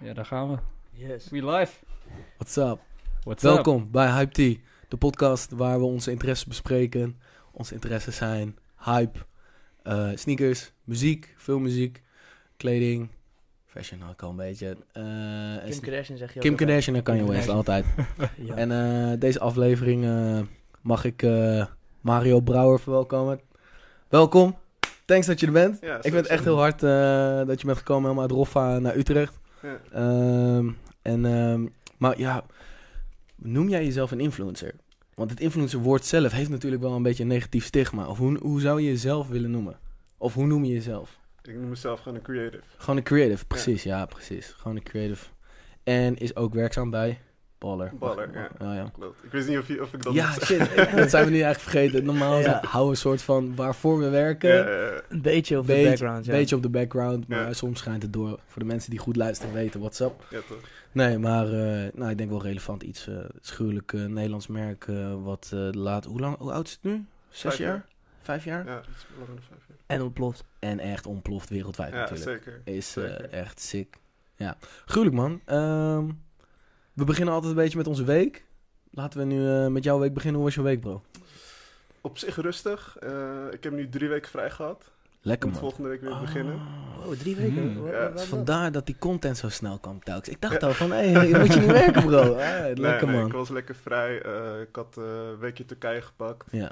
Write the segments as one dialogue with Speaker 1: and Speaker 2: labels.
Speaker 1: Ja, daar gaan we.
Speaker 2: Yes.
Speaker 1: We live.
Speaker 3: What's up?
Speaker 1: What's up?
Speaker 3: Welkom bij Hype T, de podcast waar we onze interesses bespreken. Onze interesses zijn hype, eh, sneakers, muziek, filmmuziek, kleding, fashion had ik al een beetje. Eh, en
Speaker 2: Kim
Speaker 3: sne-
Speaker 2: Kardashian zeg je ook
Speaker 3: Kim
Speaker 2: altijd.
Speaker 3: Kardashian en Kanye
Speaker 1: Kim
Speaker 3: West,
Speaker 1: Kardashian.
Speaker 3: altijd.
Speaker 2: Ja.
Speaker 3: En eh, deze aflevering eh, mag ik eh, Mario Brouwer verwelkomen. Welkom, thanks dat je er bent.
Speaker 4: Ja,
Speaker 3: Ik vind het echt heel hard eh, dat je bent gekomen helemaal uit Roffa naar Utrecht.
Speaker 4: Ja.
Speaker 3: Ehm, en, ehm, maar ja, noem jij jezelf een influencer? Want het influencerwoord zelf heeft natuurlijk wel een beetje een negatief stigma. Of hoe, hoe zou je jezelf willen noemen? Of hoe noem je jezelf?
Speaker 4: Ik noem mezelf gewoon een creative.
Speaker 3: Gewoon een creative, precies. Ja, precies. Gewoon een creative. En is ook werkzaam bij Baller.
Speaker 4: Baller,
Speaker 3: ja.
Speaker 4: ja.
Speaker 3: ja.
Speaker 4: Klopt. Ik wist niet of, je- of ik dat...
Speaker 3: Ja, shit. dat zijn we nu eigenlijk vergeten. Normaal
Speaker 2: Ja.
Speaker 3: zou- houden we een soort van waarvoor we werken.
Speaker 4: Eh,
Speaker 2: Een beetje op de
Speaker 3: Beetje-
Speaker 2: background, ja.
Speaker 3: beetje op de background, maar
Speaker 4: Ja.
Speaker 3: soms schijnt het door. Voor de mensen die goed luisteren weten, what's up.
Speaker 4: ja, toch.
Speaker 3: Nee, maar eh, nou, ik denk wel relevant iets. eh schuwelijk eh, Nederlands merk eh, wat eh, laat... Hoe, lang, hoe oud is het nu? Zes
Speaker 4: Vijf
Speaker 3: jaar?
Speaker 4: jaar.
Speaker 3: Vijf jaar?
Speaker 4: Ja, dat is langer dan vijf jaar.
Speaker 2: En ontploft.
Speaker 3: En echt ontploft wereldwijd
Speaker 4: Ja,
Speaker 3: natuurlijk.
Speaker 4: zeker.
Speaker 3: Is eh,
Speaker 4: zeker.
Speaker 3: echt sick. Ja, gruwelijk man. Ehm, we beginnen altijd een beetje met onze week. Laten we nu eh, met jouw week beginnen. Hoe was je week, bro?
Speaker 4: Op zich rustig. Eh, ik heb nu drie weken vrij gehad. Ik
Speaker 3: Lekker
Speaker 4: moet
Speaker 3: man.
Speaker 4: volgende week weer beginnen.
Speaker 3: Oh.
Speaker 2: Oh, drie weken.
Speaker 1: Hmm.
Speaker 2: Wa- wa-
Speaker 4: Ja,
Speaker 2: wa-
Speaker 4: het
Speaker 3: Dus
Speaker 2: wat?
Speaker 3: Vandaar dat die content zo snel kwam telkens. Ik dacht al van, hé, hey, moet je niet werken, bro. Ah, lekker
Speaker 4: nee, nee,
Speaker 3: man.
Speaker 4: ik was lekker vrij. Eh, ik had eh, een weekje Turkije gepakt.
Speaker 3: ja.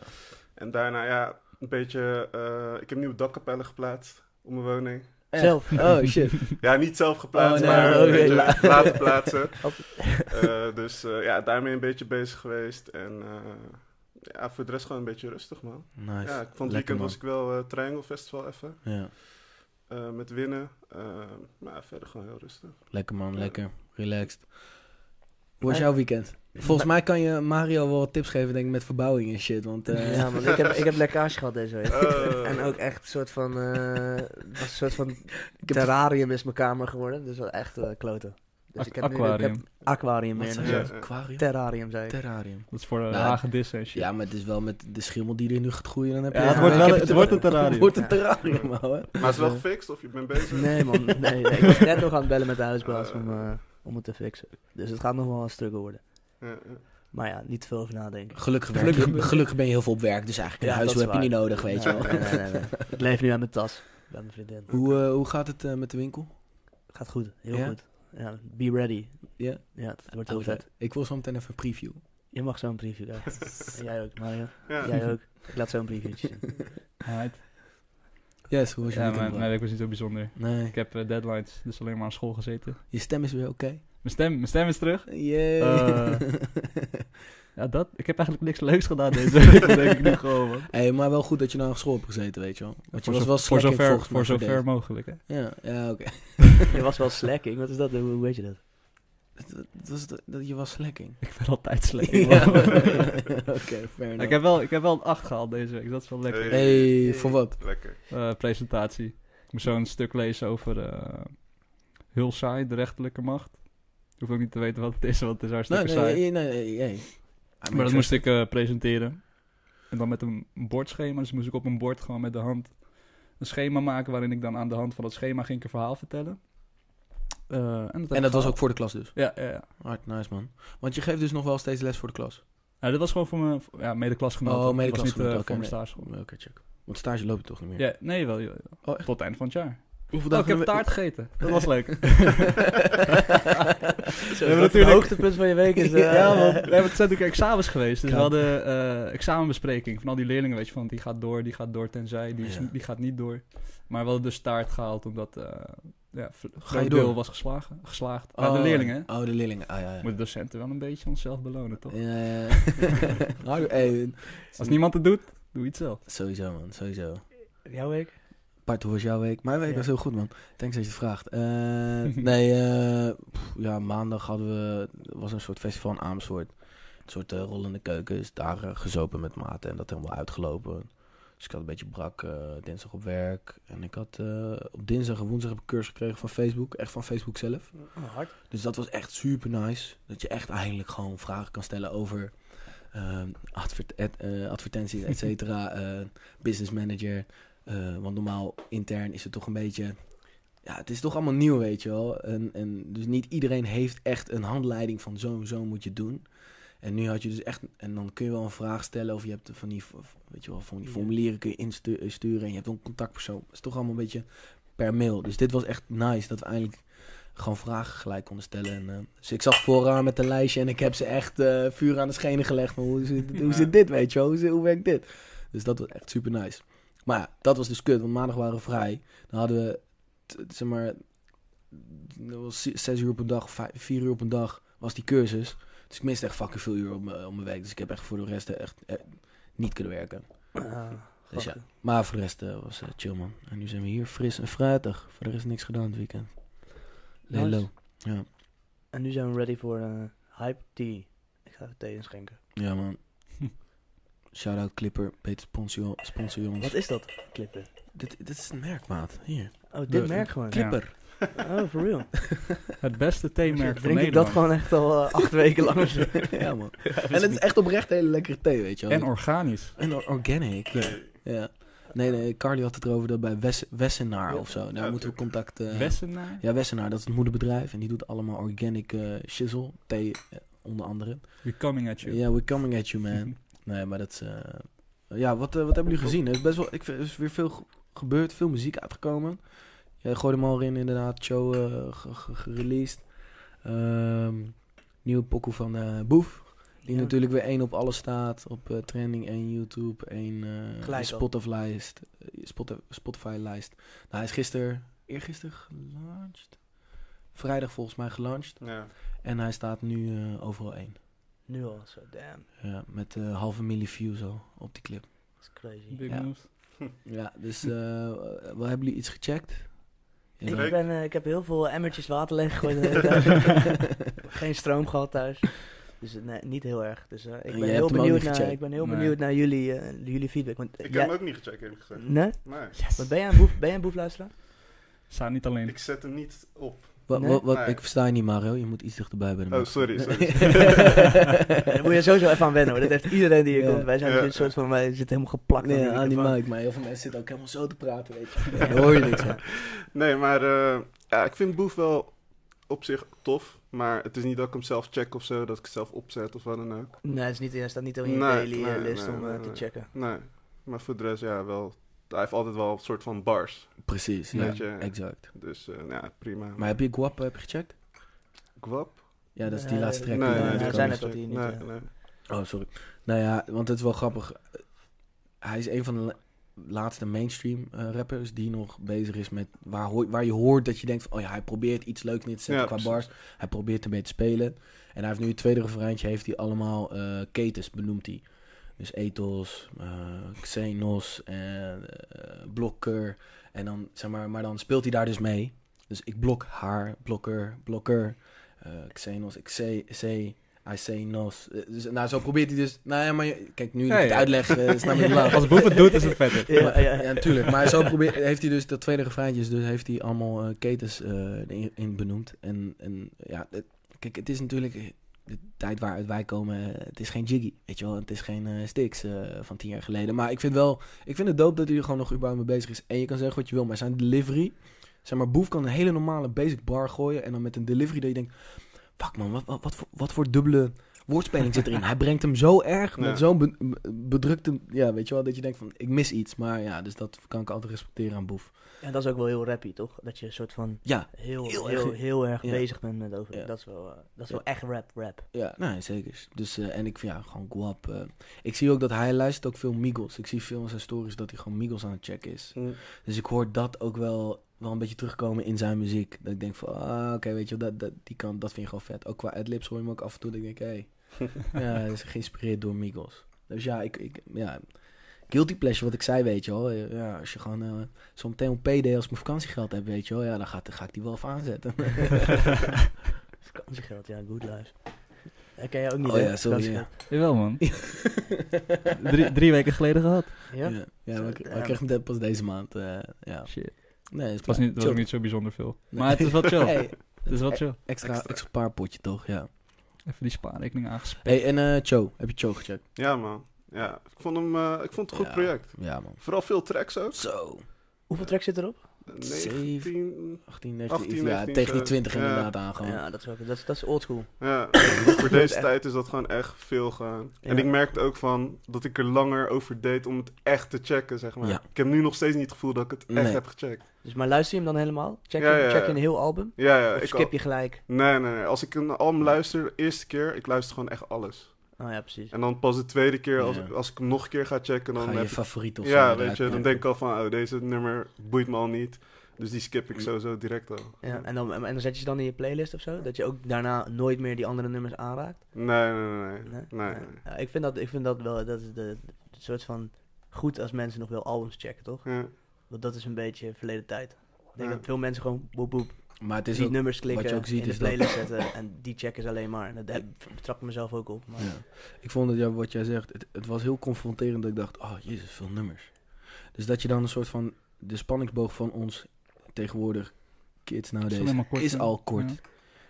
Speaker 4: En daarna, ja, een beetje... eh, ik heb nieuwe dakkapellen geplaatst op mijn woning.
Speaker 3: Echt?
Speaker 2: Zelf.
Speaker 3: Oh shit.
Speaker 4: Ja, niet zelf geplaatst,
Speaker 3: Oh, nee,
Speaker 4: maar
Speaker 3: oké,
Speaker 4: een beetje
Speaker 3: la-
Speaker 4: laten plaatsen. Eh, dus eh, ja, daarmee een beetje bezig geweest. En eh, ja, voor de rest gewoon een beetje rustig, man.
Speaker 3: Nice.
Speaker 4: Ja, ik vond het
Speaker 3: Lekker,
Speaker 4: weekend
Speaker 3: man.
Speaker 4: was ik wel eh Triangle Festival even.
Speaker 3: Ja.
Speaker 4: eh, met winnen. Eh, maar verder gewoon heel rustig.
Speaker 3: Lekker man,
Speaker 4: Ja.
Speaker 3: lekker. Relaxed. Hoe was
Speaker 2: Ja.
Speaker 3: jouw weekend? Volgens mij kan je Mario wel wat tips geven, denk ik, met verbouwing en shit. Want eh,
Speaker 2: Ja, man, ik heb, ik heb lekkage gehad deze week.
Speaker 4: Eh.
Speaker 2: En ook echt een soort van, eh, het was een soort van terrarium is mijn kamer geworden. Dus wel echt eh, kloten. Dus
Speaker 1: Ak-
Speaker 2: ik heb nu-
Speaker 1: aquarium.
Speaker 2: ik heb aquarium
Speaker 3: wat
Speaker 2: meer.
Speaker 3: zei
Speaker 2: nu.
Speaker 4: Ja.
Speaker 3: je? Aquarium?
Speaker 2: Terrarium, zei ik.
Speaker 3: Terrarium.
Speaker 1: Dat is voor de
Speaker 3: Nou,
Speaker 1: lage dissen en shit.
Speaker 3: Ja, maar het is wel met de schimmel die er nu gaat groeien. Dan heb je
Speaker 1: Ja, het
Speaker 3: Ja,
Speaker 1: wordt
Speaker 3: ik
Speaker 1: wel-
Speaker 3: heb
Speaker 1: het wordt een terrarium.
Speaker 3: Het wordt een
Speaker 2: Ja.
Speaker 3: terrarium, ouwe.
Speaker 4: Maar het is wel gefixt of je bent bezig?
Speaker 2: Nee man, nee, nee. Ik was net nog aan het bellen met de huisbaas om, eh, om het te fixen. Dus het gaat nog wel een struggle worden.
Speaker 4: Ja, ja.
Speaker 2: Maar ja, niet te veel over nadenken.
Speaker 3: Gelukkig, werk-
Speaker 1: Gelukkig
Speaker 3: gelukkig, ben je heel veel op werk, dus eigenlijk een
Speaker 2: Ja,
Speaker 3: huis
Speaker 2: dat is
Speaker 3: heb je niet
Speaker 2: waar.
Speaker 3: nodig, weet
Speaker 2: Nee,
Speaker 3: je wel.
Speaker 2: nee, nee, nee, nee. Ik leef nu aan mijn tas. Bij mijn vriendin.
Speaker 3: Hoe, eh, hoe gaat het eh, met de winkel?
Speaker 2: Gaat goed, heel
Speaker 3: Ja?
Speaker 2: goed. Ja, be ready.
Speaker 3: Ja?
Speaker 2: Ja, het wordt heel
Speaker 3: Oude.
Speaker 2: vet.
Speaker 3: Ik wil zo meteen even een preview.
Speaker 2: Je mag zo'n preview krijgen. Jij ook, Mario.
Speaker 4: Ja.
Speaker 2: Jij ook. Ik laat zo'n previewtje zien.
Speaker 1: Right.
Speaker 3: Yes, hoe was je
Speaker 1: Ja,
Speaker 3: weekend?
Speaker 1: maar
Speaker 3: bro?
Speaker 1: mijn week was niet zo bijzonder.
Speaker 3: Nee,
Speaker 1: Ik heb eh, deadlines, dus alleen maar aan school gezeten.
Speaker 3: je stem is weer oké.
Speaker 1: Mijn stem, mijn stem is terug.
Speaker 3: Yay.
Speaker 1: Eh. Ja, dat. Ik heb eigenlijk niks leuks gedaan deze week, dat denk ik nu gewoon, man.
Speaker 3: hey, maar wel goed dat je nou op school hebt gezeten, weet je wel. Want je
Speaker 1: Voor
Speaker 3: was
Speaker 1: zo-
Speaker 3: wel
Speaker 1: voor
Speaker 3: slecht
Speaker 1: zover,
Speaker 3: in volgens
Speaker 1: voor zover
Speaker 3: mij deze.
Speaker 1: mogelijk, hè.
Speaker 3: Ja, ja oké.
Speaker 2: Je was wel slacking. Wat is dat? Hoe hoe weet je dat?
Speaker 3: Het- het was dat- dat Je was slacking.
Speaker 1: Ik ben altijd slecht.
Speaker 3: Ja,
Speaker 1: man.
Speaker 3: Oké, fair enough.
Speaker 1: ik, heb eh, wel, ik heb wel een 8 gehaald deze week, dat is wel lekker.
Speaker 4: Hey.
Speaker 3: Hey, voor wat?
Speaker 4: Lekker.
Speaker 1: Eh, presentatie. Ik moest zo een stuk lezen over eh heel saai, de rechterlijke macht. Ik hoef ook niet te weten wat het is, want het is
Speaker 3: Nee,
Speaker 1: hartstikke
Speaker 3: nee, eh,
Speaker 1: saai.
Speaker 3: nee, nee, nee, nee. I'm
Speaker 1: maar dat
Speaker 3: interested.
Speaker 1: moest ik eh, presenteren. En dan met een bordschema. Dus moest ik op een bord gewoon met de hand een schema maken... waarin ik dan aan de hand van dat schema ging ik een verhaal vertellen. Eh, en dat, heb
Speaker 3: En
Speaker 1: ik
Speaker 3: dat was
Speaker 1: gehaald.
Speaker 3: ook voor de klas dus?
Speaker 1: Ja, ja, ja.
Speaker 3: Hard, nice man. Want je geeft dus nog wel steeds les voor de klas?
Speaker 1: Ja, dat Nou, was gewoon voor mijn ja, medeklasgenoten.
Speaker 3: Oh,
Speaker 1: Dat was niet,
Speaker 3: medeklasgenoten,
Speaker 1: eh,
Speaker 3: oké,
Speaker 1: voor mijn
Speaker 3: nee.
Speaker 1: stageschool.
Speaker 3: Oké, check. Want stage loopt toch niet meer?
Speaker 1: Ja, nee, wel. joh.
Speaker 3: Oh, echt?
Speaker 1: Tot het eind van het jaar.
Speaker 3: Hoeveel
Speaker 1: Oh, ik heb
Speaker 3: in de we-
Speaker 1: taart gegeten. Dat was leuk.
Speaker 2: Zo,
Speaker 1: hebben
Speaker 2: dat
Speaker 1: natuurlijk-
Speaker 2: Het hoogtepunt van je week is... eh,
Speaker 1: ja, man. We hebben- het zijn natuurlijk examens geweest. Dus we
Speaker 3: Dus, Ja.
Speaker 1: hadden eh, examenbespreking van al die leerlingen. Weet je, van die gaat door, die gaat door, tenzij, die, is-
Speaker 3: Ja.
Speaker 1: die gaat niet door. Maar we hadden dus taart gehaald, omdat eh ja, v- een
Speaker 3: je
Speaker 1: groot
Speaker 3: door?
Speaker 1: deel was geslagen, geslaagd. Nou, de leerlingen, hè.
Speaker 3: Oh, de leerlingen. Ah, ja, ja.
Speaker 1: Moeten docenten wel een beetje onszelf belonen, toch?
Speaker 3: Ja, ja, ja. Harder- hey,
Speaker 1: Als niemand het doet, doe iets zelf.
Speaker 3: Sowieso, man. Sowieso.
Speaker 2: Jouw week?
Speaker 3: Bart, hoe was jouw week? Mijn week
Speaker 2: Ja.
Speaker 3: was heel goed, man. Thanks dat je het vraagt. Eh, nee, eh, pff, ja, maandag hadden we... was een soort festival in Amersfoort. Een soort eh, rollende keukens. Daar eh, gezopen met maten en dat helemaal uitgelopen. Dus ik had een beetje brak eh, dinsdag op werk. En ik had eh, op dinsdag en woensdag heb ik een cursus gekregen van Facebook. Echt van Facebook zelf.
Speaker 2: Oh, hard.
Speaker 3: Dus dat was echt super nice. Dat je echt eindelijk gewoon vragen kan stellen over ehm, advert- ad- eh, advertenties, et cetera. eh, business manager. Eh, want normaal intern is het toch een beetje. ja, het is toch allemaal nieuw, weet je wel. En, en dus niet iedereen heeft echt een handleiding van zo en zo moet je het doen. En nu had je dus echt, en dan kun je wel een vraag stellen of je hebt van die, weet je wel, van die
Speaker 1: Ja.
Speaker 3: formulieren kun je insturen en je hebt wel een contactpersoon. Het is toch allemaal een beetje per mail. Dus dit was echt nice dat we eindelijk gewoon vragen gelijk konden stellen. En, eh, dus ik zat vooraan met een lijstje en ik heb ze echt eh, vuur aan de schenen gelegd. Van, hoe, zit, hoe
Speaker 1: Ja.
Speaker 3: zit dit, weet je wel? Hoe, zit- hoe werkt dit? Dus dat was echt super nice. Maar ja, dat was dus kut, want maandag waren we vrij. Dan hadden we, t- zeg maar, dat was zi- zes uur op een dag, vijf, vier uur op een dag was die cursus. Dus ik miste echt fucking veel uur op mijn op mijn week. Dus ik heb echt voor de rest echt, eh, niet kunnen werken.
Speaker 2: Ah,
Speaker 3: Dus ja. Maar voor de rest eh, was het chill, man. En nu zijn we hier fris en fruitig. Voor de rest niks gedaan het weekend.
Speaker 2: Nice.
Speaker 3: Lelo. Ja.
Speaker 2: En nu zijn we ready voor een hype tea. Ik ga even thee inschenken.
Speaker 3: ja, man. Shout-out Clipper. Peter sponsor, sponsor jongens.
Speaker 2: Wat is dat, Clipper?
Speaker 3: Dit, dit is een merkmaat. Hier.
Speaker 2: Oh,
Speaker 1: De-
Speaker 2: dit merk gewoon.
Speaker 1: Ja.
Speaker 3: Clipper.
Speaker 2: Oh, for real.
Speaker 1: Het beste theemerk van
Speaker 2: Drink ik dat
Speaker 1: Nederland.
Speaker 2: gewoon echt al eh, acht weken lang. of zo?
Speaker 3: Ja, man. en het is echt oprecht hele lekkere thee, weet je wel.
Speaker 1: En organisch.
Speaker 3: En or- organic. Ja.
Speaker 4: Nee,
Speaker 3: ja. Nee, nee. Carly had het erover dat bij Wes Wessenaar
Speaker 4: Ja.
Speaker 3: of zo. Daar
Speaker 4: Ja,
Speaker 3: moeten we contact... eh,
Speaker 1: Wessenaar?
Speaker 3: Ja, Wessenaar, dat is het moederbedrijf. En die doet allemaal organic eh shizzle, thee eh, onder andere.
Speaker 1: We're coming at
Speaker 3: Ja,
Speaker 1: you.
Speaker 3: we're coming at you, man. nee, maar dat is... eh, ja, wat, eh, wat hebben jullie gezien? Er is best wel... Ik, vind- er is weer veel ge- gebeurd, veel muziek uitgekomen. Jij gooide hem al in, inderdaad. Show eh, ge- ge- gereleased. Ehm, nieuwe pokoe van eh, Boef. Die
Speaker 2: Ja.
Speaker 3: natuurlijk weer één op alles staat. Op eh, trending, één YouTube, één eh
Speaker 2: Gelijk al.
Speaker 3: Spotify-lijst. eh, Spotify, Spotify-lijst. Nou, hij is gisteren, eergisteren gelanceerd. Vrijdag volgens mij gelanceerd.
Speaker 4: ja.
Speaker 3: En hij staat nu eh, overal één.
Speaker 2: Nu al, zo, damn.
Speaker 3: Ja, met eh, halve miljoen views al op die clip.
Speaker 2: Dat is crazy.
Speaker 1: Big
Speaker 3: Ja.
Speaker 1: moves.
Speaker 3: Ja, dus eh wel, hebben jullie iets gecheckt?
Speaker 2: Ik,
Speaker 4: Druk.
Speaker 2: ben, eh, ik heb heel veel emmertjes water leeggegooid. de hele tijd. Geen stroom gehad thuis. Dus eh, nee, niet heel erg. Dus eh,
Speaker 3: En
Speaker 2: ik,
Speaker 3: jij
Speaker 2: ben
Speaker 3: hebt
Speaker 2: heel
Speaker 3: hem ook
Speaker 2: benieuwd
Speaker 3: niet
Speaker 2: naar,
Speaker 3: gecheckt?
Speaker 2: ik ben heel
Speaker 1: Nee.
Speaker 2: benieuwd naar jullie, eh, jullie feedback. Want, eh,
Speaker 4: Ik
Speaker 2: ja-
Speaker 4: heb hem ook niet gecheckt, eerlijk gezegd.
Speaker 2: Nee?
Speaker 4: Nee.
Speaker 2: Wat ben jij een boef, ben jij een boefluisteraar?
Speaker 1: Staat niet alleen.
Speaker 4: Ik zet hem niet op.
Speaker 3: Wat,
Speaker 2: Nee.
Speaker 3: wat, wat-
Speaker 4: Nee.
Speaker 3: Ik versta je niet, Mario. Je moet iets dichterbij bij de
Speaker 4: Oh,
Speaker 3: microfoon.
Speaker 4: sorry. sorry.
Speaker 2: Daar moet je sowieso even aan wennen hoor. Dat heeft iedereen die hier
Speaker 3: Ja.
Speaker 2: komt. Wij zijn
Speaker 4: Ja.
Speaker 2: een soort van, wij zitten helemaal geplakt aan
Speaker 3: Nee,
Speaker 2: die
Speaker 3: aan die
Speaker 2: microfoon.
Speaker 3: mic. Maar heel veel mensen zitten ook helemaal zo te praten, weet je. Ja, daar hoor je niks aan.
Speaker 4: Nee, maar eh, ja, ik vind Boef wel op zich tof. Maar het is niet dat ik hem zelf check of zo, dat ik het zelf opzet of wat dan ook.
Speaker 2: Nee, het is niet, hij staat niet in je
Speaker 4: Nee,
Speaker 2: daily eh,
Speaker 4: nee,
Speaker 2: list
Speaker 4: nee,
Speaker 2: om eh,
Speaker 4: nee,
Speaker 2: te
Speaker 4: nee.
Speaker 2: checken.
Speaker 4: Nee, maar voor de rest, ja, wel. Hij heeft altijd wel een soort van bars.
Speaker 3: Precies, ja.
Speaker 4: Weet je.
Speaker 3: Exact.
Speaker 4: Dus eh, ja, prima.
Speaker 3: Maar heb je Guap heb je gecheckt?
Speaker 4: Guap?
Speaker 3: Ja, dat is die
Speaker 2: Nee,
Speaker 3: laatste track.
Speaker 2: nee,
Speaker 3: die
Speaker 2: nee,
Speaker 3: eruit
Speaker 2: nee,
Speaker 3: kwam.
Speaker 2: zijn
Speaker 4: dat
Speaker 2: het ook hier niet,
Speaker 4: Nee,
Speaker 2: ja.
Speaker 4: nee.
Speaker 3: Oh, sorry. Nou ja, want het is wel grappig. Hij is een van de la- laatste mainstream eh, rappers die nog bezig is met waar, hoor- waar je hoort dat je denkt van, oh ja, hij probeert iets leuks neer te zetten
Speaker 4: Ja,
Speaker 3: qua
Speaker 4: precies.
Speaker 3: bars. Hij probeert ermee te spelen. En hij heeft nu het tweede referentje, heeft hij allemaal eh, ketens, benoemt hij. Dus Ethos, eh, Xenos en eh, Blokker. En dan, zeg maar, maar dan speelt hij daar dus mee. Dus ik blok haar, blokker, blokker. eh, Xenos, ik say, say, I say nos. Eh, Dus, nou, zo probeert hij dus... Nou ja, maar je- kijk, nu
Speaker 1: Ja,
Speaker 3: dat ik het
Speaker 1: ja.
Speaker 3: uitleg, eh, snap je het wel.
Speaker 1: Als Boef het doet, is het vetter.
Speaker 2: Ja,
Speaker 3: Maar-
Speaker 2: ja.
Speaker 3: ja, natuurlijk. Maar zo probeert, heeft hij dus dat tweede refreintje, is dus heeft hij allemaal eh, ketens eh, erin in benoemd. En, en ja, het- kijk, het is natuurlijk de tijd waaruit wij komen. eh, Het is geen Jiggy, weet je wel. Het is geen eh Sticks eh, van tien jaar geleden. Maar ik vind wel, ik vind het dope dat hij er gewoon nog überhaupt mee bezig is. En je kan zeggen wat je wil, maar zijn delivery, zeg maar, Boef kan een hele normale basic bar gooien en dan met een delivery dat je denkt, fuck man, wat, wat, wat, voor, wat voor dubbele woordspeling zit erin. Hij brengt hem zo erg
Speaker 4: Ja.
Speaker 3: met zo'n be- be- bedrukte, ja, weet je wel, dat je denkt van, ik mis iets. Maar ja, dus dat kan ik altijd respecteren aan Boef.
Speaker 2: En dat is ook wel heel rappy, toch? Dat je een soort van
Speaker 3: Ja,
Speaker 2: heel,
Speaker 3: Heel
Speaker 2: heel,
Speaker 3: erg-
Speaker 2: heel, erg
Speaker 3: ja.
Speaker 2: bezig bent met over.
Speaker 3: Ja.
Speaker 2: Dat is wel, eh, dat is
Speaker 3: Ja.
Speaker 2: wel echt rap, rap.
Speaker 3: ja, nee, zeker. Dus, eh, en ik vind, ja, gewoon guap. eh. ik zie ook dat hij luistert ook veel Migos. Ik zie veel in zijn stories dat hij gewoon Migos aan het checken is.
Speaker 4: Hm,
Speaker 3: Dus ik hoor dat ook wel, wel een beetje terugkomen in zijn muziek. Dat ik denk van, ah, oké, weet je, wel, dat, dat, die kant, dat vind ik gewoon vet. Ook qua adlibs hoor je hem ook af en toe. Dat ik denk, hey, ja, hij is geïnspireerd door Migos. Dus ja, ik, ik ja, guilty pleasure, wat ik zei, weet je wel. Ja, als je gewoon eh, zo'n TOPD als ik mijn vakantiegeld heb, weet je wel. Ja, dan, gaat, dan ga ik die wel even aanzetten.
Speaker 2: Vakantiegeld, ja, good life. Dat ken jij ook niet,
Speaker 3: Oh
Speaker 2: hè?
Speaker 3: ja, sorry, ja.
Speaker 1: Jawel, man. drie, drie weken geleden gehad.
Speaker 2: Ja?
Speaker 3: Ja, ja, maar ik, maar ik kreeg hem pas deze maand. eh, ja.
Speaker 1: Shit.
Speaker 3: Nee,
Speaker 1: Het was, niet, het was niet zo bijzonder veel.
Speaker 3: Nee.
Speaker 1: Maar het is wel chill.
Speaker 3: Hey,
Speaker 1: Het is wel chill.
Speaker 3: extra,
Speaker 4: Extra.
Speaker 3: extra spaarpotje toch, ja.
Speaker 1: Even die spaarrekening aangespeeld.
Speaker 3: Hey, en eh Cho, heb je Cho gecheckt?
Speaker 4: Ja, man. Ja, ik vond, hem, eh, ik vond het een goed
Speaker 3: Ja.
Speaker 4: project.
Speaker 3: Ja, man.
Speaker 4: Vooral veel tracks ook.
Speaker 3: Zo.
Speaker 2: Hoeveel tracks zit erop?
Speaker 4: 19...
Speaker 3: 18, 19,
Speaker 4: 18,
Speaker 3: ja,
Speaker 4: 19,
Speaker 3: tegen die
Speaker 4: zo.
Speaker 3: 20
Speaker 4: Ja.
Speaker 3: inderdaad aangaan.
Speaker 2: Ja, dat is, ook, dat is, dat is oldschool.
Speaker 4: Ja, voor deze
Speaker 2: Echt.
Speaker 4: tijd is dat gewoon echt veel gaan. En
Speaker 2: Ja.
Speaker 4: ik merkte ook van dat ik er langer over deed om het echt te checken, zeg maar.
Speaker 3: Ja.
Speaker 4: Ik heb nu nog steeds niet het gevoel dat ik het echt
Speaker 3: Nee.
Speaker 4: heb gecheckt.
Speaker 2: Dus maar luister je hem dan helemaal? Check,
Speaker 4: Ja,
Speaker 2: je,
Speaker 4: ja,
Speaker 2: check
Speaker 4: ja.
Speaker 2: je een heel album?
Speaker 4: Ja, ja.
Speaker 2: Of
Speaker 4: ik
Speaker 2: skip je gelijk?
Speaker 4: al- Nee, nee, nee. Als ik een album luister, de eerste keer, ik luister gewoon echt alles.
Speaker 2: Oh ja, precies.
Speaker 4: En dan pas de tweede keer, als,
Speaker 3: Ja.
Speaker 4: ik, als ik hem nog een keer ga checken, dan
Speaker 3: Ga je
Speaker 4: heb ik...
Speaker 3: favoriet of zo
Speaker 4: Ja,
Speaker 3: eruit
Speaker 4: weet je, dan
Speaker 3: pakken.
Speaker 4: denk ik al van, oh, deze nummer boeit me al niet. Dus die skip ik sowieso direct al.
Speaker 2: Ja, en, dan, en dan zet je ze dan in je playlist of zo? Dat je ook daarna nooit meer die andere nummers aanraakt?
Speaker 4: Nee, nee, nee. nee.
Speaker 2: Nee?
Speaker 4: nee.
Speaker 2: Ja. Ja, ik, vind dat, ik vind dat wel, dat is de, de soort van goed als mensen nog wel albums checken, toch?
Speaker 4: Ja.
Speaker 2: Want dat is een beetje verleden tijd. Ik denk
Speaker 4: Ja.
Speaker 2: dat veel mensen gewoon boep boep,
Speaker 3: Maar het is
Speaker 2: die
Speaker 3: ook...
Speaker 2: nummers klikken,
Speaker 3: ook ziet
Speaker 2: in de
Speaker 3: is dat-
Speaker 2: playlist zetten en die checken ze alleen maar. En dat heb- betrap ik mezelf ook op.
Speaker 4: nou-
Speaker 2: Maar
Speaker 3: Ja. Ik vond het, ja, wat jij zegt, het, het was heel confronterend dat ik dacht, oh jezus, veel nummers. Dus dat je dan een soort van, de spanningsboog van ons tegenwoordig, kids
Speaker 1: is
Speaker 3: nowadays,
Speaker 1: alleen
Speaker 3: is,
Speaker 1: maar kort, hè?
Speaker 3: al kort.
Speaker 1: Ja.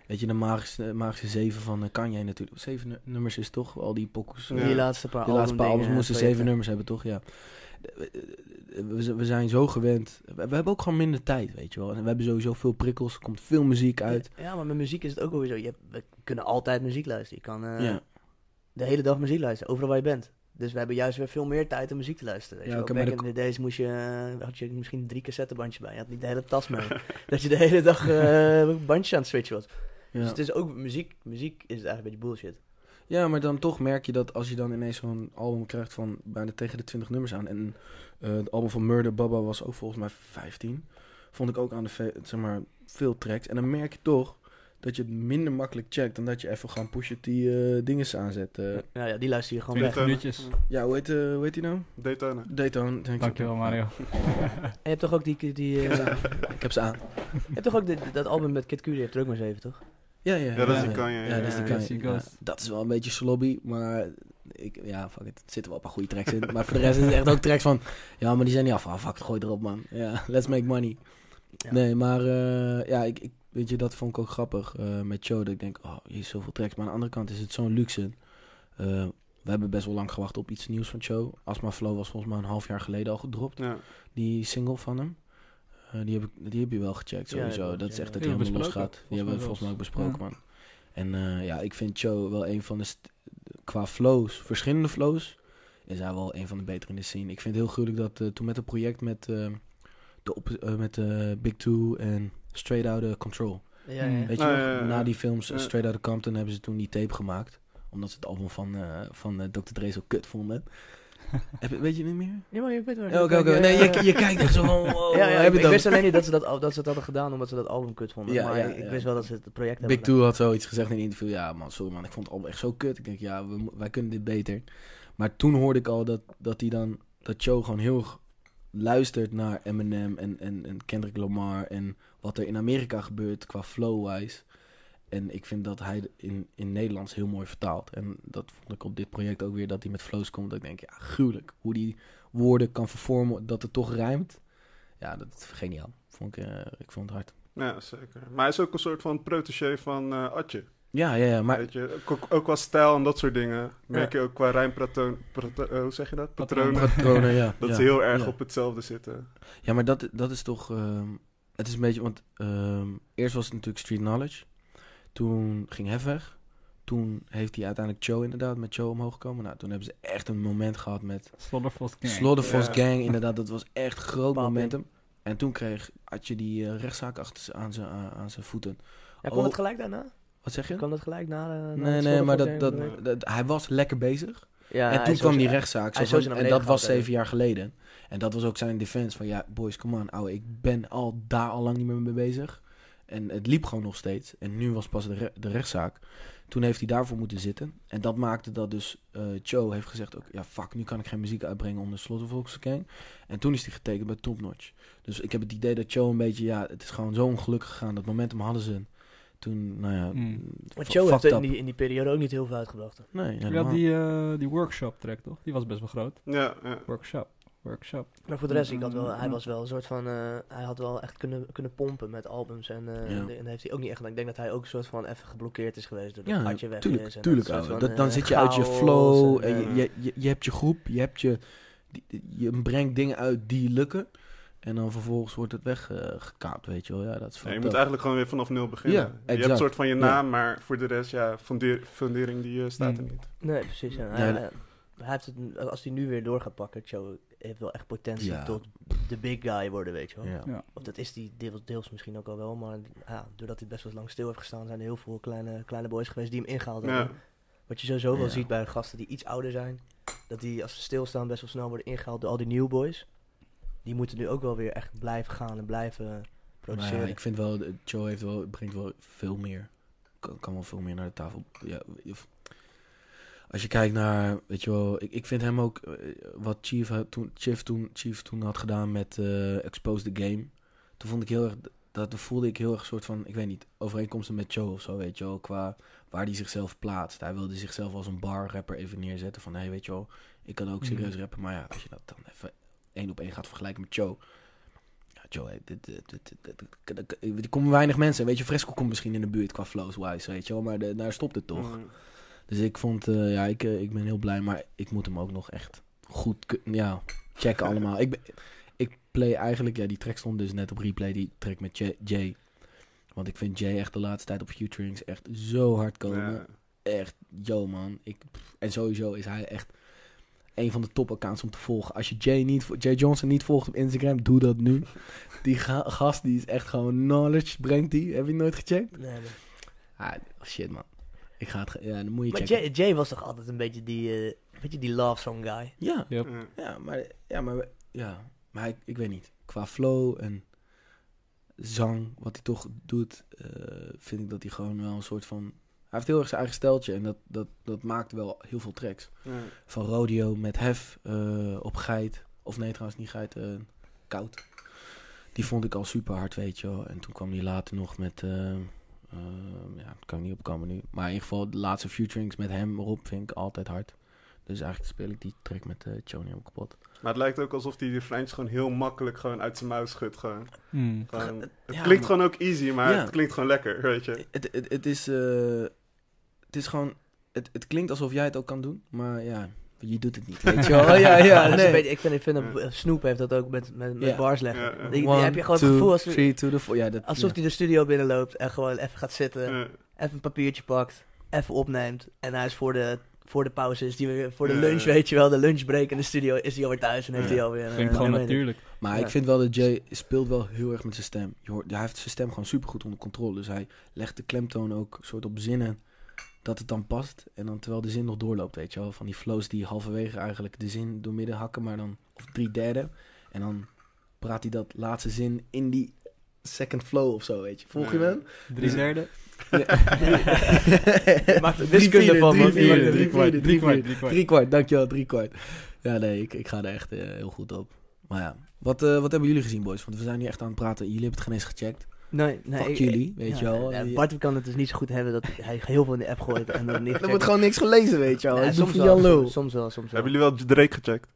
Speaker 3: Weet je, de magische, magische zeven van eh, Kanye natuurlijk. Zeven nu- nummers is toch, al die pokkels.
Speaker 4: Ja.
Speaker 3: eh,
Speaker 2: Die laatste paar eh,
Speaker 3: De laatste paar albums
Speaker 2: albumdingen,
Speaker 3: moesten
Speaker 2: projecten.
Speaker 3: zeven nummers hebben, toch? Ja. We, z- we zijn zo gewend. We, we hebben ook gewoon minder tijd, weet je wel. En we hebben sowieso veel prikkels. Er komt veel muziek uit.
Speaker 2: Ja, maar met muziek is het ook wel weer zo. Je hebt, we kunnen altijd muziek luisteren. Je kan eh,
Speaker 3: ja.
Speaker 2: de hele dag muziek luisteren, overal waar je bent. Dus we hebben juist weer veel meer tijd om muziek te luisteren. Weet
Speaker 3: Ja,
Speaker 2: je
Speaker 3: oké,
Speaker 2: wel.
Speaker 3: maar
Speaker 2: Back in the days moest je, eh, had je misschien drie cassettebandjes bij. Je had niet de hele tas mee. dat je de hele dag eh bandjes aan het switchen was.
Speaker 3: Ja.
Speaker 2: Dus het is ook muziek. Muziek is eigenlijk een beetje bullshit.
Speaker 3: ja, maar dan toch merk je dat als je dan ineens zo'n album krijgt van bijna tegen de 20 nummers aan. En eh, het album van Murder Baba was ook volgens mij 15. Vond ik ook aan de ve- zeg maar, veel tracks. En dan merk je toch dat je het minder makkelijk checkt dan dat je even gewoon Pusha T eh dingen aanzet. eh.
Speaker 2: Nou ja, die luister je gewoon weg.
Speaker 1: 20
Speaker 4: Daytona.
Speaker 1: minuutjes.
Speaker 3: ja, hoe heet, eh, hoe heet die nou?
Speaker 4: Daytona.
Speaker 3: Dayton. denk ik.
Speaker 1: Dankjewel, Mario.
Speaker 2: En je hebt toch ook die... die eh,
Speaker 3: Ik heb ze aan.
Speaker 2: je hebt toch ook dit- dat album met Kid Cudi, heeft er ook maar zeven, toch?
Speaker 3: Ja, ja,
Speaker 4: Ja, dat is die Kanye, ja,
Speaker 3: Ja, dat is die
Speaker 1: ja.
Speaker 3: Kanye.
Speaker 1: Kanye Ghost.
Speaker 3: Ja, dat is wel een beetje slobby, maar ik, ja, fuck it. Er zitten wel een paar goede tracks in. Maar voor de rest is het echt ook tracks van, ja, maar die zijn niet af. Ah, fuck, it, gooi erop, man. Ja, let's make money.
Speaker 2: Ja.
Speaker 3: Nee, maar eh, ja, ik, ik, weet je, dat vond ik ook grappig eh, met show. Dat ik denk, oh, hier is zoveel tracks. Maar aan de andere kant is het zo'n luxe. Eh, we hebben best wel lang gewacht op iets nieuws van show. Asma Flow was volgens mij een half jaar geleden al gedropt.
Speaker 4: Ja.
Speaker 3: Die single van hem. Eh, die, heb ik, die heb je wel gecheckt
Speaker 2: Ja, die
Speaker 3: sowieso.
Speaker 2: heb ik
Speaker 3: dat
Speaker 2: ook,
Speaker 3: is
Speaker 2: ja.
Speaker 3: echt dat
Speaker 1: Die
Speaker 3: die
Speaker 1: hebben we
Speaker 3: helemaal los
Speaker 1: besproken,
Speaker 3: gaat. Die hebben we
Speaker 1: volgens
Speaker 3: volgens
Speaker 1: mij
Speaker 3: mij ook besproken, man. En eh, ja, ik vind Cho wel een van de... st- Qua flows, verschillende flows, is hij wel een van de betere in de scene. Ik vind het heel gruwelijk dat eh, toen met het project met, eh, de op, eh, met eh, Big Two en Straight Outta Control.
Speaker 2: Ja,
Speaker 1: Mm.
Speaker 2: ja.
Speaker 3: Weet je
Speaker 4: Ah,
Speaker 3: nog?
Speaker 4: ja, ja, ja.
Speaker 3: Na die films eh,
Speaker 4: Ja.
Speaker 3: Straight Outta Compton hebben ze toen die tape gemaakt. Omdat ze het album van, eh, van eh, Dr. Dre zo kut vonden. Heb, je- weet je niet meer?
Speaker 2: Ja, maar je weet waar.
Speaker 3: Ja, Oké, oké. Nee, je, je kijkt echt zo van... Wow,
Speaker 2: Ja, ja,
Speaker 3: heb
Speaker 2: ik,
Speaker 3: je
Speaker 2: ik
Speaker 3: dat?
Speaker 2: wist alleen niet dat ze dat, al- dat ze dat hadden gedaan omdat ze dat album kut vonden.
Speaker 3: Ja,
Speaker 2: maar
Speaker 3: ja,
Speaker 2: ik- ik
Speaker 3: ja.
Speaker 2: wist wel dat ze het project hebben
Speaker 3: Big Two had zoiets gezegd in een interview. Ja, man, sorry man, ik vond het album echt zo kut. Ik denk, ja, we, mo- wij kunnen dit beter. Maar toen hoorde ik al dat, dat die dan, dat Joe gewoon heel erg luistert naar Eminem en, en, en Kendrick Lamar en wat er in Amerika gebeurt qua flow-wise. En ik vind dat hij in, in Nederlands heel mooi vertaalt. En dat vond ik op dit project ook weer, dat hij met flows komt. Dat ik denk, ja, gruwelijk. Hoe die woorden kan vervormen, dat het toch rijmt. Ja, dat is geniaal. Vond ik, eh, ik vond het hard.
Speaker 4: Ja, zeker. Maar hij is ook een soort van protégé van eh Atje.
Speaker 3: Ja, ja, ja. Maar
Speaker 4: Weet je, ook, ook qua stijl en dat soort dingen. Merk je ook qua rijmpatroon. prato- eh, hoe zeg je dat?
Speaker 1: Patronen.
Speaker 4: Patronen.
Speaker 3: patronen, ja.
Speaker 4: Dat
Speaker 3: ja.
Speaker 4: ze heel erg
Speaker 3: ja.
Speaker 4: op hetzelfde zitten.
Speaker 3: Ja, maar dat, dat is toch... ehm, het is een beetje... Want ehm, eerst was het natuurlijk Street Knowledge. Toen ging Hef weg. Toen heeft hij uiteindelijk Joe inderdaad met Joe omhoog gekomen. Nou, toen hebben ze echt een moment gehad met
Speaker 1: Slaughterfos Gang.
Speaker 3: Slaughterful
Speaker 4: Ja.
Speaker 3: Gang. Inderdaad, dat was echt groot
Speaker 2: Papi.
Speaker 3: momentum. En toen kreeg, had je die eh, rechtszaak achter z'n- aan zijn aan, aan zijn voeten.
Speaker 2: Ja, kwam
Speaker 3: Oh.
Speaker 2: het gelijk daarna?
Speaker 3: Wat zeg je?
Speaker 2: Kwam dat gelijk na? eh, na
Speaker 3: Nee,
Speaker 2: het
Speaker 3: nee, maar dat,
Speaker 2: Spotify-
Speaker 3: dat,
Speaker 4: Gang?
Speaker 3: dat- hij was lekker bezig.
Speaker 2: Ja,
Speaker 3: en
Speaker 2: Eh, hij
Speaker 3: toen
Speaker 2: is
Speaker 3: kwam
Speaker 2: ook-
Speaker 3: die rechtszaak.
Speaker 2: hij
Speaker 3: Zo
Speaker 2: is sowieso
Speaker 3: van-
Speaker 2: naar
Speaker 3: en dat
Speaker 2: beneden
Speaker 3: was
Speaker 2: gehaald,
Speaker 3: zeven jaar geleden. En dat was ook zijn defense van ja, boys, come on, ouwe, ik ben al daar al lang niet meer mee bezig. En het liep gewoon nog steeds. En nu was pas de, re- de rechtszaak. Toen heeft hij daarvoor moeten zitten. En dat maakte dat dus eh Joe heeft gezegd ook, ja fuck, nu kan ik geen muziek uitbrengen onder Slottervolksgang. En toen is hij getekend bij Top Notch. Dus ik heb het idee dat Joe een beetje, ja, het is gewoon zo ongelukkig gegaan. Dat momentum hadden ze. Toen, nou ja,
Speaker 1: Mm.
Speaker 2: Maar
Speaker 3: fu-
Speaker 2: Joe heeft
Speaker 3: fucked
Speaker 2: in
Speaker 3: up.
Speaker 2: die, in die periode ook niet heel veel uitgebracht. toch?
Speaker 3: Nee,
Speaker 1: Je
Speaker 3: helemaal.
Speaker 1: had die, eh, die workshop track, toch? Die was best wel groot.
Speaker 4: Ja, ja.
Speaker 1: Workshop. Workshop.
Speaker 2: Maar voor de rest, ik had wel,
Speaker 3: Mm-hmm.
Speaker 2: hij
Speaker 1: Mm.
Speaker 2: was wel een soort van... eh, hij had wel echt kunnen, kunnen pompen met albums. En, eh,
Speaker 3: Ja.
Speaker 2: en dat heeft hij ook niet echt gedaan. Ik denk dat hij ook een soort van even geblokkeerd is geweest. Door
Speaker 3: Ja,
Speaker 2: dat Adje weg
Speaker 3: tuurlijk,
Speaker 2: is. en
Speaker 3: tuurlijk.
Speaker 2: dat soort
Speaker 3: ouwe.
Speaker 2: van,
Speaker 3: Dat, dan
Speaker 2: eh,
Speaker 3: zit je uit je
Speaker 2: chaos
Speaker 3: flow.
Speaker 2: en,
Speaker 3: En,
Speaker 4: eh,
Speaker 3: je, je, je hebt je groep, je hebt je... die- Je brengt dingen uit die lukken. En dan vervolgens wordt het weggekaapt, weet je wel. Ja, dat is
Speaker 4: Ja, je
Speaker 3: fucked
Speaker 4: moet
Speaker 3: up.
Speaker 4: eigenlijk gewoon weer vanaf nul beginnen.
Speaker 3: Ja,
Speaker 4: je hebt een
Speaker 3: exact.
Speaker 4: soort van je
Speaker 3: Ja.
Speaker 4: naam, maar voor de rest, ja, fundeer- fundering die eh, staat er
Speaker 1: Hmm.
Speaker 3: Mm.
Speaker 4: niet.
Speaker 2: Nee, precies. ja.
Speaker 3: Ja,
Speaker 2: Hij, hij- hij heeft het, als hij nu weer door gaat pakken, Cho heeft wel echt potentie
Speaker 3: Ja.
Speaker 2: tot de big guy worden, weet je wel.
Speaker 3: Ja.
Speaker 2: Of dat is die deels, deels misschien ook al wel, maar ja, doordat hij best wel lang stil heeft gestaan, zijn er heel veel kleine, kleine boys geweest die hem ingehaald
Speaker 4: Ja.
Speaker 2: hebben. Wat je sowieso wel
Speaker 3: Ja.
Speaker 2: ziet bij gasten die iets ouder zijn, dat die als ze stilstaan best wel snel worden ingehaald door al die new boys. Die moeten nu ook wel weer echt blijven gaan en blijven
Speaker 3: Maar ja,
Speaker 2: produceren.
Speaker 3: ik vind wel, eh, Joe heeft wel, brengt wel veel meer. Kan, kan wel veel meer naar de tafel. Ja, of- als je kijkt naar, weet je wel, ik, ik vind hem ook eh, wat Chief had toen, Chief toen, Chief toen had gedaan met eh, Expose the Game. Toen vond ik heel erg, dat voelde ik heel erg een soort van, ik weet niet, overeenkomsten met Joe of zo, weet je wel, qua waar hij zichzelf plaatst. Hij wilde zichzelf als een bar rapper even neerzetten van, hé, hey, weet je wel, ik kan ook
Speaker 1: Mhm.
Speaker 3: serieus rappen. Maar ja, als je dat dan even één op één gaat vergelijken met Joe, ja, Joe, hey, dit, dit, dit, dit- dit- dit- dit- er komen weinig mensen. Weet je, Fresco komt misschien in de buurt qua flows-wise, weet je wel. Maar de- daar stopt het toch.
Speaker 4: Hmm.
Speaker 3: Dus ik vond, eh, ja, ik, eh, ik ben heel blij. Maar ik moet hem ook nog echt goed, kun- ja, checken allemaal. ik, ben- ik play eigenlijk, ja, die track stond dus net op replay. Die track met Jay. Jay. Want ik vind Jay echt de laatste tijd op Futurings echt zo hard komen
Speaker 4: Ja.
Speaker 3: echt, yo man. Ik, pff, en sowieso is hij echt een van de topaccounts om te volgen. Als je Jay, niet, vo- Jay Johnson niet volgt op Instagram, doe dat nu. Die ga- gast die is echt gewoon knowledge, brengt die. Heb je nooit gecheckt?
Speaker 2: Nee, nee.
Speaker 3: Ah, shit man. Ik ga het, ge- ja, dan moet je
Speaker 2: Maar
Speaker 3: checken.
Speaker 2: Jay, Jay was toch altijd een beetje die, eh, beetje die love song guy?
Speaker 3: Ja,
Speaker 1: Yep.
Speaker 4: Ja.
Speaker 3: ja, maar, ja, maar, we- ja, maar hij- ik weet niet. Qua flow en zang, wat hij toch doet, eh, vind ik dat hij gewoon wel een soort van... Hij heeft heel erg zijn eigen steltje en dat, dat, dat maakt wel heel veel tracks.
Speaker 4: Ja.
Speaker 3: van rodeo met hef eh, op geit. Of nee, trouwens niet geit, eh, koud. Die vond ik al super hard, weet je wel. En toen kwam die later nog met... eh, eh, ja, kan ik niet opkomen nu. Maar in ieder geval, de laatste featurings met hem erop vind ik altijd hard. Dus eigenlijk speel ik die track met eh Johnny helemaal kapot.
Speaker 4: Maar het lijkt ook alsof hij de refreintjes gewoon heel makkelijk gewoon uit zijn mouw schudt. Gewoon.
Speaker 1: Hmm.
Speaker 4: Gewoon- het
Speaker 3: Ja,
Speaker 4: klinkt
Speaker 3: maar-
Speaker 4: gewoon ook easy, maar
Speaker 3: Ja.
Speaker 4: het klinkt gewoon lekker, weet je.
Speaker 3: Het, het, het is... eh, het is gewoon... Het, het klinkt alsof jij het ook kan doen, maar ja, je doet het niet, weet je wel. Ja, ja,
Speaker 2: Dat is een
Speaker 3: nee.
Speaker 2: beetje, ik vind, ik vind dat eh, Snoep heeft dat ook met, met, met
Speaker 3: Ja.
Speaker 2: bars leggen.
Speaker 4: Ja, ja.
Speaker 2: Die- die
Speaker 3: One,
Speaker 2: heb je gewoon
Speaker 3: two,
Speaker 2: het gevoel als,
Speaker 3: three to the four. Oh, Ja, dat,
Speaker 2: alsof
Speaker 3: ja.
Speaker 2: hij de studio binnenloopt en gewoon even gaat zitten.
Speaker 4: Ja.
Speaker 2: even een papiertje pakt, even opneemt. En hij is voor de, voor de pauze, is die weer, voor de
Speaker 4: Ja,
Speaker 2: lunch,
Speaker 4: ja.
Speaker 2: weet je wel, de lunchbreak in de studio, is hij alweer thuis en heeft
Speaker 4: Ja.
Speaker 2: hij alweer... eh,
Speaker 1: Klinkt gewoon
Speaker 2: nummer in.
Speaker 1: natuurlijk.
Speaker 3: Maar
Speaker 2: Ja.
Speaker 3: ik vind wel dat Jay speelt wel heel erg met zijn stem. Je hoort, hij heeft zijn stem gewoon supergoed onder controle. Dus hij legt de klemtoon ook soort op zinnen dat het dan past. En dan terwijl de zin nog doorloopt, weet je wel. Van die flows die halverwege eigenlijk de zin doormidden hakken, maar dan... Of drie derde. En dan praat hij dat laatste zin in die second flow of zo, weet je. Volg je
Speaker 4: Ja.
Speaker 3: me?
Speaker 1: Drie
Speaker 4: Ja.
Speaker 1: derde.
Speaker 2: Je maakt er wiskunde
Speaker 3: Drie
Speaker 2: van,
Speaker 3: vierde,
Speaker 2: man.
Speaker 1: Drie vierde.
Speaker 3: drie
Speaker 1: Drie kwart.
Speaker 3: vierde,
Speaker 1: Drie kwart.
Speaker 3: drie
Speaker 1: Drie kwart.
Speaker 3: Drie kwart, dankjewel, drie kwart. Ja, nee, ik, ik ga er echt eh, heel goed op. Maar ja, wat, eh, wat hebben jullie gezien, boys? Want we zijn nu echt aan het praten. Jullie hebben het geen eens gecheckt.
Speaker 2: Nee, nee.
Speaker 3: Fuck
Speaker 2: ik-
Speaker 3: jullie, weet je wel.
Speaker 2: ja,
Speaker 3: Die-
Speaker 2: Bart kan het dus niet zo goed hebben dat hij heel veel in de app gooit en dan niet
Speaker 3: Er
Speaker 2: checkt.
Speaker 3: wordt gewoon niks gelezen, weet je wel.
Speaker 2: Ja,
Speaker 3: Het is
Speaker 2: soms,
Speaker 3: van
Speaker 2: wel,
Speaker 3: Jan
Speaker 2: soms,
Speaker 3: Lul.
Speaker 2: soms wel, soms wel.
Speaker 4: Hebben jullie wel Drake gecheckt?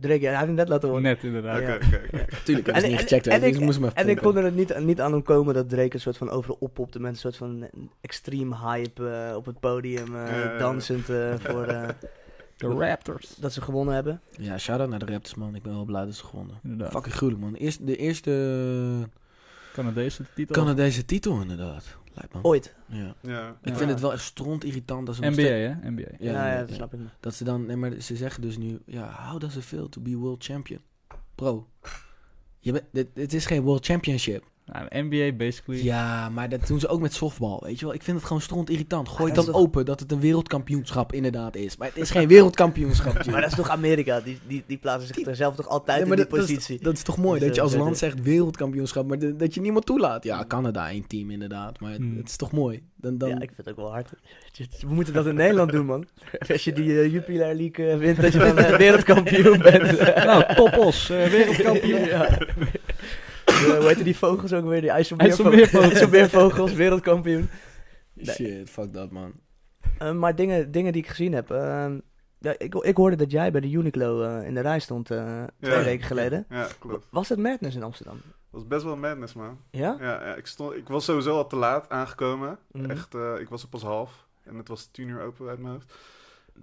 Speaker 2: Drake, ja, hij heeft hem net laten horen.
Speaker 1: Net inderdaad.
Speaker 4: Oké,
Speaker 1: Ja.
Speaker 4: oké. oké.
Speaker 3: Tuurlijk, ik heb het
Speaker 2: En-
Speaker 3: niet
Speaker 2: en-
Speaker 3: gecheckt, hè,
Speaker 2: en
Speaker 3: dus
Speaker 2: ik-
Speaker 3: ik moest maar
Speaker 2: En ik kon er niet, niet aan ontkomen dat Drake een soort van overal oppopte met een soort van extreem hype eh, op het podium, eh,
Speaker 4: Ja, ja.
Speaker 2: dansend eh, voor eh,
Speaker 1: De Raptors.
Speaker 2: dat ze gewonnen hebben.
Speaker 3: Ja, shout-out naar de Raptors, man. Ik ben wel blij dat ze gewonnen.
Speaker 1: Inderdaad.
Speaker 3: Fucking gruwelijk, man. Eerst, de eerste eh,
Speaker 1: Canadese titel.
Speaker 3: Canadese titel, inderdaad. Lijkt man.
Speaker 2: Ooit.
Speaker 3: Ja.
Speaker 4: Ja.
Speaker 3: Ik
Speaker 1: Ja.
Speaker 3: vind het wel echt stront irritant dat ze nog
Speaker 1: NBA,
Speaker 3: steeds-
Speaker 1: hè? NBA.
Speaker 2: Ja, ja,
Speaker 3: inderdaad,
Speaker 2: dat snap ik. niet.
Speaker 3: Dat ze dan... Nee, maar ze zeggen dus nu... Ja, how does it feel to be world champion? Bro. Je bent, dit, dit is geen world championship.
Speaker 1: Nou, de NBA, basically.
Speaker 3: Ja, maar dat doen ze ook met softbal, weet je wel. Ik vind het gewoon stront irritant. Gooi
Speaker 2: Ah,
Speaker 3: het
Speaker 2: dat
Speaker 3: dan
Speaker 2: is toch-
Speaker 3: open dat het een wereldkampioenschap inderdaad is. Maar het is geen wereldkampioenschap, Jim.
Speaker 2: Maar dat is toch Amerika? Die, die, die plaatsen zich
Speaker 3: Die-
Speaker 2: er zelf toch altijd
Speaker 3: Nee, maar
Speaker 2: in die
Speaker 3: dat- dat is-
Speaker 2: positie?
Speaker 3: Dat is toch mooi,
Speaker 2: Dus,
Speaker 3: dat je
Speaker 2: eh,
Speaker 3: als
Speaker 2: dat
Speaker 3: land
Speaker 2: is-
Speaker 3: zegt wereldkampioenschap, maar de- dat je niemand toelaat. Ja, Canada één team inderdaad, maar het-
Speaker 1: Hmm.
Speaker 3: het is toch mooi. Dan, dan,
Speaker 2: Ja, ik vind het ook wel hard. We moeten dat in Nederland doen, man. Als je die eh, Jupiler League eh, wint, dat je dan eh, wereldkampioen bent.
Speaker 1: Nou, toppos. eh, wereldkampioen.
Speaker 2: Ja. Eh, hoe heette die vogels ook weer? Die IJsselmeervogels.
Speaker 1: IJsselmeervogels.
Speaker 2: IJsselmeervogels, wereldkampioen. Nee.
Speaker 3: Shit, fuck dat man.
Speaker 2: Eh, maar dingen, dingen die ik gezien heb. ehm, ja, ik, ik hoorde dat jij bij de Uniqlo eh, in de rij stond eh, twee
Speaker 4: Ja.
Speaker 2: weken geleden.
Speaker 4: Ja, klopt.
Speaker 2: Was het Madness in Amsterdam?
Speaker 4: Dat was best wel madness, man.
Speaker 2: Ja?
Speaker 4: Ja, ja ik, stond, ik was sowieso al te laat aangekomen.
Speaker 2: Mhm.
Speaker 4: Echt, eh, ik was er pas half. En het was tien uur open uit mijn hoofd.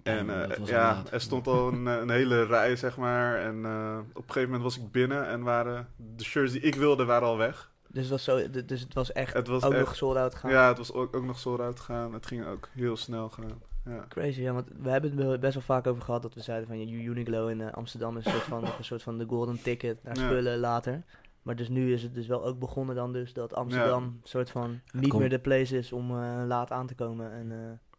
Speaker 3: Nee,
Speaker 4: En
Speaker 3: man,
Speaker 4: eh,
Speaker 3: dat was al
Speaker 4: ja,
Speaker 3: laat.
Speaker 4: er stond al een, eh, een hele rij, zeg maar. En eh, op een gegeven moment was ik binnen en waren de shirts die ik wilde, waren al weg.
Speaker 2: Dus het was, zo, d- dus het was echt
Speaker 4: Het was
Speaker 2: ook
Speaker 4: echt-
Speaker 2: nog sold out gaan.
Speaker 4: Ja, het was ook, ook nog zo eruit gegaan. Het ging ook heel snel gaan. Ja.
Speaker 2: Crazy, ja, want we hebben het wel- best wel vaak over gehad dat we zeiden van ja, Uniqlo in eh, Amsterdam is een soort van, nog een soort van de golden ticket naar
Speaker 4: Ja.
Speaker 2: spullen later. Maar dus nu is het dus wel ook begonnen dan dus dat Amsterdam een soort van niet
Speaker 3: komt-
Speaker 2: meer de place is om eh, laat aan te komen. En, eh,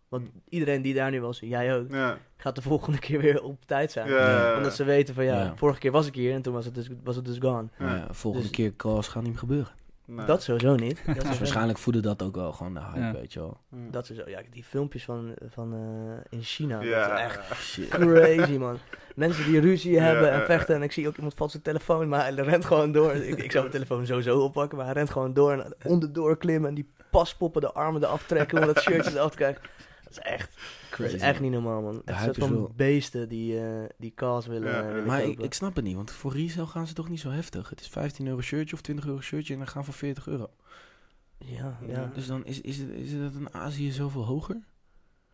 Speaker 2: want
Speaker 4: Mm.
Speaker 2: iedereen die daar nu was, jij ook,
Speaker 4: Ja.
Speaker 2: gaat de volgende keer weer op tijd zijn.
Speaker 4: Ja.
Speaker 2: Omdat ze weten van ja,
Speaker 3: Ja.
Speaker 2: vorige keer was ik hier en toen was het dus, was het dus gone.
Speaker 4: Ja.
Speaker 3: Maar ja, volgende
Speaker 2: Dus-
Speaker 3: keer calls gaan niet meer gebeuren.
Speaker 4: Nee.
Speaker 2: Dat sowieso niet. Dat sowieso
Speaker 3: Dus
Speaker 2: niet.
Speaker 3: waarschijnlijk voeden dat ook wel gewoon de hype,
Speaker 1: Ja.
Speaker 3: weet je wel.
Speaker 4: Ja.
Speaker 2: Dat sowieso. Ja, die filmpjes van, van eh, in China, dat is
Speaker 4: Ja.
Speaker 2: echt
Speaker 3: Shit.
Speaker 2: Crazy man. Mensen die ruzie
Speaker 4: Ja,
Speaker 2: hebben
Speaker 4: ja,
Speaker 2: en vechten. En ik zie ook iemand valt zijn telefoon, maar hij rent gewoon door. Ik, ik zou mijn telefoon sowieso oppakken, maar hij rent gewoon door. En onderdoor klimmen en die paspoppen de armen eraf trekken om dat shirtje eraf te krijgen. Dat is echt, dat
Speaker 3: Crazy.
Speaker 2: is echt niet normaal man. Echt een
Speaker 3: hype
Speaker 2: soort
Speaker 3: is
Speaker 2: van
Speaker 3: wel-
Speaker 2: beesten die, eh, die kaas willen,
Speaker 4: Ja,
Speaker 2: eh,
Speaker 4: ja.
Speaker 2: willen
Speaker 3: Maar ik,
Speaker 2: kopen.
Speaker 3: ik snap het niet, want voor resale gaan ze toch niet zo heftig. Het is 15 euro shirtje of 20 euro shirtje en dan gaan voor 40 euro.
Speaker 2: ja, ja,
Speaker 4: Ja.
Speaker 3: Dus dan is, is, het, is dat in Azië zoveel hoger?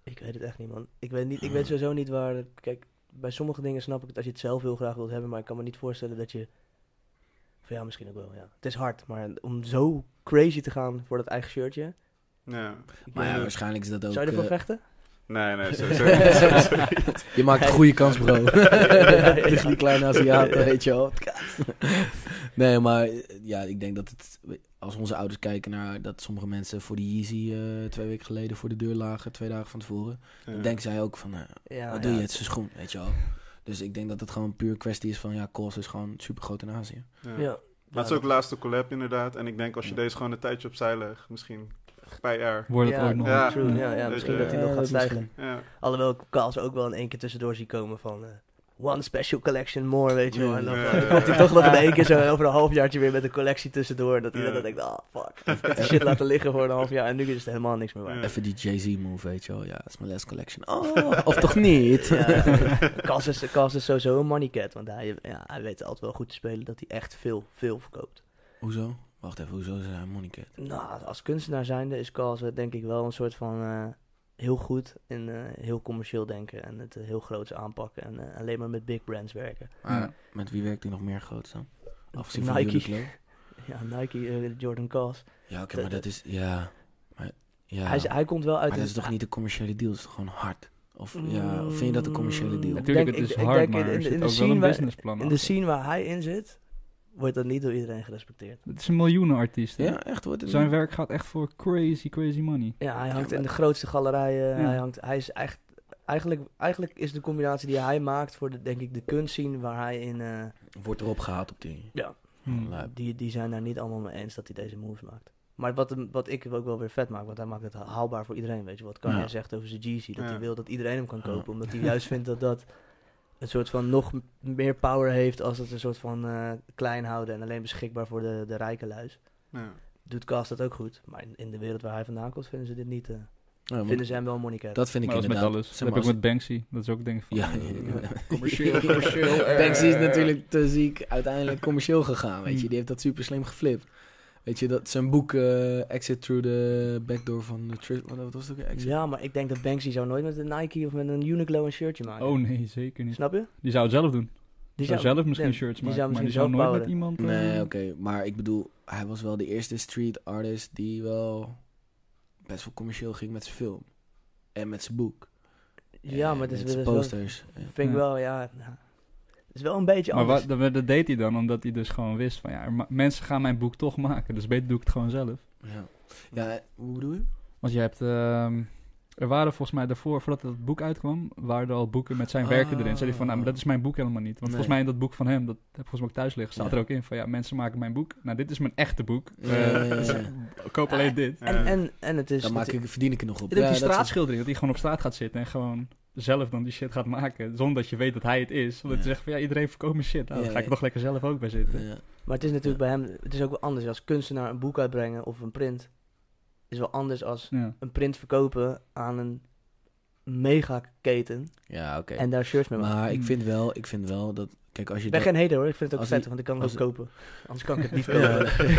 Speaker 2: ik weet het echt niet man. Ik weet, niet, ik weet sowieso niet waar... Kijk, bij sommige dingen snap ik het als je het zelf heel graag wilt hebben. Maar ik kan me niet voorstellen dat je... Of ja, misschien ook wel, ja. Het is hard, maar om zo crazy te gaan voor dat eigen shirtje...
Speaker 4: Ja.
Speaker 2: Ik
Speaker 3: Maar
Speaker 2: weet
Speaker 3: ja,
Speaker 2: niet.
Speaker 3: waarschijnlijk is dat ook...
Speaker 2: Zou je ervoor
Speaker 3: eh,
Speaker 2: vechten?
Speaker 4: Nee, nee, sowieso niet, sowieso niet.
Speaker 3: je maakt een goede kans, bro. Het is die kleine Aziaten, weet je wel. Nee, maar eh, ja, ik denk dat het... Als onze ouders kijken naar dat sommige mensen voor die Yeezy eh, twee weken geleden voor de deur lagen, twee dagen van tevoren.
Speaker 4: Ja.
Speaker 3: Dan denken zij ook van, eh,
Speaker 2: Ja,
Speaker 3: wat doe je? Het is een schoen, weet je wel. Dus ik denk dat het gewoon puur kwestie is van, ja, Kools is gewoon super groot in Azië.
Speaker 4: Ja.
Speaker 2: Ja. Ja.
Speaker 4: Maar het is ook de laatste collab inderdaad. En ik denk als je
Speaker 3: Ja.
Speaker 4: deze gewoon een tijdje opzij legt, misschien een paar jaar.
Speaker 1: Wordt het
Speaker 2: Ja,
Speaker 1: ook nog...
Speaker 4: ja.
Speaker 2: True, ja, ja,
Speaker 4: Dus,
Speaker 2: misschien
Speaker 4: eh,
Speaker 2: dat hij nog gaat stijgen.
Speaker 4: Ja,
Speaker 2: Alhoewel ik Kaals ook wel in één keer tussendoor zie komen van... eh, one special collection more, weet je wel. En dan,
Speaker 4: Ja,
Speaker 2: dan
Speaker 4: ja,
Speaker 2: komt hij
Speaker 4: ja.
Speaker 2: toch nog in één keer zo over een halfjaartje weer met een collectie tussendoor. Dat iedereen
Speaker 4: Ja.
Speaker 2: dan denkt, ah, fuck. Ik heb die shit laten liggen voor een half jaar en nu is het helemaal niks meer waard.
Speaker 4: Ja.
Speaker 3: Even die Jay-Z move, weet je wel. Ja, dat is mijn last collection. Oh, of toch niet?
Speaker 2: Ja, Kaas is, Kaas is sowieso een money cat, want hij, ja, hij weet altijd wel goed te spelen dat hij echt veel, veel verkoopt.
Speaker 3: Hoezo? Wacht even, hoezo is hij Monica?
Speaker 2: Nou, als kunstenaar zijnde is Carls eh, denk ik wel een soort van eh, heel goed en eh, heel commercieel denken en het eh, heel groots aanpakken en eh, alleen maar met big brands werken.
Speaker 1: Ja.
Speaker 3: Met wie werkt hij nog meer groot dan? Afgezien van
Speaker 2: Nike.
Speaker 3: Uniqlo?
Speaker 2: Ja, Nike, eh, Jordan Carls.
Speaker 3: Ja, oké, maar dat is... Ja, maar... Ja,
Speaker 2: Hij, is- hij komt wel uit
Speaker 3: maar dat
Speaker 2: een-
Speaker 3: is toch niet een commerciële deal? Dat is toch gewoon hard? Of ja, of vind je dat een commerciële deal?
Speaker 2: Mm.
Speaker 1: Natuurlijk,
Speaker 2: Ik denk-
Speaker 1: het is
Speaker 2: ik- ik
Speaker 1: hard,
Speaker 2: denk in-
Speaker 1: maar
Speaker 2: in-
Speaker 1: er
Speaker 2: in
Speaker 1: zit
Speaker 2: de
Speaker 1: ook wel
Speaker 2: scene
Speaker 1: een
Speaker 2: waar-
Speaker 1: businessplan
Speaker 2: In de
Speaker 1: achter.
Speaker 2: scene waar hij in zit, wordt dat niet door iedereen gerespecteerd.
Speaker 1: Het is een miljoenenartiest, hè?
Speaker 3: Ja, echt wordt het
Speaker 1: Zijn
Speaker 3: niet?
Speaker 1: werk gaat echt voor crazy, crazy money.
Speaker 2: Ja, hij hangt
Speaker 3: maar-
Speaker 2: in de grootste galerijen.
Speaker 3: Mm.
Speaker 1: Ja.
Speaker 2: Hij, hangt, hij is echt, eigenlijk, eigenlijk is de combinatie die hij maakt voor de, denk ik, de kunstscene waar hij in... eh,
Speaker 3: Wordt erop gehaald op die...
Speaker 1: Hm.
Speaker 3: Lijp.
Speaker 2: Die, die zijn daar niet allemaal mee eens dat hij deze moves maakt. Maar wat, hem- wat ik ook wel weer vet maak, want hij maakt het haalbaar voor iedereen. Weet je wat Kanye
Speaker 3: Ja.
Speaker 2: zegt over zijn Jeezy? Dat
Speaker 4: Ja.
Speaker 2: hij wil dat iedereen hem kan
Speaker 3: Ja.
Speaker 2: kopen. Omdat hij juist vindt dat dat een soort van nog m- meer power heeft als het een soort van eh, klein houden en alleen beschikbaar voor de, de rijke luis.
Speaker 4: ja.
Speaker 2: Doet Kast dat ook goed. Maar in, in de wereld waar hij vandaan komt, vinden ze dit niet. eh,
Speaker 3: Ja, want
Speaker 2: vinden ze hem wel money
Speaker 3: Dat vind ik
Speaker 1: Maar dat is met
Speaker 3: inderdaad...
Speaker 1: alles. Dat
Speaker 3: Zeg
Speaker 1: heb
Speaker 3: maar,
Speaker 1: ik met Banksy. Dat is ook denk ik van...
Speaker 3: Ja,
Speaker 1: eh,
Speaker 3: commercieel, commercieel. Banksy is natuurlijk te ziek uiteindelijk commercieel gegaan, weet
Speaker 2: Hmm.
Speaker 3: je. Die heeft dat super slim geflipt. Weet je, dat zijn boek eh, Exit Through the Backdoor van de Trip... Wat was het ook weer?
Speaker 2: als-
Speaker 3: Exit?
Speaker 2: Ja, maar ik denk dat Banksy zou nooit met een Nike of met een Uniqlo een shirtje maken.
Speaker 1: Oh nee, zeker niet.
Speaker 2: Snap je?
Speaker 1: Die zou het zelf doen. Die zou zelf misschien
Speaker 2: nee,
Speaker 1: shirts
Speaker 2: die
Speaker 1: maken,
Speaker 2: zou
Speaker 1: maar die
Speaker 2: misschien
Speaker 1: zou nooit
Speaker 2: zelf
Speaker 1: met iemand... eh,
Speaker 3: Nee, oké. Maar ik bedoel, hij was wel de eerste street artist die wel best wel commercieel ging met zijn film. En met zijn boek.
Speaker 2: Ja,
Speaker 3: En
Speaker 2: maar het is
Speaker 3: met zijn
Speaker 2: dat is wel-
Speaker 3: posters. Ja.
Speaker 2: Vind ik
Speaker 1: Ja.
Speaker 2: wel, ja. ja. Het is wel een beetje
Speaker 1: Maar
Speaker 2: anders.
Speaker 1: wat, dat, dat deed hij dan, omdat hij dus gewoon wist van... Ja, ma- mensen gaan mijn boek toch maken, dus beter doe ik het gewoon zelf.
Speaker 3: Ja. ja, hoe bedoel je?
Speaker 1: Want je hebt... ehm, er waren volgens mij daarvoor, voordat het boek uitkwam, waren er al boeken met zijn werken erin. Zei hij van, nou, maar dat is mijn boek helemaal niet. Want
Speaker 3: Nee.
Speaker 1: volgens mij in dat boek van hem, dat heb ik volgens mij ook thuis liggen, staat
Speaker 3: Ja.
Speaker 1: er ook in van, ja, mensen maken mijn boek. Nou, dit is mijn echte boek.
Speaker 3: Ja, ja, ja,
Speaker 1: Eh,
Speaker 3: ja.
Speaker 1: koop alleen dit.
Speaker 2: En, en, en het is...
Speaker 3: Dan maak
Speaker 2: het-
Speaker 3: ik, verdien ik er nog op.
Speaker 1: Dit ook
Speaker 3: Ja,
Speaker 1: die
Speaker 3: dat is-
Speaker 1: straatschildering, dat hij gewoon op straat gaat zitten en gewoon zelf dan die shit gaat maken, zonder dat je weet dat hij het is. Omdat
Speaker 3: Ja.
Speaker 1: hij zegt van ja, iedereen verkoopt mijn shit, nou,
Speaker 3: Ja,
Speaker 1: dan ga ik
Speaker 3: ja.
Speaker 1: nog lekker zelf ook bij zitten.
Speaker 3: Ja.
Speaker 2: Maar het is natuurlijk bij hem... Het is ook wel anders. Als kunstenaar een boek uitbrengen of een print... is wel anders als
Speaker 1: Dus, Ja.
Speaker 2: een print verkopen aan een megaketen...
Speaker 3: Ja, oké.
Speaker 2: en daar shirts mee maken.
Speaker 3: Maar ik
Speaker 1: Hmm.
Speaker 3: vind wel, ik vind wel dat Kijk, als je
Speaker 2: Ik ben
Speaker 3: dat-
Speaker 2: geen hater hoor, ik vind het ook
Speaker 3: als
Speaker 2: vet,
Speaker 3: die-
Speaker 2: want ik kan het
Speaker 3: als
Speaker 2: ook
Speaker 3: die-
Speaker 2: kopen. Anders kan ik het niet
Speaker 4: Ja.
Speaker 2: kopen.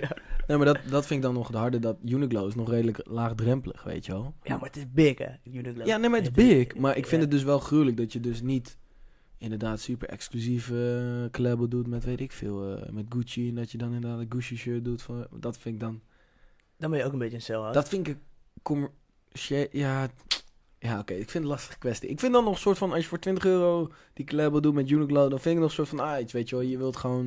Speaker 2: ja.
Speaker 3: Nee, maar dat, dat vind ik dan nog het harde, dat Uniqlo is nog redelijk laagdrempelig, weet je wel.
Speaker 2: ja, maar het is big hè, Uniqlo.
Speaker 3: Ja, nee, maar het is big. Maar ik vind het dus wel gruwelijk dat je dus niet inderdaad super exclusief eh collabo doet met, weet ik veel, eh, met Gucci. En dat je dan inderdaad een Gucci shirt doet. Van, dat vind ik dan...
Speaker 2: Dan ben je ook een beetje een sell-out.
Speaker 3: Dat vind ik een commercieel... Ja, ja oké. Ik vind het een lastige kwestie. Ik vind dan nog een soort van, als je voor 20 euro die collabo doet met Uniqlo, dan vind ik nog een soort van, ah, iets, weet je wel. Je wilt gewoon...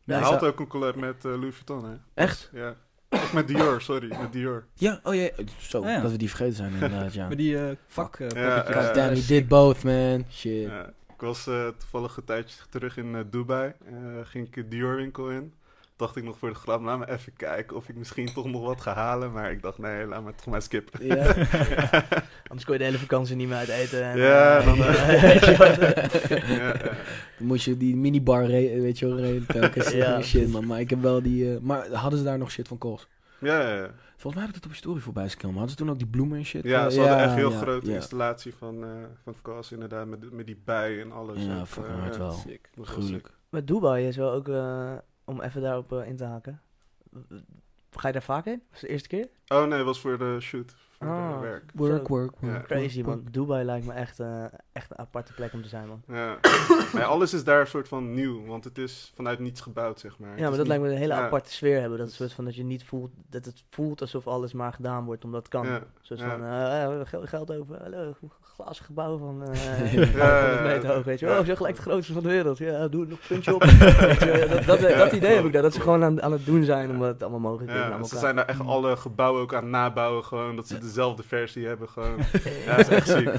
Speaker 4: Je
Speaker 3: Ja,
Speaker 4: haalt
Speaker 3: zou-
Speaker 4: ook een collab met eh, Louis Vuitton, hè?
Speaker 3: Echt?
Speaker 4: Ja. Of met Dior, sorry. Met Dior.
Speaker 3: Ja, oh ja. Zo,
Speaker 1: Ja, ja.
Speaker 3: dat we die vergeten zijn inderdaad, ja.
Speaker 1: Met die eh vak. eh, pocketjes.
Speaker 4: Ja,
Speaker 3: God
Speaker 4: eh,
Speaker 3: damn, you did both, man. Shit.
Speaker 4: Ja. Ik was eh, toevallig een tijdje terug in eh, Dubai. Eh, ging ik de Dior winkel in. Dacht ik nog voor de grap, laat me even kijken of ik misschien toch nog wat ga halen. Maar ik dacht, nee, laat me toch maar skippen.
Speaker 3: Ja.
Speaker 2: Anders kon je de hele vakantie niet meer uit eten. En,
Speaker 4: Ja,
Speaker 2: eh,
Speaker 4: dan, eh.
Speaker 2: weet je wat.
Speaker 4: Ja, eh,
Speaker 3: Dan moest je die minibar, re- weet je wel, reden telkens. eh,
Speaker 2: Ja.
Speaker 3: Shit, man. Maar ik heb wel die... eh, maar hadden ze daar nog shit van Kools?
Speaker 4: ja, ja, ja.
Speaker 3: Volgens mij heb ik dat op je story voorbij zien komen. Hadden ze toen ook die bloemen en shit?
Speaker 4: Ja,
Speaker 3: eh,
Speaker 4: ze hadden echt heel
Speaker 3: ja,
Speaker 4: grote
Speaker 3: ja.
Speaker 4: installatie van, eh van Kals, inderdaad. Met, met die bij en alles.
Speaker 3: Ja,
Speaker 4: Ook,
Speaker 3: fucking
Speaker 4: eh,
Speaker 3: hard
Speaker 4: ja.
Speaker 3: wel.
Speaker 1: Sick.
Speaker 4: Dat was
Speaker 3: Gruwelijk.
Speaker 2: Maar Dubai is wel ook, eh, om even daarop eh, in te haken. Ga je daar vaak heen? Is het de eerste keer?
Speaker 4: sick. Oh nee, het was voor de shoot. Voor
Speaker 2: Ah.
Speaker 4: de werk.
Speaker 3: Work,
Speaker 2: Zo.
Speaker 3: work,
Speaker 4: Ja.
Speaker 3: work.
Speaker 2: Crazy
Speaker 3: work,
Speaker 2: man. Dubai lijkt me echt, eh, echt een aparte plek om te zijn man.
Speaker 4: Ja. maar alles is daar een soort van nieuw, want het is vanuit niets gebouwd, zeg maar.
Speaker 2: Ja, maar dat lijkt me een hele
Speaker 4: ja.
Speaker 2: aparte sfeer hebben. Dat het soort van dat je niet voelt, dat het voelt alsof alles maar gedaan wordt omdat het kan.
Speaker 4: Ja,
Speaker 2: Zoals
Speaker 4: ja.
Speaker 2: van, eh, eh, gel- geld over, hallo, glazen gebouw van eh
Speaker 3: Ja,
Speaker 2: 500
Speaker 4: ja, ja.
Speaker 2: meter hoog, weet je wel.
Speaker 4: Ja.
Speaker 2: Oh, zo gelijk de grootste van de wereld. Ja, doe er nog een puntje op. Weet je, dat, dat, dat,
Speaker 4: Ja,
Speaker 2: idee heb ik
Speaker 4: klopt,
Speaker 2: daar, dat ze
Speaker 4: klopt.
Speaker 2: gewoon aan, aan het doen zijn omdat het allemaal mogelijk is. en
Speaker 4: Ja,
Speaker 2: allemaal
Speaker 4: ze
Speaker 2: kan.
Speaker 4: zijn daar echt alle gebouwen ook aan het nabouwen, gewoon. Dat ze dezelfde versie hebben, gewoon.
Speaker 2: dat
Speaker 4: Ja, dat is echt ziek.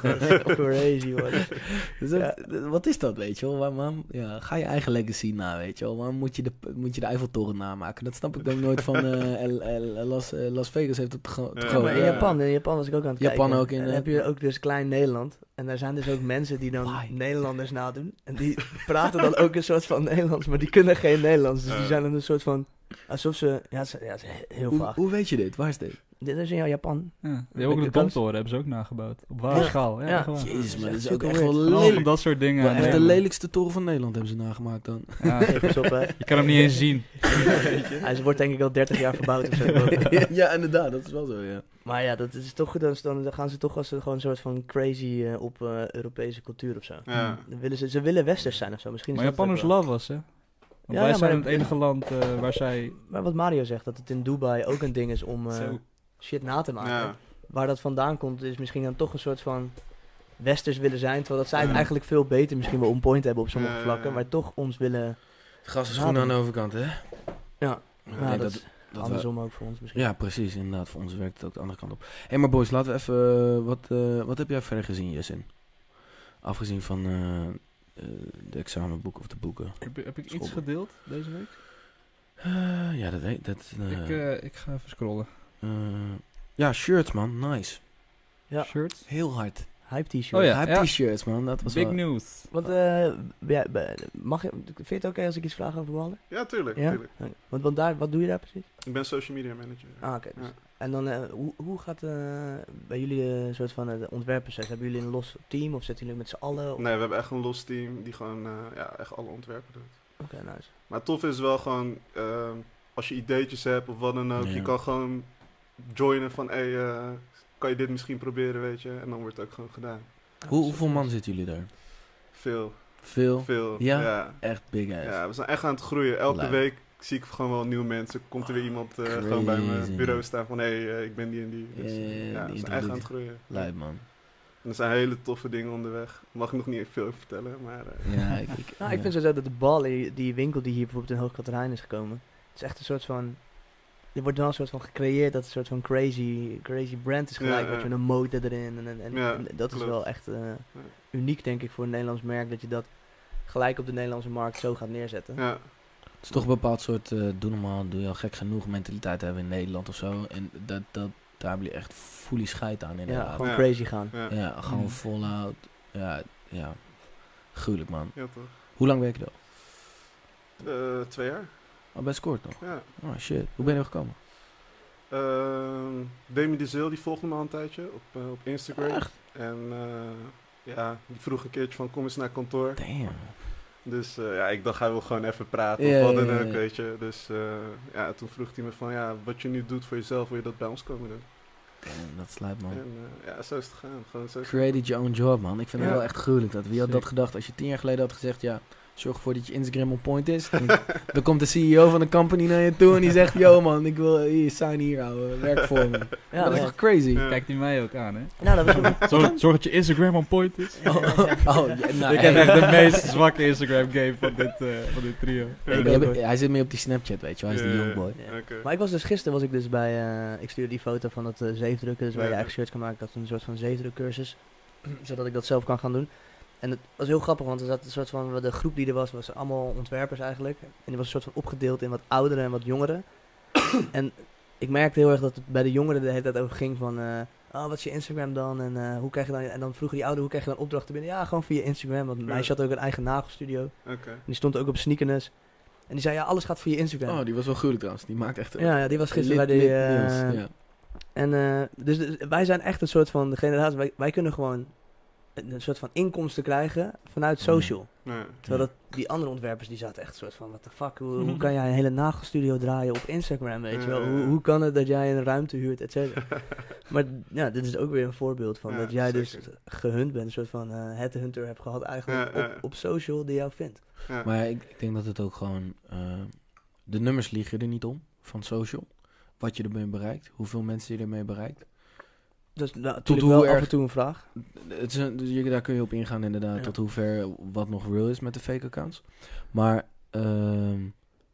Speaker 2: crazy, man.
Speaker 3: Dus dat- Wat is dat, weet je wel? Waar, waarom- ja, ga je eigen legacy na, weet je wel? Waarom moet je de, moet je de Eiffeltoren namaken? Dat snap ik dan nooit van eh, El- El- Las, eh, Las Vegas heeft het te
Speaker 4: Ja,
Speaker 2: Ja, maar in
Speaker 4: eh,
Speaker 2: Japan, in Japan was ik ook aan het
Speaker 3: Japan
Speaker 2: kijken.
Speaker 3: ook in,
Speaker 2: En dan
Speaker 3: eh,
Speaker 2: heb je ook dus klein Nederland. En daar zijn dus ook mensen die dan
Speaker 3: Why?
Speaker 2: Nederlanders nadoen. En die praten dan ook een soort van Nederlands, maar die kunnen geen Nederlands. Dus die
Speaker 4: Eh.
Speaker 2: zijn dan een soort van... Alsof ze... Ja, ze- ja, ze- heel
Speaker 3: Hoe,
Speaker 2: vaag.
Speaker 3: hoe weet je dit? Waar is dit?
Speaker 2: Dit is in Japan.
Speaker 1: Ja. Die hebben ook
Speaker 2: Ik-
Speaker 1: de
Speaker 2: ik kan-
Speaker 1: bomtoren hebben ze ook nagebouwd. Op waar
Speaker 2: Ja.
Speaker 1: schaal. Ja,
Speaker 2: Ja.
Speaker 1: gewoon.
Speaker 3: Jezus, man.
Speaker 2: echt
Speaker 3: Dat is ook
Speaker 2: super
Speaker 3: echt
Speaker 2: weird.
Speaker 3: wel
Speaker 1: Allemaal van
Speaker 3: lelijk.
Speaker 1: dat soort dingen.
Speaker 3: Wel
Speaker 1: aan
Speaker 3: echt de
Speaker 1: Nederland.
Speaker 3: lelijkste toren van Nederland hebben ze nagemaakt dan.
Speaker 1: Ja.
Speaker 2: Geef eens op, hè.
Speaker 1: Je kan hem niet eens zien.
Speaker 2: Hij wordt denk ik al 30 jaar verbouwd of zo.
Speaker 3: ja, inderdaad, dat is wel zo, ja.
Speaker 2: Maar ja, dat is toch, dan, dan gaan ze toch als een- gewoon een soort van crazy eh, op eh, Europese cultuur of zo.
Speaker 4: Ja.
Speaker 2: Dan willen ze, ze willen westers zijn of zo. Misschien is
Speaker 1: Maar
Speaker 2: dat het ook
Speaker 1: Japanners
Speaker 2: wel.
Speaker 1: love was, hè? Want
Speaker 2: Ja,
Speaker 1: wij
Speaker 2: ja,
Speaker 1: zijn
Speaker 2: maar-
Speaker 1: het enige land eh, waar zij...
Speaker 2: Maar wat Mario zegt, dat het in Dubai ook een ding is om eh,
Speaker 1: Zo.
Speaker 2: shit na te maken.
Speaker 4: Ja.
Speaker 2: Waar dat vandaan komt, is misschien dan toch een soort van westers willen zijn. Terwijl dat zij het
Speaker 4: Ja.
Speaker 2: eigenlijk veel beter misschien wel on point hebben op sommige
Speaker 4: Mm. Ja, ja, ja.
Speaker 2: vlakken. Maar toch ons willen.
Speaker 3: Gas is
Speaker 2: Ja, man.
Speaker 3: aan de overkant, hè?
Speaker 2: Ja,
Speaker 3: Ik
Speaker 2: ja,
Speaker 3: denk
Speaker 2: Nou, dat,
Speaker 3: dat-
Speaker 2: is
Speaker 3: dat we-
Speaker 2: andersom ook voor ons misschien.
Speaker 3: Ja, precies, inderdaad. Voor ons werkt het ook de andere kant op. Hé, hey, maar boys, laten we even... eh, wat, eh, wat heb jij verder gezien, Jessin? Afgezien van eh, eh, de examenboeken of de boeken.
Speaker 1: Heb, heb ik
Speaker 3: School.
Speaker 1: iets gedeeld deze week?
Speaker 3: Eh, ja, dat weet dat, eh,
Speaker 1: Ik, eh, ik ga even scrollen.
Speaker 3: eh, ja, shirts, man. Nice.
Speaker 2: Ja.
Speaker 1: Shirts.
Speaker 3: Heel hard.
Speaker 2: Hype t-shirt.
Speaker 1: Oh ja.
Speaker 3: Hij heeft t-shirts, man. Dat was
Speaker 1: Big
Speaker 3: wel...
Speaker 1: news.
Speaker 2: Want eh, ja, be- mag je, vind je het oké als ik iets vraag over ballen?
Speaker 4: ja, tuurlijk,
Speaker 2: Ja?
Speaker 4: tuurlijk.
Speaker 2: Want, want daar, wat doe je daar precies?
Speaker 4: Ik ben social media manager.
Speaker 2: Ah, oké. dus-
Speaker 4: Ja.
Speaker 2: En dan, eh, hoe, hoe gaat eh, bij jullie eh, een soort van eh, de ontwerpers? Hebben jullie een los team of zitten jullie met z'n allen? Of-
Speaker 4: Nee, we hebben echt een los team die gewoon eh, ja, echt alle ontwerpen doet.
Speaker 2: Oké, nice.
Speaker 4: Maar tof is wel gewoon, ehm, als je ideetjes hebt of wat dan ook,
Speaker 3: Ja.
Speaker 4: je kan gewoon joinen van, hé, hey, eh, kan je dit misschien proberen, weet je? En dan wordt het ook gewoon gedaan.
Speaker 3: Hoe, hoeveel man zitten jullie daar?
Speaker 4: Veel,
Speaker 3: Veel.
Speaker 4: veel.
Speaker 3: Ja?
Speaker 4: ja.
Speaker 3: Echt big ass.
Speaker 4: Ja, we zijn echt aan het groeien. Elke
Speaker 3: Lijp.
Speaker 4: week zie ik gewoon wel nieuwe mensen. Komt er weer iemand eh, gewoon bij
Speaker 3: Crazy.
Speaker 4: mijn bureau staan van... hé, hey, eh, ik ben die en die. Dus,
Speaker 3: Ja, ja, ja,
Speaker 4: ja,
Speaker 3: die
Speaker 4: we zijn echt
Speaker 3: introductie.
Speaker 4: aan het groeien.
Speaker 3: Lijp, man.
Speaker 4: En er zijn hele toffe dingen onderweg. Mag ik nog niet veel over vertellen, maar... eh,
Speaker 3: Ja, ik... ik,
Speaker 2: Nou, ik vind sowieso dat de bal, die, die winkel die hier bijvoorbeeld in Hoogkaterijn is gekomen, het is echt een soort van... Er wordt wel een soort van gecreëerd dat het een soort van crazy, crazy brand is
Speaker 4: Ja,
Speaker 2: gelijk.
Speaker 4: ja.
Speaker 2: Met een motor erin. En, en, en-
Speaker 4: Ja,
Speaker 2: en dat is
Speaker 4: klopt.
Speaker 2: wel echt eh, uniek, denk ik, voor een Nederlands merk. Dat je dat gelijk op de Nederlandse markt zo gaat neerzetten.
Speaker 4: ja,
Speaker 3: Het is toch een bepaald soort, eh, doe normaal, doe je al gek genoeg mentaliteit hebben in Nederland of zo. En dat, dat, daar hebben jullie echt fully scheid aan
Speaker 2: ja,
Speaker 3: inderdaad.
Speaker 2: gewoon
Speaker 4: Ja.
Speaker 2: crazy gaan.
Speaker 4: ja,
Speaker 3: Ja, gewoon
Speaker 1: Mm.
Speaker 3: volhoud. Ja, ja. Gruwelijk man.
Speaker 4: ja, toch.
Speaker 3: Hoe lang werk je dan?
Speaker 4: Eh, twee jaar,
Speaker 3: Oh, best kort nog.
Speaker 4: ja.
Speaker 3: Oh shit, hoe ben je er gekomen?
Speaker 4: Ehm Demi de Zeel, die volgde me al een tijdje op, eh, op Instagram. En eh, ja, die vroeg een keertje van kom eens naar kantoor.
Speaker 3: Damn.
Speaker 4: Dus eh, ja, ik dacht, hij wil gewoon even praten
Speaker 3: Ja,
Speaker 4: of wat
Speaker 3: ja,
Speaker 4: dan
Speaker 3: ja,
Speaker 4: ook,
Speaker 3: ja.
Speaker 4: weet je. Dus eh, ja, toen vroeg hij me van, ja, wat je nu doet voor jezelf, wil je dat bij ons komen doen?
Speaker 3: Damn, dat sluit man.
Speaker 4: En eh, ja, zo is het gegaan. Gewoon zo is het
Speaker 3: Created your own job, man. Ik vind
Speaker 4: Ja.
Speaker 3: het wel echt gruwelijk. Dat. Wie had dat
Speaker 1: Zeker.
Speaker 3: gedacht? Als je tien jaar geleden had gezegd, ja, zorg ervoor dat je Instagram on point is. Dan, dan komt de CEO van de company naar je toe en die zegt, yo man, ik wil je sign hier houden. Werk voor me.
Speaker 2: Ja,
Speaker 3: dat is
Speaker 2: ja.
Speaker 3: toch crazy?
Speaker 4: Ja.
Speaker 1: Kijkt hij mij ook aan, hè?
Speaker 2: Nou, dat was een-
Speaker 1: Zorg, zorg dat je Instagram on point is.
Speaker 3: Oh, oh, ja, nou,
Speaker 1: ik heb
Speaker 3: hey.
Speaker 1: echt de meest zwakke Instagram game van dit, eh, van dit trio.
Speaker 3: Ik heb- hij zit meer op die Snapchat, weet je wel. Hij is
Speaker 4: Ja,
Speaker 3: die
Speaker 4: ja, ja.
Speaker 3: jongboy.
Speaker 4: Ja, oké.
Speaker 2: Maar ik was dus gisteren was ik dus bij, eh, ik stuurde die foto van dat eh, zeefdrukken, dus waar je
Speaker 4: Ja.
Speaker 2: eigen shirts kan maken. Ik had een soort van zeefdrukcursus, zodat ik dat zelf kan gaan doen. En het was heel grappig, want er zat een soort van, de groep die er was, was allemaal ontwerpers eigenlijk. En die was een soort van opgedeeld in wat ouderen en wat jongeren. en ik merkte heel erg dat het bij de jongeren de hele tijd over ging van, eh, oh, wat is je Instagram dan? En eh, hoe krijg je dan, en dan vroegen die ouderen, hoe krijg je dan opdrachten binnen? Ja, gewoon via Instagram, want mijn
Speaker 4: Ja.
Speaker 2: meisje had ook een eigen nagelstudio. En
Speaker 4: Oké.
Speaker 2: die stond ook op sneakers. En die zei, ja, alles gaat via Instagram.
Speaker 3: Oh, die was wel gruwelijk trouwens. Die maakt echt...
Speaker 2: ja, ja, die was gisteren bij die... eh, en eh, dus, dus wij zijn echt een soort van de generatie, wij, wij kunnen gewoon een een soort van inkomsten krijgen vanuit social.
Speaker 4: Ja.
Speaker 2: Terwijl dat, die andere ontwerpers die zaten echt een soort van, what the fuck, hoe, hoe kan jij een hele nagelstudio draaien op Instagram, weet je wel? Hoe, hoe kan het dat jij een ruimte huurt, et cetera? maar ja, dit is ook weer een voorbeeld van
Speaker 4: Ja,
Speaker 2: dat jij dus
Speaker 4: zeker.
Speaker 2: gehunt bent, een soort van eh het hunter hebt gehad eigenlijk
Speaker 4: Ja, ja.
Speaker 2: Op, op social die jou vindt.
Speaker 4: Ja.
Speaker 3: Maar ik, ik denk dat het ook gewoon... eh, de nummers liegen er niet om van social. Wat je ermee bereikt. Hoeveel mensen je ermee bereikt.
Speaker 2: Dus nou, natuurlijk
Speaker 3: hoe
Speaker 2: wel af
Speaker 3: erg-
Speaker 2: en toe een vraag.
Speaker 3: Het is een- dus je- daar kun je op ingaan inderdaad,
Speaker 2: Ja.
Speaker 3: tot hoever wat nog real is met de fake accounts. Maar ehm,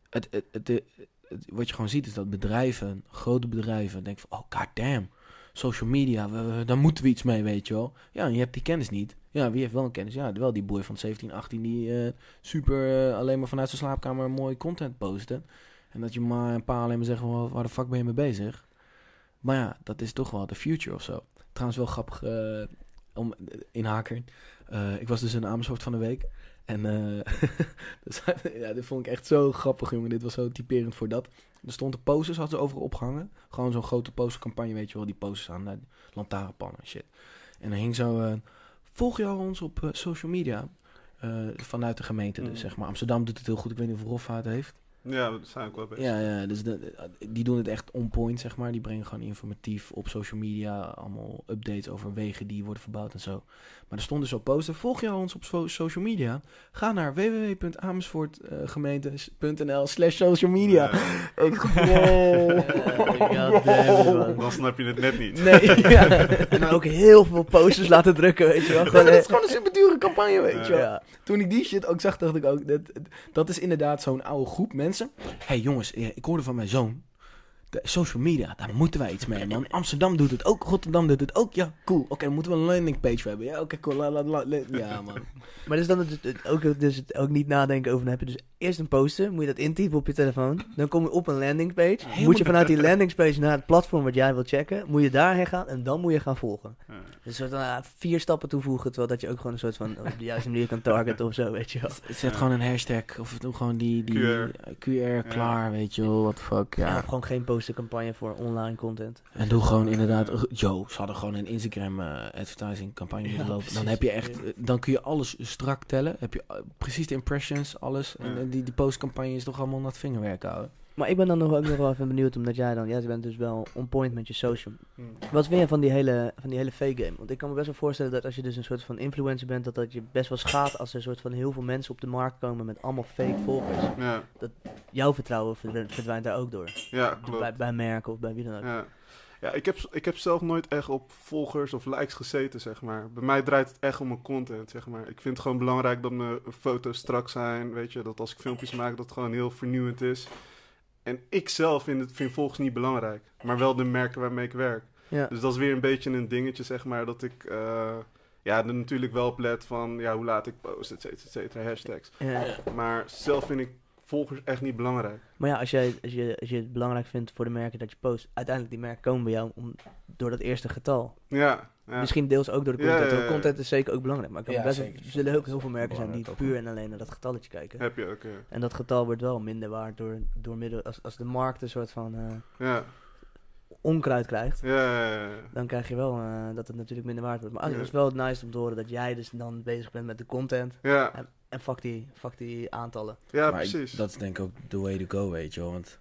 Speaker 3: het, het, het, het- wat je gewoon ziet is dat bedrijven, grote bedrijven, denken van, oh goddamn, social media, we- we- daar moeten we iets mee, weet je wel. Ja, en je hebt die kennis niet. Ja, wie heeft wel een kennis? Ja, wel die boy van 17, 18 die eh, super eh, alleen maar vanuit zijn slaapkamer mooi content posten. En dat je maar een paar alleen maar zeggen van, waar de fuck ben je mee bezig? Maar ja, dat is toch wel de future of zo. Trouwens wel grappig, eh, om inhaker. Eh ik was dus in Amersfoort van de week. En eh dus, ja, dit vond ik echt zo grappig, jongen. Dit was zo typerend voor dat. Er stonden posters, hadden ze overal opgehangen. Gewoon zo'n grote postercampagne, weet je wel. Die posters aan, eh, lantaarnpannen en shit. En dan hing zo... eh, Volg jou ons op eh, social media. Eh, vanuit de gemeente dus,
Speaker 4: Mm.
Speaker 3: zeg maar. Amsterdam doet het heel goed. Ik weet niet of Roffa het heeft.
Speaker 4: ja, daar zijn ik wel bij.
Speaker 3: Ja, ja dus de- de- die doen het echt on point, zeg maar. Die brengen gewoon informatief op social media. Allemaal updates over wegen die worden verbouwd en zo. Maar er stond dus op poster. Volg jou ons op so- social media. Ga naar eh, www.amersfoortgemeente.nl slash social media.
Speaker 4: Ja,
Speaker 3: Ik wow.
Speaker 2: Ja, goddammit, man.
Speaker 4: dan snap je het net niet.
Speaker 3: Oh. Nee,
Speaker 4: Nou.
Speaker 3: ja.
Speaker 2: En dan ook heel veel posters laten drukken, weet je wel. Gewoon,
Speaker 3: Dat
Speaker 2: eh,
Speaker 3: is gewoon een superdure campagne, weet je wel.
Speaker 2: ja.
Speaker 3: Toen ik die shit ook zag, dacht ik ook, dat, dat is inderdaad zo'n oude groep mensen. Hé hey jongens, eh, ik hoorde van mijn zoon, de social media, daar moeten wij iets mee, man. Amsterdam doet het ook, Rotterdam doet het ook. Ja, cool. Oké, dan moeten we een landingpage voor hebben. Ja, oké, cool. La, la, la, la. Ja, man.
Speaker 2: Maar dus dan het, het- ook, dus het ook niet nadenken over. Dan heb je dus eerst een poster, moet je dat intypen op je telefoon. Dan kom je op een landingpage. Moet je vanuit die landingpage naar het platform wat jij wilt checken. Moet je daarheen gaan en dan moet je gaan volgen.
Speaker 4: Ja.
Speaker 2: Dus een soort van ah, vier stappen toevoegen, terwijl dat je ook gewoon een soort van op de juiste manier kan targeten of zo, weet je wel.
Speaker 3: Zet gewoon een hashtag of doe gewoon die, die
Speaker 4: QR.
Speaker 3: QR klaar, weet je wel. What the fuck,
Speaker 2: Ja.
Speaker 3: ja.
Speaker 2: of gewoon geen postercampagne voor online content.
Speaker 3: En doe gewoon inderdaad, yo, ze hadden gewoon een Instagram eh, advertising campagne moeten
Speaker 2: Ja,
Speaker 3: lopen. Dan
Speaker 2: precies.
Speaker 3: heb je echt, eh, dan kun je alles strak tellen. Heb je eh, precies de impressions, alles. En
Speaker 4: Ja.
Speaker 3: eh, die, die postcampagne is toch allemaal naar het vingerwerk houden.
Speaker 2: Maar ik ben dan nog, ook nog wel even benieuwd, omdat jij dan, jij bent dus wel on point met je social.
Speaker 4: Hm.
Speaker 2: Wat vind je van die hele, van die hele fake-game? Want ik kan me best wel voorstellen dat als je dus een soort van influencer bent, dat dat je best wel schaadt als er een soort van heel veel mensen op de markt komen met allemaal fake volgers.
Speaker 4: Ja,
Speaker 2: Jouw vertrouwen verdw- verdwijnt daar ook door.
Speaker 4: ja, klopt.
Speaker 2: Bij, bij merken of bij wie dan ook.
Speaker 4: Ja, ja ik, heb, ik heb zelf nooit echt op volgers of likes gezeten, zeg maar. Bij mij draait het echt om mijn content, zeg maar. Ik vind het gewoon belangrijk dat mijn foto's strak zijn, weet je. Dat als ik filmpjes maak, dat het gewoon heel vernieuwend is. En ik zelf vind, het, vind volgers niet belangrijk, maar wel de merken waarmee ik werk.
Speaker 2: Ja.
Speaker 4: Dus dat is weer een beetje een dingetje, zeg maar, dat ik... eh, ja, er natuurlijk wel op let van, ja, hoe laat ik post, et cetera, et cetera, hashtags.
Speaker 2: Ja.
Speaker 4: Maar zelf vind ik volgers echt niet belangrijk.
Speaker 2: Eh, Maar ja, als, jij, als, je, als je het belangrijk vindt voor de merken dat je post, uiteindelijk die merken komen bij jou om, door dat eerste getal.
Speaker 4: Ja, ja.
Speaker 2: Misschien deels ook door de
Speaker 4: Ja,
Speaker 2: content.
Speaker 4: ja,
Speaker 2: want
Speaker 4: ja.
Speaker 2: Content is zeker ook belangrijk. Maar ik kan
Speaker 3: Ja,
Speaker 2: me best wel-
Speaker 3: zeker.
Speaker 2: er zullen ook heel veel merken zijn die
Speaker 3: Belangrijk ook.
Speaker 2: puur en alleen naar dat getalletje kijken.
Speaker 4: heb je ook, ja.
Speaker 2: En dat getal wordt wel minder waard door, door middel, als, als de markt een soort van eh,
Speaker 4: Ja,
Speaker 2: onkruid krijgt.
Speaker 4: ja, ja, ja.
Speaker 2: dan krijg je wel eh, dat het natuurlijk minder waard wordt. Maar het
Speaker 4: Ja.
Speaker 2: is wel nice om te horen dat jij dus dan bezig bent met de content.
Speaker 4: Ja,
Speaker 2: En En fuck die, fuck die aantallen.
Speaker 4: Ja,
Speaker 3: Maar ik-
Speaker 4: precies.
Speaker 3: dat is denk ik ook the way to go, weet je wel. Want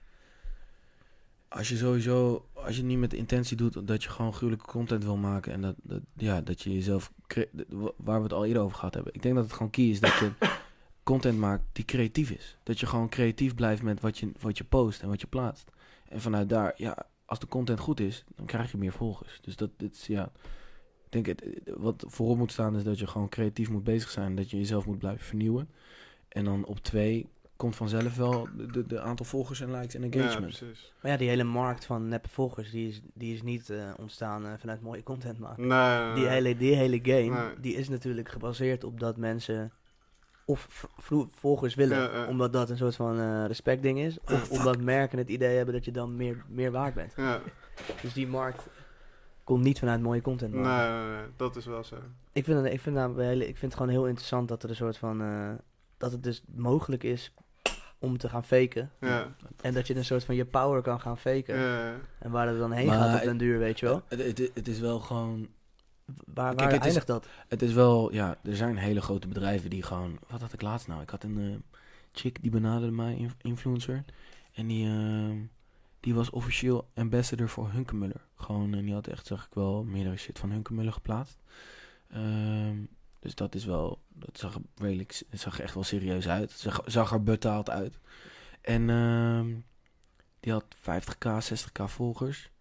Speaker 3: als je sowieso, als je het niet met de intentie doet dat je gewoon gruwelijke content wil maken en dat, dat, ja, dat je jezelf, cre- de- wa- waar we het al eerder over gehad hebben. Ik denk dat het gewoon key is dat je content maakt die creatief is. Dat je gewoon creatief blijft met wat je, wat je post en wat je plaatst. En vanuit daar, ja, als de content goed is, dan krijg je meer volgers. Dus dat, dit is, ja, ik denk het, wat voorop moet staan is dat je gewoon creatief moet bezig zijn. Dat je jezelf moet blijven vernieuwen. En dan op twee komt vanzelf wel de, de, de aantal volgers en likes en
Speaker 4: ja,
Speaker 3: engagement.
Speaker 4: precies.
Speaker 2: Maar ja, die hele markt van neppe volgers, die is, die is niet eh, ontstaan eh, vanuit mooie content maken.
Speaker 4: Nee, nee, nee.
Speaker 2: Die hele, die hele game,
Speaker 4: Nee.
Speaker 2: die is natuurlijk gebaseerd op dat mensen of v- vlo- volgers willen,
Speaker 4: Ja, ja.
Speaker 2: omdat dat een soort van eh, respectding is, of omdat merken het idee hebben dat je dan meer, meer waard bent.
Speaker 4: Ja,
Speaker 2: Dus die markt komt niet vanuit mooie content.
Speaker 4: nee,
Speaker 2: maken.
Speaker 4: nee, nee, dat is wel zo.
Speaker 2: Ik vind, het, ik, vind namelijk wel heel- ik vind het gewoon heel interessant dat er een soort van. eh, dat het dus mogelijk is om te gaan faken.
Speaker 4: Ja,
Speaker 2: En dat je een soort van je power kan gaan faken.
Speaker 4: ja.
Speaker 2: En waar het dan heen
Speaker 3: Maar
Speaker 2: gaat op
Speaker 3: ik-
Speaker 2: den duur, weet je wel.
Speaker 3: Het, het, het is wel gewoon,
Speaker 2: Waar,
Speaker 3: Kijk,
Speaker 2: waar
Speaker 3: het is-
Speaker 2: eindigt dat?
Speaker 3: het is wel, ja, er zijn hele grote bedrijven die gewoon, wat had ik laatst nou? Ik had een eh, chick die benaderde mij, inf- influencer. En die, ehm, die was officieel ambassador voor Hunkemuller. Gewoon, en die had echt, zag ik wel, meerdere shit van Hunkemuller geplaatst. Ehm, dus dat is wel, dat zag, er redelijk, s- het zag er echt wel serieus uit. Het Zag, zag er betaald uit. En ehm, die had 50k, 60k volgers.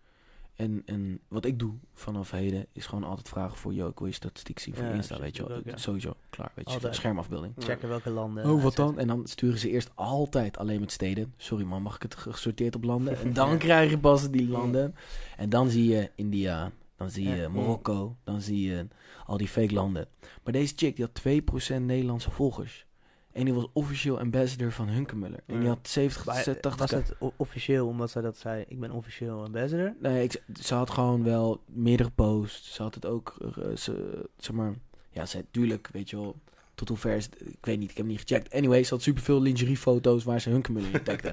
Speaker 3: En, en wat ik doe vanaf heden is gewoon altijd vragen voor, yo, ik wil je statistiek zien van
Speaker 2: Ja,
Speaker 3: Insta,
Speaker 2: precies,
Speaker 3: weet je wel.
Speaker 2: dat ook, ja.
Speaker 3: Sowieso, klaar, weet je,
Speaker 2: Altijd.
Speaker 3: schermafbeelding.
Speaker 2: Checken welke landen.
Speaker 3: Oh, wat
Speaker 2: etcetera.
Speaker 3: dan? En dan sturen ze eerst altijd alleen met steden. Sorry man, mag ik het gesorteerd op landen? En dan krijg je pas die landen. En dan zie je India, dan zie je
Speaker 2: Ja.
Speaker 3: Marokko, dan zie je al die fake landen. Maar deze chick, die had 2% Nederlandse volgers. En die was officieel ambassador van Hunkemuller. En die
Speaker 4: Ja.
Speaker 3: had 70,
Speaker 2: Maar, eh,
Speaker 3: 80
Speaker 2: was het o- officieel omdat zij dat zei? Ik ben officieel ambassador.
Speaker 3: Nee, ik, ze had gewoon wel meerdere posts. Ze had het ook, eh, ze, zeg maar, ja, ze, tuurlijk, weet je wel, tot hoe ver is het- ik weet niet, ik heb niet gecheckt. Anyway, ze had superveel lingeriefoto's waar ze hun in tagde.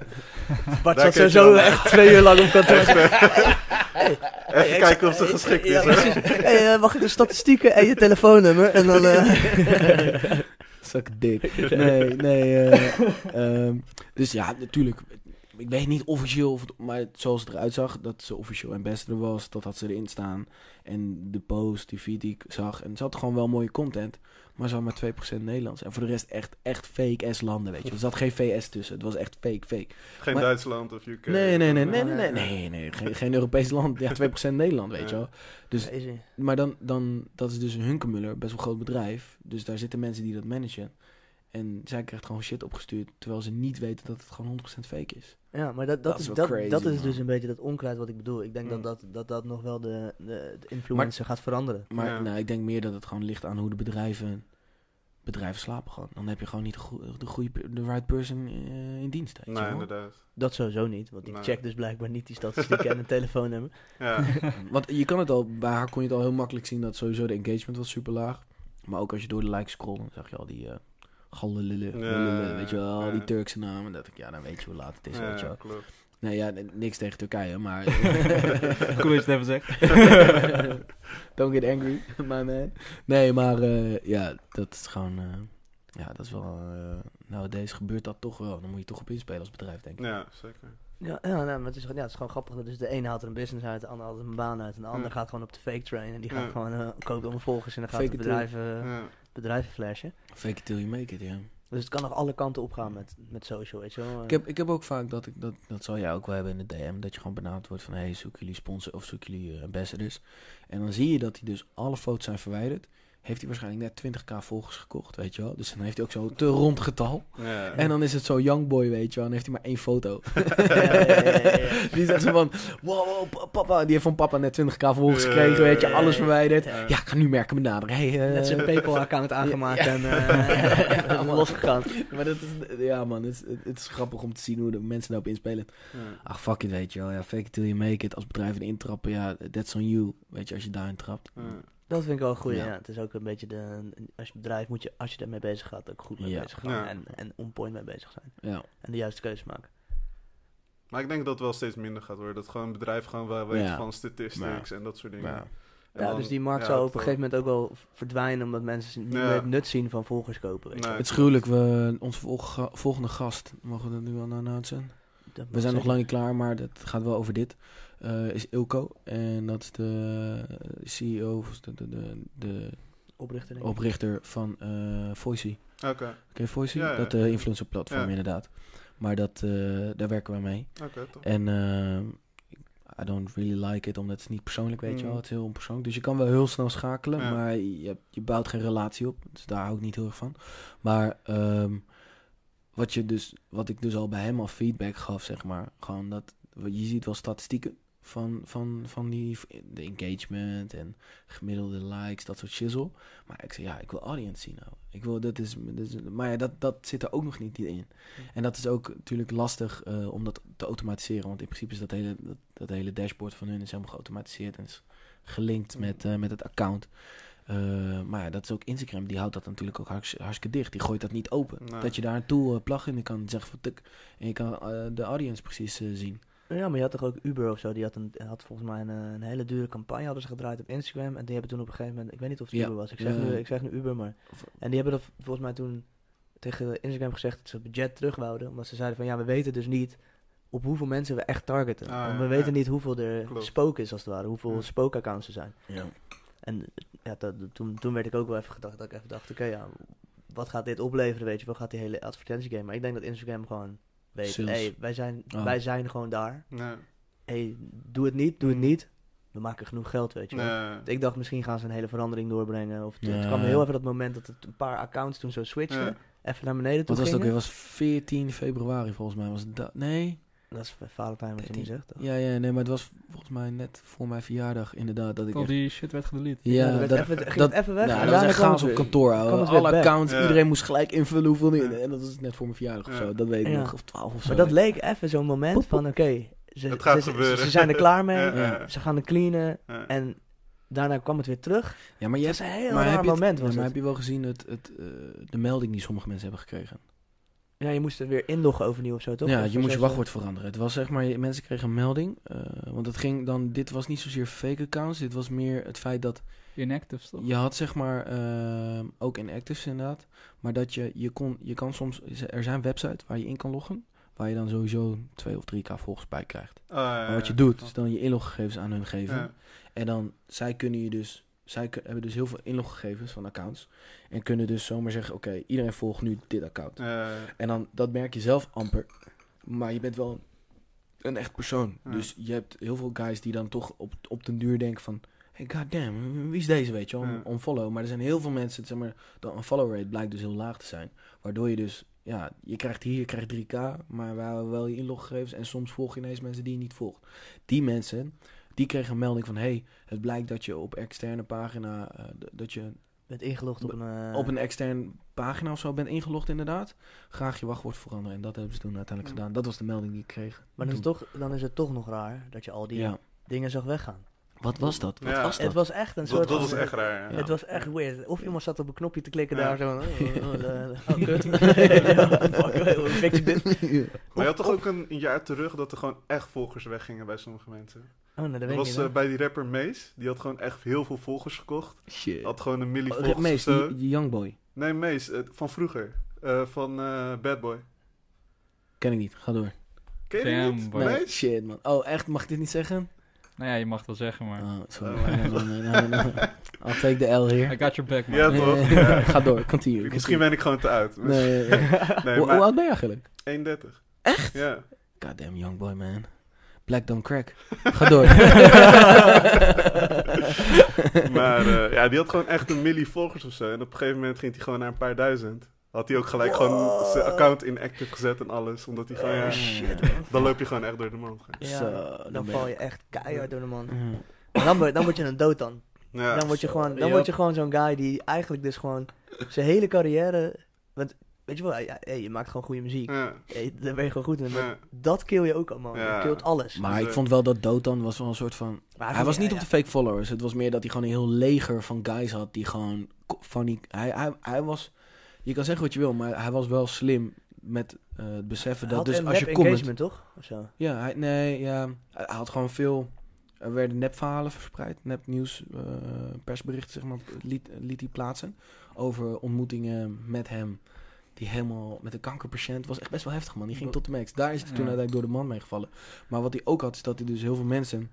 Speaker 2: Bart
Speaker 4: Daar
Speaker 2: zat
Speaker 4: kijk je
Speaker 2: sowieso
Speaker 4: wel naar.
Speaker 2: echt twee uur lang op kantoor.
Speaker 4: Even kijken of ze geschikt is. hè?
Speaker 2: Hey, eh, mag ik de statistieken en je telefoonnummer? En dan... eh,
Speaker 3: Zak dik. Nee, nee. eh, ehm, dus ja, natuurlijk, ik weet niet officieel, of het- maar zoals het eruit zag, dat ze officieel ambassador was, dat had ze erin staan. En de post, die feed die ik zag, en ze had gewoon wel mooie content. Maar ze had maar 2% Nederlands. En voor de rest echt, echt fake-ass landen, weet je. Er zat geen VS tussen. Het was echt fake, fake.
Speaker 4: Geen
Speaker 3: Maar-
Speaker 4: Duitsland of UK.
Speaker 3: Nee, nee, nee, nee,
Speaker 2: nee,
Speaker 3: nee, nee,
Speaker 2: nee.
Speaker 3: nee, nee. Geen, geen Europees land. Ja, 2% Nederland, weet je wel. Dus,
Speaker 2: Easy.
Speaker 3: maar dan, dan, dat is dus een Hunkemuller, best wel groot bedrijf. Dus daar zitten mensen die dat managen. En zij krijgt gewoon shit opgestuurd, terwijl ze niet weten dat het gewoon 100% fake is.
Speaker 2: Ja, maar dat, dat,
Speaker 3: Dat is
Speaker 2: is,
Speaker 3: wel
Speaker 2: dat,
Speaker 3: crazy,
Speaker 2: dat is
Speaker 3: man.
Speaker 2: dus een beetje dat onkruid wat ik bedoel. Ik denk
Speaker 4: Mm.
Speaker 2: dat, dat, dat dat nog wel de, de, de influencer gaat veranderen.
Speaker 3: Maar
Speaker 4: Ja.
Speaker 3: nou, ik denk meer dat het gewoon ligt aan hoe de bedrijven, bedrijven slapen gewoon. Dan heb je gewoon niet de, goe- de goede, pe- de right person eh, in dienst. weet je
Speaker 4: Nee,
Speaker 3: wel.
Speaker 4: inderdaad.
Speaker 2: Dat sowieso niet, want ik
Speaker 4: Nee.
Speaker 2: check dus blijkbaar niet die statistieken en een telefoonnummer.
Speaker 4: Ja,
Speaker 3: Want je kan het al, bij haar kon je het al heel makkelijk zien dat sowieso de engagement was super laag. Maar ook als je door de likes scrollt, dan zag je al die eh galululul,
Speaker 4: Ja,
Speaker 3: lululul, weet je wel, al die
Speaker 4: ja.
Speaker 3: Turkse namen. Dat ik, ja, dan weet je hoe laat het is,
Speaker 4: ja,
Speaker 3: weet je wel.
Speaker 4: klopt.
Speaker 3: Nee, ja, n- niks tegen Turkije, maar...
Speaker 1: Cool dat je het even zegt.
Speaker 3: Don't get angry, my man. Nee, maar eh, ja, dat is gewoon... eh, ja, dat is wel... eh, nowadays gebeurt dat toch wel. Dan moet je toch op inspelen als bedrijf, denk ik.
Speaker 4: Ja, zeker.
Speaker 2: Ja, ja, nou, maar het is, gewoon- ja, het is gewoon grappig. dat Dus de een haalt er een business uit, de ander haalt er een baan uit. En de ander
Speaker 4: Ja.
Speaker 2: gaat gewoon op de fake train. En die gaat
Speaker 4: Ja.
Speaker 2: gewoon eh, koopt allemaal volgers en dan gaat
Speaker 3: Fake
Speaker 2: het
Speaker 3: it till-
Speaker 2: bedrijven,
Speaker 4: Ja.
Speaker 2: bedrijven flashen.
Speaker 3: Fake it till you make it, ja.
Speaker 2: Dus het kan nog alle kanten opgaan met, met social, weet je wel.
Speaker 3: Ik heb, ik heb ook vaak dat ik dat, dat zal jij ook wel hebben in de DM, dat je gewoon benaderd wordt van hey, zoek jullie sponsor of zoek jullie eh, ambassadors. En dan zie je dat hij dus alle foto's zijn verwijderd. Heeft hij waarschijnlijk net 20k volgers gekocht, weet je wel. Dus dan heeft hij ook zo'n te rond getal.
Speaker 4: Ja.
Speaker 3: En dan is het zo Youngboy, weet je wel. En heeft hij maar één foto.
Speaker 2: ja, ja, ja, ja.
Speaker 3: Die zegt zo van, wow, wow, pa- papa. Die heeft van papa net 20k volgers
Speaker 4: Ja.
Speaker 3: gekregen, weet je.
Speaker 2: Ja,
Speaker 3: Alles
Speaker 2: ja, ja.
Speaker 3: verwijderd.
Speaker 4: Ja.
Speaker 3: Ja, ik ga nu merken benaderen. Hey, eh,
Speaker 2: Net zijn PayPal-account aangemaakt en eh losgegaan.
Speaker 3: maar dat is, ja man, het is, het is grappig om te zien hoe de mensen daarop inspelen.
Speaker 4: Ja.
Speaker 3: Ach, fuck it, weet je wel. Ja, fake it till you make it. Als bedrijven erin trappen, ja, that's on you. Weet je, als je daarin trapt.
Speaker 4: Ja.
Speaker 2: Dat vind ik wel goed. Ja.
Speaker 3: Ja.
Speaker 2: het is ook een beetje de. Als je bedrijf moet je, als je daarmee bezig gaat, ook goed mee
Speaker 3: Ja.
Speaker 2: bezig gaan.
Speaker 4: Ja.
Speaker 2: En, en on point mee bezig zijn.
Speaker 3: Ja,
Speaker 2: En de juiste keuze maken.
Speaker 4: Maar ik denk dat het wel steeds minder gaat worden. Dat gewoon bedrijven gewoon wel weten
Speaker 3: Ja.
Speaker 4: van statistics en dat soort dingen.
Speaker 3: ja.
Speaker 4: En
Speaker 2: Ja,
Speaker 4: dan-
Speaker 2: dus die markt
Speaker 4: ja,
Speaker 2: zou
Speaker 4: het,
Speaker 2: op een gegeven moment ook wel v- verdwijnen, omdat mensen niet
Speaker 4: Ja.
Speaker 2: meer het nut zien van volgers kopen. Weet je.
Speaker 4: Nee.
Speaker 3: Het is gruwelijk. We, onze volg- volgende gast, mogen we dat nu al announcen?
Speaker 2: Dat mag
Speaker 3: We zijn nog
Speaker 2: zeggen.
Speaker 3: lang niet klaar, maar het gaat wel over dit. Eh, is Ilko. En dat is de eh, CEO, of de, de, de, de
Speaker 2: Oprichter, denk ik.
Speaker 3: oprichter van eh Voicy.
Speaker 4: Oké,
Speaker 3: Ken je Voicy?
Speaker 4: Ja, ja.
Speaker 3: Dat eh influencer platform
Speaker 4: Ja.
Speaker 3: inderdaad. Maar dat, eh, daar werken we mee.
Speaker 4: oké, toch.
Speaker 3: En eh, I don't really like it, omdat het is niet persoonlijk, weet je
Speaker 4: Mm.
Speaker 3: wel. Het is heel onpersoonlijk. Dus je kan wel heel snel schakelen,
Speaker 4: Ja.
Speaker 3: maar je, hebt- je bouwt geen relatie op. Dus daar hou ik niet heel erg van. Maar ehm, wat, je dus, wat ik dus al bij hem al feedback gaf, zeg maar. Gewoon dat, je ziet wel statistieken van, van, van die de engagement en gemiddelde likes, dat soort shizzle. Maar ik zei, ja, ik wil audience zien. Nou. Ik wil, dat is, dat is- maar ja, dat, dat zit er ook nog niet in. En dat is ook natuurlijk lastig eh, om dat te automatiseren. Want in principe is dat hele, dat, dat hele dashboard van hun is helemaal geautomatiseerd en is gelinkt met, eh, met het account. Eh, maar ja, dat is ook Instagram, die houdt dat natuurlijk ook hartst- hartstikke dicht. Die gooit dat niet open.
Speaker 4: Nee.
Speaker 3: Dat je daar een tool eh, plugin kan zeggen van tuk. En je kan eh, de audience precies eh, zien.
Speaker 2: Ja, maar je had toch ook Uber of zo, die had, een, had volgens mij een, eh, een hele dure campagne, hadden ze gedraaid op Instagram. En die hebben toen op een gegeven moment, ik weet niet of het
Speaker 3: Ja.
Speaker 2: Uber was, ik zeg, nu,
Speaker 3: Eh.
Speaker 2: ik zeg nu Uber, maar... En die hebben dat volgens mij toen tegen Instagram gezegd dat ze het budget terugwouden. Omdat ze zeiden van, ja, we weten dus niet op hoeveel mensen we echt targeten.
Speaker 4: Ah,
Speaker 2: Want
Speaker 4: ja,
Speaker 2: we
Speaker 4: ja.
Speaker 2: weten niet hoeveel er
Speaker 4: Klopt.
Speaker 2: spook is, als het ware. Hoeveel
Speaker 4: Ja.
Speaker 2: spookaccounts er zijn.
Speaker 3: Ja.
Speaker 2: En ja, dat, toen, toen werd ik ook wel even gedacht, dat ik even dacht, oké, ja, wat gaat dit opleveren, weet je? Wat gaat die hele advertentiegame? Maar ik denk dat Instagram gewoon weet,
Speaker 3: Sales.
Speaker 2: hey, wij, zijn,
Speaker 3: Ah.
Speaker 2: wij zijn gewoon daar.
Speaker 4: Nee,
Speaker 2: hey, doe het niet, doe
Speaker 3: Mm.
Speaker 2: het niet. We maken genoeg geld, weet je wel.
Speaker 4: nee.
Speaker 2: Ik dacht, misschien gaan ze een hele verandering doorbrengen. Of het, het
Speaker 3: Nee.
Speaker 2: kwam heel even dat moment dat het een paar accounts toen zo switchten.
Speaker 4: Ja.
Speaker 2: Even naar beneden toe
Speaker 3: Wat was het ook weer?
Speaker 2: gingen.
Speaker 3: was 14 februari volgens mij. Was het dat? Nee?
Speaker 2: Dat is Valentijn wat je nu zegt. toch?
Speaker 3: Ja, ja, nee, maar het was volgens mij net voor mijn verjaardag inderdaad dat ik
Speaker 1: Al
Speaker 3: echt...
Speaker 1: die shit werd gedelete.
Speaker 2: Ja,
Speaker 3: Ja,
Speaker 2: dat,
Speaker 3: dat...
Speaker 2: even, ging
Speaker 3: dat-
Speaker 2: het even weg.
Speaker 3: nou,
Speaker 2: en
Speaker 3: dat was
Speaker 2: daarna
Speaker 3: echt
Speaker 2: kwam
Speaker 3: chaos
Speaker 2: het
Speaker 3: op
Speaker 2: weer.
Speaker 3: kantoor.
Speaker 2: kwam het weer
Speaker 3: Alle
Speaker 2: back.
Speaker 3: accounts,
Speaker 4: Ja.
Speaker 3: iedereen moest gelijk invullen hoeveel nu...
Speaker 4: Ja.
Speaker 3: En dat was net voor mijn verjaardag of
Speaker 4: Ja.
Speaker 3: zo. Dat weet ik
Speaker 2: Ja.
Speaker 3: nog. Of 12 of zo.
Speaker 2: Maar dat leek even zo'n moment van, oké, ze,
Speaker 4: Het gaat
Speaker 2: ze- ze-
Speaker 4: gebeuren.
Speaker 2: ze zijn er klaar mee.
Speaker 4: Ja, ja,
Speaker 2: Ze gaan het cleanen.
Speaker 4: ja.
Speaker 2: En daarna kwam het weer terug.
Speaker 3: Ja, maar je
Speaker 2: Het
Speaker 3: hebt...
Speaker 2: was een heel
Speaker 3: Maar
Speaker 2: raar
Speaker 3: heb, je het-
Speaker 2: moment.
Speaker 3: ja,
Speaker 2: Was
Speaker 3: maar
Speaker 2: het.
Speaker 3: heb je wel gezien het, het, eh, de melding die sommige mensen hebben gekregen?
Speaker 2: Ja, je moest er weer inloggen overnieuw of zo, toch?
Speaker 3: Ja,
Speaker 2: Of
Speaker 3: je
Speaker 2: zo,
Speaker 3: moest je
Speaker 2: zo-
Speaker 3: wachtwoord veranderen. Het was zeg maar, je- mensen kregen een melding. eh, want het ging dan, dit was niet zozeer fake accounts. Dit was meer het feit dat
Speaker 1: Inactive toch?
Speaker 3: je had zeg maar ehm, ook inactives inderdaad. Maar dat je, je kon, je kan soms, er zijn websites waar je in kan loggen. Waar je dan sowieso 2 of 3k volgers bij krijgt.
Speaker 4: Ah, ja,
Speaker 3: Maar wat je
Speaker 4: ja.
Speaker 3: doet, is dan je inloggegevens aan hun geven.
Speaker 4: Ja.
Speaker 3: En dan, zij kunnen je dus, zij kun- hebben dus heel veel inloggegevens van accounts. En kunnen dus zomaar zeggen, oké, iedereen volgt nu dit account.
Speaker 4: Ja, ja.
Speaker 3: En dan, dat merk je zelf amper. Maar je bent wel een, een echt persoon.
Speaker 4: Ja.
Speaker 3: Dus je hebt heel veel guys die dan toch op, op den duur denken van... Hey, goddamn, wie is deze, weet je wel?
Speaker 4: Ja.
Speaker 3: om Onfollow. Maar er zijn heel veel mensen, zeg maar... De unfollow rate blijkt dus heel laag te zijn. Waardoor je dus... Ja, je krijgt hier, je krijgt 3k, maar we houden wel je inloggegevens. En soms volg je ineens mensen die je niet volgt. Die mensen, die kregen een melding van... Hey, het blijkt dat je op externe pagina... eh, d- dat je
Speaker 2: Werd ingelogd op een... eh,
Speaker 3: op een extern pagina of zo bent ingelogd inderdaad, graag je wachtwoord veranderen. En dat hebben ze toen uiteindelijk
Speaker 4: Mm.
Speaker 3: gedaan. Dat was de melding die ik kreeg.
Speaker 2: Maar dan is,
Speaker 3: toen.
Speaker 2: toch, dan is het toch nog raar dat je al die
Speaker 3: Ja.
Speaker 2: dingen zag weggaan.
Speaker 3: Wat was dat? Wat
Speaker 4: Ja.
Speaker 3: was dat?
Speaker 2: Het was echt een
Speaker 4: Dat,
Speaker 2: soort
Speaker 4: dat
Speaker 2: van-
Speaker 4: was echt raar, ja.
Speaker 2: Het was echt weird. Of iemand zat op een knopje te klikken
Speaker 4: Ja.
Speaker 2: daar zo. van, Oh, oh, oh, oh, oh, kut. Ja,
Speaker 3: oh,
Speaker 2: fuck, hoe fix ik dit?
Speaker 4: Maar je had toch ook een, een jaar terug dat er gewoon echt volgers weggingen bij sommige mensen.
Speaker 2: Oh, nou, dat
Speaker 4: Dat
Speaker 2: weet ik
Speaker 4: was
Speaker 2: niet.
Speaker 4: eh,
Speaker 2: hoor.
Speaker 4: bij die rapper Mace. Die had gewoon echt heel veel volgers gekocht.
Speaker 3: Shit.
Speaker 4: Had gewoon een milli
Speaker 3: Oh,
Speaker 4: volgers
Speaker 3: Rap
Speaker 4: of
Speaker 3: Mees,
Speaker 4: zo.
Speaker 3: die, die Youngboy.
Speaker 4: Nee, Mace, eh, van vroeger. Eh, van eh, Bad Boy.
Speaker 3: Ken ik niet. Ga door.
Speaker 4: Ken je die
Speaker 1: Damn,
Speaker 4: niet?
Speaker 1: boy.
Speaker 4: Mace?
Speaker 3: Shit, man. Oh, echt? Mag ik dit niet zeggen?
Speaker 1: Nou ja, je mag het wel zeggen, maar...
Speaker 3: Oh, sorry.
Speaker 4: Oh.
Speaker 3: Nee, nee, nee, nee, nee. I'll take the L
Speaker 1: I
Speaker 3: hier.
Speaker 1: got your back, man.
Speaker 4: Ja,
Speaker 3: Nee,
Speaker 4: toch?
Speaker 3: nee, nee.
Speaker 4: Ja.
Speaker 3: Ga door. Continue.
Speaker 4: Misschien ben ik gewoon te oud.
Speaker 3: continue. Nee, nee, nee. Hoe-
Speaker 4: Nee,
Speaker 3: Hoe
Speaker 4: maar
Speaker 3: oud ben je eigenlijk?
Speaker 4: 31. Echt? Ja.
Speaker 3: Goddamn Youngboy, man. Black don't crack. Ga door.
Speaker 4: Maar eh, ja, die had gewoon echt een milli volgers of zo. En op een gegeven moment ging hij gewoon naar een paar duizend. Had hij ook gelijk gewoon zijn account inactive gezet en alles. Omdat hij gewoon, ja,
Speaker 2: Shit, man.
Speaker 4: dan loop je gewoon echt door de man.
Speaker 2: Ja,
Speaker 3: Zo,
Speaker 2: dan,
Speaker 3: dan ben
Speaker 2: val
Speaker 3: je-
Speaker 2: je echt keihard door de man.
Speaker 3: Mm.
Speaker 4: Dus,
Speaker 2: Maar Dan, word- dan word je een dood dan.
Speaker 4: Ja.
Speaker 2: dan word je
Speaker 3: zo,
Speaker 2: gewoon, dan
Speaker 3: ja.
Speaker 2: word je gewoon zo'n guy die eigenlijk dus gewoon zijn hele carrière. Want weet je wel, ja, hey, je maakt gewoon goede muziek.
Speaker 4: Ja.
Speaker 2: Hey, daar ben je gewoon goed in. Maar
Speaker 4: Ja.
Speaker 2: dat kill je ook allemaal.
Speaker 4: Ja.
Speaker 2: Je killt alles.
Speaker 3: Maar
Speaker 4: Dus,
Speaker 3: ik
Speaker 4: eh,
Speaker 3: vond wel dat Dotan was wel een soort van...
Speaker 2: Maar
Speaker 3: Hij was niet
Speaker 2: ja,
Speaker 3: op de fake followers. Het was meer dat hij gewoon een heel leger van guys had die gewoon ko- funny... Hij, hij, hij was... Je kan zeggen wat je wil, maar hij was wel slim met eh, het
Speaker 2: ja.
Speaker 3: beseffen
Speaker 2: Hij had
Speaker 3: dat dus
Speaker 2: een
Speaker 3: als je
Speaker 2: rap
Speaker 3: comment...
Speaker 2: engagement, toch? Of zo.
Speaker 3: Ja, hij, nee, ja. Hij had gewoon veel Er werden nepverhalen verspreid, nepnieuws, eh persberichten, zeg maar, liet, liet hij plaatsen. Over ontmoetingen met hem, die helemaal met een kankerpatiënt was. Echt best wel heftig, man. Die ging tot de max. Daar is hij toen
Speaker 1: Ja.
Speaker 3: uiteindelijk door de man mee gevallen. Maar wat hij ook had, is dat hij dus heel veel mensen...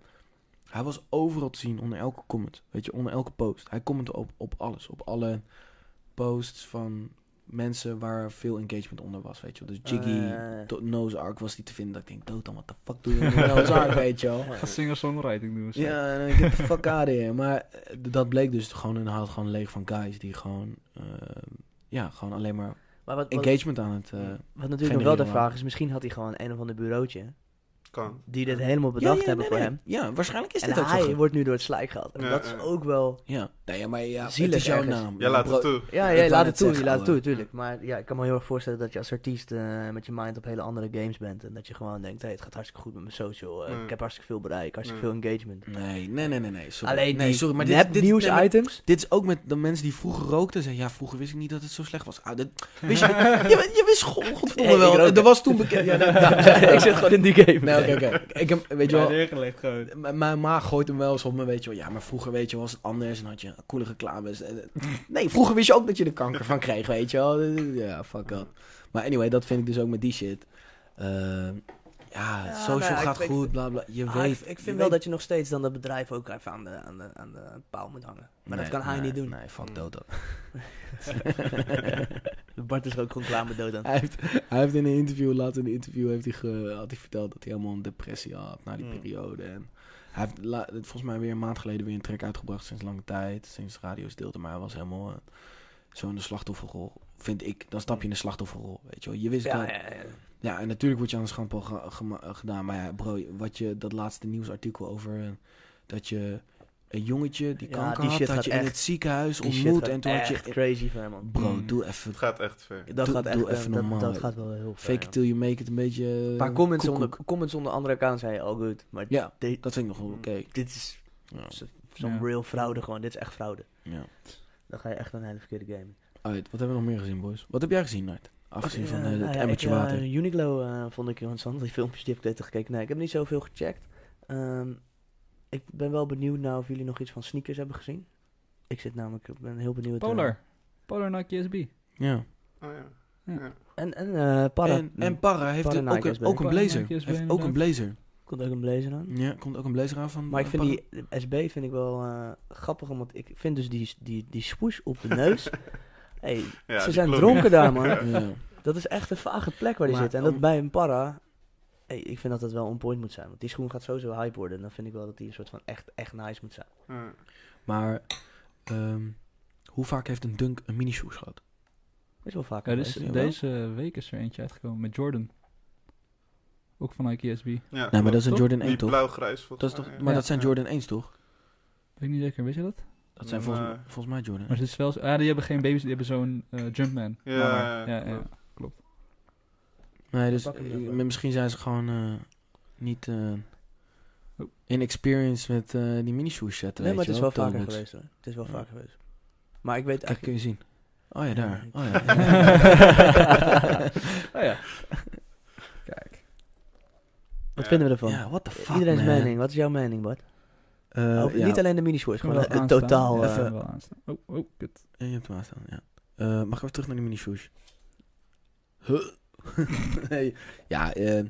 Speaker 3: Hij was overal te zien, onder elke comment. Weet je, onder elke post. Hij commentte op, op alles. Op alle posts van mensen waar veel engagement onder was, weet je wel. Dus Jiggy,
Speaker 2: Eh.
Speaker 3: tot Noze Ark was die te vinden. Dat ik denk, Dotan, wat de fuck doe je met Noze Ark, weet je wel.
Speaker 1: Ga singer-songwriting doen. zo.
Speaker 3: Ja, en dan get the fuck out of here. Maar eh, d- dat bleek dus gewoon, en hij had gewoon leeg van guys die gewoon, eh, ja, gewoon alleen maar
Speaker 2: Maar wat, wat,
Speaker 3: engagement aan het...
Speaker 2: wat
Speaker 3: eh,
Speaker 2: natuurlijk nog wel de
Speaker 3: genereren
Speaker 2: vraag is, misschien had hij gewoon een of ander bureautje
Speaker 4: Kan.
Speaker 2: die dit helemaal
Speaker 3: ja,
Speaker 2: bedacht
Speaker 3: ja,
Speaker 2: hebben
Speaker 3: nee,
Speaker 2: voor
Speaker 3: nee.
Speaker 2: hem.
Speaker 3: Ja, waarschijnlijk is
Speaker 2: En
Speaker 3: dit ook zo.
Speaker 2: hij
Speaker 3: ge-
Speaker 2: wordt nu door het slijk gehaald. En
Speaker 4: Ja,
Speaker 2: dat is
Speaker 4: ja.
Speaker 2: ook wel...
Speaker 3: Ja, nee, maar ja, het
Speaker 2: Zielig
Speaker 3: is jouw
Speaker 2: ergens.
Speaker 3: naam.
Speaker 4: Jij laat
Speaker 3: Bro-
Speaker 4: het toe.
Speaker 2: Ja,
Speaker 3: Ik
Speaker 2: ja
Speaker 3: wou
Speaker 2: je laat
Speaker 3: net
Speaker 2: het toe, je
Speaker 3: zeggen,
Speaker 2: laat het toe,
Speaker 3: ouwe.
Speaker 2: tuurlijk. Maar ja, ik kan me heel erg voorstellen dat je als artiest eh, met je mind op hele andere games bent. En dat je gewoon denkt, hey, het gaat hartstikke goed met mijn social. eh,
Speaker 4: Ja.
Speaker 2: Ik heb hartstikke veel bereik, hartstikke
Speaker 4: Ja.
Speaker 2: veel engagement.
Speaker 3: Nee, nee, nee, nee, nee, sorry.
Speaker 2: Alleen
Speaker 3: nee,
Speaker 2: die
Speaker 3: sorry, maar dit,
Speaker 2: nep
Speaker 3: dit,
Speaker 2: nieuws
Speaker 3: nee, maar
Speaker 2: items.
Speaker 3: Dit is ook met de mensen die vroeger rookten. Zeiden, ja, vroeger wist ik niet dat het zo slecht was. Ah, dat, wist je, je, weet- je wist gewoon, godverdomme
Speaker 2: Hey, ik
Speaker 3: wel.
Speaker 2: rook,
Speaker 3: Er
Speaker 2: hè.
Speaker 3: was toen bekend. Ja, nee, ja.
Speaker 2: ik zit gewoon in die game.
Speaker 3: Nee, oké, oké. Ik heb, weet je
Speaker 1: Ja,
Speaker 3: wel,
Speaker 1: neergelegd gewoon.
Speaker 3: M- Mijn ma gooit hem wel eens op me, weet je wel. Ja, maar vroeger, weet je, wel, was het anders en had je coole reclames. En, eh, Nee, vroeger wist je ook dat je er kanker van kreeg, weet je wel. Eh, Ja, fuck dat. Maar anyway, dat vind ik dus ook met die shit. Ehm, ja,
Speaker 2: Ja,
Speaker 3: social
Speaker 2: nou ja, ik
Speaker 3: gaat
Speaker 2: weet-
Speaker 3: goed, bla bla. Je
Speaker 2: Ah,
Speaker 3: weet...
Speaker 2: ik, ik vind wel dat je nog steeds dan dat bedrijf ook even aan de, aan de, aan de paal moet hangen. Maar dat kan hij niet doen. Hmm.
Speaker 3: Nee, fuck dood dat.
Speaker 2: Bart is er ook gewoon klaar met dood aan.
Speaker 3: Hij heeft, hij heeft in een interview, laatst in een interview, heeft hij ge- had hij verteld dat hij helemaal een depressie had na die
Speaker 2: Hmm.
Speaker 4: Mm.
Speaker 3: periode. En hij heeft la- volgens mij weer een maand geleden weer een track uitgebracht sinds lange tijd, sinds radio's deelte. Maar hij was helemaal eh, zo in de slachtofferrol. Vind ik, dan stap je in de slachtofferrol, weet je wel. Je wist
Speaker 2: Ja,
Speaker 3: dat.
Speaker 2: ja,
Speaker 3: Ja.
Speaker 2: ja.
Speaker 3: en natuurlijk word je aan de schandpaal ge- gema- eh, gedaan. Maar ja, bro, wat je, dat laatste nieuwsartikel over eh, dat je een jongetje die
Speaker 2: Ja,
Speaker 3: kanker
Speaker 2: die
Speaker 3: had,
Speaker 2: shit
Speaker 3: dat
Speaker 2: gaat
Speaker 3: je in
Speaker 2: echt-
Speaker 3: het ziekenhuis
Speaker 2: Die shit
Speaker 3: ontmoet.
Speaker 2: gaat
Speaker 3: En toen had
Speaker 2: echt Hmm.
Speaker 3: je...
Speaker 2: crazy van hem, man.
Speaker 3: Bro,
Speaker 1: Mm.
Speaker 3: doe even...
Speaker 4: Het gaat echt ver.
Speaker 2: Dat
Speaker 3: Doe-
Speaker 2: gaat echt,
Speaker 3: doe
Speaker 2: eh,
Speaker 3: even
Speaker 2: dat,
Speaker 3: normaal,
Speaker 2: dat
Speaker 3: hè.
Speaker 2: gaat wel heel ver,
Speaker 3: Fake it
Speaker 2: ja.
Speaker 3: till you make it, een beetje... eh,
Speaker 2: Een paar comments,
Speaker 3: koekoek.
Speaker 2: onder, comments onder andere kant zei al goed. Maar
Speaker 3: Ja,
Speaker 2: dit-
Speaker 3: dat vind ik nog wel oké.
Speaker 2: dit is
Speaker 3: Ja.
Speaker 2: zo- zo'n
Speaker 1: Ja.
Speaker 2: real fraude gewoon. Dit is echt fraude.
Speaker 3: Ja.
Speaker 2: Dan ga je echt een hele verkeerde game. in.
Speaker 3: Alright, wat hebben we nog meer gezien, boys? Wat heb jij gezien, Nart? Afgezien van
Speaker 2: Ja,
Speaker 3: eh, het
Speaker 2: nou ja,
Speaker 3: emmertje
Speaker 2: ik, eh,
Speaker 3: water.
Speaker 2: Uniqlo eh, vond ik interessant. Die filmpjes die heb ik net gekeken. Nee, ik heb niet zoveel gecheckt. Ehm, ik ben wel benieuwd naar of jullie nog iets van sneakers hebben gezien. Ik zit namelijk, ik ben heel benieuwd. eh,
Speaker 1: Polar. Polar Nike SB.
Speaker 3: Ja.
Speaker 4: Oh, ja.
Speaker 2: en en eh, Para.
Speaker 3: En, en Parra heeft
Speaker 2: Parra
Speaker 3: een- ook,
Speaker 2: Nike is
Speaker 3: een,
Speaker 2: bij.
Speaker 3: ook een
Speaker 1: Parra
Speaker 3: blazer.
Speaker 1: Nike is bij,
Speaker 3: heeft ook een blazer.
Speaker 2: Komt ook een blazer aan.
Speaker 3: Ja, komt ook een blazer aan van
Speaker 2: Maar ik
Speaker 3: eh,
Speaker 2: vind
Speaker 3: Parra.
Speaker 2: die de SB vind ik wel eh, grappig, want ik vind dus die, die, die swoosh op de neus. hey,
Speaker 4: Ja,
Speaker 2: ze
Speaker 4: die
Speaker 2: zijn
Speaker 4: klonk.
Speaker 2: dronken daar, man.
Speaker 3: Ja.
Speaker 2: Dat is echt een vage plek waar die
Speaker 3: Maar
Speaker 2: zit. En dat
Speaker 3: om-
Speaker 2: bij een para... Hey, ik vind dat dat wel on point moet zijn. Want die schoen gaat sowieso hype worden. En dan vind ik wel dat die een soort van echt, echt nice moet zijn.
Speaker 4: Ja.
Speaker 3: Maar ehm, hoe vaak heeft een dunk een mini-shoes gehad?
Speaker 2: Is wel vaak.
Speaker 1: Ja, dus
Speaker 3: Ja, wel.
Speaker 1: deze week is er eintje uitgekomen met Jordan. Ook van Nike SB. Weet
Speaker 4: Ja,
Speaker 3: nee, maar dat is een
Speaker 1: toch?
Speaker 3: Jordan
Speaker 4: Die
Speaker 3: 1, toch?
Speaker 4: blauw-grijs
Speaker 3: Dat
Speaker 4: volgens
Speaker 3: is toch
Speaker 4: mij,
Speaker 3: maar
Speaker 4: ja.
Speaker 3: dat zijn
Speaker 4: Ja.
Speaker 3: Jordan 1's, toch?
Speaker 1: ik niet zeker, weet je dat?
Speaker 3: Dat zijn volgens,
Speaker 4: Nee.
Speaker 3: volgens mij Jordan
Speaker 1: Maar
Speaker 3: 1.
Speaker 1: het is wel zo- ah, die hebben geen baby's, die hebben zo'n eh, Jumpman.
Speaker 4: Ja,
Speaker 1: Maar-
Speaker 4: ja, ja.
Speaker 1: ja.
Speaker 3: Nee, dus
Speaker 2: pak hem
Speaker 3: eh,
Speaker 2: even.
Speaker 3: maar misschien zijn ze gewoon eh, niet eh
Speaker 1: Oh.
Speaker 3: inexperienced met eh, die mini-shoes zetten,
Speaker 2: Nee,
Speaker 3: weet
Speaker 2: maar het
Speaker 3: je
Speaker 2: is wel
Speaker 3: wel,
Speaker 2: vaker
Speaker 3: Toebox.
Speaker 2: geweest. Hoor. Het is wel
Speaker 3: Ja.
Speaker 2: vaker geweest. Maar ik weet
Speaker 3: Kijk, kun
Speaker 2: eigenlijk...
Speaker 3: je zien. Oh ja, daar.
Speaker 2: ik-
Speaker 3: Oh ja.
Speaker 1: Oh ja. Kijk.
Speaker 2: Wat
Speaker 4: Ja.
Speaker 2: vinden we ervan?
Speaker 3: ja, what the fuck,
Speaker 2: Iedereen's
Speaker 3: man.
Speaker 2: mening. Wat is jouw mening, Bart?
Speaker 3: Eh,
Speaker 2: Over-
Speaker 3: ja,
Speaker 2: Niet alleen de mini-shorts, gewoon het totaal...
Speaker 1: Ja,
Speaker 2: eh,
Speaker 1: even wel aanstaan. Oh, oh, kut.
Speaker 3: ja, je hebt hem aanstaan, ja. Eh, mag ik even terug naar die mini-shoes? Huh? nee. Ja, eh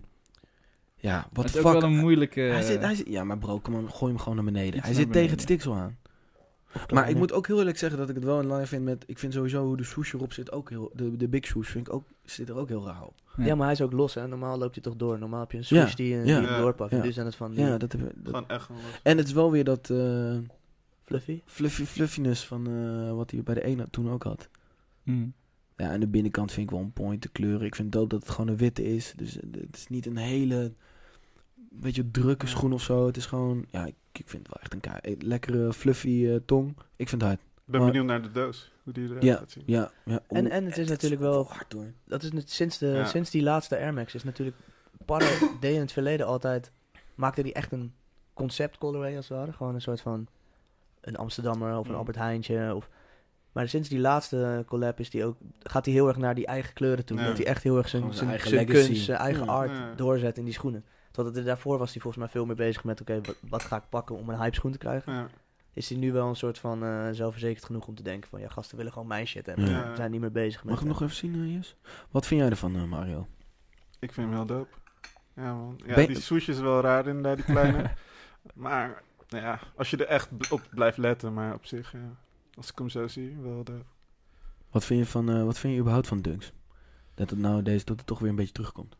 Speaker 3: ja,
Speaker 1: Het
Speaker 3: what
Speaker 1: is
Speaker 3: the
Speaker 1: ook
Speaker 3: fuck.
Speaker 1: wel een moeilijke... eh,
Speaker 3: hij zit, hij zit, ja, maar bro, come on, gooi hem gewoon naar beneden.
Speaker 1: Iets
Speaker 3: Hij
Speaker 1: naar
Speaker 3: zit tegen het
Speaker 1: beneden.
Speaker 3: stiksel aan. Maar
Speaker 2: kleiner.
Speaker 3: ik moet ook heel eerlijk zeggen dat ik het wel in lijn vind met... Ik vind sowieso hoe de swoosh erop zit ook heel... De, de big swoosh vind ik ook, zit er ook heel raar op.
Speaker 2: Ja, maar hij is ook los, hè. Normaal loopt hij toch door. Normaal heb je een swoosh
Speaker 3: Ja,
Speaker 2: die, eh,
Speaker 3: ja.
Speaker 2: die hem
Speaker 4: Ja.
Speaker 2: doorpakt.
Speaker 3: Ja.
Speaker 2: Nu zijn het van die
Speaker 3: Ja, dat heb dat-
Speaker 4: Gewoon echt wel wat.
Speaker 3: En het is wel weer dat... eh,
Speaker 2: fluffy.
Speaker 3: fluffy, fluffiness van eh, wat hij bij de ene toen ook had.
Speaker 1: Hmm.
Speaker 3: Ja, en de binnenkant vind ik wel een point, de kleuren. Ik vind het dope dat het gewoon een witte is. Dus eh, het is niet een hele, beetje drukke schoen of zo. Het is gewoon, ja, ik, ik vind het wel echt een kei- eh, lekkere fluffy eh, tong. Ik vind het hard.
Speaker 4: Ik ben
Speaker 3: Maar-
Speaker 4: benieuwd naar de doos. Hoe die eruit gaat zien.
Speaker 3: Ja, ja. oeh,
Speaker 2: En, en het is natuurlijk wel...
Speaker 3: hard hoor.
Speaker 2: dat is net, sinds, de,
Speaker 4: Ja.
Speaker 2: sinds die laatste Air Max is natuurlijk... Parra deed in het verleden altijd... Maakte die echt een concept colorway als het ware. Gewoon een soort van... Een Amsterdammer of een
Speaker 4: Mm.
Speaker 2: Albert Heijntje of... Maar sinds die laatste collab is die ook, gaat hij heel erg naar die eigen kleuren toe.
Speaker 4: Ja.
Speaker 2: Dat hij echt heel erg zijn,
Speaker 3: Gewoon zijn
Speaker 2: zijn,
Speaker 3: eigen
Speaker 2: zijn
Speaker 3: legacy.
Speaker 2: kunst, zijn eigen
Speaker 3: Ja.
Speaker 2: art
Speaker 4: Ja.
Speaker 2: doorzet in die schoenen. Totdat hij daarvoor was hij volgens mij veel meer bezig met... Oké, wat, wat ga ik pakken om een hype schoen te krijgen?
Speaker 4: Ja.
Speaker 2: Is hij nu wel een soort van eh, zelfverzekerd genoeg om te denken van... Ja, gasten willen gewoon mijn shit hebben.
Speaker 4: Ja.
Speaker 2: We zijn niet meer bezig met...
Speaker 3: Mag ik hem nog even zien, eh, Jess? Wat vind jij ervan, eh, Mario?
Speaker 4: Ik vind hem heel dope. Ja, man. Ja,
Speaker 3: Ben-
Speaker 4: die sushi is wel raar inderdaad, die kleine. maar nou ja, als je er echt bl- op blijft letten, maar op zich, ja, als ik hem zo zie, wel dope.
Speaker 3: Wat vind je, van, eh, wat vind je überhaupt van dunks? Dat het nou deze dat het toch weer een beetje terugkomt.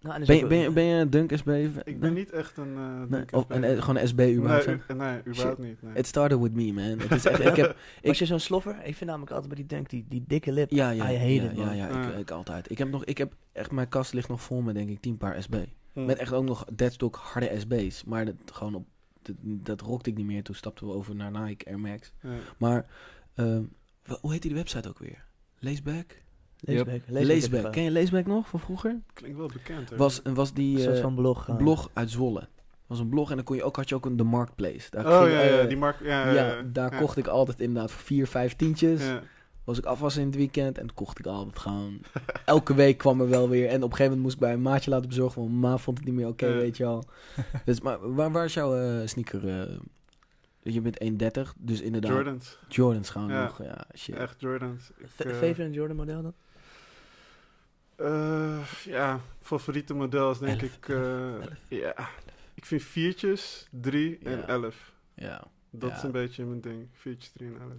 Speaker 2: Nou, en is
Speaker 3: Ben
Speaker 2: ook
Speaker 3: je,
Speaker 2: wel-
Speaker 3: ben je, ben je een dunk SB?
Speaker 4: Ik ben niet echt een... eh
Speaker 3: Nee,
Speaker 4: dikke
Speaker 3: of een,
Speaker 4: fan.
Speaker 3: eh, gewoon een SB überhaupt.
Speaker 4: Nee,
Speaker 3: fan?
Speaker 4: u- nee, überhaupt niet. Nee.
Speaker 3: It started with me, man. Het is echt, ik heb, ik-
Speaker 2: Was je zo'n sloffer? Ik vind namelijk altijd bij die dunk die, die dikke lip.
Speaker 3: ja, ja,
Speaker 2: I
Speaker 3: ja,
Speaker 2: hate
Speaker 3: ja,
Speaker 2: it, man.
Speaker 3: ja, ik,
Speaker 4: Ja.
Speaker 3: ik altijd. Ik heb nog, ik heb echt, mijn kast ligt nog vol met denk ik 10 paar SB.
Speaker 4: Hm.
Speaker 3: Met echt ook nog deadstock harde SB's. Maar dat gewoon op, dat, dat rokte ik niet meer. Toen stapten we over naar Nike Air Max.
Speaker 4: Ja.
Speaker 3: Maar, ehm, wa- hoe heet die website ook weer? Laceback?
Speaker 2: Leesback.
Speaker 3: Laceback. Ken je Laceback nog van vroeger?
Speaker 4: Klinkt wel bekend, hoor.
Speaker 3: Was, was die...
Speaker 2: Een soort
Speaker 3: eh,
Speaker 2: van blog.
Speaker 3: Een
Speaker 2: eh,
Speaker 3: blog uit Zwolle. Dat was een blog en dan kon je ook, had je ook een de Marketplace. Daar
Speaker 4: oh
Speaker 3: ging,
Speaker 4: ja, ja,
Speaker 3: eh,
Speaker 4: die mark... Ja, ja,
Speaker 3: ja,
Speaker 4: ja.
Speaker 3: daar
Speaker 4: Ja,
Speaker 3: kocht dus. ik altijd inderdaad voor vier, vijf tientjes.
Speaker 4: ja.
Speaker 3: Was ik afwas in het weekend en kocht ik altijd gewoon. Elke week kwam er wel weer. En op een gegeven moment moest ik bij een maatje laten bezorgen. Want mijn ma vond het niet meer oké,
Speaker 4: Ja.
Speaker 3: weet je wel. Dus, maar waar, waar is jouw eh, sneaker? eh? je bent 1,30, dus inderdaad.
Speaker 4: Jordans.
Speaker 3: Jordans gewoon
Speaker 4: Ja.
Speaker 3: nog. Ja, shit.
Speaker 4: Echt Jordans. Ik,
Speaker 2: Fa-
Speaker 4: eh,
Speaker 2: Favorite Jordan model dan?
Speaker 4: eh, ja, favoriete model is denk
Speaker 3: Elf,
Speaker 4: ik... eh, Ja, ik vind viertjes, drie
Speaker 3: Ja.
Speaker 4: en elf.
Speaker 3: Ja.
Speaker 4: Dat
Speaker 3: Ja.
Speaker 4: is een beetje mijn ding. Viertjes, drie en elf.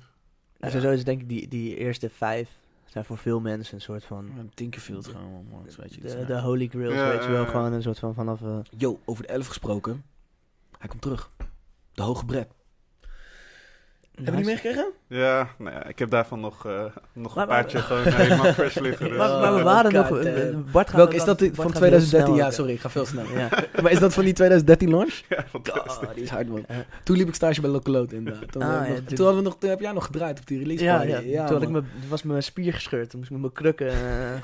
Speaker 2: Nou,
Speaker 3: Ja.
Speaker 2: Zo is denk ik die, die eerste vijf zijn voor veel mensen een soort van...
Speaker 3: Een Tinkerfield gewoon, man, man. Weet je,
Speaker 2: De, de holy grails,
Speaker 4: Ja,
Speaker 2: weet je wel.
Speaker 4: ja, ja.
Speaker 2: Gewoon een soort van vanaf... eh,
Speaker 3: Yo, over de 11 gesproken. Hij komt terug. De hoge bret. Heb je
Speaker 2: nice.
Speaker 3: niet meegekregen?
Speaker 4: Ja, nou ja, ik heb daarvan nog, eh, nog
Speaker 2: Maar-
Speaker 4: een
Speaker 2: maar-
Speaker 4: paardje gewoon eh, helemaal fresh liggen. dus,
Speaker 2: Maar, maar we
Speaker 4: eh,
Speaker 2: waren nog...
Speaker 3: God, eh,
Speaker 2: Bart gaat
Speaker 3: Welke
Speaker 2: ook
Speaker 3: is dat
Speaker 2: altijd-
Speaker 3: die-
Speaker 2: Bart
Speaker 3: van
Speaker 2: gaat heel snel
Speaker 3: 2013? Ja,
Speaker 2: ook,
Speaker 3: sorry, ik ga veel snel.
Speaker 2: Ja.
Speaker 3: maar is dat van die 2013 launch?
Speaker 4: ja, want
Speaker 2: eh,
Speaker 4: dat is-
Speaker 3: Oh, die is hard, man.
Speaker 2: Ja.
Speaker 3: Toen liep ik stage bij Locolot inderdaad. Toen,
Speaker 2: Ah,
Speaker 3: hadden we
Speaker 2: ja,
Speaker 3: nog,
Speaker 2: toen-
Speaker 3: toen, hadden we nog, toen heb jij nog gedraaid op die release
Speaker 2: Ja,
Speaker 3: party.
Speaker 2: ja, toen had ik
Speaker 3: man.
Speaker 2: me, was mijn spier gescheurd. Toen moest ik met mijn krukken...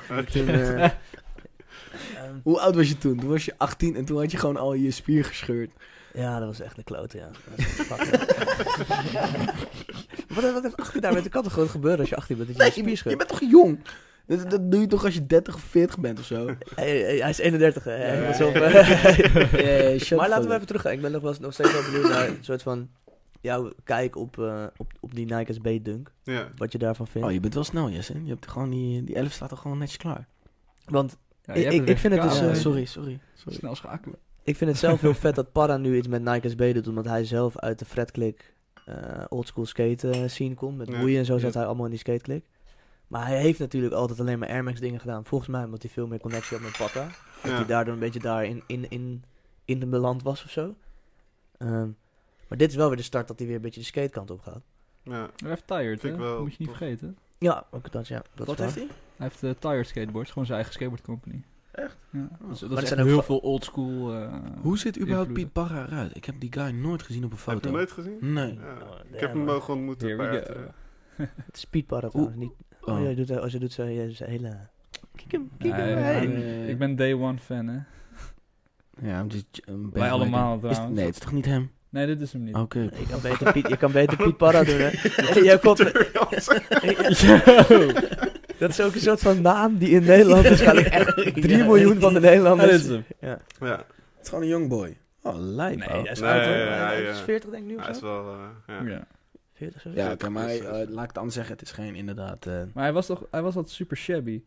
Speaker 2: eh,
Speaker 4: Oh,
Speaker 2: toen,
Speaker 4: shit.
Speaker 2: eh, ehm,
Speaker 3: Hoe oud was je toen? Toen was je 18 en toen had je gewoon al je spier gescheurd.
Speaker 2: Ja, dat was echt een klote, ja. Dat is echt fucked. wat, wat heeft 18 daar met de katten gewoon gebeuren als je 18 bent? Dat je
Speaker 3: Nee,
Speaker 2: je
Speaker 3: je,
Speaker 2: spier
Speaker 3: bent- je
Speaker 2: schudt?
Speaker 3: bent toch jong? Dat, dat doe je toch als je 30 of 40 bent of zo?
Speaker 2: Hey, hey, hij is 31, hè.
Speaker 3: Ja.
Speaker 2: Pas op, hè.
Speaker 3: Eh, shut
Speaker 2: maar
Speaker 3: the
Speaker 2: laten we
Speaker 3: fuck
Speaker 2: even teruggaan. Ik ben nog, wel, eens- nog steeds wel benieuwd naar een soort van... Jouw kijk op, eh, op, op die Nike's B-dunk.
Speaker 4: ja.
Speaker 2: Wat je daarvan
Speaker 3: up.
Speaker 2: vindt.
Speaker 3: Oh, je bent wel snel, Jesse. Je hebt gewoon die, die 11 staat er gewoon netjes klaar.
Speaker 2: Want
Speaker 1: Ja,
Speaker 2: Ik-
Speaker 1: jij hebt
Speaker 2: ik-
Speaker 1: weer
Speaker 2: ik vind het dus,
Speaker 1: verkouden.
Speaker 2: eh,
Speaker 3: sorry, sorry. sorry.
Speaker 1: Snel schakelen.
Speaker 2: ik vind het zelf heel vet dat Para nu iets met Nike's B doet. Omdat hij zelf uit de Fredklik eh oldschool skate eh, scene komt. Met
Speaker 4: Ja.
Speaker 2: boeien en zo zat
Speaker 1: Ja.
Speaker 2: hij allemaal in die skateklik. Maar hij heeft natuurlijk altijd alleen maar Air Max dingen gedaan. Volgens mij omdat hij veel meer connectie had met Pata.
Speaker 4: Ja.
Speaker 2: die daardoor een beetje daar in, in, in, in de beland was of zo. Ehm, maar dit is wel weer de start dat hij weer een beetje de skatekant op gaat.
Speaker 4: Ja.
Speaker 1: Even tired,
Speaker 4: Vind ik
Speaker 1: hè?
Speaker 4: wel,
Speaker 1: Moet je niet
Speaker 4: toch?
Speaker 1: vergeten.
Speaker 2: Ja, ook dat, ja. Dat
Speaker 3: Wat
Speaker 2: is waar.
Speaker 3: heeft hij?
Speaker 1: Hij heeft eh, Tired Skateboards, gewoon zijn eigen skateboard company. Echt? Ja.
Speaker 4: Oh.
Speaker 1: Dus dat
Speaker 2: het
Speaker 1: is echt
Speaker 2: zijn ook
Speaker 1: heel
Speaker 2: va-
Speaker 1: veel oldschool... eh
Speaker 3: Hoe ziet überhaupt
Speaker 1: invloeden.
Speaker 3: Piet Barra eruit? Ik heb die guy nooit gezien op een
Speaker 4: Heb je
Speaker 3: foto.
Speaker 4: hem nooit gezien?
Speaker 3: Nee.
Speaker 4: Ja.
Speaker 2: Oh,
Speaker 4: Ik
Speaker 2: ja,
Speaker 4: heb hem
Speaker 2: man.
Speaker 4: mogen ontmoeten een eh.
Speaker 1: Here we
Speaker 4: paar jaar
Speaker 1: go.
Speaker 4: terug.
Speaker 2: Het is Piet Parra trouwens, niet... Oh,
Speaker 3: Oh.
Speaker 2: ja, je doet, oh, ze doet zo, ja, zijn hele... Kijk hem, kijk hem.
Speaker 1: Nee,
Speaker 2: hey.
Speaker 1: ik
Speaker 3: Nee.
Speaker 4: eh.
Speaker 1: ben- Ik ben day one fan, hè?
Speaker 3: Ja, I'm just een
Speaker 1: Wij allemaal
Speaker 3: Is,
Speaker 1: trouwens.
Speaker 3: nee, het is toch niet hem?
Speaker 1: Nee, dit is hem niet.
Speaker 3: Oké.
Speaker 2: Je kan beter Piet, je kan beter Piet Parra doen, hè. Hey, jij komt,
Speaker 1: Yo!
Speaker 2: dat is ook een soort van naam die in Nederland waarschijnlijk echt 3 miljoen van de
Speaker 1: Dat is
Speaker 2: Nederlanders...
Speaker 1: hem.
Speaker 4: Ja,
Speaker 3: Het is gewoon een jongboy. Oh, lijp.
Speaker 1: Nee,
Speaker 3: ouwe.
Speaker 1: dat
Speaker 2: is
Speaker 4: Nee,
Speaker 2: oud, hoor.
Speaker 4: ja, ja,
Speaker 2: Hij
Speaker 4: ja.
Speaker 2: is 40 denk ik nu of
Speaker 4: hij is
Speaker 2: zo.
Speaker 4: wel... eh, ja.
Speaker 1: Ja.
Speaker 2: 40 zo.
Speaker 3: Ja,
Speaker 4: Ja,
Speaker 3: oké, maar
Speaker 4: precies.
Speaker 3: eh, laat ik het anders zeggen. Het is geen inderdaad... eh,
Speaker 1: Maar hij was toch... Hij was altijd super shabby.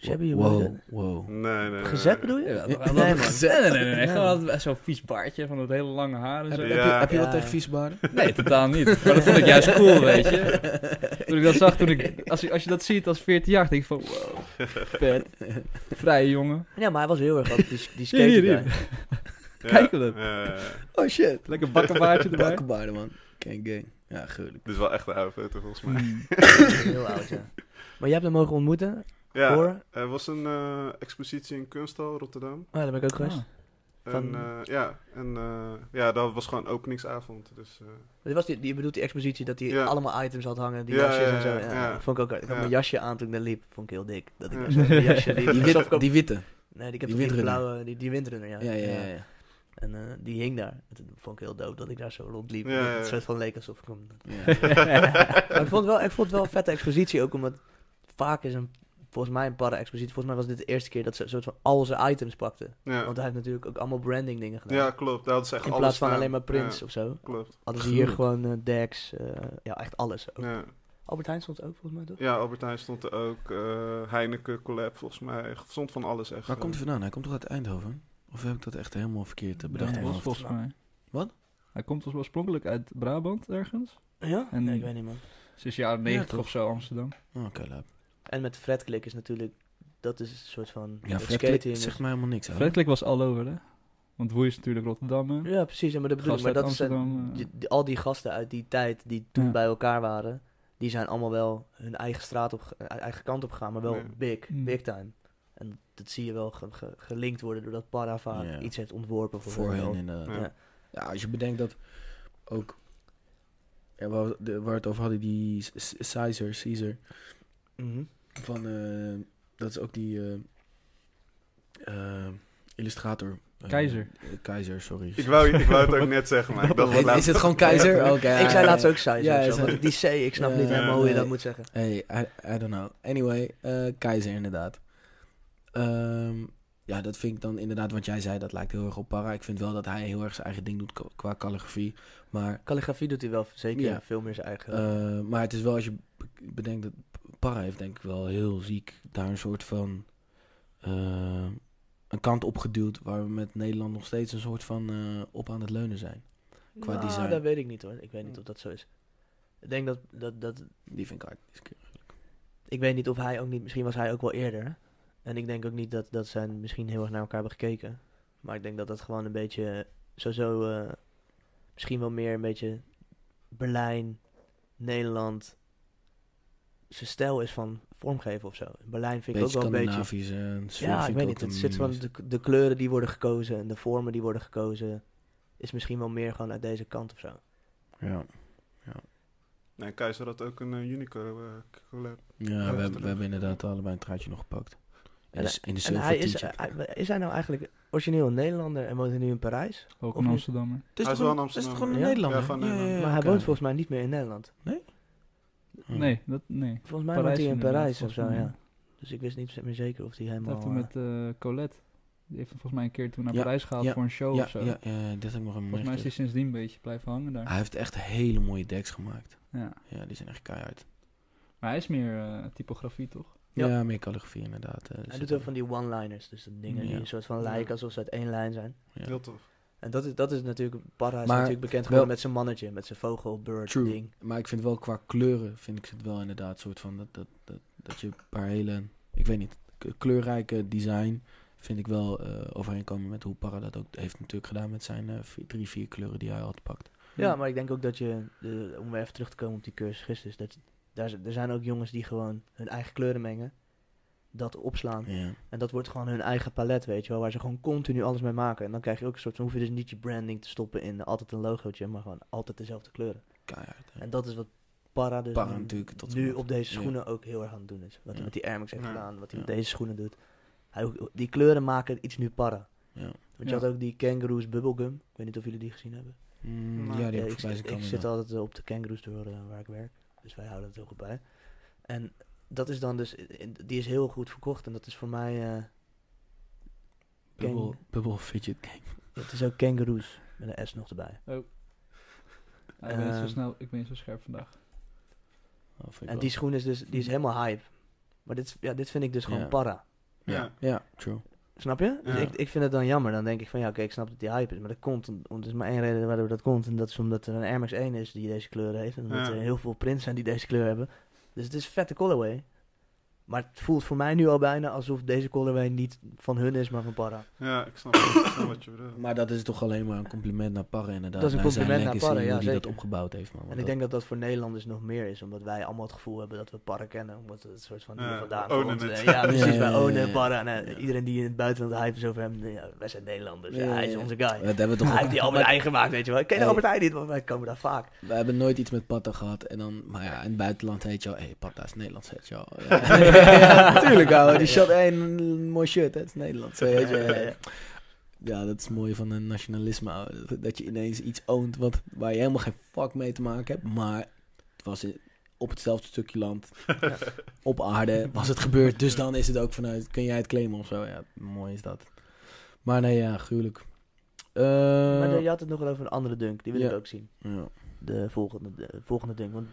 Speaker 2: Shabby, hoe heet
Speaker 3: wow,
Speaker 2: het?
Speaker 3: wow.
Speaker 4: Nee, nee, nee.
Speaker 2: Gezet bedoel je?
Speaker 1: Ja, dat-
Speaker 3: Nee,
Speaker 1: dat-
Speaker 3: man.
Speaker 1: Nee, nee, nee. nee,
Speaker 2: Nee,
Speaker 1: Gewoon
Speaker 2: man.
Speaker 1: altijd zo'n vies baardje van dat hele lange haar en zo.
Speaker 3: Heb, heb je,
Speaker 4: Ja.
Speaker 3: heb je wat
Speaker 2: Ja.
Speaker 3: tegen vies baarden?
Speaker 1: Nee, totaal niet. Maar dat vond ik juist cool, weet je. Toen ik dat zag, toen ik, als, je, als je dat ziet als 14 jaar, denk ik van, wow, vet. Vrije jongen.
Speaker 2: Ja, maar hij was heel erg altijd die, die
Speaker 1: Hier, hier,
Speaker 2: skater
Speaker 1: hier.
Speaker 2: guy.
Speaker 4: Ja,
Speaker 1: Kijk hem dan.
Speaker 4: ja, ja, ja.
Speaker 3: Oh shit.
Speaker 1: Lekker bakkenbaardje erbij.
Speaker 3: Bakkenbaarden, man. Ken gang. Ja, gruwelijk.
Speaker 4: Dit is wel echt een oude foto volgens mij.
Speaker 1: Hmm.
Speaker 2: Heel oud, ja. Maar jij hebt hem mogen ontmoeten
Speaker 4: Ja,
Speaker 2: voor...
Speaker 4: er was een eh, expositie in Kunsthal, Rotterdam.
Speaker 2: Oh, daar ben ik ook geweest.
Speaker 1: Ah,
Speaker 2: Van-
Speaker 4: En, eh, ja, en eh, ja, dat was gewoon openingsavond. Dus, eh,
Speaker 2: Dit was die, die, je bedoelt die expositie dat hij
Speaker 4: Ja.
Speaker 2: allemaal items had hangen, die
Speaker 4: Ja,
Speaker 2: jasjes
Speaker 4: ja,
Speaker 2: en zo.
Speaker 4: ja,
Speaker 2: Ja,
Speaker 4: ja.
Speaker 2: Vond ik ook hard. Ik had
Speaker 4: Ja.
Speaker 2: mijn jasje aan toen ik daar liep, vond ik heel dik. Dat ik
Speaker 4: Ja.
Speaker 2: daar zo mijn jasje liep.
Speaker 3: Die,
Speaker 2: Die
Speaker 3: witte-
Speaker 2: zag ik ook-
Speaker 3: die witte.
Speaker 2: nee, ik heb
Speaker 3: die
Speaker 2: toch die
Speaker 3: windrunner.
Speaker 2: blauwe, die, die windrunner, ja.
Speaker 3: Ja, ja, ja. ja.
Speaker 2: En eh, die hing daar. En toen vond ik heel dood dat ik daar zo rondliep.
Speaker 4: Ja,
Speaker 2: en
Speaker 4: ja, ja.
Speaker 2: Het soort van leek alsof ik hem...
Speaker 3: Ja.
Speaker 2: Maar ik vond het wel, ik vond het wel een vette expositie ook, omdat vaak is een volgens mij een parra expliciet. Volgens mij was dit de eerste keer dat ze soort van al zijn items pakte.
Speaker 4: Ja,
Speaker 2: Want hij heeft natuurlijk ook allemaal branding dingen gedaan.
Speaker 4: ja klopt. Daar hadden ze echt
Speaker 2: In
Speaker 4: alles
Speaker 2: plaats van
Speaker 4: staan.
Speaker 2: alleen maar prints
Speaker 4: Ja,
Speaker 2: of zo.
Speaker 4: klopt.
Speaker 2: Hadden ze hier
Speaker 3: Gruwelijk.
Speaker 2: gewoon eh, decks. eh, ja, echt alles. Ook.
Speaker 4: Ja.
Speaker 2: Albert Heijn stond ook volgens mij toch?
Speaker 4: ja, Albert Heijn stond er ook. eh, Heineken collab volgens mij. Stond van alles echt.
Speaker 3: Waar komt
Speaker 4: eh.
Speaker 3: hij vandaan? Hij komt toch uit Eindhoven? Of heb ik dat echt helemaal verkeerd eh, bedacht?
Speaker 1: Nee,
Speaker 3: in mijn
Speaker 1: was
Speaker 3: hoofd?
Speaker 1: volgens mij.
Speaker 3: Wat?
Speaker 1: Hij komt oorspronkelijk uit Brabant ergens.
Speaker 2: Ja?
Speaker 1: En-
Speaker 2: Nee, ik weet niet man.
Speaker 1: Sinds jaren
Speaker 3: Ja,
Speaker 1: 90
Speaker 3: toch?
Speaker 1: of zo Amsterdam.
Speaker 3: Oh, Oké, okay,
Speaker 2: En met Fredklik is natuurlijk, dat is een soort van
Speaker 3: Ja,
Speaker 2: dat
Speaker 3: Fred
Speaker 2: skating
Speaker 3: Klik
Speaker 2: is-
Speaker 3: zegt mij helemaal niks. ouwe.
Speaker 1: Fredelijk was all over, hè? Want Woei is natuurlijk Rotterdammer.
Speaker 2: Ja, precies. Ja, maar dat bedoel ik.
Speaker 1: Gast
Speaker 2: Maar
Speaker 1: uit
Speaker 2: dat is,
Speaker 1: Amsterdam. eh,
Speaker 2: die- die- al die gasten uit die tijd die toen
Speaker 1: Ja.
Speaker 2: bij elkaar waren, die zijn allemaal wel hun eigen straat op, eh, eigen kant op gegaan, maar wel
Speaker 4: Ja.
Speaker 2: big,
Speaker 1: Mm.
Speaker 2: big time. En dat zie je wel ge- ge- gelinkt worden doordat Para vaak
Speaker 3: Ja.
Speaker 2: iets heeft ontworpen voor,
Speaker 3: Voor hen
Speaker 2: hun.
Speaker 3: inderdaad.
Speaker 4: Ja.
Speaker 3: Ja. als je bedenkt dat ook... Ja, waar, we- de- waar we het over hadden, die S- S- Caesar, Caesar
Speaker 2: Mhm.
Speaker 3: van... eh, dat is ook die eh, eh, illustrator. eh,
Speaker 1: Keizer.
Speaker 3: eh, keizer, sorry.
Speaker 4: Ik wou, ik wou het ook net zeggen, maar ik dacht
Speaker 3: Is-
Speaker 4: laat-
Speaker 3: is het gewoon keizer? Oké. eh,
Speaker 2: ik zei
Speaker 3: ja,
Speaker 2: laatst
Speaker 3: ja.
Speaker 2: ook size
Speaker 3: Ja,
Speaker 2: of zo,
Speaker 3: ja,
Speaker 2: want die C, ik snap
Speaker 3: Ja,
Speaker 2: niet helemaal hoe je dat
Speaker 3: nee.
Speaker 2: moet zeggen.
Speaker 3: Hey, I, I don't know. Anyway, eh, Keizer inderdaad. Ehm, ja, dat vind ik dan inderdaad, wat jij zei, dat lijkt heel erg op Para. Ik vind wel dat hij heel erg zijn eigen ding doet ko- qua calligrafie. Maar,
Speaker 2: Calligrafie doet hij wel zeker
Speaker 3: Ja.
Speaker 2: veel meer zijn eigen.
Speaker 3: eh, maar het is wel, als je be- bedenkt dat Para heeft denk ik wel heel ziek daar een soort van... eh, een kant op geduwd waar we met Nederland nog steeds een soort van eh, op aan het leunen zijn. qua
Speaker 2: Nou,
Speaker 3: design.
Speaker 2: dat weet ik niet hoor. Ik weet
Speaker 3: Mm.
Speaker 2: niet of dat zo is. Ik denk dat, dat, dat
Speaker 3: Die vind ik hard. Die is keer.
Speaker 2: ik weet niet of hij ook niet, misschien was hij ook wel eerder. En ik denk ook niet dat, dat zij misschien heel erg naar elkaar hebben gekeken. Maar ik denk dat dat gewoon een beetje, sowieso, eh, misschien wel meer een beetje Berlijn, Nederland, zijn stijl is van vormgeven of zo. In Berlijn vind ik ook
Speaker 3: Beetje
Speaker 2: wel een beetje...
Speaker 3: Scandinavisch. eh, sfeer
Speaker 2: Ja,
Speaker 3: vind
Speaker 2: ik weet
Speaker 3: ook
Speaker 2: niet. Het
Speaker 3: een-
Speaker 2: zit van de, de kleuren die worden gekozen en de vormen die worden gekozen, is misschien wel meer gewoon uit deze kant of zo.
Speaker 3: Ja.
Speaker 4: Nee, Keizer had ook een eh, Unico eh, collab.
Speaker 3: Ja, we, hebben-
Speaker 4: terug.
Speaker 3: we hebben inderdaad allebei een truitje nog gepakt. In
Speaker 2: En
Speaker 3: de, in de
Speaker 2: En hij is,
Speaker 3: zilvertientje.
Speaker 2: hij- is hij nou eigenlijk origineel een Nederlander en woont hij nu in Parijs?
Speaker 1: Ook
Speaker 2: Of
Speaker 1: een
Speaker 2: niet?
Speaker 1: Amsterdammer.
Speaker 3: Het is
Speaker 4: Hij
Speaker 3: toch
Speaker 4: is wel
Speaker 3: gewoon-
Speaker 4: een
Speaker 3: het is toch
Speaker 4: Amsterdammer.
Speaker 3: gewoon een
Speaker 2: Ja?
Speaker 3: Nederlander?
Speaker 4: Ja, van Nederland.
Speaker 2: Maar hij
Speaker 3: oké.
Speaker 2: woont volgens mij niet meer in Nederland. Hmm.
Speaker 3: Ja.
Speaker 1: Nee, dat, nee.
Speaker 2: Volgens mij woont
Speaker 1: Parijs
Speaker 2: hij in
Speaker 1: inderdaad,
Speaker 2: Parijs of
Speaker 1: volgens
Speaker 2: zo,
Speaker 1: mij.
Speaker 2: ja. Dus ik wist niet meer zeker of hij
Speaker 1: Dat
Speaker 2: helemaal...
Speaker 1: heeft hij
Speaker 2: eh,
Speaker 1: met eh, Colette. Die heeft hem volgens mij een keer toen naar
Speaker 3: Ja,
Speaker 1: Parijs gehaald
Speaker 3: ja,
Speaker 1: voor een show
Speaker 3: Ja,
Speaker 1: of oh, zo.
Speaker 3: ja, ja, dit heb ik nog een
Speaker 1: Volgens mij is hij sindsdien een beetje blijven hangen
Speaker 2: Ah.
Speaker 1: daar.
Speaker 3: Hij heeft echt hele mooie decks gemaakt.
Speaker 1: Ja.
Speaker 3: Ja, die zijn echt keihard.
Speaker 1: Maar hij is meer eh, typografie, toch?
Speaker 2: Ja.
Speaker 3: Ja, meer calligrafie inderdaad. eh,
Speaker 2: hij
Speaker 3: zit
Speaker 2: doet ook
Speaker 3: er.
Speaker 2: van die one-liners, dus de dingen die
Speaker 3: Mm, Ja.
Speaker 2: een soort van
Speaker 4: Ja.
Speaker 2: lijken alsof ze uit één lijn zijn.
Speaker 3: Ja.
Speaker 4: Heel tof.
Speaker 2: En dat is, dat is natuurlijk... Parra is
Speaker 3: Maar
Speaker 2: natuurlijk bekend
Speaker 3: wel-
Speaker 2: geworden met zijn mannetje, met zijn vogel, bird,
Speaker 3: True.
Speaker 2: ding.
Speaker 3: Maar ik vind wel qua kleuren, vind ik het wel inderdaad soort van dat, dat, dat, dat je een paar hele, ik weet niet, k- kleurrijke design vind ik wel eh overeenkomen met hoe Parra dat ook heeft natuurlijk gedaan met zijn eh, vier- drie, vier kleuren die hij had gepakt.
Speaker 2: Ja, maar ik denk ook dat je, eh, om weer even terug te komen op die cursus gisteren, dat, daar, z- er zijn ook jongens die gewoon hun eigen kleuren mengen, dat opslaan.
Speaker 3: Ja.
Speaker 2: En dat wordt gewoon hun eigen palet, weet je wel, waar ze gewoon continu alles mee maken. En dan krijg je ook een soort van, hoef je dus niet je branding te stoppen in altijd een logootje, maar gewoon altijd dezelfde kleuren.
Speaker 3: Keihard. hè.
Speaker 2: En dat is wat Para dus
Speaker 3: Parra
Speaker 2: nu-
Speaker 3: natuurlijk tot en
Speaker 2: nu
Speaker 3: met.
Speaker 2: op deze
Speaker 3: Ja.
Speaker 2: schoenen ook heel erg aan het doen is. Wat hij
Speaker 3: Ja.
Speaker 2: met die Air Max heeft
Speaker 4: Ja.
Speaker 2: gedaan, wat hij
Speaker 3: Ja.
Speaker 2: met deze schoenen doet. Hij, die kleuren maken iets nu Para.
Speaker 3: Ja.
Speaker 2: Want je
Speaker 1: Ja.
Speaker 2: had ook die Kangaroos Bubblegum. Ik weet niet of jullie die gezien hebben.
Speaker 3: Mm,
Speaker 4: Maar-
Speaker 3: ja,
Speaker 2: Ja,
Speaker 3: die heb ik
Speaker 2: ik,
Speaker 3: voorbij
Speaker 2: zit-
Speaker 3: zijn
Speaker 2: ik
Speaker 3: komen.
Speaker 2: zit altijd eh, op de Kangaroos door eh, waar ik werk. Dus wij houden het heel goed bij. En dat is dan dus, in- die is heel goed verkocht. En dat is voor mij, eh,
Speaker 3: Bubble,
Speaker 2: Gang.
Speaker 3: bubble fidget game.
Speaker 2: het is ook Kangaroos. Met een S nog erbij.
Speaker 1: Hij ik, ben niet zo
Speaker 2: Ehm.
Speaker 1: snel, ik ben niet zo scherp vandaag.
Speaker 3: Oh, vind ik
Speaker 2: En
Speaker 3: wel.
Speaker 2: die schoen is dus, die is helemaal hype. Maar dit, is- ja, dit vind ik dus gewoon
Speaker 3: Ja.
Speaker 2: Para.
Speaker 3: ja. ja, true.
Speaker 2: Snap je? Dus
Speaker 4: Ja.
Speaker 2: ik, ik vind het dan jammer. Dan denk ik van ja, oké, ik snap dat die hype is. Maar dat komt, om- om- er is maar één reden waardoor dat komt. En dat is omdat er een Air Max 1 is die deze kleur heeft. En omdat
Speaker 4: Ja.
Speaker 2: er heel veel prints zijn die deze kleur hebben. Dus het is een vette colorway. Maar het voelt voor mij nu al bijna alsof deze colorway niet van hun is, maar van Para.
Speaker 4: Ja, ik snap, ik snap wat je bedoelt.
Speaker 3: Maar dat is toch alleen maar een compliment naar Parra inderdaad.
Speaker 2: Dat is een
Speaker 3: Naar zijn
Speaker 2: compliment naar
Speaker 3: legacy,
Speaker 2: Parra, ja,
Speaker 3: hoe die dat
Speaker 2: zeker.
Speaker 3: opgebouwd heeft, man.
Speaker 4: Oh.
Speaker 2: En ik denk dat dat voor Nederlanders nog meer is. Omdat wij allemaal het gevoel hebben dat we Para kennen. Omdat het een soort van hier
Speaker 4: Ja,
Speaker 2: vandaan
Speaker 4: we ownen
Speaker 2: komt.
Speaker 4: het.
Speaker 2: Eh, Ja,
Speaker 3: Ja,
Speaker 2: precies.
Speaker 3: ja,
Speaker 2: Wij
Speaker 3: ja,
Speaker 2: ownen
Speaker 3: ja.
Speaker 2: Para. Nou,
Speaker 3: Ja.
Speaker 2: Iedereen die in het buitenland hype is over hem. nou Ja, wij zijn Nederlanders. Ja,
Speaker 3: Ja,
Speaker 2: hij is
Speaker 3: ja.
Speaker 2: onze guy.
Speaker 3: Dat hebben we toch
Speaker 2: Hij
Speaker 3: ook-
Speaker 2: heeft die Albert Heijn gemaakt, weet je wel. Ik ken
Speaker 3: Hey.
Speaker 2: Albert Heijn niet, want wij komen daar vaak.
Speaker 3: We hebben nooit iets met Patta gehad. En dan, maar ja, in het buitenland heet je al... Hé, hey, Patta is Nederlands, heet je al. Ja, natuurlijk, ouwe. Die shot, hé, een mooi shirt, hè, het is Nederlands. Zo, weet je, ja. Ja, dat is mooi van een nationalisme, ouwe. Dat- Dat je ineens iets oont wat, waar je helemaal geen fuck mee te maken hebt. Maar het was in- op hetzelfde stukje land, op aarde, was het gebeurd. Dus dan is het ook vanuit, kun jij het claimen of zo. Ja, mooi is dat. Maar nee, ja, gruwelijk. Eh,
Speaker 2: maar de- je had het nog wel over een andere dunk. Die wil
Speaker 3: ja.
Speaker 2: ik ook zien.
Speaker 3: ja.
Speaker 2: De volgende, de volgende dunk. Want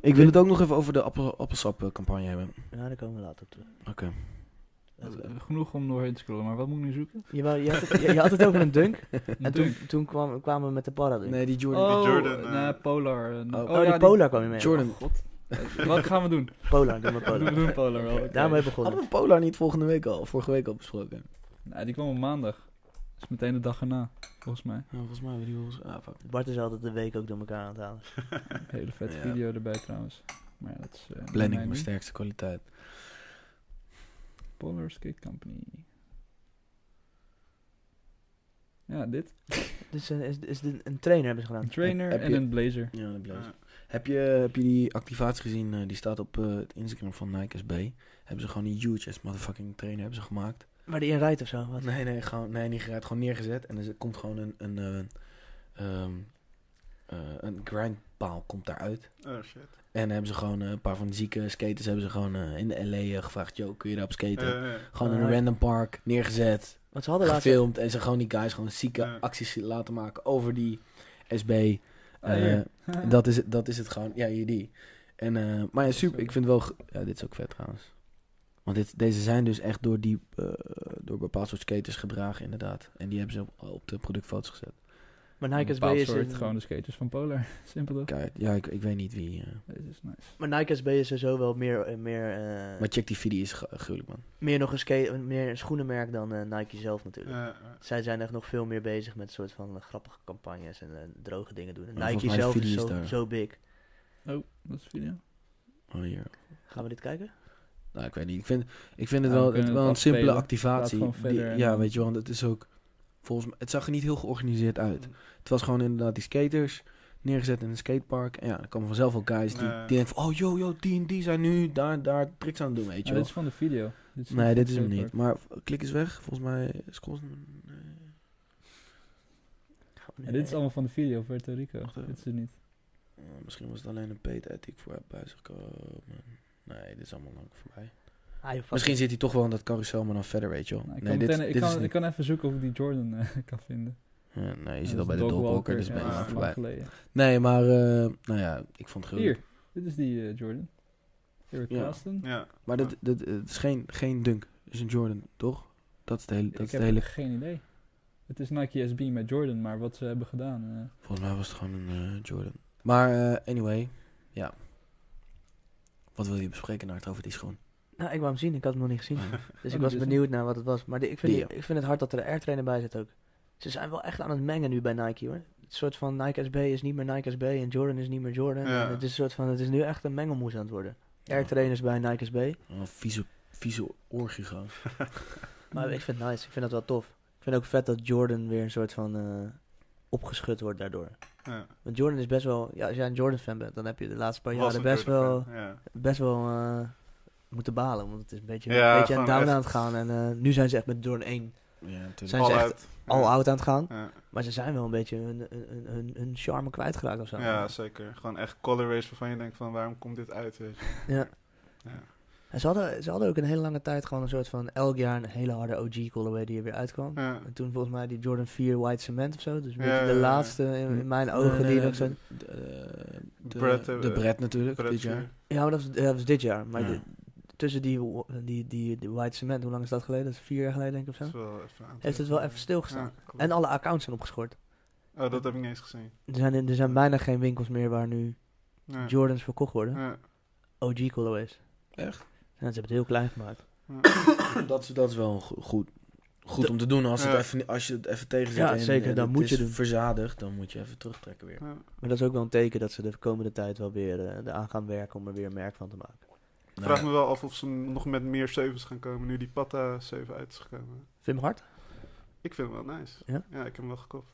Speaker 3: Ik wil het ook nog even over de appel, appelsapcampagne hebben.
Speaker 2: ja, daar komen we later op terug.
Speaker 3: Oké.
Speaker 2: Dat is leuk.
Speaker 1: Genoeg om doorheen te scrollen, maar wat moet ik nu zoeken?
Speaker 2: Je, wou- je, had het, je, je had het over een dunk. En
Speaker 1: Een
Speaker 2: toen,
Speaker 1: dunk.
Speaker 2: toen kwam, kwamen we met de paradunk.
Speaker 3: Nee, die Jordan.
Speaker 1: Oh,
Speaker 4: Jordan,
Speaker 1: eh,
Speaker 4: eh,
Speaker 1: nee, Polar. eh,
Speaker 3: Oh,
Speaker 2: oh, die Polar kwam je mee.
Speaker 3: Jordan.
Speaker 1: God. Eh, Wat gaan we doen?
Speaker 2: Polar, doe maar
Speaker 1: We
Speaker 2: Polar.
Speaker 1: doen Polar wel. oké.
Speaker 2: Daarmee begonnen.
Speaker 3: Hadden we Polar niet volgende week al, vorige week al besproken?
Speaker 1: Nee, Nou, die kwam op maandag. Dus meteen de dag erna, volgens mij.
Speaker 3: volgens mij hebben die volgens... Ah, fuck.
Speaker 2: Bart is altijd de week ook door elkaar aan het halen.
Speaker 1: Hele vette
Speaker 3: Ja.
Speaker 1: video erbij trouwens. Maar ja, dat is... eh, niet
Speaker 3: Planning,
Speaker 1: mijn
Speaker 3: mijn
Speaker 1: ding.
Speaker 3: sterkste kwaliteit.
Speaker 1: Polar Skate Company. Ja, dit.
Speaker 2: Dus eh, is, is dit een trainer hebben ze
Speaker 1: Een
Speaker 2: gedaan.
Speaker 1: trainer
Speaker 3: Heb
Speaker 1: en
Speaker 3: je-
Speaker 1: een blazer.
Speaker 3: Ja, dat blijft.
Speaker 4: Ja.
Speaker 3: Heb, je, heb je die activatie gezien? Eh, die staat op eh, het Instagram van Nike SB. Hebben ze gewoon die huge ass motherfucking trainer hebben ze gemaakt.
Speaker 2: Waar die in rijdt of zo. Wat?
Speaker 3: Nee, nee, gewoon, nee, niet geruid. Gewoon neergezet. En er komt gewoon een, een, eh, ehm, eh, een grindpaal komt daaruit.
Speaker 4: Oh shit.
Speaker 3: En hebben ze gewoon eh, een paar van die zieke skaters hebben ze gewoon eh, in de LA gevraagd, joh, kun je daarop skaten?
Speaker 4: Eh, eh,
Speaker 3: gewoon in een
Speaker 2: Ah.
Speaker 3: random park neergezet,
Speaker 2: Want ze hadden laatst...
Speaker 3: gefilmd en ze gewoon die guys gewoon zieke
Speaker 4: Ja.
Speaker 3: acties laten maken over die SB.
Speaker 1: Ah, hier.
Speaker 3: Eh, dat, is het, dat is het gewoon, ja, hier die. En, eh, maar ja, super, ik vind wel, ge- ja, dit is ook vet trouwens. Want dit, deze zijn dus echt door, die, eh, door bepaald soort skaters gedragen, inderdaad. En die hebben ze op, op de productfoto's gezet.
Speaker 2: Maar
Speaker 1: Een
Speaker 2: Nike SB
Speaker 1: bepaald
Speaker 2: is...
Speaker 1: soort,
Speaker 2: een-
Speaker 1: gewoon de skaters van Polar. Simpel toch?
Speaker 3: Kijk, ja, ik, ik weet niet wie. eh.
Speaker 1: Deze is nice.
Speaker 2: Maar Nike SB is sowieso wel meer, eh, meer, eh,
Speaker 3: Maar check die video, is ge- gruwelijk, man.
Speaker 2: meer nog een, skate, meer een schoenenmerk dan eh, Nike zelf natuurlijk.
Speaker 4: eh, eh.
Speaker 2: Zij zijn echt nog veel meer bezig met soort van eh, grappige campagnes en eh, droge dingen doen. En
Speaker 3: Maar volgens
Speaker 2: Nike
Speaker 3: mij de
Speaker 2: zelf is
Speaker 3: video is
Speaker 2: zo,
Speaker 3: daar.
Speaker 2: zo big.
Speaker 1: Oh, dat is de video.
Speaker 3: Oh, hier.
Speaker 2: Gaan we dit kijken?
Speaker 3: Nou, ik weet niet. Ik vind, ik vind het
Speaker 1: Ja, we
Speaker 3: wel, het
Speaker 1: kunnen
Speaker 3: wel
Speaker 1: het
Speaker 3: een simpele
Speaker 1: afspelen.
Speaker 3: activatie.
Speaker 1: Laat gewoon
Speaker 3: Die-
Speaker 1: verder en
Speaker 3: ja,
Speaker 1: dan-
Speaker 3: weet je wel, want het is ook... Volgens mij, het zag er niet heel georganiseerd uit. Het was gewoon inderdaad die skaters neergezet in een skatepark. En ja, er komen vanzelf ook guys die,
Speaker 4: Nee.
Speaker 3: die denken van... Oh, yo, yo, die en die zijn nu daar, daar tricks aan het doen, weet je
Speaker 1: Ah, dit
Speaker 3: wel.
Speaker 1: is van de video. Dit
Speaker 3: nee, dit
Speaker 1: van
Speaker 3: is hem
Speaker 1: Skateboard.
Speaker 3: niet. Maar v- klik eens weg. Volgens mij... Scrolls, nee.
Speaker 2: Gaan we
Speaker 1: Ja,
Speaker 2: nu-
Speaker 1: dit is allemaal van de video, Puerto Rico.
Speaker 3: Wacht even.
Speaker 1: Dit is het niet.
Speaker 3: Eh, misschien was het alleen een peet uit die ik voor heb bij zich gekomen. Nee, dit is allemaal lang voorbij.
Speaker 2: Ah, joh, fuck.
Speaker 3: Misschien zit hij toch wel in dat carousel, maar dan verder, weet je wel.
Speaker 1: Nou, ik,
Speaker 3: nee,
Speaker 1: kan
Speaker 3: dit,
Speaker 1: meteen- ik,
Speaker 3: dit is
Speaker 1: kan, ik
Speaker 3: niet.
Speaker 1: kan even zoeken of ik die Jordan eh, kan vinden.
Speaker 3: Ja, nee, je
Speaker 1: Ja,
Speaker 3: zit al
Speaker 1: dat
Speaker 3: bij
Speaker 1: is
Speaker 3: de
Speaker 1: Dog
Speaker 3: dogwalker,
Speaker 1: Walker,
Speaker 3: dus
Speaker 1: ja,
Speaker 3: ben je
Speaker 1: dat is
Speaker 4: lang
Speaker 3: lang voorbij.
Speaker 1: lang geleden.
Speaker 3: Nee, maar eh, nou ja, ik vond het gruwelijk.
Speaker 1: Hier, dit is die eh, Jordan. Eric
Speaker 3: Ja.
Speaker 1: Clapton.
Speaker 4: Ja.
Speaker 3: Maar dat,
Speaker 1: Ah.
Speaker 3: dat, eh, het is geen, geen dunk, het is een Jordan, toch? Dat is de hele... Dat
Speaker 1: Ik
Speaker 3: is de
Speaker 1: heb
Speaker 3: hele
Speaker 1: geen idee. Het is Nike SB met Jordan, maar wat ze hebben gedaan. eh,
Speaker 3: volgens mij was het gewoon een eh, Jordan. Maar eh, anyway, ja. Wat wil je bespreken, Nart, over die schoen?
Speaker 2: Nou, ik wou hem zien. Ik had hem nog niet gezien. Dus ik
Speaker 1: Oh,
Speaker 2: was
Speaker 1: dit is
Speaker 2: benieuwd naar wat het was. Maar die- ik vind,
Speaker 3: Die,
Speaker 2: die- ik vind het hard dat er een airtrainer bij zit ook. Ze zijn wel echt aan het mengen nu bij Nike hoor. Het soort van Nike SB is niet meer Nike SB en Jordan is niet meer Jordan.
Speaker 4: Ja.
Speaker 2: En het, is een soort van, het is nu echt een mengelmoes aan het worden. Airtrainers bij Nike SB.
Speaker 3: Oh, vieze, vieze orgie gewoon.
Speaker 2: Maar ik vind het nice. Ik vind dat wel tof. Ik vind ook vet dat Jordan weer een soort van eh, opgeschud wordt daardoor.
Speaker 4: Ja.
Speaker 2: Want Jordan is best wel... Ja, als jij een Jordan fan bent, dan heb je de laatste paar
Speaker 4: Was
Speaker 2: jaren
Speaker 4: een
Speaker 2: best wel,
Speaker 4: Jordan fan, Ja.
Speaker 2: best wel eh, moeten balen. Want het is een beetje,
Speaker 4: Ja,
Speaker 2: een beetje aan
Speaker 4: gewoon
Speaker 2: het down
Speaker 4: echt.
Speaker 2: aan het gaan. En eh, nu zijn ze echt met Jordan 1
Speaker 3: Ja, natuurlijk.
Speaker 2: Zijn ze
Speaker 4: All
Speaker 2: echt
Speaker 4: out.
Speaker 2: all
Speaker 4: Ja.
Speaker 2: out aan het gaan.
Speaker 4: Ja.
Speaker 2: Maar ze zijn wel een beetje hun, hun, hun, hun charme kwijtgeraakt of zo.
Speaker 4: Ja, zeker. Gewoon echt colorways waarvan je denkt van waarom komt dit uit? Weet je?
Speaker 2: Ja.
Speaker 4: Ja.
Speaker 2: En ze hadden, ze hadden ook een hele lange tijd gewoon een soort van elk jaar een hele harde OG colorway die er weer uitkwam.
Speaker 4: Ja.
Speaker 2: En toen volgens mij die Jordan 4 White Cement of zo. Dus een
Speaker 4: Ja,
Speaker 2: beetje de
Speaker 4: ja, ja.
Speaker 2: laatste in, in mijn ogen
Speaker 3: Nee,
Speaker 1: Eh,
Speaker 3: nee,
Speaker 2: die nog zijn.
Speaker 3: de, de, de,
Speaker 4: Brett, eh,
Speaker 3: de Brett natuurlijk,
Speaker 4: Brett
Speaker 3: dit
Speaker 4: Schuur.
Speaker 3: jaar.
Speaker 2: Ja, maar dat was, dat was dit jaar. Maar
Speaker 3: Ja.
Speaker 2: de- tussen die, wo- die, die, die White Cement, hoe lang is dat geleden? Dat is vier jaar geleden denk ik of
Speaker 4: Dat is
Speaker 2: zo.
Speaker 4: wel even aan te
Speaker 2: Heeft het wel even stilgestaan.
Speaker 4: Ja, klopt.
Speaker 2: En alle accounts zijn opgeschort.
Speaker 4: Oh, dat heb ik niet eens gezien.
Speaker 2: Er zijn, er zijn bijna geen winkels meer waar nu
Speaker 4: Ja.
Speaker 2: Jordans verkocht worden.
Speaker 4: Ja.
Speaker 2: OG colorways.
Speaker 3: Echt?
Speaker 2: Ja, ze hebben het heel klein gemaakt.
Speaker 3: Dat, is- dat is wel go- goed, goed om te doen. Als,
Speaker 4: Ja.
Speaker 3: het even, als je het even tegen zit
Speaker 2: Ja,
Speaker 3: en,
Speaker 2: zeker,
Speaker 3: en
Speaker 2: dan
Speaker 3: het
Speaker 2: moet
Speaker 3: is
Speaker 2: je doen.
Speaker 3: verzadigd, dan moet je even terugtrekken weer.
Speaker 4: Ja.
Speaker 2: Maar dat is ook wel een teken dat ze de komende tijd wel weer eh, eraan gaan werken om er weer een merk van te maken.
Speaker 4: Ik
Speaker 3: Nou,
Speaker 4: vraag me wel af of ze nog met meer 7's gaan komen nu die Pata 7 uit is gekomen.
Speaker 2: Vind je hem hard?
Speaker 4: Ik vind hem wel nice.
Speaker 2: Ja?
Speaker 4: ja ik heb hem wel gekocht.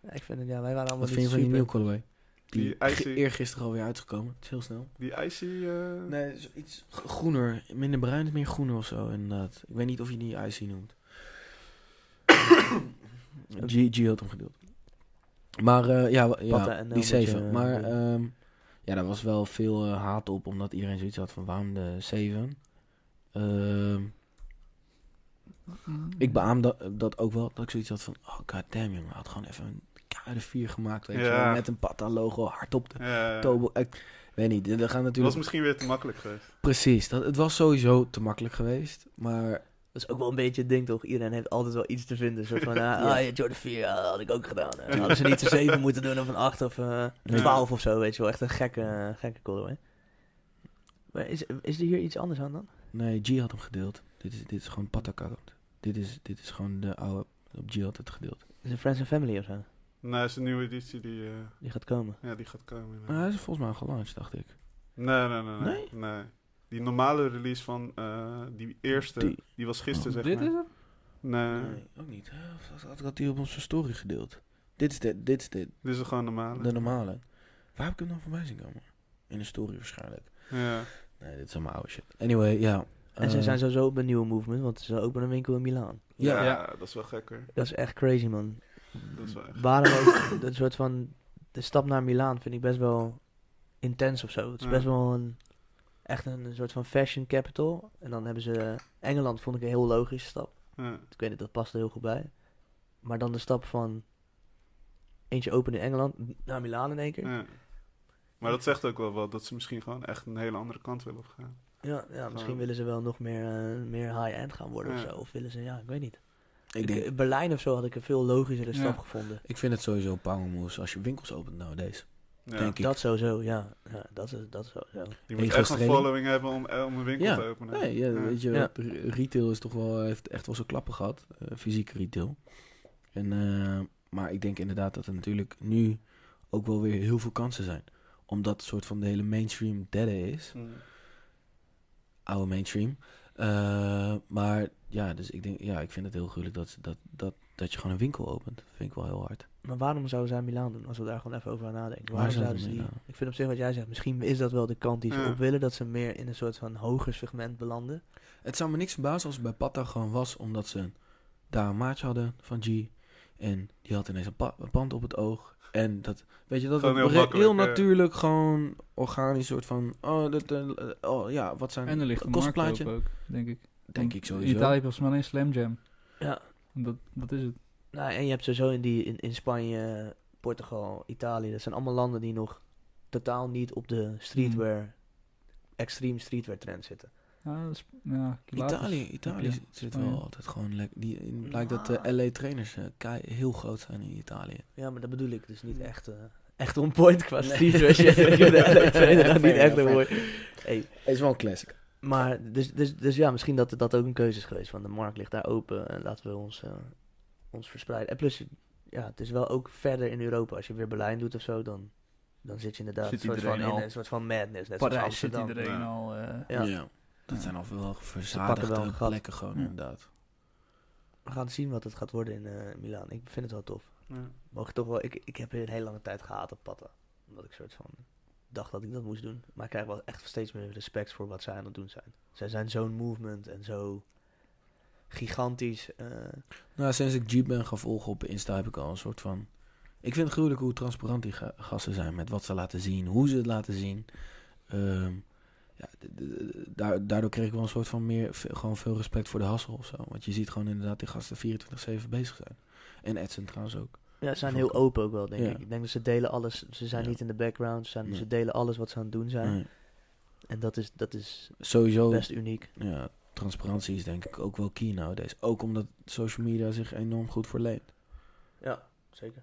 Speaker 2: Ja, ik vind het, ja, wij waren allemaal niet
Speaker 3: Wat vind je van die
Speaker 2: super-
Speaker 3: nieuwe colorway? Die,
Speaker 4: Die icy-
Speaker 3: ge- eergisteren alweer uitgekomen. Het is heel snel.
Speaker 4: Die Icy... eh,
Speaker 3: Nee, het is iets g- groener. Minder bruin, meer groener of zo, inderdaad. Ik weet niet of je die icy noemt. G, G had hem geduld. Maar eh, ja, wa- ja
Speaker 2: Patta en, eh, een
Speaker 3: die
Speaker 2: beetje,
Speaker 3: 7.
Speaker 2: eh,
Speaker 3: maar
Speaker 2: die-
Speaker 3: ehm, Ja, daar was wel veel eh, haat op, omdat iedereen zoiets had van waarom de 7. Ehm,
Speaker 1: Mm.
Speaker 4: Hmm.
Speaker 3: ik beaam dat, dat ook wel, dat ik zoiets had van, oh god damn jongen, had gewoon even een keiharde 4 gemaakt, weet je
Speaker 4: Ja.
Speaker 3: wel, met een Pata logo, hard op de
Speaker 4: Ja,
Speaker 3: tobo. Ik weet niet, er gaan
Speaker 4: dat was
Speaker 3: natuurlijk...
Speaker 4: misschien weer te makkelijk geweest.
Speaker 3: Precies, dat, het was sowieso te makkelijk geweest, maar
Speaker 2: Dat is ook wel een beetje het ding, toch? Iedereen heeft altijd wel iets te vinden. Zo van, ah, ah, ja, Jordan 4 ah, had ik ook gedaan. Eh, Hadden ze niet een 7 moeten doen of een 8 of eh, een
Speaker 4: Ja.
Speaker 2: 12 of zo, weet je wel. Echt een gekke, gekke colorway. Maar is, is er hier iets anders aan dan?
Speaker 3: nee, G had hem gedeeld. Dit is, dit is gewoon Pata Karat. Dit is, dit is gewoon de oude, op G had het gedeeld.
Speaker 2: Is een Friends and Family of zo?
Speaker 4: Nee, Nou, is een nieuwe editie die, eh,
Speaker 2: Die gaat komen.
Speaker 4: ja, die gaat komen.
Speaker 2: Ah,
Speaker 3: Maar hij is volgens mij al gelanceerd, dacht ik.
Speaker 4: Nee, nee, nee, nee,
Speaker 3: Nee?
Speaker 4: nee. Die normale release van eh, die eerste, eh, die,
Speaker 3: Die- Oh.
Speaker 4: was gisteren, zeg
Speaker 1: Dit
Speaker 4: maar.
Speaker 1: is hem?
Speaker 4: Nee,
Speaker 3: Nee, ook niet. Hè? Of had- had hij op onze story gedeeld? Dit is de, dit is de,
Speaker 4: dit is gewoon normale.
Speaker 3: de normale. Waar heb ik hem dan voorbij zien komen? In de story waarschijnlijk.
Speaker 4: Ja.
Speaker 3: Nee, dit is allemaal oude shit. Anyway, ja.
Speaker 2: En ze
Speaker 3: eh,
Speaker 2: zijn sowieso op een nieuwe movement, want ze zijn ook bij een winkel in Milaan.
Speaker 4: Ja,
Speaker 3: Ja.
Speaker 4: dat is wel gekker.
Speaker 2: Dat is echt crazy, man.
Speaker 4: Dat is wel echt.
Speaker 2: Waarom ook dat soort van... De stap naar Milaan vind ik best wel intens of zo. Het is
Speaker 4: Ja.
Speaker 2: best wel een... Echt een soort van fashion capital. En dan hebben ze... Engeland vond ik een heel logische stap.
Speaker 4: Ja.
Speaker 2: Ik weet niet, dat past er heel goed bij. Maar dan de stap van... Eentje open in Engeland, naar Milaan in één keer.
Speaker 4: ja. Maar dat zegt ook wel wat, dat ze misschien gewoon echt een hele andere kant willen opgaan.
Speaker 2: Ja, ja misschien
Speaker 4: Ja.
Speaker 2: willen ze wel nog meer, eh, meer high-end gaan worden
Speaker 4: Ja.
Speaker 2: of zo. Of willen ze... Ja, ik weet niet.
Speaker 3: ik, denk,
Speaker 2: In Berlijn of zo had ik een veel logischere
Speaker 4: Ja.
Speaker 2: stap gevonden.
Speaker 3: ik vind het sowieso power moves als je winkels opent nou deze.
Speaker 4: Ja.
Speaker 3: Denk ik.
Speaker 2: Dat sowieso, ja. ja dat, is, dat is sowieso.
Speaker 4: Je moet echt een
Speaker 3: Ego-straining.
Speaker 4: following hebben om, eh, om een winkel
Speaker 3: Ja.
Speaker 4: te openen.
Speaker 3: Nee, ja,
Speaker 4: Ja.
Speaker 3: weet je,
Speaker 2: Ja.
Speaker 3: re- retail is toch wel, heeft echt wel zijn klappen gehad. eh, fysieke retail. En, eh, maar ik denk inderdaad dat er natuurlijk nu ook wel weer heel veel kansen zijn. Omdat het soort van de hele mainstream derde is.
Speaker 4: Mm.
Speaker 3: oude mainstream. Eh, maar ja, dus ik denk, ja, ik vind het heel gruwelijk dat, dat, dat, dat je gewoon een winkel opent. vind ik wel heel hard.
Speaker 2: Maar waarom zouden zij Milaan doen, als we daar gewoon even over aan nadenken?
Speaker 3: Waar
Speaker 2: Waarom
Speaker 3: zouden
Speaker 2: zouden ze
Speaker 3: ze
Speaker 2: die...
Speaker 3: Milaan?
Speaker 2: Ik vind op zich wat jij zegt, misschien is dat wel de kant die ze
Speaker 4: Ja.
Speaker 2: op willen. Dat ze meer in een soort van hoger segment belanden.
Speaker 3: Het zou me niks verbazen als het bij Patta gewoon was, omdat ze daar een maatje hadden van G. En die had ineens een, pa- een pand op het oog. En dat, weet je, dat
Speaker 4: Gewoon heel
Speaker 3: re-
Speaker 4: makkelijk, ja.
Speaker 3: natuurlijk, gewoon organisch soort van, oh, dat, eh, oh ja, wat zijn,
Speaker 1: En er ligt een markt
Speaker 3: kostplaatje,
Speaker 1: op ook, denk ik.
Speaker 3: denk ik
Speaker 1: In
Speaker 3: sowieso.
Speaker 1: Italië heb je volgens mij alleen Slam Jam.
Speaker 2: Ja.
Speaker 1: En Dat, dat is het.
Speaker 2: Nou, en je hebt sowieso in, die, in, in Spanje, Portugal, Italië. Dat zijn allemaal landen die nog totaal niet op de streetwear,
Speaker 3: Hmm.
Speaker 2: extreme streetwear trend zitten.
Speaker 1: Ja, dat is- ja, Pilatus.
Speaker 3: Italië, Italië
Speaker 1: Ja,
Speaker 3: zit
Speaker 1: Spanje.
Speaker 3: wel altijd gewoon lekker. Die, het blijkt dat de LA trainers eh, kei- heel groot zijn in Italië.
Speaker 2: Ja, maar dat bedoel ik. Dus niet echt, eh, echt on point qua
Speaker 3: Hmm. Nee.
Speaker 2: streetwear. shit. Ik vind dat- dat vind ik dan
Speaker 3: Fair
Speaker 2: niet echt
Speaker 3: enough,
Speaker 2: een
Speaker 3: fair
Speaker 2: woord. Hey,
Speaker 3: Is wel een classic.
Speaker 2: Maar, dus, dus, dus ja, misschien dat dat ook een keuze is geweest. Van de markt ligt daar open en laten we ons, eh, ons verspreiden. En plus, ja, het is wel ook verder in Europa. Als je weer Berlijn doet of zo, dan, dan zit je inderdaad
Speaker 1: Zit
Speaker 2: een soort van
Speaker 1: iedereen
Speaker 2: in
Speaker 1: al.
Speaker 2: een soort van madness. Net zoals
Speaker 1: Parijs zit
Speaker 2: Amsterdam.
Speaker 1: iedereen
Speaker 4: Ja.
Speaker 1: al. eh,
Speaker 2: Ja.
Speaker 3: Ja.
Speaker 1: Ja.
Speaker 3: Dat zijn al wel
Speaker 2: pakken wel een
Speaker 3: verzadigde
Speaker 2: gat.
Speaker 3: plekken gewoon
Speaker 1: Ja.
Speaker 3: inderdaad.
Speaker 2: We gaan zien wat het gaat worden in eh Milaan. Ik vind het wel tof.
Speaker 4: Ja.
Speaker 2: Mogen toch wel, ik, ik heb een hele lange tijd gehaat op patten. Omdat ik soort van dacht dat ik dat moest doen. Maar ik krijg wel echt steeds meer respect voor wat zij aan het doen zijn. Zij zijn zo'n movement en zo gigantisch. eh,
Speaker 3: Nou, sinds ik Jeep ben gaan volgen op Insta heb ik al een soort van... Ik vind het gruwelijk hoe transparant die ga- gasten zijn met wat ze laten zien, hoe ze het laten zien. Ehm, ja, d- d- d- daar- daardoor kreeg ik wel een soort van meer, ve- gewoon veel respect voor de hassel of zo. Want je ziet gewoon inderdaad die gasten 24-7 bezig zijn. En Edson trouwens ook.
Speaker 2: Ja, ze zijn
Speaker 3: Zo
Speaker 2: heel
Speaker 3: kan.
Speaker 2: open ook wel, denk
Speaker 3: Ja.
Speaker 2: ik. Ik denk dat ze delen alles. Ze zijn
Speaker 3: Ja.
Speaker 2: niet in de background. Ze, zijn,
Speaker 3: Nee.
Speaker 2: ze delen alles wat ze aan het doen zijn.
Speaker 3: Nee, Oh.
Speaker 2: En dat is, dat is
Speaker 3: sowieso
Speaker 2: best uniek.
Speaker 3: ja, transparantie is denk ik ook wel key nowadays. Ook omdat social media zich enorm goed voor leent.
Speaker 2: Ja, zeker.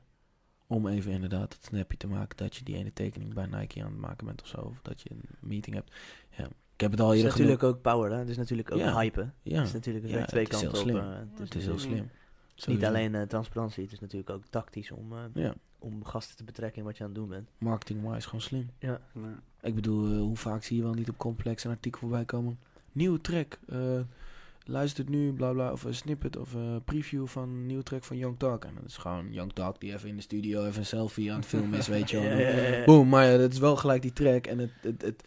Speaker 3: Oh, Om even inderdaad het snapje te maken dat je die ene tekening bij Nike aan het maken bent of zo. Of dat je een meeting hebt. Ja, ik heb het al
Speaker 2: Het is
Speaker 3: eerder
Speaker 2: natuurlijk ook power, hè. Het is natuurlijk ook
Speaker 3: Ja.
Speaker 2: hype, hè. Het
Speaker 3: Ja,
Speaker 2: is natuurlijk
Speaker 3: Ja,
Speaker 2: weer
Speaker 3: het
Speaker 2: twee
Speaker 3: is heel
Speaker 2: kanten op.
Speaker 3: slim.
Speaker 2: eh, het is,
Speaker 3: het is heel slim.
Speaker 2: het is niet
Speaker 3: Sowieso.
Speaker 2: alleen eh, transparantie. Het is natuurlijk ook tactisch om, eh,
Speaker 3: Ja,
Speaker 2: om gasten te betrekken in wat je aan het doen bent.
Speaker 3: marketing-wise gewoon slim.
Speaker 4: Ja.
Speaker 3: Ik bedoel, eh, hoe vaak zie je wel niet op complex een artikel voorbij komen? Nieuwe track. eh luistert nu, bla bla. Of een snippet of een preview van een nieuwe track van Young Talk. En dat is gewoon Young Talk die even in de studio even een selfie aan het filmen is, weet je wel.
Speaker 2: Ja, ja, ja.
Speaker 3: Boom, maar ja, dat is wel gelijk die track. En het, het, het,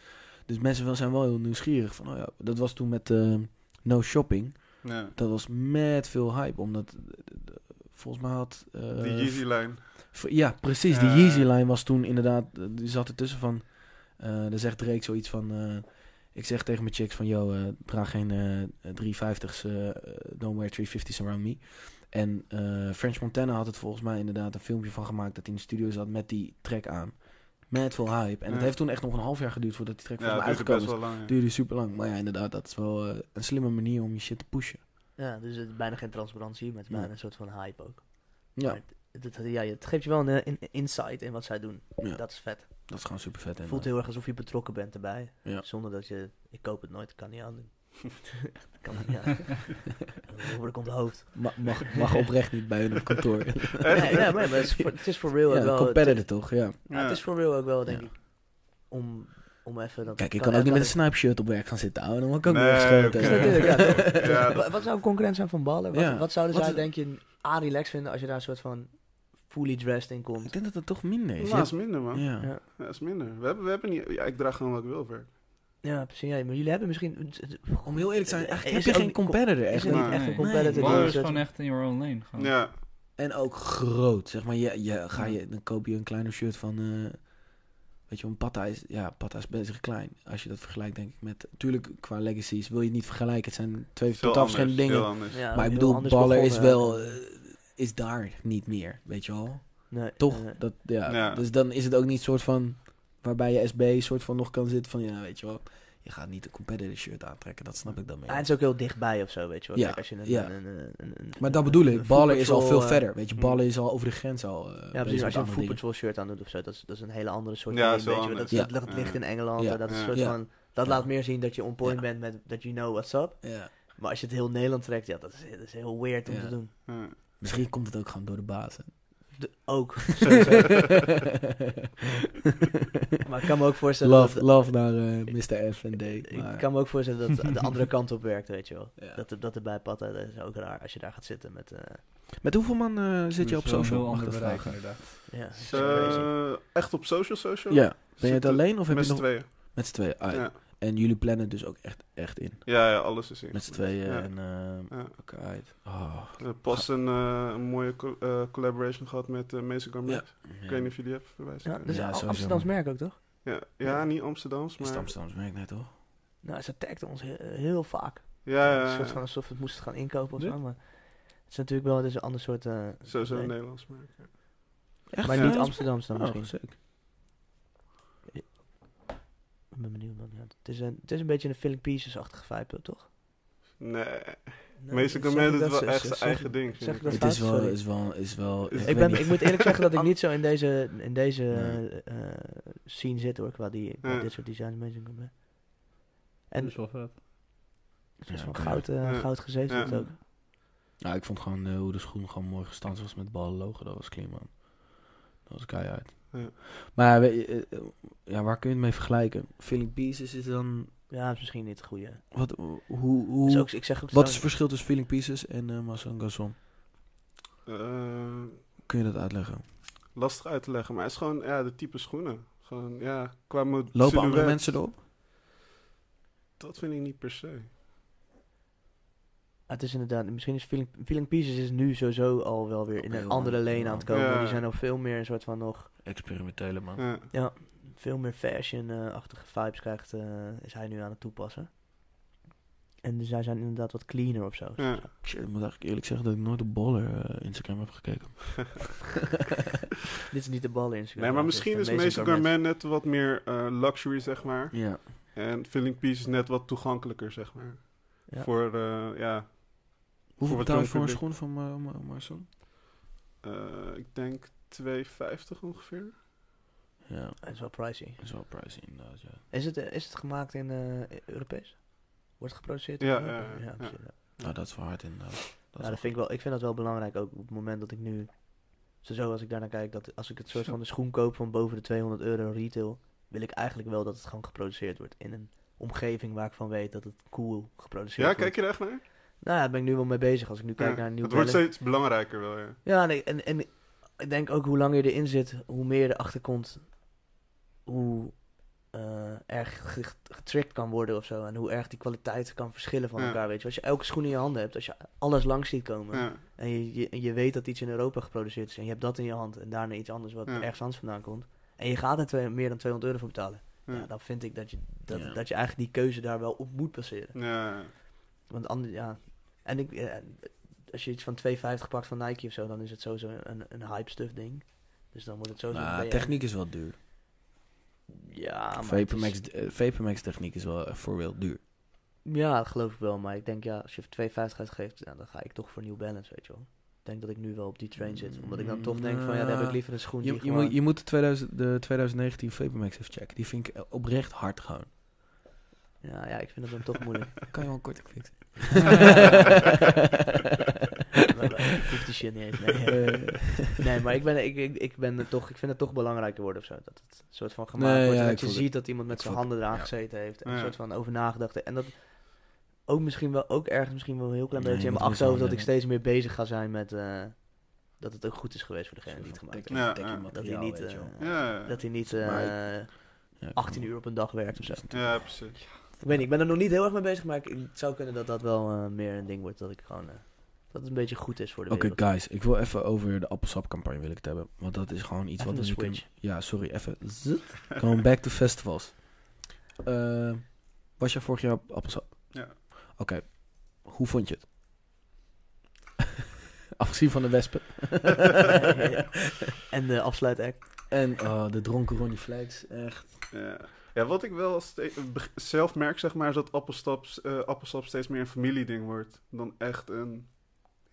Speaker 3: dus mensen wel- zijn wel heel nieuwsgierig. Van, oh ja, dat was toen met eh, No Shopping.
Speaker 4: Ja.
Speaker 3: Dat was met veel hype, omdat... eh, eh, Volgens mij had... eh,
Speaker 4: Die Yeezy-lijn.
Speaker 3: v- Ja, precies.
Speaker 4: Ja.
Speaker 3: eh, Die Yeezy-lijn was toen inderdaad... eh, Die zat ertussen van... Eh, dan zegt Drake zoiets van... eh, ik zeg tegen mijn chicks van... Yo, eh, draag geen eh 350's. eh, eh, don't wear 350's around me. En eh, French Montana had het volgens mij inderdaad een filmpje van gemaakt... dat hij in de studio zat met die track aan. Mad veel hype. En het
Speaker 4: Ja.
Speaker 3: heeft toen echt nog een half jaar geduurd... voordat die track
Speaker 4: Ja,
Speaker 3: volgens mij
Speaker 4: het duurt er best
Speaker 3: uitgekomen is.
Speaker 4: wel lang. ja.
Speaker 3: Duurde super lang. Maar ja, inderdaad, dat is wel eh, een slimme manier om je shit te pushen.
Speaker 2: Ja, dus het is bijna geen transparantie, maar het is bijna een soort van hype ook.
Speaker 3: Ja,
Speaker 2: Maar het, het- ja, het geeft je wel een eh, in- insight in wat zij doen.
Speaker 3: Ja.
Speaker 2: Dat is vet.
Speaker 3: dat is gewoon super vet.
Speaker 2: Het voelt heel erg alsof je betrokken bent erbij.
Speaker 3: Ja.
Speaker 2: Zonder dat je... Ik koop het nooit, kan niet aan doen. kan niet aan. Dan word ik onthoofd.
Speaker 3: mag, mag oprecht niet bij hun op kantoor.
Speaker 2: Nee, ja, maar het is voor- het is voor real ook
Speaker 3: ja,
Speaker 2: wel...
Speaker 3: competitor toch, ja.
Speaker 2: Ja, het is voor real ook wel, denk
Speaker 3: Ja.
Speaker 2: ik, om, om even... dat-
Speaker 3: Kijk, ik kan, ook niet met een
Speaker 2: uitleggen-
Speaker 3: snipe shirt op werk gaan zitten houden. Dan word ik ook
Speaker 4: Nee,
Speaker 3: weer geschoten.
Speaker 4: oké.
Speaker 2: Dus natuurlijk, ja, toch?
Speaker 4: Ja,
Speaker 2: Wa- Wat zou een concurrent zijn van ballen? Wat,
Speaker 3: Ja.
Speaker 2: wat zouden
Speaker 3: Wat
Speaker 2: zij,
Speaker 3: is-
Speaker 2: denk je, A-relax vinden als je daar een soort van fully dressed in komt?
Speaker 3: Ik denk dat dat toch minder is.
Speaker 4: Ja, dat is minder, man. Ja,
Speaker 3: ja.
Speaker 2: Ja.
Speaker 4: dat is minder. We hebben, we hebben niet... Ja, ik draag gewoon wat ik wil ver.
Speaker 2: Ja, precies. Ja, maar jullie hebben misschien...
Speaker 3: Om heel eerlijk te zijn,
Speaker 2: Is
Speaker 3: eigenlijk heb
Speaker 2: ook
Speaker 3: je geen
Speaker 2: niet com-
Speaker 3: competitor echt.
Speaker 2: Is het
Speaker 4: Nee.
Speaker 2: niet echt een
Speaker 1: Nee.
Speaker 2: competitor?
Speaker 4: Nee,
Speaker 1: Baller
Speaker 4: maar-
Speaker 1: is
Speaker 2: die-
Speaker 1: gewoon echt in your own lane. Gewoon.
Speaker 4: Ja,
Speaker 3: En ook groot, zeg maar. Je, je, ga je, dan koop je een kleiner shirt van... eh, weet je, een Patta is... Ja, Patta is bezig klein. Als je dat vergelijkt, denk ik, met... Tuurlijk, qua legacies wil je het niet vergelijken. Het zijn twee
Speaker 4: veel
Speaker 3: totaal verschillende
Speaker 4: anders,
Speaker 3: dingen.
Speaker 4: Heel anders.
Speaker 2: Ja,
Speaker 3: maar ik
Speaker 2: heel
Speaker 3: bedoel,
Speaker 2: anders
Speaker 3: Baller is
Speaker 2: begonnen.
Speaker 3: wel... eh, is daar niet meer, weet je wel.
Speaker 2: Nee,
Speaker 3: Toch?
Speaker 2: nee.
Speaker 3: Dat, ja.
Speaker 4: Ja.
Speaker 3: Dus dan is het ook niet soort van... Waarbij je SB soort van nog kan zitten van... Ja, weet je wel. Je gaat niet een competitor shirt aantrekken. Dat snap ik dan mee.
Speaker 2: Ah, het is ook heel dichtbij of zo, weet je wel.
Speaker 3: Ja,
Speaker 2: Kijk, als je een,
Speaker 3: ja.
Speaker 2: een- een- een- een-
Speaker 3: maar dat bedoel
Speaker 2: een
Speaker 3: ik. Baller is al
Speaker 2: voetpatrol,
Speaker 3: veel
Speaker 2: eh,
Speaker 3: verder. Weet je,
Speaker 4: mm.
Speaker 3: ballen is al over de grens al. eh,
Speaker 2: Ja,
Speaker 3: bezig
Speaker 2: precies.
Speaker 3: met
Speaker 2: Als je een
Speaker 3: andere dingen.
Speaker 2: voetpatrol shirt aan doet of zo, dat is, dat is een hele andere soort
Speaker 4: Ja,
Speaker 2: van
Speaker 4: dat is
Speaker 2: ding,
Speaker 4: wel
Speaker 2: weet je wel. Dat,
Speaker 3: anders.
Speaker 2: dat ligt- ligt in Engeland.
Speaker 4: Ja.
Speaker 2: eh, Dat, is een
Speaker 4: Ja.
Speaker 2: soort
Speaker 3: Mm. Ja.
Speaker 2: van, dat
Speaker 3: Ja.
Speaker 2: laat meer zien dat je on point
Speaker 3: Ja.
Speaker 2: bent met dat you know what's up.
Speaker 3: Ja.
Speaker 2: Maar als je het heel Nederland trekt, ja, dat is, dat is heel weird om
Speaker 3: Ja.
Speaker 2: te doen.
Speaker 4: Ja.
Speaker 3: Misschien komt het ook gewoon door de baas. hè.
Speaker 2: De- ook. maar ik kan me ook voorstellen
Speaker 3: love,
Speaker 2: dat...
Speaker 3: love naar eh, Mr. F en D.
Speaker 2: Ik
Speaker 3: maar-
Speaker 2: kan me ook voorstellen dat de andere kant op werkt, weet je wel.
Speaker 3: Ja.
Speaker 2: Dat, er- dat er bij pad, dat is ook raar als je daar gaat zitten met... eh,
Speaker 3: Met hoeveel man eh, zit je op
Speaker 1: Dus wel een
Speaker 3: social?
Speaker 1: heel
Speaker 3: Mag
Speaker 1: ander
Speaker 3: dat
Speaker 1: bereik,
Speaker 3: vragen?
Speaker 1: inderdaad.
Speaker 2: ja, dat is crazy.
Speaker 4: Eh, echt op social, social?
Speaker 3: Ja. Ben je het
Speaker 4: Zitten
Speaker 3: alleen of heb
Speaker 4: Met
Speaker 3: je
Speaker 4: z'n
Speaker 3: nog...
Speaker 4: tweeën.
Speaker 3: Met z'n tweeën. ah,
Speaker 4: Ja.
Speaker 3: En jullie plannen dus ook echt, echt in.
Speaker 4: Ja, ja, alles is in.
Speaker 3: Met z'n tweeën
Speaker 4: Ja.
Speaker 3: en... eh,
Speaker 4: Ja.
Speaker 3: oké, uit. Oh,
Speaker 4: We hebben pas een, eh, een mooie co- eh, collaboration gehad met eh Mason Gomez.
Speaker 3: Ja.
Speaker 4: Ik weet niet of jullie hebben verwijzen.
Speaker 2: Ja, dus-
Speaker 4: Ja,
Speaker 2: dat is
Speaker 3: Ja,
Speaker 2: een
Speaker 3: sowieso,
Speaker 2: Amsterdams
Speaker 3: man.
Speaker 2: merk ook, toch?
Speaker 4: ja, ja, niet Amsterdams,
Speaker 3: Is
Speaker 4: maar...
Speaker 3: het Amsterdams merk net, hoor.
Speaker 2: Nou, ze tagden ons heel, heel vaak.
Speaker 4: Ja,
Speaker 2: Een
Speaker 4: ja,
Speaker 2: soort
Speaker 4: ja.
Speaker 2: van alsof we het moesten gaan inkopen of
Speaker 1: Dit?
Speaker 2: zo, maar... Het is natuurlijk wel het is een ander soort... eh,
Speaker 4: Sowieso
Speaker 2: nee.
Speaker 4: een Nederlands merk. ja.
Speaker 3: Echt?
Speaker 2: Maar
Speaker 4: Ja.
Speaker 2: niet Amsterdams dan
Speaker 3: Oh,
Speaker 2: misschien.
Speaker 3: sick.
Speaker 2: Ik ben benieuwd, man. Ja, het, is een, het is een beetje een Filling Pieces-achtige vibe, eh, toch?
Speaker 4: Nee,
Speaker 2: Nee,
Speaker 4: Mason
Speaker 2: zeg
Speaker 4: Gomez
Speaker 2: ik
Speaker 4: doet
Speaker 2: dat-
Speaker 4: wel
Speaker 2: zeg-
Speaker 4: echt zijn
Speaker 2: zeg-
Speaker 4: eigen ding.
Speaker 2: zeg
Speaker 4: vind ik.
Speaker 2: dat-
Speaker 3: Het is
Speaker 2: fout,
Speaker 3: wel,
Speaker 2: sorry.
Speaker 3: is wel, is wel...
Speaker 4: Ik
Speaker 2: Ik,
Speaker 3: weet
Speaker 2: ben,
Speaker 3: niet.
Speaker 2: ik moet eerlijk zeggen dat ik
Speaker 4: Am-
Speaker 2: niet zo in deze, in deze
Speaker 3: Nee.
Speaker 2: eh, eh, scene zit hoor, qua die, qua
Speaker 4: Ja.
Speaker 2: dit soort designs. Amazing Gomez. En
Speaker 1: Dat
Speaker 2: het
Speaker 1: is wel vet.
Speaker 2: is
Speaker 3: Ja,
Speaker 2: van
Speaker 3: oké.
Speaker 2: goud, eh,
Speaker 4: Ja.
Speaker 2: goud gezeefd
Speaker 4: Ja.
Speaker 2: wordt ook.
Speaker 3: Ja, ik vond gewoon eh, hoe de schoen gewoon mooi gestanst was met ballen logo. Dat was clean, man. Dat was keihard.
Speaker 4: Ja.
Speaker 3: Maar weet je, eh, eh, ja, waar kun je het mee vergelijken? Feeling Pieces is dan...
Speaker 2: Ja, is misschien niet het goede.
Speaker 3: Wat, hoe, hoe,
Speaker 2: Dus ook, ik zeg ook
Speaker 3: wat
Speaker 2: trouwens-
Speaker 3: is het verschil tussen Feeling Pieces en eh Masson Gasson?
Speaker 4: Eh,
Speaker 3: Kun je dat uitleggen?
Speaker 4: lastig uit te leggen, maar het is gewoon ja, de type schoenen. Gewoon, ja, qua mo-
Speaker 3: Lopen andere
Speaker 4: silhouet,
Speaker 3: mensen erop?
Speaker 4: Dat vind ik niet per se.
Speaker 2: Ah, het is inderdaad, misschien is Feeling, Feeling Pieces is nu sowieso al wel weer in
Speaker 3: Oké,
Speaker 2: een
Speaker 3: heel
Speaker 2: andere
Speaker 3: lang.
Speaker 2: lane aan het komen.
Speaker 4: Ja.
Speaker 2: want Die zijn al veel meer een soort van nog,
Speaker 3: Experimentele, man.
Speaker 4: Ja.
Speaker 2: veel meer fashion-achtige vibes krijgt, eh, is hij nu aan het toepassen. En dus zij zijn inderdaad wat cleaner of zo.
Speaker 4: Ja.
Speaker 3: Shit, ik moet eigenlijk eerlijk zeggen dat ik nooit op Baller eh, Instagram heb gekeken.
Speaker 2: Dit is niet de bal in.
Speaker 4: Nee, maar misschien is Mason Garman net wat meer eh, luxury, zeg maar.
Speaker 3: Ja.
Speaker 4: En Filling Piece is net wat toegankelijker, zeg maar.
Speaker 2: Ja.
Speaker 4: Voor, eh, ja,
Speaker 3: Hoeveel
Speaker 4: Voor wat
Speaker 3: betaal je
Speaker 4: jonger
Speaker 3: voor een schoen
Speaker 4: publiek.
Speaker 3: van Ma- Ma- Marcel?
Speaker 4: eh, ik denk 2,50 ongeveer.
Speaker 3: Ja,
Speaker 2: Het is wel pricey.
Speaker 3: dat is wel pricey inderdaad, ja.
Speaker 2: Is het, eh, is het gemaakt in eh, Europees? Wordt het geproduceerd? in
Speaker 4: Ja,
Speaker 2: Europa?
Speaker 4: ja, ja.
Speaker 2: precies, ja.
Speaker 3: Nou, dat is wel hard inderdaad. Dat
Speaker 2: Ja,
Speaker 3: is
Speaker 2: dat vind ik, wel, ik vind dat wel belangrijk ook op het moment dat ik nu... Zo als ik daarnaar kijk, dat als ik het
Speaker 4: Hm.
Speaker 2: soort van de schoen koop van boven de 200 euro retail... wil ik eigenlijk wel dat het gewoon geproduceerd wordt in een omgeving waar ik van weet dat het cool geproduceerd
Speaker 4: Ja,
Speaker 2: wordt.
Speaker 4: kijk je er echt naar?
Speaker 2: Nou ja, daar ben ik nu wel mee bezig. Als ik nu kijk
Speaker 4: Ja.
Speaker 2: naar een nieuw
Speaker 4: het wordt steeds belangrijker wel, ja.
Speaker 2: Ja, nee, en, en ik denk ook hoe langer je erin zit, hoe meer je erachter komt hoe eh, erg ge- getricked kan worden of zo. En hoe erg die kwaliteit kan verschillen van
Speaker 4: Ja.
Speaker 2: elkaar, weet je. Als je elke schoen in je handen hebt, als je alles langs ziet komen...
Speaker 4: ja.
Speaker 2: en je, je, en je weet dat iets in Europa geproduceerd is... en je hebt dat in je hand en daarna iets anders wat
Speaker 4: Ja.
Speaker 2: ergens anders vandaan komt... en je gaat er twee, meer dan 200 euro voor betalen...
Speaker 4: Ja.
Speaker 2: Ja, dan vind ik dat je, dat,
Speaker 3: Ja.
Speaker 2: dat je eigenlijk die keuze daar wel op moet baseren.
Speaker 4: Ja,
Speaker 2: Want anders, ja. En ik, eh, als je iets van 2,50 pakt van Nike of zo, dan is het sowieso een, een hype stuff ding. Dus dan wordt het sowieso. een
Speaker 3: Nou,
Speaker 2: BM.
Speaker 3: techniek is wel duur.
Speaker 2: Ja, maar. het is-
Speaker 3: VPMax, eh, VPMax techniek is wel eh, voorbeeld duur.
Speaker 2: Ja, dat geloof ik wel. Maar ik denk, ja, als je voor 2,50 uitgeeft, ja, dan ga ik toch voor New Balance, weet je wel. Ik denk dat ik nu wel op die train zit. Omdat ik dan toch denk van, ja, dan heb ik liever een schoen
Speaker 3: Ah. Je,
Speaker 2: die
Speaker 3: je,
Speaker 2: gewoon-
Speaker 3: moet, je moet de, 2000, de 2019 VPMax even checken. Die vind ik eh, oprecht hard gewoon.
Speaker 2: Ja, ja, ik vind dat dan toch moeilijk.
Speaker 3: Kan je wel een korte fixen?
Speaker 2: Maar, maar, ik hoef die shit niet eens. Nee,
Speaker 3: Eh.
Speaker 2: nee maar ik, ben, ik, ik, ik, ben er toch, ik vind het toch belangrijker worden of zo. Dat het een soort van gemaakt
Speaker 3: Nee,
Speaker 2: wordt.
Speaker 3: ja,
Speaker 2: en
Speaker 3: ik
Speaker 2: dat je
Speaker 3: voel
Speaker 2: ziet dat iemand met
Speaker 3: Ik
Speaker 2: zijn
Speaker 3: voel
Speaker 2: handen eraan
Speaker 3: ja.
Speaker 2: gezeten heeft. En
Speaker 4: Ja.
Speaker 2: een soort van over nagedacht. En dat ook misschien wel, ook ergens misschien wel een heel klein
Speaker 3: Nee,
Speaker 2: beetje in
Speaker 3: je
Speaker 2: mijn
Speaker 3: moet met z'n
Speaker 2: achterhoofd dat ik
Speaker 3: handen
Speaker 2: steeds meer bezig ga zijn met... eh, dat het ook goed is geweest voor degene die het gemaakt heeft.
Speaker 4: Ja, ja.
Speaker 2: Dat hij niet, eh,
Speaker 4: ja.
Speaker 2: dat hij niet eh,
Speaker 3: Maar-
Speaker 2: 18 uur op een dag werkt of zo.
Speaker 4: Ja, precies.
Speaker 2: Ik weet niet, ik ben er nog niet heel erg mee bezig, maar ik, het zou kunnen dat dat wel eh, meer een ding wordt. Dat ik gewoon, eh, dat het een beetje goed is voor de
Speaker 3: Oké,
Speaker 2: wereld.
Speaker 3: guys, ik wil even over de appelsapcampagne wil ik het hebben. Want dat is gewoon iets
Speaker 2: Even
Speaker 3: wat
Speaker 2: een
Speaker 3: we nu kunnen-
Speaker 2: switch.
Speaker 3: Ja, sorry, even. zut. Gewoon back to festivals. Eh, was jij vorig jaar op appelsap?
Speaker 4: Ja.
Speaker 3: Oké, hoe vond je het? Afgezien van de wespen.
Speaker 2: en de afsluitact.
Speaker 3: En oh, de dronken Ronnie Flex, echt.
Speaker 4: Ja. ja, wat ik wel ste- beg- zelf merk, zeg maar, is dat appelsap, eh, appelsap steeds meer een familieding wordt dan echt een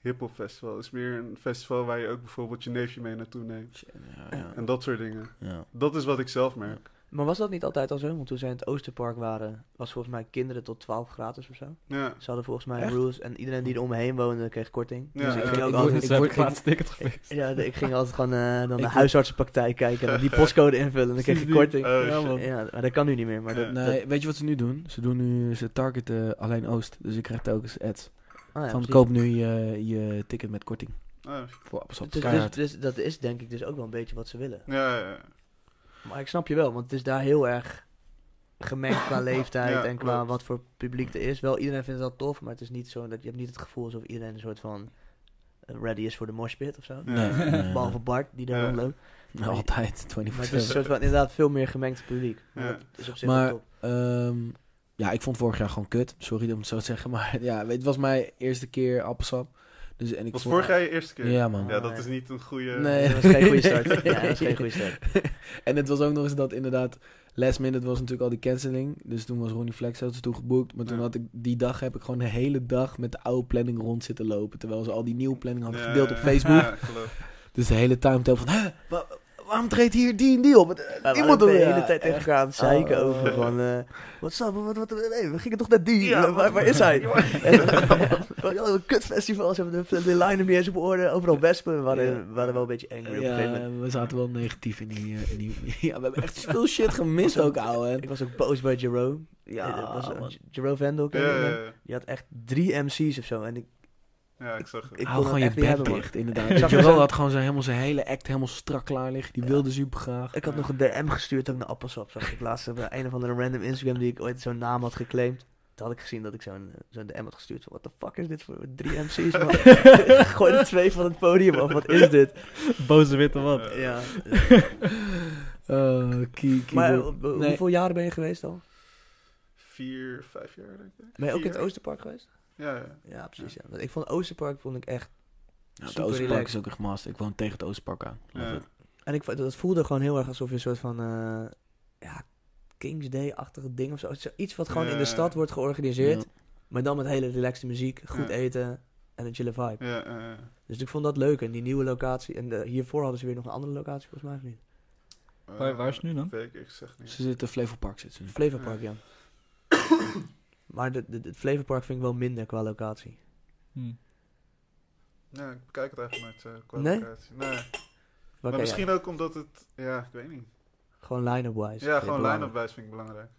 Speaker 4: hip-hop festival. Het is meer een festival waar je ook bijvoorbeeld je neefje mee naartoe neemt.
Speaker 3: Ja, ja,
Speaker 4: En dat soort dingen.
Speaker 3: ja.
Speaker 4: Dat is wat ik zelf merk.
Speaker 2: Maar was dat niet altijd al zo? Want toen zij in het Oosterpark waren, was volgens mij kinderen tot 12 gratis of zo.
Speaker 4: Ja.
Speaker 2: Ze hadden volgens mij
Speaker 3: Echt?
Speaker 2: rules en iedereen die er omheen woonde kreeg korting.
Speaker 4: Ja,
Speaker 2: dus ik
Speaker 4: ja.
Speaker 2: ging ook
Speaker 3: Ik
Speaker 2: altijd,
Speaker 1: ik
Speaker 3: word-
Speaker 2: ik,
Speaker 1: heb
Speaker 3: word-
Speaker 1: een gratis ticket gefixt.
Speaker 2: ja, de- ik ging altijd gewoon eh, dan de
Speaker 3: word-
Speaker 2: huisartsenpraktijk kijken en dan die postcode invullen en dan kreeg je
Speaker 1: Precies die.
Speaker 2: korting.
Speaker 4: Oh, shit.
Speaker 3: man.
Speaker 2: Ja, maar dat kan nu niet meer. Maar dat,
Speaker 4: Ja.
Speaker 3: Nee, weet je wat ze nu doen? Ze doen nu, ze targeten alleen Oost. Dus ik krijg telkens ads.
Speaker 2: ah, ja,
Speaker 3: van
Speaker 2: precies.
Speaker 3: koop nu je, je ticket met korting.
Speaker 4: Oh, shit.
Speaker 3: Voor appelsap.
Speaker 2: Dus, dus,
Speaker 3: Keihard.
Speaker 2: dus dat is denk ik dus ook wel een beetje wat ze willen.
Speaker 4: ja, ja, ja.
Speaker 2: Maar ik snap je wel, want het is daar heel erg gemengd qua leeftijd
Speaker 4: Ja,
Speaker 2: en qua
Speaker 4: klopt.
Speaker 2: wat voor publiek er is. Wel, iedereen vindt het wel tof, maar het is niet zo dat je hebt niet het gevoel alsof iedereen een soort van eh, ready is voor de moshpit of zo.
Speaker 4: Ja.
Speaker 3: Nee, nee,
Speaker 2: Behalve Bart, die daar
Speaker 4: Ja.
Speaker 2: rondloopt.
Speaker 3: nee. Altijd, 24-7.
Speaker 2: Maar het is een soort van inderdaad veel meer gemengd publiek. Maar
Speaker 4: Ja.
Speaker 2: Dat is op zich
Speaker 3: Maar-
Speaker 2: wel top.
Speaker 3: Ehm, ja, ik vond vorig jaar gewoon kut. Sorry om het zo te zeggen, maar ja, het was mijn eerste keer appelsap. Dus, en ik
Speaker 4: Was
Speaker 3: vond-
Speaker 4: vorig jaar je eerste keer?
Speaker 3: Ja, man.
Speaker 4: Ja, dat is niet een goede...
Speaker 3: Nee.
Speaker 2: Dat was geen goede start. Ja, dat was geen goede start.
Speaker 3: En het was ook nog eens dat inderdaad, last minute was natuurlijk al die cancelling. Dus toen was Ronnie Flex had ze toen geboekt. Maar toen
Speaker 4: Ja.
Speaker 3: had ik, die dag heb ik gewoon de hele dag met de oude planning rond zitten lopen. Terwijl ze al die nieuwe planning hadden
Speaker 4: Ja,
Speaker 3: gedeeld op
Speaker 4: ja,
Speaker 3: Facebook.
Speaker 4: Ja, geloof.
Speaker 3: Dus de hele timetable van, hè, wa- waarom treedt hier die en die op?
Speaker 2: Maar
Speaker 3: Die
Speaker 2: we
Speaker 3: moet
Speaker 2: hadden
Speaker 3: er
Speaker 2: de
Speaker 3: weer.
Speaker 2: hele tijd tegen elkaar aan het zeiken
Speaker 3: Oh.
Speaker 2: over van... eh, Wat is dat? Wat, wat, wat- nee, we gingen toch naar die? Waar- waar, waar is hij?
Speaker 4: Ja.
Speaker 2: En, ja, een kutfestival. Ze hebben de, de line niet eens op orde. Overal wespen. We waren,
Speaker 3: Ja.
Speaker 2: we waren wel een beetje angry op een gegeven moment.
Speaker 3: Ja, we zaten wel negatief in die... eh, in die ja, we hebben echt veel shit gemist ook, ouwe.
Speaker 2: Ik was ook boos bij Jerome.
Speaker 3: Ja,
Speaker 2: Eh, dat was,
Speaker 3: man.
Speaker 2: Jerome Vendel.
Speaker 4: Ja, ja, ja.
Speaker 2: Die had echt drie MC's of zo. En ik,
Speaker 4: Ja, ik zag het.
Speaker 2: ik
Speaker 3: Hou
Speaker 2: kon
Speaker 3: gewoon
Speaker 2: het echt
Speaker 3: je
Speaker 2: niet
Speaker 3: bek
Speaker 2: hebben, man.
Speaker 3: dicht, inderdaad.
Speaker 2: Ik zag
Speaker 3: Weet je wel,
Speaker 2: mezelf-
Speaker 3: had gewoon zijn, helemaal zijn hele act helemaal strak klaar liggen. Die
Speaker 2: Ja.
Speaker 3: wilde super graag.
Speaker 2: Ik had nog een DM gestuurd ook naar Appelsap. Zag ik laatst op een of andere random Instagram die ik ooit zo'n naam had geclaimd. Toen had ik gezien dat ik zo'n eh, zo'n DM had gestuurd. Wat de fuck is dit voor drie MC's, man? Gooi er twee van het podium af. Wat is dit?
Speaker 1: Boze witte wat.
Speaker 2: Ja.
Speaker 3: Eh, key-
Speaker 2: Maar eh,
Speaker 3: keyboard.
Speaker 2: hoe-
Speaker 3: Nee.
Speaker 2: hoeveel jaren ben je geweest al?
Speaker 4: Vier, vijf jaar denk ik.
Speaker 2: Ben je ook in
Speaker 4: Vier.
Speaker 2: het Oosterpark geweest?
Speaker 4: Ja, ja.
Speaker 2: Ja, precies. Ja. Want Ik vond Oosterpark vond ik echt.
Speaker 3: Nou, het
Speaker 2: super
Speaker 3: Oostpark
Speaker 2: relaxed.
Speaker 3: is ook echt mast. Ik woon tegen het Oostpark aan. Love
Speaker 4: Ja.
Speaker 3: it.
Speaker 2: En ik, vond- dat voelde gewoon heel erg alsof je een soort van. eh, ja, Kings Day-achtige ding of zo. Zo- Iets wat gewoon in de
Speaker 4: Ja.
Speaker 2: stad wordt georganiseerd.
Speaker 3: Ja.
Speaker 2: Maar dan met hele relaxte muziek, goed
Speaker 4: Ja.
Speaker 2: eten en een chille vibe.
Speaker 4: Ja, ja, ja.
Speaker 2: Dus ik vond dat leuk. En die nieuwe locatie. En eh, hiervoor hadden ze weer nog een andere locatie, volgens mij of niet?
Speaker 1: Waar, waar is het nu dan?
Speaker 4: Weet ik, ik zeg niet.
Speaker 3: Ze zitten in Flevopark zitten ze nu.
Speaker 2: Flevopark, ja. maar de, de, het Flevopark vind ik wel minder qua locatie.
Speaker 1: Hm.
Speaker 4: Nee, ik kijk het eigenlijk nooit eh qua
Speaker 2: Nee?
Speaker 4: locatie. Nee. Maar,
Speaker 2: Waar kijk
Speaker 4: misschien
Speaker 2: jij?
Speaker 4: ook omdat het... Ja, ik weet niet.
Speaker 2: Gewoon line-up-wise.
Speaker 4: Ja,
Speaker 2: vind ik
Speaker 4: gewoon
Speaker 2: belangrijk.
Speaker 4: line-up wijs vind ik belangrijk.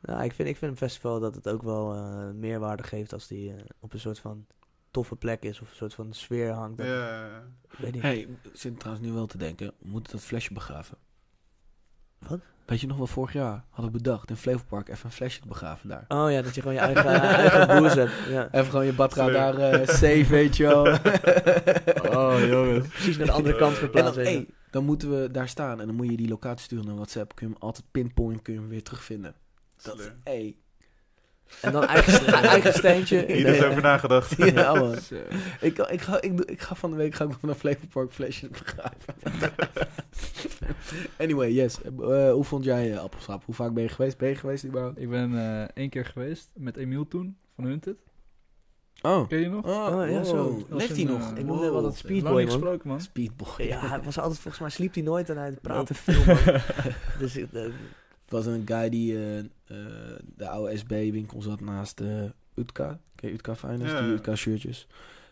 Speaker 2: Nou, ik vind, ik vind een festival dat het ook wel eh, meerwaarde geeft als die eh, op een soort van toffe plek is of een soort van sfeer hangt.
Speaker 4: Ja,
Speaker 2: Dat-
Speaker 4: ja, ja.
Speaker 2: ik weet niet.
Speaker 3: Hey, ik zit trouwens nu wel te denken. We moeten dat flesje begraven.
Speaker 2: Wat?
Speaker 3: Weet je nog wel, vorig jaar had ik bedacht in Flevopark even een flesje te begraven daar.
Speaker 2: Oh ja, dat je gewoon je eigen, eigen boers hebt. Ja.
Speaker 3: Even gewoon je badra
Speaker 4: Sleur.
Speaker 3: daar eh safe, weet je wel.
Speaker 1: Oh, jongens.
Speaker 3: Oh,
Speaker 2: Precies naar de andere kant
Speaker 3: En
Speaker 4: Eh,
Speaker 2: verplaatst.
Speaker 3: dan, hey, Dan moeten we daar staan en dan moet je die locatie sturen naar WhatsApp. Kun je hem altijd pinpoint, kun je hem weer terugvinden. Dat is,
Speaker 4: Slim.
Speaker 3: hey.
Speaker 2: En dan eigen, eigen
Speaker 3: eigen
Speaker 2: steen.
Speaker 3: steentje.
Speaker 4: Hier is
Speaker 3: Nee,
Speaker 4: over nagedacht.
Speaker 3: Ja, man.
Speaker 1: Zo.
Speaker 3: Ik, ik, ga, ik, doe- ik ga van de week ga ik nog naar Flevo Park Flesjes begraven. anyway, yes. Eh, hoe vond jij eh, Appelsap? Hoe vaak ben je geweest? Ben je geweest überhaupt?
Speaker 1: Ik ben eh, één keer geweest met Emiel toen, van Hunted.
Speaker 3: Oh.
Speaker 1: Ken je die nog?
Speaker 2: Oh, ja, zo.
Speaker 3: wow.
Speaker 1: Dat
Speaker 3: Leeft
Speaker 1: is
Speaker 3: hij
Speaker 1: een,
Speaker 3: nog?
Speaker 1: eh,
Speaker 2: Ik noemde wel dat
Speaker 1: Lang
Speaker 2: Speedboy,
Speaker 1: niet
Speaker 2: man.
Speaker 1: gesproken, man.
Speaker 3: Speedboy.
Speaker 2: Ja, hij was altijd, volgens mij sliep hij nooit en hij praatte
Speaker 1: Nope.
Speaker 2: veel. man. dus ik- eh,
Speaker 3: Het was een guy die eh, eh, de oude SB-winkel zat naast eh Utka. Ken je Utka Finance?
Speaker 4: Ja,
Speaker 3: Die
Speaker 4: ja.
Speaker 3: Utka-shirtjes.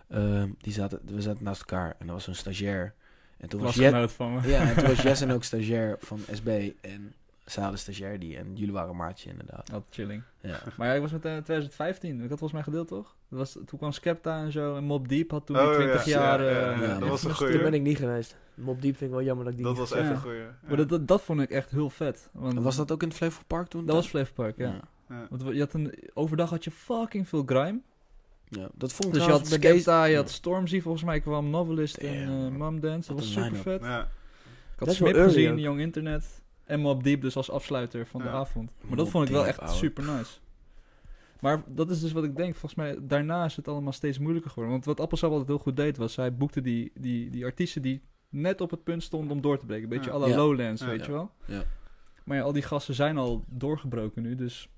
Speaker 3: Ehm, die zaten, we zaten naast elkaar en er was een stagiair. En toen was,
Speaker 1: Was
Speaker 3: Jet-
Speaker 1: genoot van me.
Speaker 3: ja, en toen was Jess en ook stagiair van SB. En ze hadden stagiair die. En jullie waren maatje inderdaad.
Speaker 1: Altijd chilling.
Speaker 3: Ja.
Speaker 1: Maar ja, ik was met eh, 2015. Ik had volgens mij gedeeld, toch? Dat was, toen kwam Skepta en zo. En Mob Deep had toen die
Speaker 4: Oh, ja,
Speaker 1: 20
Speaker 4: ja,
Speaker 1: jaar...
Speaker 4: ja, ja,
Speaker 1: eh,
Speaker 3: ja.
Speaker 1: eh,
Speaker 3: Dat
Speaker 4: was een
Speaker 1: nog
Speaker 4: goeie.
Speaker 1: steeds.
Speaker 2: toen ben ik niet geweest. Mob Deep vind ik wel jammer dat ik die
Speaker 4: Dat
Speaker 2: niet
Speaker 4: was echt
Speaker 1: Ja.
Speaker 4: een goeie. ja.
Speaker 1: Maar dat, dat, dat vond ik echt heel vet. Want
Speaker 3: En was dat ook in het Flevo Park toen?
Speaker 1: Dat was Flav Park, ja.
Speaker 4: Ja.
Speaker 1: Want je had een, overdag had je fucking veel grime.
Speaker 3: Ja, dat vond ik
Speaker 1: Dus je had
Speaker 3: trouwens bij
Speaker 1: Skepta, je
Speaker 3: ja.
Speaker 1: had Stormzy, volgens mij kwam Novelist en
Speaker 3: Damn,
Speaker 1: eh,
Speaker 3: man.
Speaker 1: Mum Dance. Dat
Speaker 3: Wat
Speaker 1: was
Speaker 3: een
Speaker 1: super vet.
Speaker 4: Ja.
Speaker 1: Ik had
Speaker 2: Best wel
Speaker 1: Smip
Speaker 2: early
Speaker 1: gezien,
Speaker 2: ook.
Speaker 1: Young Internet. En Mob Deep dus als afsluiter van de
Speaker 4: Ja.
Speaker 1: avond. Maar dat
Speaker 3: Mobb
Speaker 1: vond ik wel
Speaker 3: Deep,
Speaker 1: echt
Speaker 3: ouwe.
Speaker 1: super nice. Maar dat is dus wat ik denk. Volgens mij, daarna is het allemaal steeds moeilijker geworden. Want wat Appelsap altijd heel goed deed, was... Hij boekte die, die, die artiesten die net op het punt stonden om door te breken. Een beetje
Speaker 4: Ja.
Speaker 1: à la
Speaker 3: Ja.
Speaker 1: Lowlands,
Speaker 4: Ja,
Speaker 1: weet
Speaker 3: ja.
Speaker 1: je wel.
Speaker 3: Ja.
Speaker 1: Maar ja, al die gasten zijn al doorgebroken nu, dus...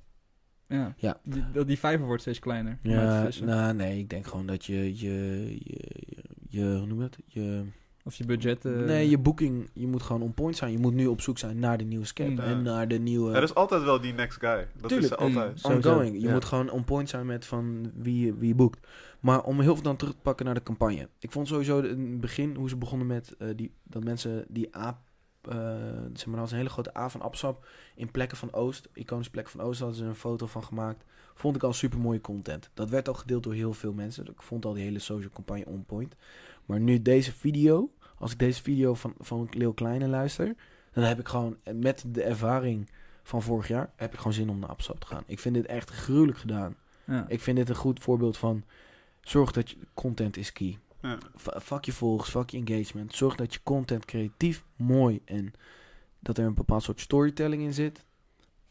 Speaker 1: Ja,
Speaker 3: Ja.
Speaker 1: Die, dat- die vijver wordt steeds kleiner. om uit te
Speaker 3: Ja,
Speaker 1: vissen.
Speaker 3: nou, nee, ik denk gewoon dat je, je, je, je, je- hoe noem je het? Je,
Speaker 1: Of je budget... eh,
Speaker 3: nee, je boeking, je moet gewoon on point zijn. Je moet nu op zoek zijn naar de nieuwe scape
Speaker 1: Mm.
Speaker 3: en
Speaker 4: Ja.
Speaker 3: naar de nieuwe
Speaker 4: Er is altijd wel die next guy. Dat
Speaker 3: Tuurlijk.
Speaker 4: is er altijd.
Speaker 1: Mm.
Speaker 2: Sowieso,
Speaker 3: ongoing. Je
Speaker 2: ja.
Speaker 3: moet gewoon on point zijn met van wie, je- wie je boekt. Maar om heel veel dan terug te pakken naar de campagne. Ik vond sowieso de- in het begin hoe ze begonnen met eh, die, dat mensen die A, eh zeg maar, als een hele grote A van Absap in plekken van Oost, iconische plekken van Oost, hadden ze een foto van gemaakt. Vond ik al super mooie content. Dat werd al gedeeld door heel veel mensen. Ik vond al die hele social campagne on point. Maar nu deze video, als ik deze video van, van Leeuw Kleine luister, dan heb ik gewoon eh, met de ervaring van vorig jaar, heb ik gewoon zin om naar Absap te gaan. Ik vind dit echt gruwelijk gedaan.
Speaker 1: ja.
Speaker 3: Ik vind dit een goed voorbeeld van zorg dat je content is key.
Speaker 4: Ja.
Speaker 3: F- Fuck je volgers, fuck je engagement. Zorg dat je content creatief, mooi en dat er een bepaald soort storytelling in zit.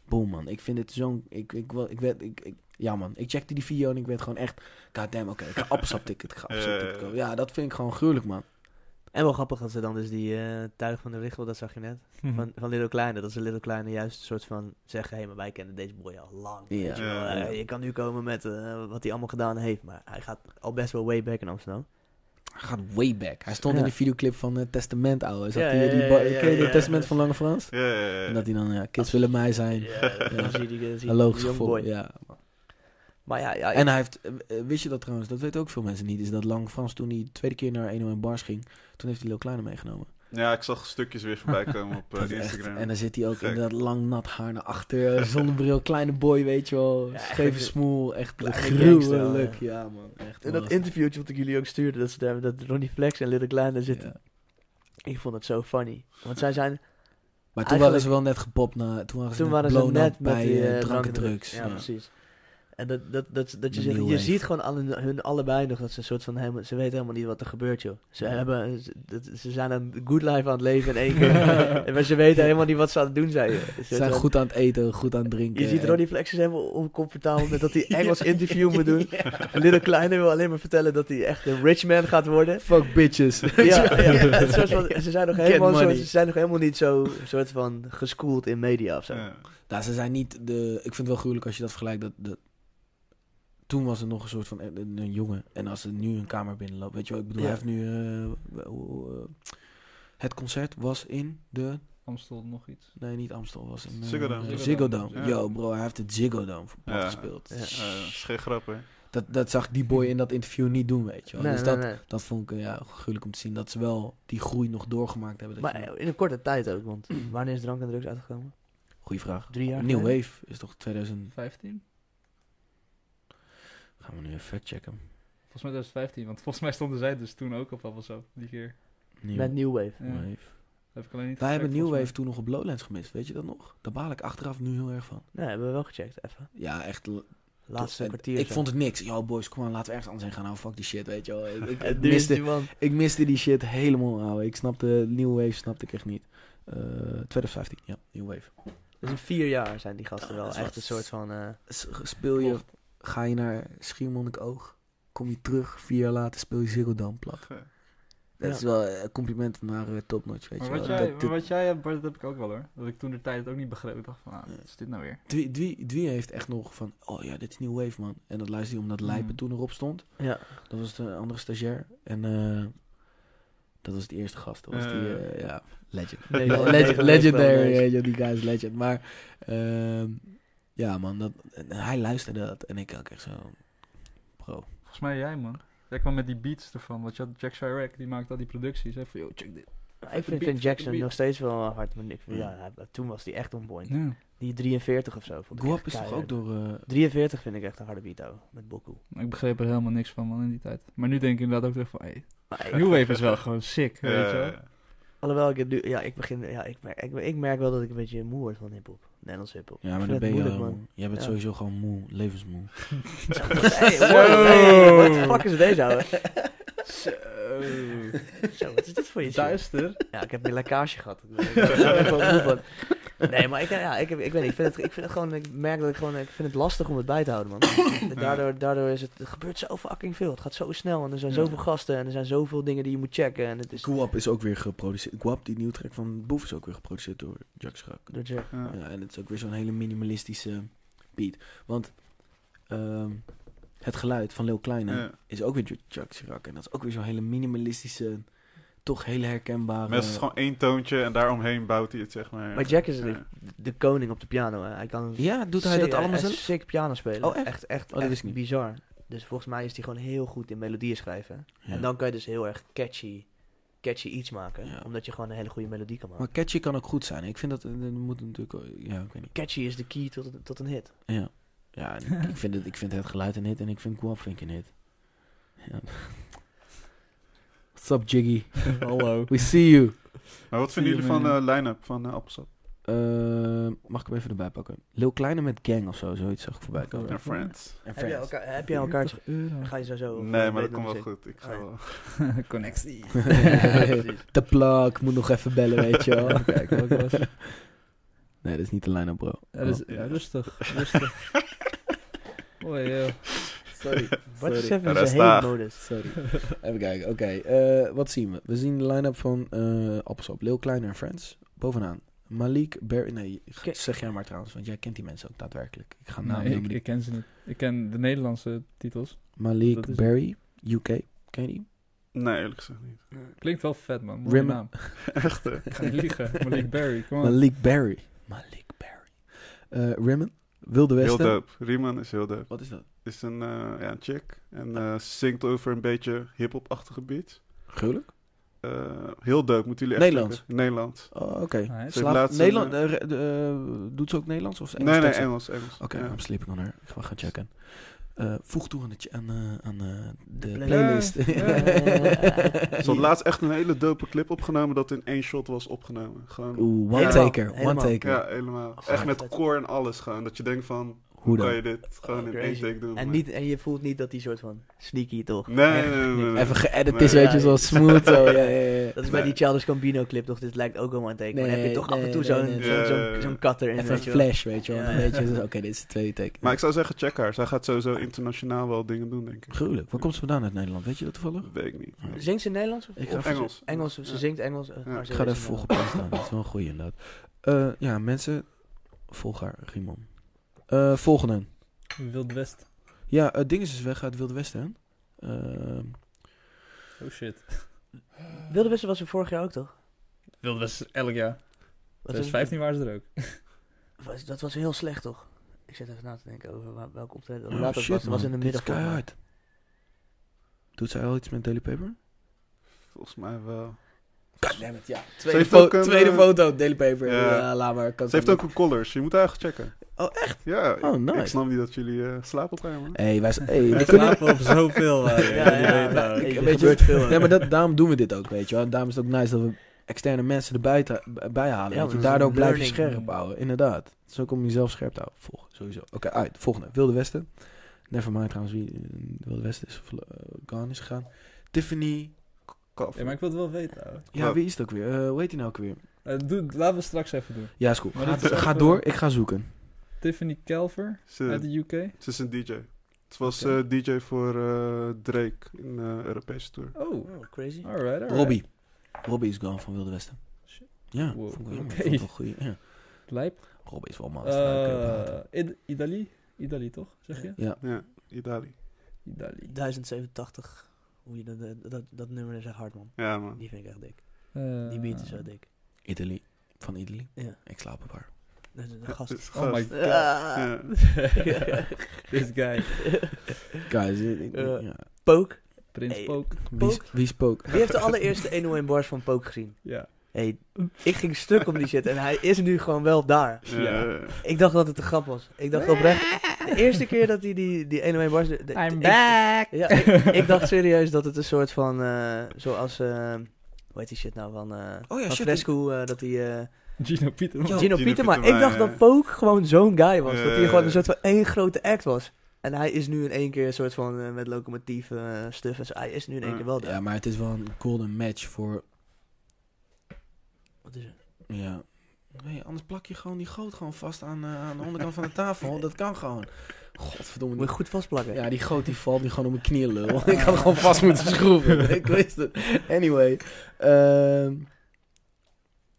Speaker 3: Boom man, ik vind het zo'n... Ik, ik, wel- ik, werd- ik, ik, ja man, ik checkte die video en ik werd gewoon echt... Goddamn, oké, ik ga Appelsap ticket, ik ga Appelsap ticket kopen. Ja, dat vind ik gewoon gruwelijk man.
Speaker 2: En wel grappig dat ze dan dus die eh tuig van de richel, dat zag je net,
Speaker 1: Hm.
Speaker 3: Mhm.
Speaker 2: van, van Little Kleine. Dat ze Little Kleine juist een soort van zeggen, hé, maar wij kennen deze boy al lang.
Speaker 3: Ja.
Speaker 2: weet je wel.
Speaker 4: Ja,
Speaker 2: Eh,
Speaker 3: ja.
Speaker 2: je kan nu komen met eh, wat hij allemaal gedaan heeft, maar hij gaat al best wel way back in Amsterdam.
Speaker 3: Hij gaat way back. Hij stond
Speaker 2: Ja.
Speaker 3: in de videoclip van eh, Testament, ouwe. Zat
Speaker 2: Ja,
Speaker 3: die, eh,
Speaker 2: ja,
Speaker 3: die
Speaker 2: ja,
Speaker 3: ba-
Speaker 2: ja,
Speaker 3: ken je
Speaker 2: ja,
Speaker 3: de
Speaker 2: ja.
Speaker 3: Testament van Lange Frans?
Speaker 4: Ja, ja, ja, ja.
Speaker 3: En dat hij dan, ja, kids willen mij zijn.
Speaker 2: dan zie je Eh, die- dan zie je
Speaker 3: Een logisch
Speaker 2: die young
Speaker 3: gevoel,
Speaker 2: boy.
Speaker 3: ja.
Speaker 2: Maar ja, ja,
Speaker 3: En hij heeft, eh, eh, wist je dat trouwens, dat weten ook veel mensen niet, is dat Lang Frans toen hij de tweede keer naar 101 Bars ging, toen heeft hij Lil Kleine meegenomen.
Speaker 4: Ja, ik zag stukjes weer voorbij komen op eh,
Speaker 3: Dat is echt-
Speaker 4: Instagram.
Speaker 3: en dan zit hij ook
Speaker 4: Gek.
Speaker 3: in dat lang nat haar naar achter, eh, zonnebril, kleine boy, weet je wel,
Speaker 2: Ja,
Speaker 3: scheve
Speaker 2: echt-
Speaker 3: smoel, echt
Speaker 2: Kleine
Speaker 3: gruwelijk.
Speaker 2: gangster,
Speaker 3: Ja man, echt.
Speaker 2: En dat interviewtje wat ik jullie ook stuurde, dat, ze daar, dat Ronnie Flex en Little Kleine zitten.
Speaker 3: Ja.
Speaker 2: Ik vond het zo funny. Want zij zijn,
Speaker 3: Maar toen
Speaker 2: Eigenlijk-
Speaker 3: waren ze wel net gepopt na, toen waren ze,
Speaker 2: toen
Speaker 3: net,
Speaker 2: waren ze
Speaker 3: blown
Speaker 2: net
Speaker 3: up
Speaker 2: met
Speaker 3: bij
Speaker 2: die
Speaker 3: eh,
Speaker 2: eh,
Speaker 3: drank en
Speaker 2: drank-
Speaker 3: drugs.
Speaker 2: Ja,
Speaker 3: Ja.
Speaker 2: precies. En dat, dat, dat, dat je
Speaker 3: De
Speaker 2: zegt,
Speaker 3: new
Speaker 2: je
Speaker 3: wave.
Speaker 2: ziet gewoon alle, hun allebei nog dat ze een soort van helemaal, ze weten helemaal niet wat er gebeurt joh. Ze,
Speaker 3: Ja.
Speaker 2: hebben, ze, dat- ze zijn een good life aan het leven in één keer. maar ze weten helemaal niet wat ze aan het doen zijn. joh. Ze
Speaker 3: Ze zijn goed aan het eten, goed aan het drinken.
Speaker 2: Je ziet
Speaker 3: en-
Speaker 2: Ronnie Flex is helemaal oncomfortabel met dat hij Engels interview moet doen. En Little Kleine wil alleen maar vertellen dat hij echt een rich man gaat worden.
Speaker 3: Fuck bitches.
Speaker 2: Ja, ja, ja, het soort van, ze, zijn nog
Speaker 3: Get
Speaker 2: helemaal zo,
Speaker 3: money.
Speaker 2: ze zijn nog helemaal niet zo soort van geschoold in media of zo.
Speaker 4: Ja.
Speaker 3: Nou, ze zijn niet de. Ik vind het wel gruwelijk als je dat vergelijkt. Dat, dat, toen was er nog een soort van een, een- een jongen. En als er nu een kamer binnenloopt, weet je wel, ik bedoel,
Speaker 2: Ja.
Speaker 3: hij heeft nu. eh, hoe- eh, het concert was in de.
Speaker 1: Amstel nog iets.
Speaker 3: Nee, niet Amstel, was in. eh,
Speaker 4: Ziggo Dome.
Speaker 3: Ziggo Dome.
Speaker 4: Ja.
Speaker 3: Yo, bro, hij heeft het Ziggo Dome voor plat
Speaker 4: Ja.
Speaker 3: gespeeld.
Speaker 2: Ja.
Speaker 4: Eh, dat is geen grap, hè?
Speaker 3: Dat, dat zag die boy in dat interview niet doen, weet je wel.
Speaker 2: Nee,
Speaker 3: dus
Speaker 2: nee,
Speaker 3: dat,
Speaker 2: nee.
Speaker 3: dat vond ik eh, ja, gruwelijk om te zien. Dat ze wel die groei nog doorgemaakt hebben. Dat je-
Speaker 2: Maar eh, in een korte tijd ook, want
Speaker 3: Hmm.
Speaker 2: wanneer is drank en drugs uitgekomen?
Speaker 3: Goeie vraag.
Speaker 2: Drie jaar
Speaker 3: New
Speaker 2: geleden?
Speaker 3: Wave is toch 2000.
Speaker 1: 15?
Speaker 3: Gaan we nu even factchecken.
Speaker 1: Volgens mij 2015, want volgens mij stonden zij dus toen ook op Appelsap, die keer.
Speaker 3: New
Speaker 2: Met New Wave.
Speaker 1: Ja,
Speaker 3: Wave.
Speaker 1: heb ik alleen niet
Speaker 3: Wij hebben
Speaker 1: gecheckt,
Speaker 3: New
Speaker 1: volgens
Speaker 3: Wave toen nog op Lowlands gemist, weet je dat nog? Daar baal ik achteraf nu heel erg van.
Speaker 2: Nee, hebben we wel gecheckt, even.
Speaker 3: Ja, echt. l-
Speaker 2: Laatste
Speaker 3: Tot- en
Speaker 2: kwartier.
Speaker 3: Ik vond het niks. Yo, boys, kom aan, laten we ergens anders heen gaan. Nou, fuck die shit, weet je wel. Ik, ik- ik
Speaker 2: het
Speaker 3: miste,
Speaker 2: duurste, man.
Speaker 3: ik miste die shit helemaal, ouwe. Ik snapte, New Wave snapte ik echt niet. Eh 2015, ja, New Wave.
Speaker 2: Dus in vier jaar zijn die gasten
Speaker 3: Ja,
Speaker 2: wel
Speaker 3: dat is
Speaker 2: echt
Speaker 3: wat-
Speaker 2: een soort van... eh,
Speaker 3: S- Speel je, ga je naar Schiermonnikoog, kom je terug, vier jaar later speel je Ziggo Dome plat. Dat
Speaker 2: Ja.
Speaker 3: is wel eh, compliment naar eh, Top Notch, weet
Speaker 1: Maar
Speaker 3: je
Speaker 1: wat
Speaker 3: wel.
Speaker 1: jij,
Speaker 3: eh, Dat-
Speaker 1: maar wat jij hebt, Bart, dat heb ik ook wel hoor. Dat ik toen de tijd het ook niet begreep. Ik dacht van, ah, wat is dit nou weer?
Speaker 3: Dwie, Dwie, Dwie heeft echt nog van, oh ja, dit is New Wave, man. En dat luisterde hij omdat Lijpen
Speaker 1: Mm.
Speaker 3: toen erop stond.
Speaker 2: ja.
Speaker 3: Dat was de andere stagiair. En eh, dat was de eerste gast. Dat was die,
Speaker 4: Eh.
Speaker 3: eh, ja, legend.
Speaker 2: Nee,
Speaker 3: Le-
Speaker 2: wel-
Speaker 3: legend-
Speaker 2: nee, wel-
Speaker 3: legendary,
Speaker 2: wel-
Speaker 3: weet je, die guy is legend. Maar ehm, ja, man, dat, en hij luisterde dat. En ik ook echt zo, bro.
Speaker 1: Volgens mij jij man. Jij kwam met die beats ervan. Want je had Jack Chirac, die maakt al die producties. Hij van, yo, check dit.
Speaker 2: Ik vind,
Speaker 1: beat,
Speaker 2: vind Jackson
Speaker 1: beat.
Speaker 2: nog steeds wel hard. Maar ik vind,
Speaker 3: Ja.
Speaker 2: ja, hij- toen was hij echt on point.
Speaker 1: Ja.
Speaker 2: Die 43 of zo. Vond ik
Speaker 3: Guap
Speaker 2: echt
Speaker 3: is toch
Speaker 2: keihard.
Speaker 3: ook door... eh,
Speaker 2: 43 vind ik echt een harde beat, ouwe, Met Boku.
Speaker 1: Ik begreep er helemaal niks van man in die tijd. Maar nu denk ik inderdaad ook echt van, hey,
Speaker 2: Maar ik-
Speaker 1: New Wave is wel gewoon sick, weet je wel.
Speaker 2: alhoewel, ik, het nu, ja, ik, begin, ja, ik, merk, ik, ik merk wel dat ik een beetje moe word van hip-hop. Nederlands hip-hop.
Speaker 3: ja, maar
Speaker 2: Ik
Speaker 3: dan
Speaker 2: vind
Speaker 3: ben
Speaker 2: het
Speaker 3: je
Speaker 2: moeilijk,
Speaker 3: al-
Speaker 2: man.
Speaker 3: Jij bent
Speaker 2: Ja.
Speaker 3: sowieso gewoon moe, levensmoe.
Speaker 2: hey, wow, hey, what the fuck is deze, ouwe? Zo, wat is dit voor je?
Speaker 1: Eh, Duister.
Speaker 2: Ja, ik heb een lekkage gehad. Ik ben- ik ben er echt wel moe van. Nee, maar ik, ja, ik, heb, ik weet niet. Ik vind, het, ik vind het gewoon, ik merk dat ik gewoon, ik vind het lastig om het bij te houden, man. Daardoor, daardoor is het, er gebeurt zo fucking veel. Het gaat zo snel en er zijn
Speaker 1: Ja.
Speaker 2: zoveel gasten en er zijn zoveel dingen die je moet checken. En het is
Speaker 3: Guap is ook weer geproduceerd. Guap, die nieuwe track van Boef, is ook weer geproduceerd door Jack Schrak.
Speaker 2: door Jack.
Speaker 4: Ja.
Speaker 3: Ja, en het is ook weer zo'n hele minimalistische beat. Want ehm, het geluid van Lil Kleine
Speaker 4: Ja.
Speaker 3: is ook weer Ju- Chuck Chirac. En dat is ook weer zo'n hele minimalistische, toch hele herkenbare...
Speaker 4: Meestal is het gewoon één toontje en daaromheen bouwt hij het, zeg maar.
Speaker 2: Maar Jack is
Speaker 4: Ja.
Speaker 2: de, de koning op de piano. Hè. Hij kan
Speaker 3: Ja, doet hij dat
Speaker 2: sick-
Speaker 3: allemaal
Speaker 2: echt
Speaker 3: zelf?
Speaker 2: sick piano spelen.
Speaker 3: Oh, echt?
Speaker 2: Echt, echt,
Speaker 3: dat
Speaker 2: echt
Speaker 3: wist ik niet.
Speaker 2: bizar. Dus volgens mij is hij gewoon heel goed in melodieën schrijven.
Speaker 3: Ja.
Speaker 2: En dan kan je dus heel erg catchy, catchy iets maken.
Speaker 3: Ja.
Speaker 2: Omdat je gewoon een hele goede melodie kan maken.
Speaker 3: Maar catchy kan ook goed zijn. Ik vind dat, eh, dat moet natuurlijk... Ja, ik weet niet.
Speaker 2: Catchy is de key tot, een- tot een hit.
Speaker 3: Ja, ja en ik, ik vind het, ik vind het geluid een hit en ik vind Guap vind ik een hit. Ja. What's up, Jiggy?
Speaker 1: Hallo.
Speaker 3: We see you.
Speaker 4: Maar wat vinden
Speaker 1: Zie
Speaker 4: jullie
Speaker 1: je
Speaker 4: van
Speaker 1: me-
Speaker 4: de line-up van eh, Appelsap?
Speaker 3: Eh, mag ik hem even erbij pakken? Lil Kleine met Gang of zo, zoiets zag ik voorbij komen.
Speaker 4: En Friends?
Speaker 3: En
Speaker 2: Heb jij
Speaker 3: Friends.
Speaker 2: elkaar, heb jij elkaar
Speaker 1: euro.
Speaker 2: Ga je sowieso...
Speaker 4: Nee, maar dat komt wel goed. Ik ga
Speaker 2: Oh, ja.
Speaker 4: wel...
Speaker 1: Connectie.
Speaker 3: Te plak, moet nog even bellen, weet je wel.
Speaker 1: Kijk, wat was.
Speaker 3: Nee, dat is niet de line-up, bro.
Speaker 1: Ja, dus,
Speaker 4: Ja.
Speaker 1: Rustig, rustig. Oei, joh.
Speaker 3: Sorry,
Speaker 2: Wat is
Speaker 3: sorry,
Speaker 2: even
Speaker 4: Rest
Speaker 2: zijn
Speaker 4: daar.
Speaker 2: hele modus?
Speaker 3: sorry. Even kijken, oké. eh, wat zien we? We zien de line-up van eh Appelsap, Lil Kleine en Friends. Bovenaan. Malik, Ber... Nee,
Speaker 2: Ke-
Speaker 3: zeg jij maar trouwens, want jij kent die mensen ook daadwerkelijk. Ik ga naam
Speaker 1: Nee,
Speaker 3: noemen.
Speaker 1: ik,
Speaker 3: die-
Speaker 1: ik ken ze niet. Ik ken de Nederlandse titels. dat
Speaker 3: Malik
Speaker 1: is-
Speaker 3: Berry, UK. Ken je die?
Speaker 4: Nee, eerlijk gezegd niet.
Speaker 1: Klinkt wel vet, man. Mooie
Speaker 3: Rimmen.
Speaker 1: naam.
Speaker 4: Echt, eh. hè?
Speaker 1: Ik ga niet liegen. Malik Berry, kom on.
Speaker 3: Malik Berry. Malik Berry. Eh Rimmen, Wilde
Speaker 4: Heel
Speaker 3: Westen.
Speaker 4: dope. Riemann is heel dope.
Speaker 3: Wat is dat?
Speaker 4: Is een, eh, ja, een chick. En eh, ze zingt over een beetje hip-hop-achtige beats.
Speaker 3: Gruwelijk?
Speaker 4: Eh, heel dope, moeten jullie echt
Speaker 3: Nederlands?
Speaker 4: checken. Nederlands.
Speaker 3: Oh, oké.
Speaker 1: Ah, hè?
Speaker 4: Ze heeft
Speaker 3: Slaat-
Speaker 4: laatst een,
Speaker 3: Nederland, eh, re- de, eh, doet ze ook Nederlands of is Engels?
Speaker 4: nee, nee,
Speaker 3: tekst?
Speaker 4: Engels, Engels.
Speaker 3: Oké,
Speaker 4: Ja.
Speaker 3: I'm sleeping on her. Ik ga gaan checken. Eh, voeg toe aan de, ch- aan, eh, aan eh, de
Speaker 2: play-
Speaker 3: playlist.
Speaker 2: Eh,
Speaker 4: Ze had laatst echt een hele dope clip opgenomen dat in één shot was opgenomen. Gewoon,
Speaker 3: Oeh, one
Speaker 4: Helemaal,
Speaker 3: taker, one
Speaker 2: helemaal.
Speaker 3: taker.
Speaker 4: ja, helemaal.
Speaker 2: Oh,
Speaker 4: echt met
Speaker 2: vet.
Speaker 4: core en alles gewoon. Dat je denkt van,
Speaker 3: Hoe
Speaker 4: kan
Speaker 3: dan?
Speaker 4: je dit gewoon in één
Speaker 2: crazy.
Speaker 4: take doen?
Speaker 2: En,
Speaker 4: maar-
Speaker 2: niet, en je voelt niet dat die soort van sneaky toch?
Speaker 4: Nee,
Speaker 2: Echt
Speaker 4: nee, nee,
Speaker 2: niks.
Speaker 4: nee, nee.
Speaker 3: Even geëdit
Speaker 4: Nee.
Speaker 3: is, weet je,
Speaker 2: Ja,
Speaker 3: zo smooth. zo, ja, ja, ja.
Speaker 2: Dat is bij
Speaker 4: Nee.
Speaker 2: die Childish Gambino clip toch? Dit lijkt ook allemaal een teken. maar dan heb
Speaker 3: Nee,
Speaker 2: je toch af
Speaker 3: nee,
Speaker 2: en toe
Speaker 3: nee,
Speaker 2: zo'n
Speaker 3: nee,
Speaker 2: zo'n
Speaker 4: nee.
Speaker 2: zo'n- zo'n kat erin,
Speaker 3: Even een
Speaker 2: weet je wel.
Speaker 3: flash, weet je wel.
Speaker 2: Ja,
Speaker 3: Dan
Speaker 2: ja.
Speaker 3: weet je, zo, oké, dit is de tweede teken.
Speaker 4: Maar ik zou zeggen, check haar. Zij gaat sowieso internationaal wel dingen doen, denk ik.
Speaker 3: Gruwelijk. Waar komt ze vandaan uit Nederland? Weet je dat toevallig?
Speaker 4: Weet ik niet.
Speaker 3: Ja.
Speaker 2: Zingt ze Nederlands? Of
Speaker 3: Ik ga
Speaker 2: of-
Speaker 4: Engels.
Speaker 2: Engels, ze
Speaker 4: Ja.
Speaker 2: zingt Engels. eh, maar
Speaker 4: Ik
Speaker 2: ze
Speaker 3: Ik ga er
Speaker 2: is
Speaker 3: even
Speaker 2: Nederlands.
Speaker 3: volgen op staan. Dat is wel een goeie inderdaad. Eh, ja, mensen, volg haar, Riemann. Eh, volgende.
Speaker 1: Wild West.
Speaker 3: Ja, het ding is dus weg uit Wilde Westen. Ehm
Speaker 1: Oh shit.
Speaker 2: Wilde Westen was er vorig jaar ook toch?
Speaker 1: Wild West is elk jaar.
Speaker 2: Wat is-
Speaker 1: 2015 waren ze er ook.
Speaker 2: was- Dat was heel slecht toch? Ik zit even na te denken over waar- welke optreden. Hoe
Speaker 3: oh,
Speaker 2: laat dat was, dat was in de
Speaker 3: man.
Speaker 2: middag.
Speaker 3: Dit is
Speaker 2: volgens mij.
Speaker 3: keihard. Doet zij al iets met Daily Paper?
Speaker 4: Volgens mij wel.
Speaker 3: Goddammit, ja.
Speaker 4: Tweede heeft fo- ook een, tweede
Speaker 3: tweede
Speaker 4: eh,
Speaker 3: foto, Daily Paper.
Speaker 4: ja. Ja,
Speaker 3: laat maar.
Speaker 4: Ze heeft ook een collars. Je moet haar echt checken.
Speaker 3: Oh,
Speaker 4: echt? Ja.
Speaker 3: Oh,
Speaker 4: ik-
Speaker 3: nice.
Speaker 4: Ik snap niet dat jullie eh slapen op haar, man.
Speaker 3: hey, wij zijn... Hey, we
Speaker 1: We
Speaker 3: kunnen...
Speaker 1: slapen op zoveel. eh,
Speaker 2: Ja,
Speaker 1: jullie
Speaker 2: ja,
Speaker 1: weten
Speaker 2: ja,
Speaker 1: ook.
Speaker 2: hey,
Speaker 3: nou, Ik-
Speaker 2: er
Speaker 3: weet je-
Speaker 2: gebeurt veel. hè.
Speaker 3: Nee, maar dat, daarom doen we dit ook, weet je wel. En Daarom is het ook nice dat we externe mensen erbij ta- b- bij halen.
Speaker 2: Ja,
Speaker 3: weet
Speaker 2: dat
Speaker 3: je.
Speaker 2: is
Speaker 3: Daardoor
Speaker 2: een
Speaker 3: blijf je
Speaker 2: learning.
Speaker 3: Dus scherp houden, inderdaad. Zo kom je jezelf scherp te houden. Volg, sowieso. Oké, uit. Volgende. Wilde Westen. Nevermind trouwens, wie eh, wel de West is, vl- eh, gone is gegaan. Tiffany.
Speaker 1: Ja, maar ik wil het wel weten. ouwe.
Speaker 3: Ja,
Speaker 4: Klopt.
Speaker 3: wie is het ook weer? Eh, hoe heet die nou ook weer?
Speaker 1: Eh, doe, laten we straks even doen.
Speaker 3: Ja, is cool.
Speaker 1: Maar
Speaker 3: Ga,
Speaker 1: dit is
Speaker 3: ga
Speaker 1: even-
Speaker 3: door, ik ga zoeken.
Speaker 1: Tiffany Calver uit
Speaker 4: Ze,
Speaker 1: de UK.
Speaker 4: ze is een DJ. Ze was
Speaker 1: Oké.
Speaker 4: eh, DJ voor eh, Drake in de Europese tour.
Speaker 1: Oh,
Speaker 2: Oh, crazy.
Speaker 1: alright, alright.
Speaker 3: Robbie. Robbie is gone van Wilde Westen.
Speaker 1: Shit.
Speaker 3: Ja,
Speaker 1: Wow,
Speaker 3: vond ik wel-
Speaker 1: oké.
Speaker 3: vond ik wel goed. Ja.
Speaker 2: Oh,
Speaker 1: Lijp.
Speaker 3: Robbie is wel man.
Speaker 2: nou
Speaker 1: Eh Id- Idali. Idali, toch? Zeg je?
Speaker 3: ja.
Speaker 4: Ja, Italië.
Speaker 1: Idali.
Speaker 2: 1087. Hoe je dat, dat, dat, dat nummer is echt hard, man.
Speaker 4: Ja, man.
Speaker 2: Die vind ik echt dik.
Speaker 1: Eh,
Speaker 2: Die beat is zo dik.
Speaker 3: Italy. Van Italy.
Speaker 2: Ja.
Speaker 3: Ik slaap op haar.
Speaker 2: Dat is een gast. Ah.
Speaker 4: Dus
Speaker 1: Oh my
Speaker 4: gast.
Speaker 1: god.
Speaker 4: Ja.
Speaker 1: This guy.
Speaker 3: Guys, ik- ik-
Speaker 2: Eh.
Speaker 3: ja.
Speaker 2: Poke.
Speaker 1: Prins
Speaker 2: Hey.
Speaker 1: Pook.
Speaker 3: Wie, is- wie spook?
Speaker 2: Wie heeft de allereerste 101 bars van Poke gezien?
Speaker 1: Ja.
Speaker 2: hey, ik ging stuk om die shit en hij is nu gewoon wel daar.
Speaker 4: Ja.
Speaker 2: Ik dacht dat het een grap was. Ik dacht oprecht, de eerste keer dat hij die, die 101 bars... De, de- ik-
Speaker 1: back!
Speaker 2: Ja, ik, ik dacht serieus dat het een soort van, eh, zoals, eh, hoe heet die shit nou, van, eh
Speaker 3: Oh ja,
Speaker 2: van
Speaker 3: shit,
Speaker 2: Fresco, eh, dat hij, eh,
Speaker 1: Gino Pieterman.
Speaker 2: Gino
Speaker 4: Gino
Speaker 2: Pieterma. Ik
Speaker 4: Pieterma,
Speaker 2: dacht
Speaker 4: ja, ja.
Speaker 2: dat Pook gewoon zo'n guy was, dat hij
Speaker 4: Eh.
Speaker 2: gewoon een soort van één grote act was. En hij is nu in één keer een soort van, eh, met locomotief eh stuff en zo, hij is nu in één
Speaker 4: Ja.
Speaker 2: keer wel daar.
Speaker 3: Ja, maar het is wel een golden match voor...
Speaker 2: Wat is het?
Speaker 3: Ja. Nee, anders plak je gewoon die goot gewoon vast aan, eh, aan de onderkant van de tafel. Dat kan gewoon. Godverdomme.
Speaker 2: Moet je goed vastplakken.
Speaker 3: Ja, die goot die valt nu gewoon op mijn knieën, lul. Ik had gewoon vast moeten schroeven. ik wist het. Anyway. ehm,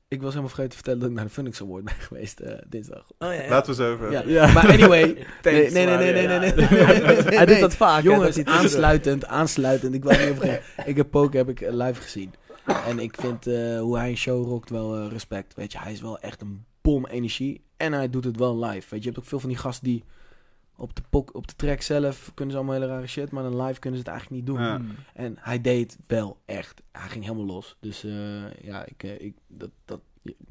Speaker 3: ik was helemaal vergeten te vertellen dat ik naar de Phoenix Award ben geweest eh, dinsdag.
Speaker 2: Oh, ja, ja.
Speaker 4: Laten we eens over.
Speaker 3: Ja,
Speaker 4: hebben.
Speaker 3: Maar anyway. Nee, nee, nee, nee, nee, nee, nee, nee, nee, nee, nee.
Speaker 2: Hij doet dat vaak. hè, dat
Speaker 3: Jongens,
Speaker 2: hij tussendoor-
Speaker 3: aansluitend, aansluitend. Ik wil niet opgeven. Ik heb Poke heb ik eh, live gezien. En ik vind eh, hoe hij een show rockt wel eh, respect. Weet je, hij is wel echt een bom energie. En hij doet het wel live. Weet je, je hebt ook veel van die gasten die op de, pok, op de track zelf kunnen ze allemaal hele rare shit. Maar dan live kunnen ze het eigenlijk niet doen.
Speaker 4: Ja.
Speaker 3: En hij deed wel echt. Hij ging helemaal los. Dus eh, ja, ik, eh, ik, dat, dat,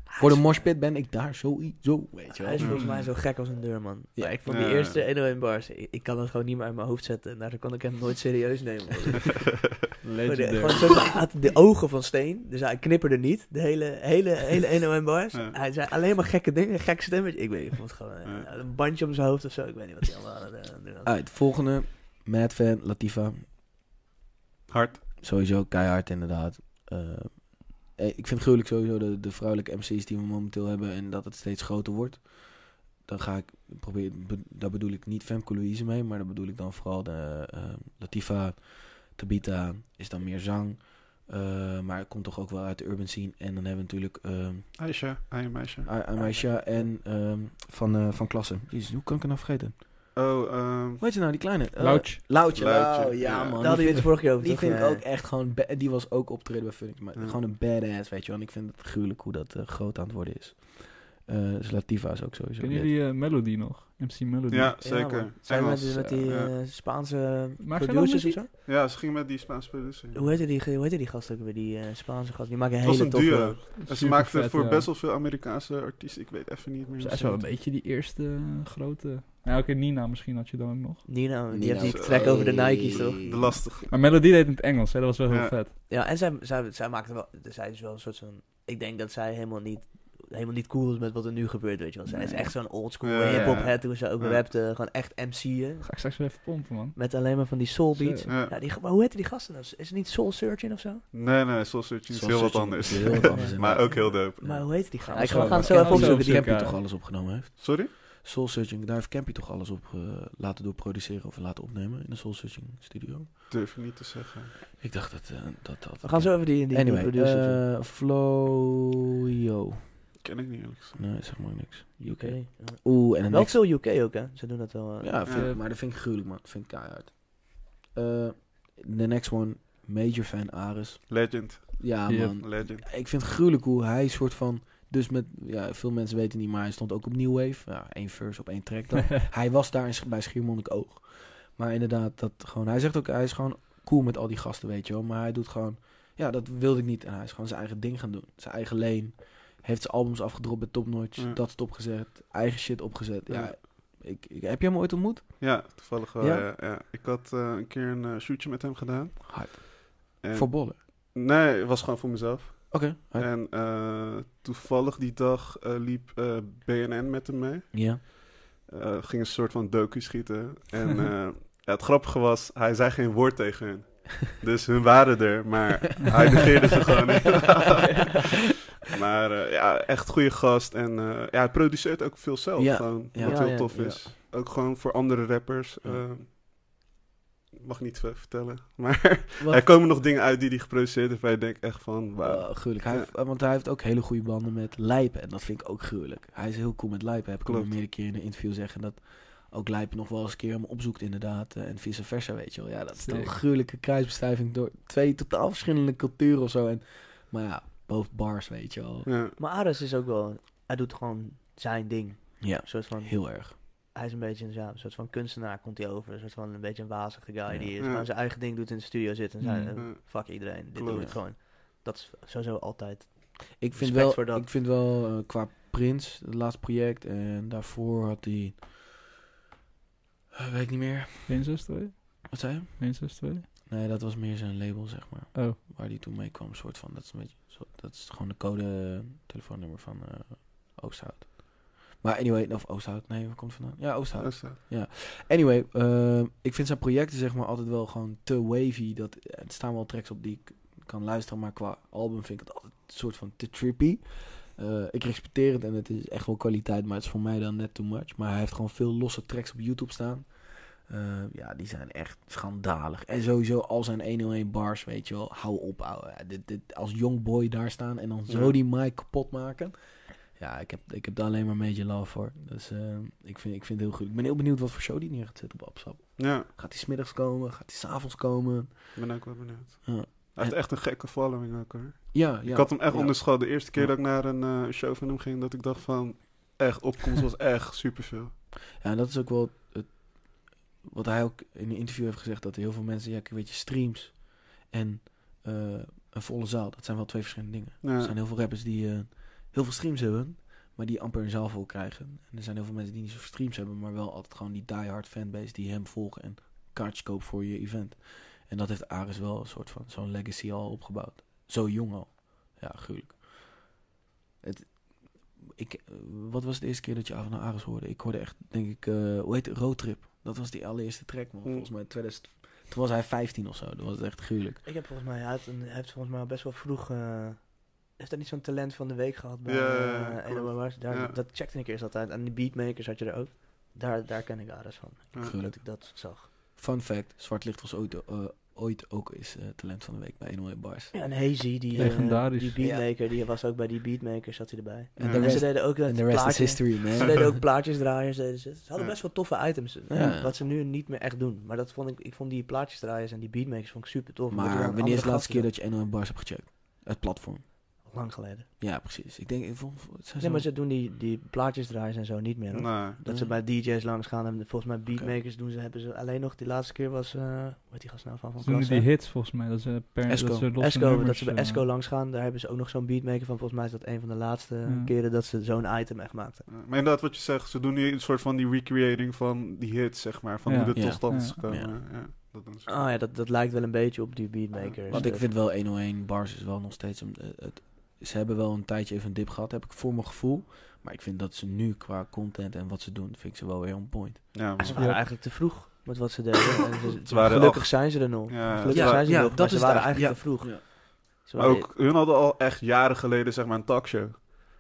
Speaker 3: voor de moshpit ben ik daar sowieso, weet
Speaker 2: Hij
Speaker 3: je wel.
Speaker 2: is volgens
Speaker 1: Mm.
Speaker 2: mij zo gek als een deurman.
Speaker 3: Ja.
Speaker 2: Maar ik vond die
Speaker 4: Ja.
Speaker 2: eerste 101 bars, ik, ik kan dat gewoon niet meer uit mijn hoofd zetten. En daardoor kan ik hem nooit serieus nemen.
Speaker 1: Legendary.
Speaker 2: Gewoon zo, hij had de ogen van steen, dus hij knipperde niet. De hele, hele, hele 101 bars.
Speaker 4: Ja.
Speaker 2: Hij zei alleen maar gekke dingen, gek stemmetje. Ik weet niet, ik vond het gewoon eh,
Speaker 4: Ja.
Speaker 2: een bandje om zijn hoofd of zo. Ik weet niet wat hij allemaal aan het eh, doen was.
Speaker 3: Uit, volgende. Mad fan, Latifa.
Speaker 4: Hard.
Speaker 3: Sowieso keihard inderdaad. Eh, eh, ik vind gruwelijk sowieso de, de vrouwelijke MC's die we momenteel hebben en dat het steeds groter wordt. Dan ga ik proberen, be- daar bedoel ik niet Femke Louise mee, maar daar bedoel ik dan vooral de, eh, Latifa, Tabita, is dan meer zang. Eh, maar het komt toch ook wel uit de urban scene. En dan hebben we natuurlijk ehm,
Speaker 4: Aisha, hij een meisje.
Speaker 3: A- Amaisha en ehm, van, eh, van Klassen. Jezus, hoe kan ik het nou vergeten?
Speaker 4: Oh, ehm
Speaker 3: Hoe heet ze nou, die kleine? Eh,
Speaker 1: Louch.
Speaker 3: Loutje.
Speaker 4: Loutje,
Speaker 3: Lau, ja,
Speaker 4: ja.
Speaker 3: man.
Speaker 2: Daar
Speaker 3: Die
Speaker 2: hadden jullie
Speaker 3: vind-
Speaker 2: het vorige keer over,
Speaker 3: die
Speaker 2: toch?
Speaker 3: vind ik
Speaker 2: Ja,
Speaker 3: ook echt gewoon... ba- Die was ook optreden bij Funny. Maar
Speaker 4: Ja.
Speaker 3: gewoon een badass, weet je wel. En ik vind het gruwelijk hoe dat eh, groot aan het worden is. Eh dus Lativa is ook sowieso
Speaker 1: Kennen
Speaker 3: lid.
Speaker 1: jullie eh, Melody nog? MC Melody.
Speaker 4: ja,
Speaker 2: ja,
Speaker 4: zeker.
Speaker 2: man. Zijn we
Speaker 4: Engels.
Speaker 2: met, met die
Speaker 4: ja.
Speaker 2: eh, Spaanse
Speaker 1: Maar geen
Speaker 2: producers of
Speaker 1: muziek?
Speaker 2: zo?
Speaker 4: Ja, ze ging met die Spaanse producer.
Speaker 2: Hoe heette die, ge- hoe heette die gast ook weer, die eh, Spaanse gast? Die maken
Speaker 4: Het was
Speaker 2: hele
Speaker 4: een
Speaker 2: toffe...
Speaker 4: duo. En ze
Speaker 1: Super
Speaker 4: maakte
Speaker 1: vet,
Speaker 4: voor
Speaker 1: ja.
Speaker 4: best wel veel Amerikaanse artiesten. Ik weet even niet meer.
Speaker 1: Zij
Speaker 4: hoe
Speaker 1: is
Speaker 4: ze
Speaker 1: wel een
Speaker 4: heet.
Speaker 1: beetje die eerste eh, grote. Ja, oké, Nina misschien had je dan ook nog.
Speaker 2: Nina, die
Speaker 3: Nina
Speaker 2: heeft die
Speaker 4: ook.
Speaker 2: track over de Nike's, toch?
Speaker 4: De lastig.
Speaker 1: Maar Melody deed in het Engels, hè? dat was wel heel
Speaker 4: Ja.
Speaker 1: vet.
Speaker 2: Ja, en zij, zij, zij maakte wel... Zij is wel een soort van... Ik denk dat zij helemaal niet... Helemaal niet cool is met wat er nu gebeurt, weet je wel. Zij is
Speaker 1: Nee.
Speaker 2: echt zo'n oldschool
Speaker 4: Ja, ja,
Speaker 2: hip-hop
Speaker 4: ja.
Speaker 2: head, toen ze ook
Speaker 4: Ja.
Speaker 2: rapte. Gewoon echt MC'en.
Speaker 1: Ga ik straks weer even pompen, man.
Speaker 2: Met alleen maar van die soul
Speaker 1: Zo.
Speaker 2: beats.
Speaker 4: Ja.
Speaker 2: Ja, die, maar hoe heette die gasten nou? Is het niet Soul Searching of zo?
Speaker 4: Nee, nee, Soul Searching is heel wat anders.
Speaker 3: Heel wat anders.
Speaker 4: maar ook heel dope.
Speaker 2: Maar hoe heette die gasten?
Speaker 1: we
Speaker 2: Ik ga- we
Speaker 1: zo-
Speaker 2: gaan het
Speaker 1: we
Speaker 2: zo even
Speaker 1: gaan het zo
Speaker 2: opzoeken. Die,
Speaker 1: opzoeken.
Speaker 3: Campy
Speaker 1: ja.
Speaker 3: toch alles opgenomen heeft.
Speaker 4: Sorry?
Speaker 3: Soul Searching, daar heeft Campy toch alles op eh, laten door produceren of laten opnemen in de Soul Searching studio.
Speaker 4: Durf ik niet te zeggen.
Speaker 3: Ik dacht dat eh, dat... dat
Speaker 2: we gaan zo even die, die, die
Speaker 3: Anyway,
Speaker 2: producers opzoeken.
Speaker 3: eh Floyo.
Speaker 4: Ken ik niet eerlijk gezegd.
Speaker 3: Nee, zeg maar niks. UK.
Speaker 2: Oké. Ja.
Speaker 3: Oeh, en een
Speaker 2: Wel veel UK ook, hè? Ze doen dat wel. eh.
Speaker 3: Ja, vind
Speaker 4: Ja.
Speaker 3: ik- maar dat vind ik gruwelijk, man. Dat vind ik keihard. Eh the next one, major fan Ares.
Speaker 4: Legend.
Speaker 3: Ja,
Speaker 1: Yep.
Speaker 3: man.
Speaker 4: Legend.
Speaker 3: Ik vind het gruwelijk hoe hij soort van... Dus met... Ja, veel mensen weten niet, maar hij stond ook op New Wave. Ja, één verse op één track dan. hij was daar in Sch- bij Schiermonnikoog. Maar inderdaad, dat gewoon... Hij zegt ook, hij is gewoon cool met al die gasten, weet je wel. Maar hij doet gewoon... Ja, dat wilde ik niet. En hij is gewoon zijn eigen ding gaan doen. Zijn eigen lane. Heeft zijn albums afgedropt bij Top Notch.
Speaker 4: Ja.
Speaker 3: Dat is opgezet. Eigen shit opgezet. Ja,
Speaker 4: Ja.
Speaker 3: Ik, ik- heb je hem ooit ontmoet?
Speaker 4: Ja, toevallig wel.
Speaker 3: Ja?
Speaker 4: Ja? ja. Ik had eh, een keer een eh, shootje met hem gedaan.
Speaker 3: Hard.
Speaker 4: En...
Speaker 3: Voor bollen.
Speaker 4: Nee, het was gewoon voor mezelf.
Speaker 3: Oké.
Speaker 4: En eh, toevallig die dag eh, liep eh, BNN met hem mee.
Speaker 3: Ja.
Speaker 4: eh ging een soort van docu schieten. En eh, Ja, het grappige was, hij zei geen woord tegen hun. Dus hun waren er, maar hij negeerde ze gewoon. maar eh, ja, echt goede gast. En eh, ja, hij produceert ook veel zelf.
Speaker 3: Ja,
Speaker 4: Gewoon,
Speaker 3: ja.
Speaker 4: wat
Speaker 2: Ja,
Speaker 4: heel
Speaker 2: ja,
Speaker 4: tof
Speaker 3: ja.
Speaker 4: is. Ook gewoon voor andere rappers.
Speaker 3: Ja.
Speaker 4: eh, mag niet veel vertellen. Maar
Speaker 3: Wat-
Speaker 4: er komen nog dingen uit die hij geproduceerd heeft. Waar je denkt echt van, wauw.
Speaker 3: Eh, gruwelijk. Hij
Speaker 4: Ja.
Speaker 3: heeft- eh, want hij heeft ook hele goede banden met Lijpen. En dat vind ik ook gruwelijk. Hij is heel cool met Lijpen. Heb ik hem
Speaker 4: Klopt.
Speaker 3: meerdere keer in een interview zeggen dat ook Lijpen nog wel eens een keer hem opzoekt inderdaad. eh, En vice versa, weet je wel. Ja, dat is toch een
Speaker 1: Sick.
Speaker 3: gruwelijke kruisbestuiving door twee totaal verschillende culturen of zo. En, maar ja, boven bars, weet je wel.
Speaker 4: Ja,
Speaker 2: Maar Ares is ook wel... Hij doet gewoon zijn ding.
Speaker 3: Ja,
Speaker 2: Een soort van...
Speaker 3: heel erg.
Speaker 2: Hij is een beetje een, ja, een soort van kunstenaar, komt hij over. Een soort van een beetje een wazige guy
Speaker 3: Ja.
Speaker 2: die is
Speaker 4: Ja.
Speaker 2: gewoon zijn eigen ding doet in de studio zit. En
Speaker 1: Mm.
Speaker 2: zei, eh,
Speaker 4: ja.
Speaker 2: fuck iedereen, dit
Speaker 4: Klopt.
Speaker 2: doe ik gewoon. Dat is sowieso altijd.
Speaker 3: Ik vind
Speaker 2: Respect voor
Speaker 3: wel,
Speaker 2: dat.
Speaker 3: ik vind wel eh, qua Prins, het laatste project. En daarvoor had hij... Eh, weet ik niet meer.
Speaker 1: Prinses 2?
Speaker 3: Wat zei je?
Speaker 1: Prinses 2?
Speaker 3: Nee, dat was meer zijn label, zeg maar.
Speaker 1: Oh.
Speaker 3: Waar die toen mee kwam, soort van. Dat is, een beetje, zo- dat is gewoon de code eh, telefoonnummer van eh, Oosthout. Maar anyway, of Oosthout, nee, waar komt het vandaan? Ja, Oosthout.
Speaker 4: Dat is, eh,
Speaker 3: Anyway, eh, ik vind zijn projecten zeg maar altijd wel gewoon te wavy. Dat, eh, er staan wel tracks op die ik kan luisteren, maar qua album vind ik het altijd een soort van te trippy. Eh, ik respecteer het en het is echt wel kwaliteit, maar het is voor mij dan net too much. Maar hij heeft gewoon veel losse tracks op YouTube staan. Eh, ja, die zijn echt schandalig. En sowieso al zijn 101 bars, weet je wel. Hou op, ouwe. Ja, dit, dit, als young boy daar staan en dan zo
Speaker 4: Ja.
Speaker 3: die mic kapot maken. Ja, ik heb, ik heb daar alleen maar een beetje love voor. Dus eh, ik, vind, ik vind het heel goed. Ik ben heel benieuwd wat voor show die neer gaat zetten op Absap.
Speaker 4: ja,
Speaker 3: Gaat hij smiddags komen? Gaat hij s'avonds komen?
Speaker 4: ik ben ook wel benieuwd.
Speaker 3: Ja.
Speaker 4: Hij heeft echt een gekke following ook hoor.
Speaker 3: Ja, ja.
Speaker 4: Ik had hem echt
Speaker 3: Ja.
Speaker 4: onderschat. De eerste keer
Speaker 3: Ja.
Speaker 4: dat ik naar een eh, show van hem ging, dat ik dacht van... Echt, opkomst was echt superveel.
Speaker 3: Ja, en dat is ook wel het, wat hij ook in een interview heeft gezegd. Dat heel veel mensen, ja, ik weet je, streams en eh, een volle zaal. Dat zijn wel twee verschillende dingen.
Speaker 4: Ja.
Speaker 3: Er zijn heel veel rappers die eh, heel veel streams hebben, maar die amper een zaal vol krijgen. En er zijn heel veel mensen die niet zoveel streams hebben, maar wel altijd gewoon die diehard fanbase die hem volgen en kaartjes kopen voor je event. En dat heeft Ares wel een soort van zo'n legacy al opgebouwd. Zo jong al. Ja, gruwelijk. Het, ik, eh, wat was de eerste keer dat je van Ares hoorde? Ik hoorde echt, denk ik, eh hoe heet het? Roadtrip. Dat was die allereerste track, man.
Speaker 4: Mm.
Speaker 3: Volgens mij 2000, toen was hij 15 of zo. Dat was het echt gruwelijk.
Speaker 2: Ik heb volgens mij, hij, heeft een- hij heeft volgens mij best wel vroeg. eh, heeft hij niet zo'n talent van de week gehad bij
Speaker 4: Ja, ja,
Speaker 2: eh
Speaker 4: ja,
Speaker 2: Elo
Speaker 4: klopt.
Speaker 2: Bars? Daar,
Speaker 4: Ja.
Speaker 2: Dat checkte ik eerst altijd. En die beatmakers had je er ook. Daar, daar ken ik Ares van.
Speaker 3: gruwelijk.
Speaker 2: Dat ik dat zag.
Speaker 3: Fun fact, Zwart Licht was ooit, eh, ooit ook is talent van de week bij 101 Bars.
Speaker 2: Ja, en Hazy, die, eh,
Speaker 1: Legendarisch.
Speaker 2: die beatmaker, die was ook bij die beatmakers, zat hij erbij.
Speaker 4: En
Speaker 3: En
Speaker 4: de
Speaker 3: de
Speaker 2: En ze
Speaker 3: rest,
Speaker 2: deden ook dat
Speaker 3: is
Speaker 2: plaatje-
Speaker 3: history,
Speaker 2: Ze
Speaker 3: man.
Speaker 2: deden ook plaatjesdraaiers. Deden ze. ze hadden
Speaker 4: Ja.
Speaker 2: best wel toffe items.
Speaker 3: Ja.
Speaker 2: Wat ze nu niet meer echt doen. Maar dat vond ik, ik vond die plaatjesdraaiers en die beatmakers vond ik super tof. omdat er
Speaker 3: Maar
Speaker 2: dan
Speaker 3: wanneer
Speaker 2: andere
Speaker 3: is de laatste
Speaker 2: gasten
Speaker 3: keer dat je 101 Bars hebt gecheckt? Het platform.
Speaker 2: zijn. Lang geleden.
Speaker 3: Ja, precies. Ik denk, ik vond- het zijn
Speaker 2: Nee, maar
Speaker 3: zo-
Speaker 2: ze doen die, die plaatjesdraaiers en zo niet meer. hoor.
Speaker 4: Nee.
Speaker 2: Dat ze bij DJ's langs gaan en volgens mij beatmakers doen ze, hebben ze alleen nog, die laatste keer was, eh hoe heet die gast nou van, van
Speaker 1: Ze doen nu
Speaker 2: Klasse?
Speaker 1: die hits volgens mij. Dat ze per
Speaker 3: Esco.
Speaker 1: Dat ze losse
Speaker 2: Esco, dat
Speaker 1: nummers,
Speaker 2: ze bij
Speaker 1: eh,
Speaker 2: Esco langs gaan, daar hebben ze ook nog zo'n beatmaker van, volgens mij is dat een van de laatste
Speaker 1: Ja.
Speaker 2: keren dat ze zo'n item echt maakten.
Speaker 4: Ja, Maar inderdaad, wat je zegt, ze doen nu een soort van die recreating van die hits, zeg maar. Van
Speaker 1: Ja.
Speaker 4: hoe de
Speaker 3: Ja.
Speaker 4: tot stand is
Speaker 1: Ja.
Speaker 4: gekomen. Ja. dat doen ze.
Speaker 2: Ah ja, dat, dat lijkt wel een beetje op die beatmakers.
Speaker 3: Want ik
Speaker 2: Dat-
Speaker 3: vind wel 101 Bars is wel nog steeds... Een, eh, het, ze hebben wel een tijdje even een dip gehad, heb ik voor mijn gevoel. Maar ik vind dat ze nu qua content en wat ze doen, vind ik ze wel weer on point.
Speaker 4: Ja,
Speaker 2: ze
Speaker 4: maar,
Speaker 2: waren
Speaker 1: Ja.
Speaker 2: eigenlijk te vroeg met wat ze deden. En ze-
Speaker 4: Ze waren
Speaker 2: gelukkig
Speaker 4: al-
Speaker 2: zijn ze er nog.
Speaker 4: Ja.
Speaker 2: gelukkig
Speaker 4: Ja,
Speaker 2: zijn ze er
Speaker 3: ja,
Speaker 2: nog,
Speaker 3: dat
Speaker 2: maar ze
Speaker 3: is
Speaker 2: waren
Speaker 3: het
Speaker 2: eigenlijk te
Speaker 3: eigenlijk,
Speaker 2: vroeg.
Speaker 3: ja.
Speaker 2: Ze
Speaker 4: maar
Speaker 2: waren-
Speaker 4: ook, hun hadden al echt jaren geleden, zeg maar, een talkshow.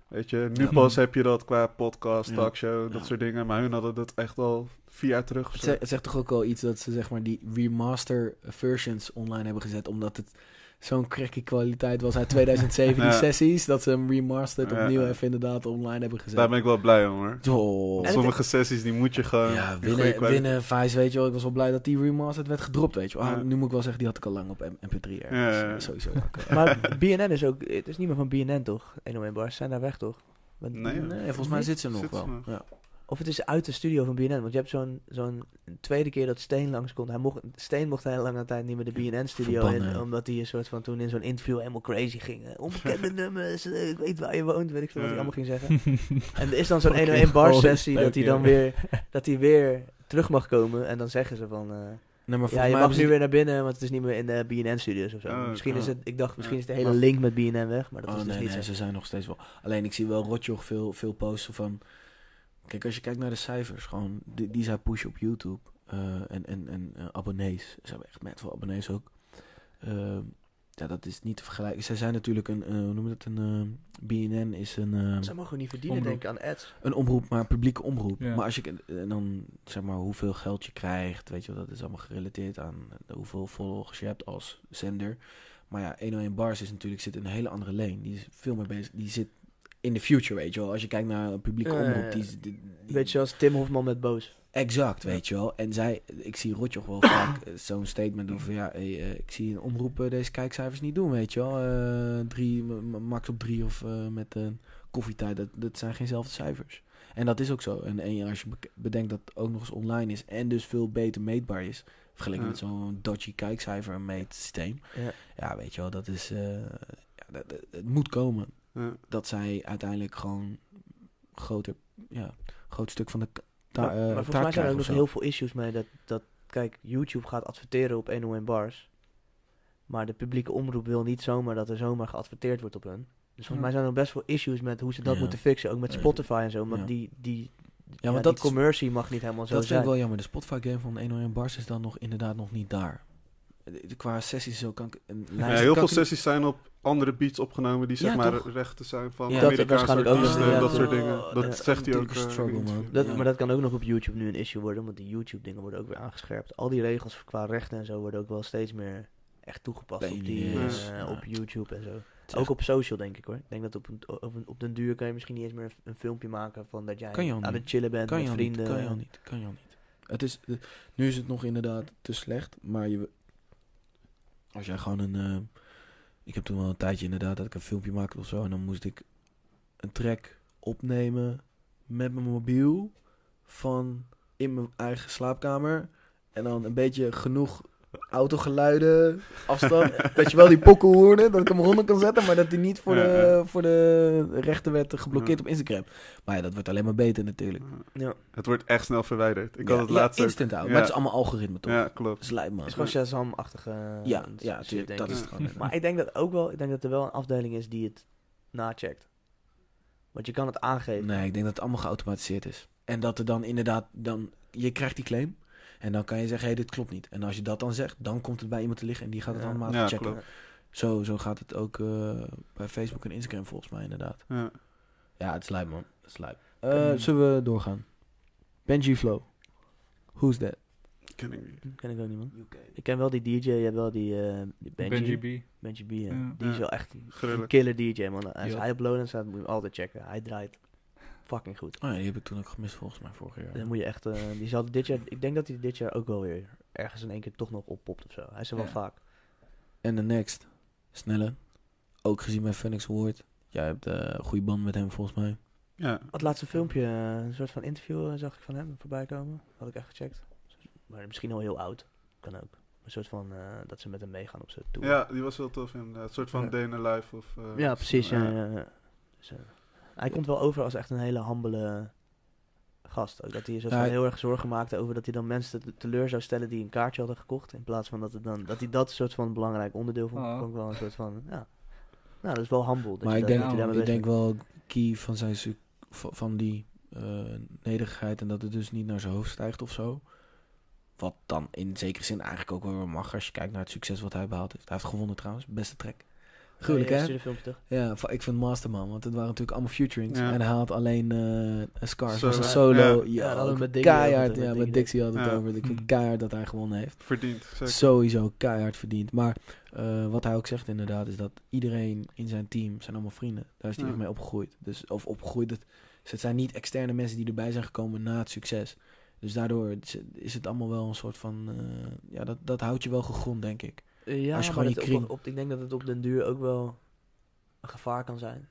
Speaker 4: Weet je, nu
Speaker 3: Ja.
Speaker 4: pas heb je dat qua podcast,
Speaker 3: Mhm. Ja.
Speaker 4: talkshow, dat
Speaker 3: Ja.
Speaker 4: soort dingen. Maar hun hadden dat echt al vier jaar terug. of
Speaker 3: Het
Speaker 4: zo.
Speaker 3: zegt, het zegt toch ook wel iets dat ze zeg maar die remaster versions online hebben gezet. Omdat het zo'n cracky kwaliteit was uit 2007 die
Speaker 4: Ja.
Speaker 3: sessies. Dat ze hem remastered
Speaker 4: Ja,
Speaker 3: opnieuw
Speaker 4: ja.
Speaker 3: even inderdaad online hebben gezet.
Speaker 4: Daar ben ik wel blij om, hoor.
Speaker 3: Oh.
Speaker 2: En-
Speaker 4: Sommige sessies, die moet je gewoon...
Speaker 3: Ja,
Speaker 4: in goede
Speaker 3: winnen,
Speaker 4: kwaliteit-
Speaker 3: winnen Vice, weet je wel. Ik was wel blij dat die remastered werd gedropt, weet je wel. Ah,
Speaker 4: Ja.
Speaker 3: Nu moet ik wel zeggen, die had ik al lang op M- MP3 ergens.
Speaker 4: Ja, ja, ja.
Speaker 3: Dus Sowieso. ook, eh.
Speaker 2: Maar BNN is ook, het is niet meer van BNN toch? 101 Bars zijn daar weg toch? Want-
Speaker 4: Nee,
Speaker 3: Nee, volgens mij zit ze nog
Speaker 4: Zit ze
Speaker 3: wel.
Speaker 4: nog?
Speaker 3: Ja.
Speaker 2: Of het is uit de studio van BNN. Want je hebt zo'n zo'n tweede keer dat Steen langskomt. Hij mocht, Steen mocht heel lange tijd niet meer de BNN-studio
Speaker 3: Verbannen.
Speaker 2: in. Omdat hij een soort van toen in zo'n interview helemaal crazy ging. Eh, Onbekende nummers, eh, ik weet waar je woont, weet ik veel wat hij
Speaker 4: Ja.
Speaker 2: allemaal ging zeggen. En er is dan zo'n 101
Speaker 3: Fucking
Speaker 2: bar
Speaker 3: grote
Speaker 2: sessie dat hij dan weer, dat hij weer terug mag komen. En dan zeggen ze van, eh,
Speaker 3: Nee, maar
Speaker 2: ja,
Speaker 3: volgens
Speaker 2: je
Speaker 3: mij
Speaker 2: mag
Speaker 3: hebben ze
Speaker 2: nu weer naar binnen, want het is niet meer in de BNN-studios of zo.
Speaker 4: Oh,
Speaker 2: misschien
Speaker 4: ja.
Speaker 2: is het, ik dacht, misschien
Speaker 4: Ja.
Speaker 2: is de hele
Speaker 3: Maar-
Speaker 2: link met BNN weg. Maar dat
Speaker 3: oh,
Speaker 2: is dus
Speaker 3: nee,
Speaker 2: niet
Speaker 3: nee,
Speaker 2: zo.
Speaker 3: ze zijn nog steeds wel. Alleen ik zie wel Rotjoch veel, veel posten van... Kijk, als je kijkt naar de cijfers, gewoon die, die zij pushen op YouTube. eh, en, en, en eh, abonnees. Ze hebben echt met veel abonnees ook. Eh, ja, dat is niet te vergelijken. Zij zijn natuurlijk een, eh, hoe noem je dat, een eh, BNN is een, eh,
Speaker 2: Zij mogen niet verdienen,
Speaker 1: Omroep.
Speaker 2: denk ik, aan ads.
Speaker 3: een omroep, maar een publieke omroep.
Speaker 1: Ja.
Speaker 3: Maar als je, en dan zeg maar hoeveel geld je krijgt, weet je wel, dat is allemaal gerelateerd aan hoeveel volgers je hebt als zender. Maar ja, 101 Bars is natuurlijk, zit in een hele andere lane. Die is veel meer bezig, die zit in de future, weet je wel. Als je kijkt naar een publieke
Speaker 2: Ja, ja,
Speaker 3: omroep,
Speaker 2: ja.
Speaker 3: die, is- die- die-
Speaker 2: Weet je, als Tim Hofman met Boos.
Speaker 3: Exact, weet je wel. En zij, ik zie Rotjoch wel vaak eh, zo'n statement doen van ja, hey, eh, ik zie een omroep eh, deze kijkcijfers niet doen, weet je wel. Eh, drie, m- m- max op drie of eh, met een koffietijd, dat, dat zijn geenzelfde cijfers. En dat is ook zo. En, en als je bek- bedenkt dat het ook nog eens online is en dus veel beter meetbaar is, vergeleken
Speaker 4: Ja.
Speaker 3: met zo'n dodgy kijkcijfermeetsysteem.
Speaker 2: Ja.
Speaker 3: Ja. ja, weet je wel, dat is, eh, ja, dat, dat- het moet komen
Speaker 4: Ja.
Speaker 3: dat zij uiteindelijk gewoon groter, ja, groot stuk van de k- ta-
Speaker 2: Maar,
Speaker 3: eh,
Speaker 2: maar
Speaker 3: taart
Speaker 2: volgens mij zijn
Speaker 3: krijgen
Speaker 2: er ook
Speaker 3: of
Speaker 2: nog
Speaker 3: zo.
Speaker 2: heel veel issues mee. Dat, dat, kijk, YouTube gaat adverteren op 101 Bars. Maar de publieke omroep wil niet zomaar dat er zomaar geadverteerd wordt op hun. Dus volgens
Speaker 1: Ja.
Speaker 2: mij zijn er nog best wel issues met hoe ze dat
Speaker 3: Ja.
Speaker 2: moeten fixen. Ook met
Speaker 3: Ja.
Speaker 2: Spotify en zo. Want
Speaker 3: Ja.
Speaker 2: die, die, ja,
Speaker 3: Ja, want
Speaker 2: die
Speaker 3: dat, is-
Speaker 2: commercie mag niet helemaal zo
Speaker 3: dat vind
Speaker 2: zijn.
Speaker 3: ik wel jammer. De Spotify game van 101 Bars is dan nog inderdaad nog niet daar. Eh, Qua sessies zo kan ik... Een
Speaker 4: Ja,
Speaker 3: lijst kan
Speaker 4: heel veel
Speaker 3: ik niet-
Speaker 4: sessies zijn op andere beats opgenomen die zeg
Speaker 3: Ja,
Speaker 4: maar
Speaker 3: toch?
Speaker 4: rechten zijn van
Speaker 3: Ja.
Speaker 2: Dat-
Speaker 4: Amerikaanse
Speaker 2: waarschijnlijk ook
Speaker 4: artiesten,
Speaker 2: nog, ja.
Speaker 4: dat soort dingen.
Speaker 3: Oh,
Speaker 4: Dat,
Speaker 3: dat is
Speaker 4: zegt hij ook.
Speaker 3: natuurlijk een
Speaker 4: eh,
Speaker 3: struggle,
Speaker 4: in
Speaker 3: man.
Speaker 4: interview.
Speaker 2: Dat,
Speaker 3: Ja.
Speaker 2: Maar dat kan ook nog op YouTube nu een issue worden, want die YouTube-dingen worden ook weer aangescherpt. Al die regels qua rechten en zo worden ook wel steeds meer echt toegepast op, die,
Speaker 4: Yes.
Speaker 2: eh,
Speaker 3: Ja.
Speaker 2: op YouTube en zo.
Speaker 3: Het is
Speaker 2: Ook
Speaker 3: echt-
Speaker 2: op social, denk ik hoor. Ik denk dat op, een, op, een- op den duur kan je misschien niet eens meer een filmpje maken van dat jij
Speaker 3: Kan je al
Speaker 2: aan
Speaker 3: niet.
Speaker 2: het chillen bent
Speaker 3: kan je
Speaker 2: met
Speaker 3: al
Speaker 2: vrienden.
Speaker 3: Niet, kan je al niet, kan je al niet. Het is, eh, nu is het nog inderdaad te slecht, maar je, als jij gewoon een... eh, ik heb toen wel een tijdje inderdaad dat ik een filmpje maakte of zo en dan moest ik een track opnemen met mijn mobiel van in mijn eigen slaapkamer en dan een beetje genoeg autogeluiden, afstand, dat je wel die pokken hoorde, dat ik hem rond kan zetten, maar dat hij niet voor,
Speaker 4: Ja,
Speaker 3: de, voor de rechter werd geblokkeerd
Speaker 4: Ja.
Speaker 3: op Instagram. Maar ja, dat wordt alleen maar beter natuurlijk.
Speaker 2: Ja.
Speaker 4: Het wordt echt snel verwijderd. Ik
Speaker 3: Ja,
Speaker 4: had
Speaker 3: ja,
Speaker 4: het laatst ook.
Speaker 3: instant out.
Speaker 4: Ja.
Speaker 3: Maar het is allemaal algoritme toch?
Speaker 4: Ja,
Speaker 3: Ja.
Speaker 4: klopt.
Speaker 3: Dat is lijp, man.
Speaker 2: Het is gewoon Shazam-achtige eh,
Speaker 3: ja,
Speaker 2: shit,
Speaker 3: ja, tuurlijk,
Speaker 2: denk
Speaker 3: dat
Speaker 2: ik.
Speaker 3: is het gewoon.
Speaker 2: Maar ik denk dat ook wel, ik denk dat er wel een afdeling is die het nacheckt. Want je kan het aangeven.
Speaker 3: Nee, ik denk dat het allemaal geautomatiseerd is. En dat er dan inderdaad, dan, je krijgt die claim. En dan kan je zeggen, hé, dit klopt niet. En als je dat dan zegt, dan komt het bij iemand te liggen en die gaat het
Speaker 2: Ja.
Speaker 3: allemaal
Speaker 4: Ja,
Speaker 3: checken.
Speaker 4: klopt.
Speaker 3: Zo, zo gaat het ook eh, bij Facebook en Instagram volgens mij inderdaad.
Speaker 4: Ja.
Speaker 3: Ja, het is lijp, man. Het is lijp.
Speaker 1: Eh,
Speaker 3: zullen we doorgaan? Benji Flow. Who's that?
Speaker 4: Ken ik niet.
Speaker 2: Ken ik ook niet, man. Ik ken wel die DJ, je hebt wel die, eh, die Benji.
Speaker 1: Benji B. Mm.
Speaker 2: Benji B, ja.
Speaker 1: Ja.
Speaker 2: Die is
Speaker 4: Ja.
Speaker 2: wel echt een
Speaker 4: Grillig.
Speaker 2: killer DJ, man. Als
Speaker 1: Ja.
Speaker 2: hij op Lowlands staat, moet je hem altijd checken. Hij draait fucking goed.
Speaker 3: Oh ja, die heb ik toen ook gemist volgens mij vorig jaar.
Speaker 2: Dan moet je echt, eh, die zal dit jaar, ik denk dat hij dit jaar ook wel weer ergens in één keer toch nog oppopt of zo. Hij is er wel
Speaker 1: Ja.
Speaker 2: vaak.
Speaker 3: En de next, Snelle. Ook gezien bij Phoenix Award. Jij hebt eh, een goede band met hem volgens mij.
Speaker 4: Ja.
Speaker 2: Het laatste filmpje, eh, een soort van interview eh, zag ik van hem voorbij komen. Had ik echt gecheckt. Maar misschien al heel oud. Kan ook. Een soort van eh, dat ze met hem meegaan op zijn tour.
Speaker 4: ja, die was wel tof inderdaad. Een soort van
Speaker 2: Ja.
Speaker 4: Dana Live of... eh,
Speaker 2: Ja, precies. Ja,
Speaker 4: ja.
Speaker 2: ja, ja. Dus, eh, hij komt wel over als echt een hele humbele gast. Ook dat hij zo
Speaker 3: Ja, hij-
Speaker 2: heel erg zorgen maakte over dat hij dan mensen te- teleur zou stellen die een kaartje hadden gekocht. In plaats van dat, het dan, dat hij dat soort van belangrijk onderdeel vond.
Speaker 1: Oh.
Speaker 2: Vond ik wel een soort van, ja. Nou, dat is wel humble. dat
Speaker 3: maar
Speaker 2: je dat-
Speaker 3: ik denk,
Speaker 2: dat je
Speaker 1: ja,
Speaker 2: daarmee
Speaker 3: ik denk
Speaker 2: bezig
Speaker 3: wel key van zijn su- van van die eh, nederigheid en dat het dus niet naar zijn hoofd stijgt of zo. Wat dan in zekere zin eigenlijk ook wel weer mag als je kijkt naar het succes wat hij behaald heeft. Hij heeft gewonnen trouwens, beste track.
Speaker 2: bent.
Speaker 3: Gruwelijk
Speaker 2: Ja, je
Speaker 3: hè?
Speaker 2: stuurde een filmpje toch?
Speaker 3: Ja, va- ik vind Masterman, want het waren natuurlijk allemaal futurings.
Speaker 4: Ja.
Speaker 3: En hij had alleen eh een Scar,
Speaker 4: Zo,
Speaker 3: was een
Speaker 4: ja.
Speaker 3: solo.
Speaker 2: Ja, dat
Speaker 3: Ja,
Speaker 2: hadden we met Dixie
Speaker 3: keihard.
Speaker 2: over,
Speaker 3: Ja,
Speaker 2: met
Speaker 3: met
Speaker 2: Dixie.
Speaker 3: Dixie had het
Speaker 4: Ja. Hm.
Speaker 3: over. Ik vind
Speaker 1: Mm.
Speaker 3: keihard dat hij gewonnen heeft.
Speaker 4: Verdiend, zeker.
Speaker 3: Sowieso keihard verdiend. Maar eh, wat hij ook zegt inderdaad, is dat iedereen in zijn team zijn allemaal vrienden. Daar is hij
Speaker 4: Ja.
Speaker 3: echt mee opgegroeid. Dus, of opgegroeid. Dat, dus het zijn niet externe mensen die erbij zijn gekomen na het succes. Dus daardoor is- is het allemaal wel een soort van... eh, ja, dat, dat houdt je wel gegrond, denk ik.
Speaker 2: Eh, Ja,
Speaker 3: Als je
Speaker 2: maar
Speaker 3: gewoon je
Speaker 2: dat
Speaker 3: kring-
Speaker 2: op, op, ik denk dat het op den duur ook wel een gevaar kan zijn.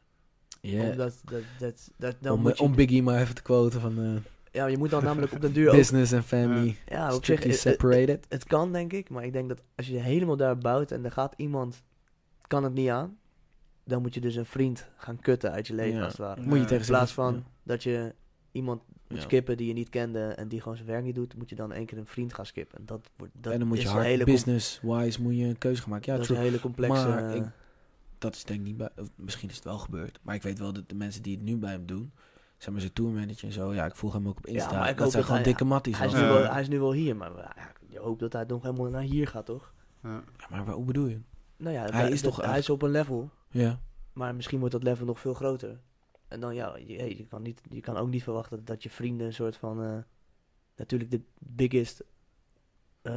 Speaker 2: Omdat dat, dat, dat, dan
Speaker 3: om,
Speaker 2: moet je,
Speaker 3: om Biggie maar even te quoten van eh,
Speaker 2: ja, je moet dan namelijk op den duur ook...
Speaker 3: business en family.
Speaker 2: Ja, op zich,
Speaker 3: strictly
Speaker 2: eh, eh,
Speaker 3: separated.
Speaker 2: Het kan, denk ik. Maar ik denk dat als je helemaal daar bouwt en er gaat iemand... kan het niet aan. Dan moet je dus een vriend gaan kutten uit je leven,
Speaker 3: Ja.
Speaker 2: als het ware.
Speaker 4: Ja.
Speaker 3: Moet je
Speaker 4: In
Speaker 3: tegen
Speaker 2: In plaats
Speaker 3: zeggen-
Speaker 2: van dat je iemand moet
Speaker 3: Ja.
Speaker 2: skippen die je niet kende... en die gewoon zijn werk niet doet... moet je dan één keer een vriend gaan skippen. En dat, wordt, dat
Speaker 3: en dan moet
Speaker 2: is
Speaker 3: je
Speaker 2: een hele
Speaker 3: hard
Speaker 2: com-
Speaker 3: business-wise moet je een keuze gaan maken. Ja,
Speaker 2: dat is
Speaker 3: true.
Speaker 2: een hele complexe...
Speaker 3: Maar ik- Dat is denk ik niet bij... of Misschien is het wel gebeurd. Maar ik weet wel dat de mensen die het nu bij hem doen... zeg maar, zijn tourmanager en zo. Ja, ik volg hem ook op Insta.
Speaker 2: maar ik hoop
Speaker 3: dat zijn
Speaker 2: dat
Speaker 3: gewoon
Speaker 2: hij-
Speaker 3: dikke matties.
Speaker 2: Hij is,
Speaker 3: hoor.
Speaker 2: nu
Speaker 4: Ja.
Speaker 2: wel, hij is nu wel hier, maar ja, je hoopt dat hij nog helemaal naar hier gaat, toch?
Speaker 4: Ja.
Speaker 2: Ehm,
Speaker 3: Ja, maar waar- hoe bedoel je?
Speaker 2: Nou ja,
Speaker 3: Hij
Speaker 2: dat-
Speaker 3: is
Speaker 2: dat-
Speaker 3: toch
Speaker 2: hij is op een level,
Speaker 3: Ja.
Speaker 2: maar misschien wordt dat level nog veel groter. En dan, ja, je, hey, je, kan, niet, je kan ook niet verwachten dat je vrienden een soort van... eh, natuurlijk de biggest eh,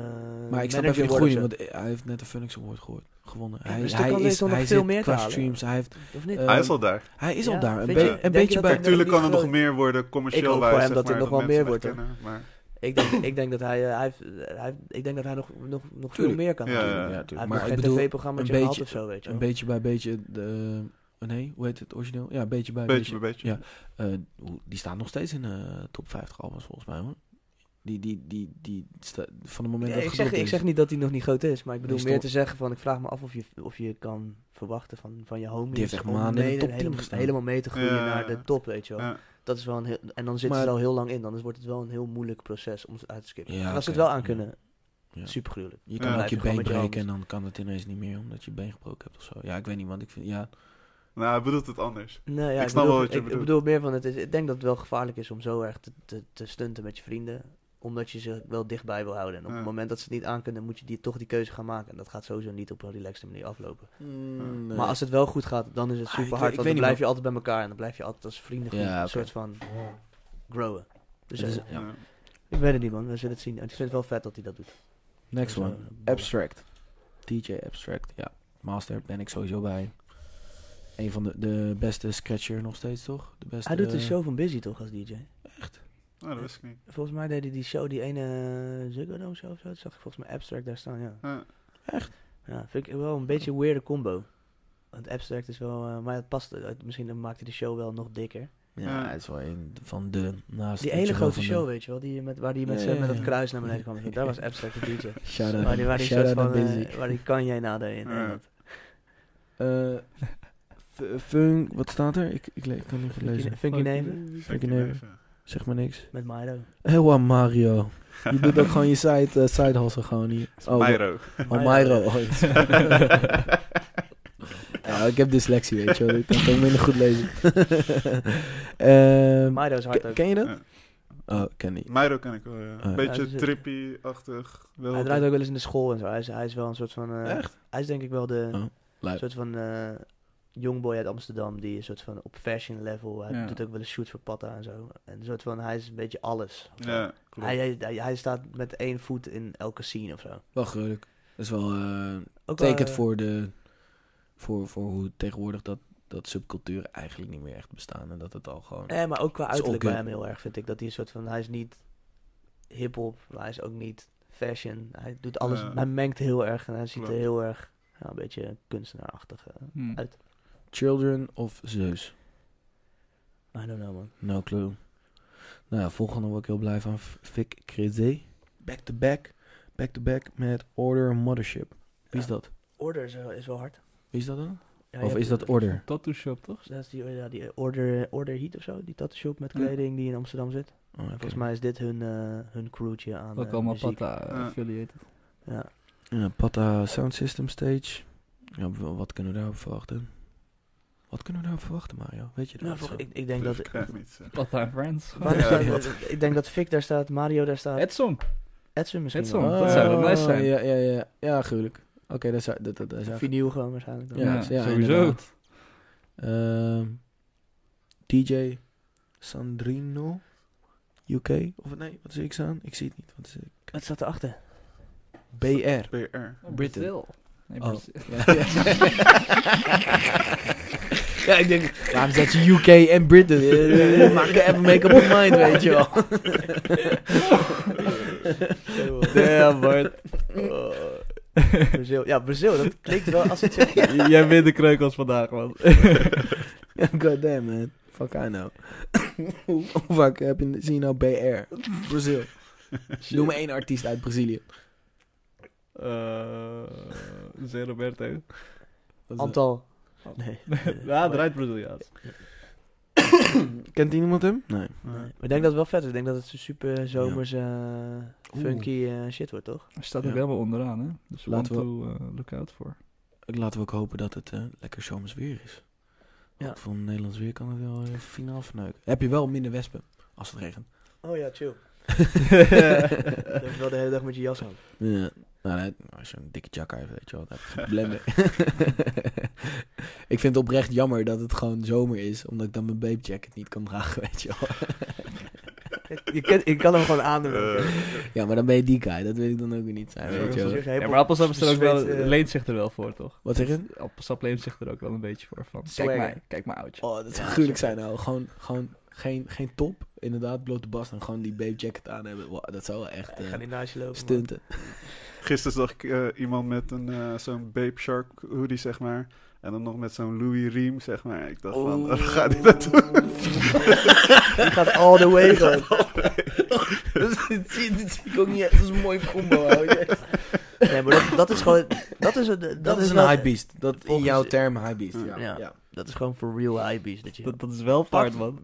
Speaker 3: Maar ik snap
Speaker 2: manager
Speaker 3: even de
Speaker 2: worden
Speaker 3: groei,
Speaker 2: of zo.
Speaker 3: want hij heeft net de Phoenix Award gehoord, gewonnen.
Speaker 2: Ja,
Speaker 3: hij
Speaker 2: dus er
Speaker 3: hij
Speaker 2: kan
Speaker 3: is,
Speaker 2: deze nog
Speaker 3: hij
Speaker 2: veel
Speaker 3: zit
Speaker 2: meer te
Speaker 3: qua
Speaker 2: halen.
Speaker 3: streams. Hij, heeft,
Speaker 2: Of niet? Ah,
Speaker 3: Eh,
Speaker 4: Hij is al daar.
Speaker 3: hij is
Speaker 2: Ja,
Speaker 3: al daar. Een,
Speaker 2: vind
Speaker 3: be-
Speaker 2: je-
Speaker 3: een
Speaker 2: denk je
Speaker 3: beetje
Speaker 2: dat
Speaker 3: bij.
Speaker 2: hij
Speaker 4: Kijk, tuurlijk
Speaker 2: niet
Speaker 4: kan er nog
Speaker 2: groot.
Speaker 4: meer worden, commercieel
Speaker 2: Ik hoop voor
Speaker 4: wijs,
Speaker 2: hem
Speaker 4: zeg
Speaker 2: dat er
Speaker 4: maar,
Speaker 2: nog wel
Speaker 4: mensen
Speaker 2: meer wordt,
Speaker 4: hem herkennen, Maar,
Speaker 2: ik, denk, ik denk dat hij, eh, hij, heeft- hij heeft- ik denk dat hij nog, nog, nog veel
Speaker 3: Tuurlijk.
Speaker 2: meer kan.
Speaker 4: Ja,
Speaker 2: natuurlijk.
Speaker 4: ja, ja.
Speaker 2: Hij
Speaker 3: Ja,
Speaker 2: heeft
Speaker 3: tuurlijk. Maar
Speaker 2: nog
Speaker 3: ik
Speaker 2: geen
Speaker 3: bedoel,
Speaker 2: tv-programma
Speaker 3: een
Speaker 2: gehad
Speaker 3: beetje-
Speaker 2: of zo, weet je
Speaker 3: een
Speaker 2: wel.
Speaker 3: beetje bij beetje de... eh, nee, hoe heet het origineel? Ja, beetje bij beetje.
Speaker 4: beetje bij beetje.
Speaker 3: Ja. Eh, hoe- die staan nog steeds in de top 50 albums, volgens mij, hoor. Die, die, die, die, sta- van het moment
Speaker 2: Ja,
Speaker 3: dat
Speaker 2: ik, zeg,
Speaker 3: het gedropt
Speaker 2: ik
Speaker 3: is.
Speaker 2: zeg niet dat hij nog niet groot is, maar ik bedoel
Speaker 3: Die
Speaker 2: meer
Speaker 3: stond-
Speaker 2: te zeggen van ik vraag me af of je, of je kan verwachten van, van je homies
Speaker 3: Die heeft echt
Speaker 2: om
Speaker 3: maanden in de
Speaker 2: mee-
Speaker 3: top 10
Speaker 2: helemaal,
Speaker 3: gestaan.
Speaker 2: helemaal mee te groeien
Speaker 4: Ja.
Speaker 2: naar de top, weet je wel.
Speaker 4: Ja.
Speaker 2: Dat is wel een heel, en dan zitten ze
Speaker 3: Maar-
Speaker 2: er al heel lang in, dan is- wordt het wel een heel moeilijk proces om ze uit te skippen.
Speaker 3: Ja,
Speaker 2: en als ze het
Speaker 3: oké.
Speaker 2: wel aan kunnen,
Speaker 3: Ja.
Speaker 2: super gruwelijk.
Speaker 3: Je kan
Speaker 4: Ja.
Speaker 3: ook
Speaker 2: Blijf je
Speaker 3: je
Speaker 2: gewoon
Speaker 3: been
Speaker 2: met je
Speaker 3: breken en dan kan het ineens niet meer omdat je je been gebroken hebt of zo. Ja, ik weet niet, want ik vind... Ja,
Speaker 4: Nou, hij bedoelt het anders.
Speaker 2: Nou, ja,
Speaker 4: Ik
Speaker 2: ik,
Speaker 4: snap
Speaker 2: bedoel,
Speaker 4: wel wat je
Speaker 2: ik- ik
Speaker 4: bedoelt.
Speaker 2: bedoel meer van het is, ik denk dat het wel gevaarlijk is om zo erg te, te, te stunten met je vrienden, omdat je ze wel dichtbij wil houden. En op
Speaker 4: Ja.
Speaker 2: het moment dat ze het niet aan kunnen, moet je die, toch die keuze gaan maken. En dat gaat sowieso niet op een relaxte manier aflopen.
Speaker 4: nee.
Speaker 2: Maar als het wel goed gaat, dan is het
Speaker 3: Ah, ik
Speaker 2: super
Speaker 3: weet-
Speaker 2: hard. Want
Speaker 3: ik weet
Speaker 2: dan
Speaker 3: niet,
Speaker 2: blijf je altijd bij elkaar en dan blijf je altijd als vrienden
Speaker 3: Ja,
Speaker 2: een
Speaker 3: oké.
Speaker 2: soort van growen. Dus
Speaker 3: Het is-
Speaker 2: eh,
Speaker 3: ja.
Speaker 4: Ja.
Speaker 2: ik weet het niet man, we zullen het zien. Ik vind het wel vet dat hij dat doet.
Speaker 3: Next
Speaker 2: Dus, eh,
Speaker 3: one.
Speaker 2: ballen.
Speaker 3: Abstract. DJ Abstract. Ja, Master ben ik sowieso bij. Een van de, de beste scratcher nog steeds, toch? De beste,
Speaker 2: Hij doet de show van Busy toch als DJ?
Speaker 4: Nou, dat wist ik niet.
Speaker 2: Volgens mij deed hij die show, die ene eh, Ziggo Dome show of zo. Dat zag ik volgens mij Abstract daar staan, ja.
Speaker 4: Ja.
Speaker 2: Ja, vind ik wel een beetje een weirde combo. Want Abstract is wel, eh, maar het past, eh, misschien maakt hij de show wel nog dikker.
Speaker 3: Ja, hij is wel een van de... Naast
Speaker 2: Die
Speaker 3: weet
Speaker 2: hele
Speaker 3: je wel,
Speaker 2: grote
Speaker 3: van
Speaker 2: show,
Speaker 3: de-
Speaker 2: weet je wel, die met, waar die met,
Speaker 3: Ja,
Speaker 2: zijn-
Speaker 3: ja,
Speaker 2: met dat
Speaker 3: ja.
Speaker 2: kruis naar beneden kwam. Daar was Abstract de DJ.
Speaker 3: Shout-out
Speaker 2: Waar die, waar die
Speaker 3: shout-out
Speaker 2: soort
Speaker 3: naar
Speaker 2: van, eh,
Speaker 3: Busy.
Speaker 2: waar die kan jij nader in.
Speaker 4: Ja.
Speaker 2: en dat.
Speaker 3: Eh, f- Funk, wat staat er? Ik, ik, le- ik kan niet goed
Speaker 2: Funky,
Speaker 3: lezen.
Speaker 2: funky Neven
Speaker 4: Zeker
Speaker 3: nemen.
Speaker 4: even.
Speaker 3: Zeg maar niks.
Speaker 2: met Milo.
Speaker 3: Heel wat Mario. Je doet ook gewoon je side, eh, side hustle gewoon hier. Oh,
Speaker 4: Myro.
Speaker 3: Oh, Myro.
Speaker 2: eh,
Speaker 3: Oh, ja. ja, ik heb dyslexie, weet je wel. Ik kan het ook minder goed lezen. Ehm,
Speaker 2: Milo is hard
Speaker 3: ke-
Speaker 2: ook.
Speaker 3: ken je dat?
Speaker 4: Ja.
Speaker 3: Oh, ken niet.
Speaker 4: Myro ken ik wel, ja.
Speaker 3: ja.
Speaker 4: Beetje
Speaker 2: Ja, dus, eh,
Speaker 4: trippy-achtig. Wel
Speaker 2: Hij draait ook wel eens in de school en zo. Hij is, hij is wel een soort van... eh,
Speaker 3: Echt?
Speaker 2: Hij is denk ik wel de
Speaker 3: Oh, lijp.
Speaker 2: soort van eh jongboy uit Amsterdam. Die een soort van op fashion level. Hij
Speaker 1: Ja.
Speaker 2: doet ook wel eens shoots voor Patta en zo. En een soort van, hij is een beetje alles.
Speaker 4: Ja, klopt.
Speaker 2: Hij, hij, hij- hij staat met één voet in elke scene of zo.
Speaker 3: Wel gruwelijk. Dat is wel... eh
Speaker 2: Ook wel,
Speaker 3: take it
Speaker 2: eh,
Speaker 3: voor de... Voor, voor hoe tegenwoordig dat, dat subculturen eigenlijk niet meer echt bestaan. En dat het al gewoon...
Speaker 2: Nee, Eh, maar ook qua
Speaker 3: is
Speaker 2: uiterlijk
Speaker 3: all
Speaker 2: bij hem
Speaker 3: good.
Speaker 2: heel erg vind ik. Dat hij een soort van, hij is niet hip-hop, maar hij is ook niet fashion. Hij doet alles,
Speaker 4: Ja.
Speaker 2: hij mengt heel erg en hij ziet er
Speaker 4: Klopt.
Speaker 2: heel erg ja, een beetje kunstenaarachtig eh,
Speaker 1: Hmm.
Speaker 2: uit.
Speaker 3: Children of Zeus?
Speaker 2: I don't know man.
Speaker 3: No clue. Nou ja, volgende word ik heel blij van. F- Vic Crazy. Back to back. Back to back met Order Mothership. Wie is
Speaker 2: Ja.
Speaker 3: dat?
Speaker 2: Order is, wel- is wel hard.
Speaker 3: Wie is dat dan?
Speaker 2: Ja, je
Speaker 3: Of
Speaker 2: hebt
Speaker 3: is
Speaker 2: de-
Speaker 3: dat Order?
Speaker 1: Tattoo shop, toch?
Speaker 2: Dat is die, ja, die order, order Heat of zo, die tattoo shop met
Speaker 1: Ja.
Speaker 2: kleding die in Amsterdam zit. En
Speaker 3: Oh, oké.
Speaker 2: Volgens mij is dit hun, eh hun crewtje aan
Speaker 1: Ook
Speaker 2: eh,
Speaker 1: allemaal
Speaker 2: muziek.
Speaker 1: Pata
Speaker 4: Ja.
Speaker 1: affiliated.
Speaker 2: Ja.
Speaker 3: Ja, Pata Sound System Stage. Ja, w- wat kunnen we daarop verwachten? Wat kunnen we daarop verwachten, Mario? Weet je dat?
Speaker 2: Nou,
Speaker 3: zo?
Speaker 2: volg- ik, ik denk
Speaker 4: Dus
Speaker 2: dat...
Speaker 4: ik krijg niets, ja.
Speaker 1: Pata and Friends.
Speaker 2: Waar
Speaker 4: Ja,
Speaker 2: staat-
Speaker 4: dat-
Speaker 2: ik denk dat Vic daar staat, Mario daar staat,
Speaker 1: Edson.
Speaker 2: Edson misschien
Speaker 1: Edson,
Speaker 2: Oh, wel.
Speaker 1: dat zou wel nice zijn.
Speaker 3: Oh, Ja, ja, ja. Ja, gruwelijk. Oké, dat zou... Dat, dat, dat zou
Speaker 2: Vinyl gewoon waarschijnlijk dan.
Speaker 1: Ja,
Speaker 3: ja, ja,
Speaker 1: sowieso.
Speaker 3: inderdaad. Ehm, DJ Sandrino. UK? Of nee, wat zie ik staan? Ik zie het niet. Wat zie ik?
Speaker 2: Wat staat erachter?
Speaker 3: BR.
Speaker 4: BR.
Speaker 3: Britain.
Speaker 1: Brazil. Nee,
Speaker 3: Oh.
Speaker 1: Brazil.
Speaker 3: Ja. ja, ik denk, waarom zet je UK en Britain? Eh, eh, Maak er even make up your mind, weet je wel.
Speaker 2: Damn, Bart. Brazil. Ja, Brazil, dat klinkt wel als het zegt.
Speaker 1: Jij bent de kreukels vandaag, man.
Speaker 3: God damn, man. Fuck I know. Hoe vaak heb je, zie je nou BR? Brazil. Noem me één artiest uit Brazilië.
Speaker 1: Eh, Zé Roberto.
Speaker 3: eh,
Speaker 2: Antal. Nee.
Speaker 1: Ja, draait Braziliaans.
Speaker 3: Kent iemand hem? Nee.
Speaker 2: Nee. Maar ik denk dat het wel vet is. Ik denk dat het zo super zomers eh,
Speaker 3: Oeh.
Speaker 2: funky eh, shit wordt, toch?
Speaker 1: Hij staat
Speaker 3: Ja.
Speaker 1: ook helemaal onderaan, hè? Dus
Speaker 3: Laten
Speaker 1: Laten one, two, eh, look out voor.
Speaker 3: Laten we ook hopen dat het eh, lekker zomers weer is.
Speaker 2: Ja.
Speaker 3: Voor een Nederlands weer kan het wel eh, finaal verneuken. Heb je wel minder wespen als het regent.
Speaker 2: Oh ja, chill. Dan heb je wel de hele dag met je jas aan.
Speaker 3: Ja. Nou, nee, als je een dikke jak hebt, weet je wel, dan heb je geen probleem mee. ik vind het oprecht jammer dat het gewoon zomer is, omdat ik dan mijn babe jacket niet kan dragen, weet je wel.
Speaker 2: Je, kan, je kan hem gewoon aandoen.
Speaker 3: ja, maar dan ben je die guy, dat wil ik dan ook weer niet zijn,
Speaker 4: Ja,
Speaker 3: weet je
Speaker 4: dat
Speaker 3: wel.
Speaker 1: Ja, maar appelsap is er ook wel,
Speaker 2: Zweet, eh,
Speaker 1: leent zich er wel voor, toch?
Speaker 3: Wat zeg je?
Speaker 1: Appelsap leent zich er ook wel een beetje voor. Van, kijk
Speaker 2: Swagger.
Speaker 1: mij, kijk mijn oudje.
Speaker 3: Oh, dat zou gruwelijk zijn, nou. Gewoon, gewoon geen, geen top, inderdaad, blote bast en gewoon die babe jacket aan hebben. Wow, dat zou wel echt
Speaker 2: Ik
Speaker 3: eh,
Speaker 2: ga niet naast je lopen. man.
Speaker 3: stunten.
Speaker 4: Gisteren zag ik eh, iemand met een, eh, zo'n Babe Shark hoodie, zeg maar. En dan nog met zo'n Louis Riem, zeg maar. Ik dacht van, waar gaat hij naartoe?
Speaker 2: Die gaat all the way gewoon.
Speaker 3: dat, zie, dat zie ik ook niet echt als een mooie combo, hou je.
Speaker 2: Nee, maar dat, dat is gewoon... Dat is, het- dat
Speaker 3: Dat, is
Speaker 2: wel-
Speaker 3: een high beast. Dat in
Speaker 2: Volgens-
Speaker 3: jouw term high beast. Ja.
Speaker 2: Ja.
Speaker 3: Ja.
Speaker 2: Dat is gewoon voor real high beast. Dat je...
Speaker 1: Oh, Dat, dat is wel vaart, man.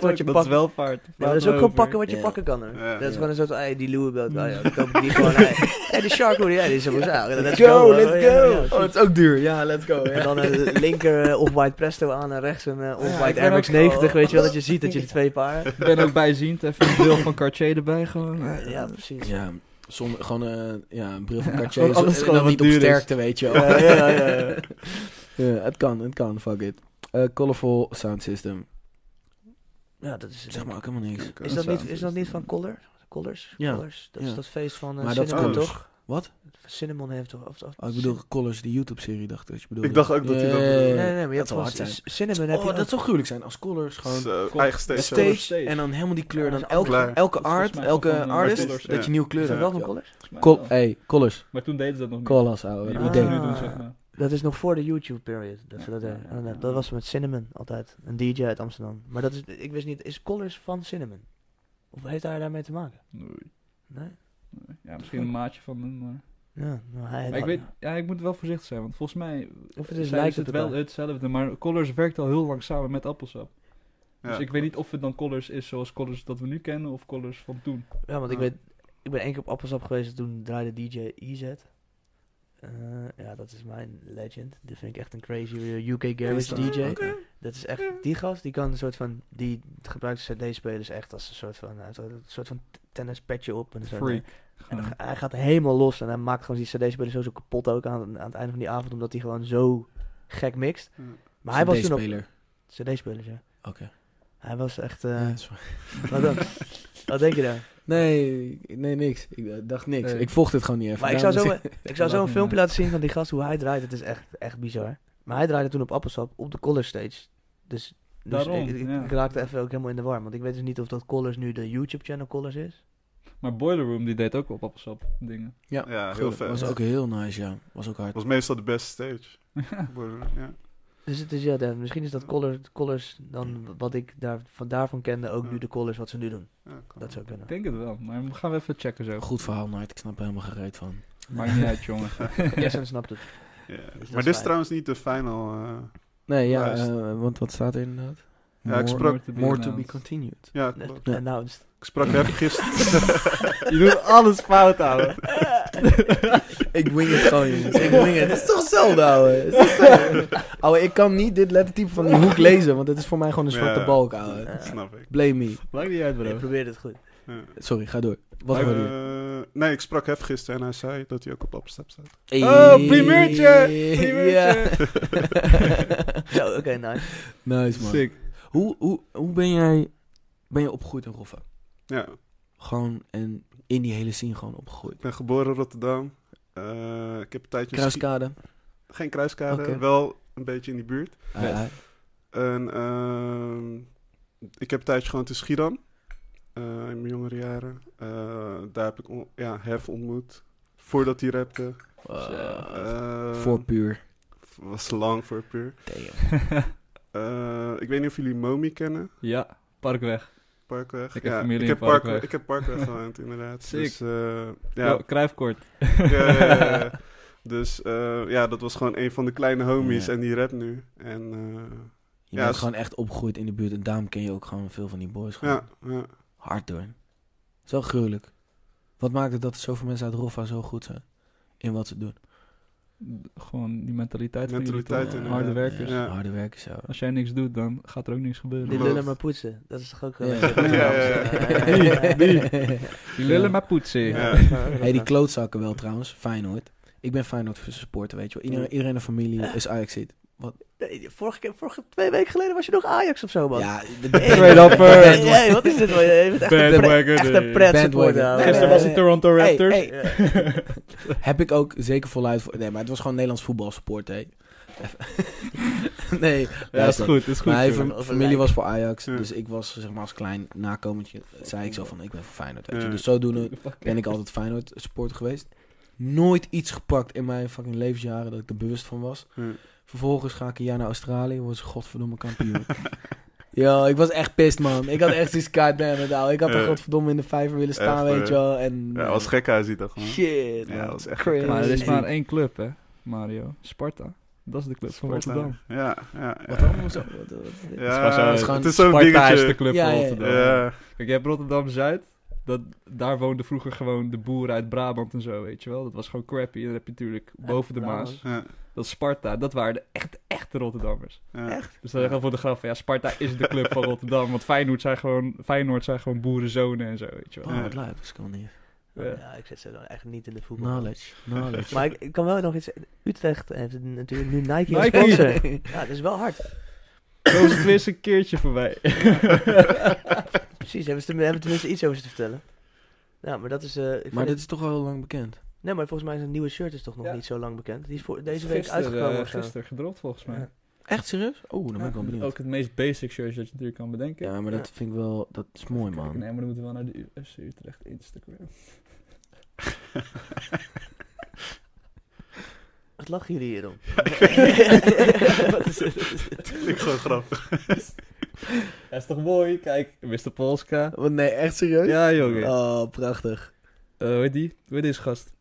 Speaker 1: Wat pak,
Speaker 2: je
Speaker 1: dat is
Speaker 2: pakt.
Speaker 1: wel vaart.
Speaker 2: Ja, dat is ook gewoon pakken wat je
Speaker 3: Ja.
Speaker 2: pakken kan. Hè.
Speaker 4: Ja.
Speaker 2: Dat
Speaker 3: Ja.
Speaker 2: is gewoon een soort, hey, die Louisville, nou ja, dan koop ik die gewoon. hey. Hey, die Shark Hoodie, ja, die is er voor zaal. Ja,
Speaker 3: Let's go,
Speaker 2: man.
Speaker 3: let's
Speaker 2: Ja, ja, ja,
Speaker 3: go. Oh,
Speaker 2: shit.
Speaker 3: het is ook duur. Ja, let's go.
Speaker 2: En
Speaker 3: Ja.
Speaker 2: dan een linker eh, off-white Presto aan en rechts een eh,
Speaker 3: Ja, ik
Speaker 2: off-white
Speaker 3: ben
Speaker 2: Air Max
Speaker 3: ook-
Speaker 2: 90. Weet je wel
Speaker 3: oh.
Speaker 2: dat je ziet dat je die twee paar hebt.
Speaker 1: Ik ben ook bijziend. Even een bril van Cartier erbij gewoon.
Speaker 2: Ja, precies.
Speaker 3: Ja, zonder, gewoon eh, ja, een bril van
Speaker 1: Ja,
Speaker 3: Cartier.
Speaker 1: gewoon alles
Speaker 3: en
Speaker 1: gewoon
Speaker 3: dan
Speaker 1: wat
Speaker 3: niet op
Speaker 1: duur is.
Speaker 3: sterkte, weet je wel.
Speaker 2: Ja, ja, ja, ja.
Speaker 3: Ja, het kan, het kan. Fuck it. Eh, colorful sound system.
Speaker 2: Ja, dat is.
Speaker 3: Zeg maar ook helemaal niks.
Speaker 2: Is dat niet, is dat niet van Collar? Collars?
Speaker 3: Ja.
Speaker 2: Collars? Dat is
Speaker 3: Ja.
Speaker 2: dat feest van eh,
Speaker 3: Maar dat is
Speaker 2: Cinnamon,
Speaker 4: Collars.
Speaker 2: toch?
Speaker 3: Wat?
Speaker 2: Cinnamon heeft toch? Of, of-
Speaker 3: Oh, ik bedoel Colors, die YouTube-serie, dacht ik. dat je bedoelde.
Speaker 4: Ik dacht ook dat hij dat
Speaker 3: Ja,
Speaker 4: bedoelde.
Speaker 2: Nee, nee, nee, maar je hebt
Speaker 3: dat zou
Speaker 2: gewoon.
Speaker 3: hard zijn.
Speaker 2: C- Cinnamon heb je.
Speaker 3: Oh,
Speaker 2: ook.
Speaker 3: dat zou gruwelijk zijn. Als Colors gewoon...
Speaker 4: Zo,
Speaker 3: Kom-
Speaker 4: eigen
Speaker 3: de
Speaker 4: stage.
Speaker 1: stage.
Speaker 3: en dan helemaal die kleur. Dan
Speaker 1: Ja,
Speaker 3: elke,
Speaker 4: klaar.
Speaker 3: elke
Speaker 1: Dat is volgens
Speaker 3: art,
Speaker 1: mij
Speaker 3: elke
Speaker 1: gewoon van
Speaker 3: artist,
Speaker 1: Colors,
Speaker 3: dat
Speaker 4: ja.
Speaker 3: je nieuwe kleuren
Speaker 2: Is dat
Speaker 3: hebt.
Speaker 2: wel van Collars?
Speaker 3: Col hey, Colors.
Speaker 1: Maar toen deden ze dat nog niet.
Speaker 3: Colors, ouwe.
Speaker 1: Die
Speaker 2: Ja,
Speaker 3: Wat
Speaker 1: wat
Speaker 3: denk
Speaker 1: ze
Speaker 3: je?
Speaker 1: nu
Speaker 2: Ah.
Speaker 1: doen, zeg maar.
Speaker 2: Dat is nog voor de YouTube period. Dat, ze
Speaker 1: Ja,
Speaker 2: dat, deden.
Speaker 1: ja, ja,
Speaker 2: Oh, nee,
Speaker 1: ja.
Speaker 2: dat was met Cinnamon altijd. Een DJ uit Amsterdam. Maar dat is, ik wist niet, is Collars van Cinnamon? Of heeft hij daarmee te maken?
Speaker 1: Nee.
Speaker 2: Nee?
Speaker 1: Ja, misschien een maatje van hem. Maar,
Speaker 2: Ja, nou, hij
Speaker 1: maar ik, weet, ja, ik moet wel voorzichtig zijn, want volgens mij
Speaker 2: Of het
Speaker 1: zijn
Speaker 2: is
Speaker 1: ze
Speaker 2: lijkt
Speaker 1: het wel hetzelfde. Maar Colors werkt al heel lang samen met Appelsap. Dus ik weet niet of het dan Colors is zoals Colors dat we nu kennen of Colors van toen.
Speaker 2: Ja, want ik
Speaker 4: Ah.
Speaker 2: weet, ik ben één keer op Appelsap geweest en toen draaide DJ EZ. Eh, ja, dat is mijn legend. Die vind ik echt een crazy eh, UK
Speaker 4: Is
Speaker 2: garage
Speaker 4: dat-
Speaker 2: DJ.
Speaker 4: oké.
Speaker 2: Dat is echt, die gast, die kan een soort van, die gebruikt cd-spelers echt als een soort van, hij heeft een soort van t- tennispetje op. En een soort,
Speaker 1: Freak.
Speaker 2: En dan
Speaker 1: Gewoon.
Speaker 2: ga- hij gaat helemaal los en hij maakt gewoon die cd-spelers zo, zo kapot ook aan, aan het einde van die avond, omdat hij gewoon zo gek mixt.
Speaker 4: Ja.
Speaker 2: Maar hij was toen op
Speaker 3: CD-speler.
Speaker 2: cd-spelers, ja.
Speaker 3: Oké.
Speaker 2: Hij was echt, eh,
Speaker 3: Ja, sorry.
Speaker 2: wat, dan? wat denk je dan?
Speaker 3: Nee, nee, niks. Ik eh, dacht niks.
Speaker 1: Nee.
Speaker 3: Ik vocht het gewoon niet even.
Speaker 2: Maar ik zou
Speaker 3: Daarom-
Speaker 2: zo, ik zou zo
Speaker 1: Laat
Speaker 2: een
Speaker 1: me
Speaker 2: filmpje
Speaker 1: maar.
Speaker 2: laten zien van die gast, hoe hij draait. Het is echt, echt bizar. Maar hij draaide toen op Appelsap, op de Collars stage. Dus, dus
Speaker 1: Daarom,
Speaker 2: ik, ik-
Speaker 1: ja.
Speaker 2: ik raakte even ook helemaal in de war. Want ik weet dus niet of dat Collars nu de YouTube-channel Collars is.
Speaker 1: Maar Boiler Room die deed ook op Appelsap dingen.
Speaker 3: Ja,
Speaker 4: Ja, heel
Speaker 3: goed.
Speaker 4: vet.
Speaker 3: was ook heel nice, ja. Was ook hard.
Speaker 4: was meestal de beste stage. Worden, ja.
Speaker 2: Dus het is, ja, de- misschien is dat Collars, Collars dan wat ik daar, van, daarvan kende ook
Speaker 4: Ja.
Speaker 2: nu de Collars wat ze nu doen.
Speaker 4: Ja, kan.
Speaker 2: Dat zou kunnen.
Speaker 1: Ik denk het wel, maar we gaan we even checken zo.
Speaker 3: Goed verhaal, Nart. Ik snap er helemaal gereed van.
Speaker 1: Maakt niet uit, jongen.
Speaker 2: Ja, ze snapt het.
Speaker 4: Ja.
Speaker 2: is
Speaker 4: Maar dit is
Speaker 2: fijn.
Speaker 4: trouwens niet de final. eh,
Speaker 3: Nee, ja.
Speaker 4: Juist.
Speaker 3: eh, want wat staat er inderdaad?
Speaker 4: Ja, ik
Speaker 3: More-
Speaker 4: sprak-
Speaker 1: to be
Speaker 3: More to be
Speaker 1: announced.
Speaker 3: continued.
Speaker 4: ja,
Speaker 2: Net-
Speaker 4: klopt.
Speaker 3: Ja.
Speaker 2: Announced.
Speaker 4: Ik sprak even gisteren.
Speaker 1: Je doet alles fout, ouwe.
Speaker 3: Ik wing het gewoon, jongens. Ik wing het. Het is toch hetzelfde, ouwe. Het is hetzelfde. Ouwe, ik kan niet dit lettertype van die hoek lezen, want het is voor mij gewoon een zwarte
Speaker 4: Ja.
Speaker 3: balk, ouwe.
Speaker 2: Eh,
Speaker 4: Snap ik.
Speaker 3: Blame me.
Speaker 1: Maakt niet uit,
Speaker 2: ik
Speaker 1: bro.
Speaker 2: probeer het goed.
Speaker 4: Ja.
Speaker 3: Sorry, ga door. Wat
Speaker 4: Eh,
Speaker 3: hoorde je?
Speaker 4: nee, ik sprak Hef gisteren en hij zei dat hij ook op opstap staat.
Speaker 1: Oh, primeurtje!
Speaker 3: Ja.
Speaker 1: Primeurtje!
Speaker 2: Zo, oké, nice.
Speaker 3: Nice, man.
Speaker 1: Sick.
Speaker 3: Hoe, hoe, hoe ben jij ben je opgegroeid in Roffa?
Speaker 4: Ja,
Speaker 3: Gewoon en in die hele scene gewoon opgegroeid.
Speaker 4: ik ben geboren in Rotterdam. Eh, ik heb een tijdje... ski-
Speaker 3: Kruiskade.
Speaker 4: Geen kruiskade,
Speaker 3: Oké.
Speaker 4: wel een beetje in die buurt.
Speaker 1: Vet.
Speaker 3: Ah, ah.
Speaker 4: En ehm, ik heb een tijdje gewoond in Schiedam. eh, in mijn jongere jaren. Eh, daar heb ik on- ja, Hef ontmoet. Voordat hij rapte.
Speaker 3: Ah,
Speaker 4: Eh,
Speaker 3: Voor puur.
Speaker 4: Was lang voor puur.
Speaker 3: Damn.
Speaker 4: Eh, ik weet niet of jullie Momi kennen.
Speaker 1: Ja, Parkweg.
Speaker 4: Parkweg.
Speaker 1: Ik heb familie
Speaker 4: ik
Speaker 1: in
Speaker 4: heb Parkweg.
Speaker 1: Parkweg.
Speaker 4: Ik heb Parkweg gewoond, inderdaad.
Speaker 1: Sick.
Speaker 4: Dus, eh, ja,
Speaker 1: Ja. Kruifkort.
Speaker 4: ja, ja, ja, ja. Dus eh, ja, dat was gewoon een van de kleine homies.
Speaker 3: Ja.
Speaker 4: En die rapt nu. En eh,
Speaker 3: Je
Speaker 4: Ja,
Speaker 3: bent
Speaker 4: s-
Speaker 3: gewoon echt opgegroeid in de buurt en daarom ken je ook gewoon veel van die boys. Gewoon.
Speaker 4: ja, ja.
Speaker 3: Hard door. Het is wel gruwelijk. Wat maakt het dat er zoveel mensen uit Roffa zo goed zijn in wat ze doen?
Speaker 1: gewoon die mentaliteit, van
Speaker 4: Mentaliteit
Speaker 1: jullie toch?
Speaker 4: inderdaad.
Speaker 1: harde werkers.
Speaker 4: Ja.
Speaker 3: Harde werkers, ja.
Speaker 1: Als jij niks doet, dan gaat er ook niks gebeuren.
Speaker 2: Die
Speaker 4: Ja.
Speaker 2: lullen maar poetsen. Dat is toch ook wel...
Speaker 3: Ja.
Speaker 2: een-
Speaker 4: Ja, ja, ja.
Speaker 2: ja,
Speaker 3: Die,
Speaker 2: ja.
Speaker 1: Die lullen maar poetsen.
Speaker 4: Ja.
Speaker 3: Hey, die klootzakken wel trouwens. Feyenoord. Ik ben Feyenoord supporter, weet je wel. Iedereen, iedereen in de familie is ajax zit.
Speaker 2: Nee, vorige, keer, vorige twee weken geleden was je nog Ajax of zo, man.
Speaker 3: Ja, de
Speaker 1: Straight up, eh.
Speaker 2: Hey, hey, wat is dit? man? Je bent echt een
Speaker 1: Bandwagon,
Speaker 2: pre- echt een
Speaker 1: eh.
Speaker 2: pret
Speaker 3: Bandwagon.
Speaker 2: supporter. ouwe.
Speaker 1: Gisteren was het Toronto
Speaker 3: Hey,
Speaker 1: Raptors.
Speaker 3: hey. Heb ik ook zeker voluit voor... Nee, maar het was gewoon Nederlands voetbalsupport, hé. Even- nee,
Speaker 1: Ja, is
Speaker 3: luister.
Speaker 1: goed, is goed.
Speaker 3: Mijn
Speaker 1: joh.
Speaker 3: fam-
Speaker 2: Over
Speaker 3: familie
Speaker 2: lijk.
Speaker 3: was voor Ajax,
Speaker 4: Ja.
Speaker 3: dus ik was zeg maar als klein nakomendje, zei ik zo van ik ben voor Feyenoord. Weet je.
Speaker 4: Ja.
Speaker 3: Dus zodoende ben ik altijd Feyenoord supporter geweest. Nooit iets gepakt in mijn fucking levensjaren dat ik er bewust van was.
Speaker 4: Ja.
Speaker 3: Vervolgens ga ik een jaar naar Australië, word ze godverdomme kampioen. Yo, ik was echt pissed man. Ik had echt zoiets goddamn nou. Ik had er
Speaker 4: Ja.
Speaker 3: godverdomme in de vijver willen staan,
Speaker 4: Echt,
Speaker 3: weet je
Speaker 4: eh,
Speaker 3: wel. En,
Speaker 4: Ja, was gek hij ziet dat gewoon.
Speaker 3: Shit.
Speaker 4: Ja,
Speaker 3: man.
Speaker 4: dat was echt
Speaker 3: Crazy.
Speaker 1: Maar er is maar één club, hè, Mario. Sparta. Dat is de club van
Speaker 4: Sparta.
Speaker 1: Rotterdam.
Speaker 4: Ja, ja.
Speaker 3: Wat
Speaker 4: ja.
Speaker 3: dan? Hoezo? Wat- wat- wat-
Speaker 4: Ja,
Speaker 1: het, is maar
Speaker 4: het
Speaker 1: zo-
Speaker 4: is
Speaker 3: gewoon-
Speaker 4: zo'n
Speaker 1: Sparta is
Speaker 4: dingetje.
Speaker 1: de club
Speaker 3: Ja,
Speaker 1: van
Speaker 3: ja, ja.
Speaker 1: Rotterdam.
Speaker 4: Ja,
Speaker 1: Kijk, je hebt Rotterdam-Zuid. Dat, daar woonden vroeger gewoon de boeren uit Brabant en zo, weet je wel. Dat was gewoon crappy. En dan heb je natuurlijk boven de
Speaker 2: Brabant.
Speaker 1: Maas.
Speaker 4: ja,
Speaker 1: Dat is Sparta. Dat waren de echt, echte Rotterdammers.
Speaker 4: ja.
Speaker 1: Dus dan zeggen we voor de grap van, ja, Sparta is de club van Rotterdam. Want Feyenoord zijn gewoon, Feyenoord zijn gewoon boerenzonen en zo, weet je wel.
Speaker 3: Oh, wat luid, dat kan niet.
Speaker 1: Ja.
Speaker 2: Ja, ik zit zo echt niet in de voetbal.
Speaker 3: Knowledge, knowledge.
Speaker 2: Maar ik, ik kan wel nog iets... Utrecht heeft natuurlijk nu Nike, als
Speaker 1: Nike.
Speaker 2: sponsor. Ja, dat is wel hard.
Speaker 1: Zo is het weer eens een keertje voorbij.
Speaker 2: Precies, hebben ze tem- hebben tenminste iets over ze te vertellen. Ja, maar dat is... eh, ik vind
Speaker 3: Maar
Speaker 2: het-
Speaker 3: dit is toch al lang bekend.
Speaker 2: Nee, maar volgens mij zijn nieuwe shirt is toch nog
Speaker 1: Ja.
Speaker 2: niet zo lang bekend. Die is voor deze week uitgekomen.
Speaker 1: eh,
Speaker 2: of zo.
Speaker 1: gisteren gedropt volgens mij.
Speaker 2: Ja.
Speaker 3: Echt serieus? Oh, dan ben ik wel benieuwd.
Speaker 1: Ook het meest basic shirt dat je natuurlijk kan bedenken.
Speaker 3: Ja, maar dat vind ik wel, dat is mooi
Speaker 1: Kijk,
Speaker 3: man.
Speaker 1: nee, maar dan moeten we wel naar de FC Utrecht Instagram.
Speaker 2: Wat lachen jullie hierom? Wat is dit?
Speaker 4: Ik gewoon grappig.
Speaker 1: Dat is toch mooi? Kijk, Mr. Polska.
Speaker 3: Want Oh, nee, echt serieus?
Speaker 1: Ja, jongen.
Speaker 3: Oh, prachtig.
Speaker 1: Eh, hoe heet die? Hoe heet deze gast?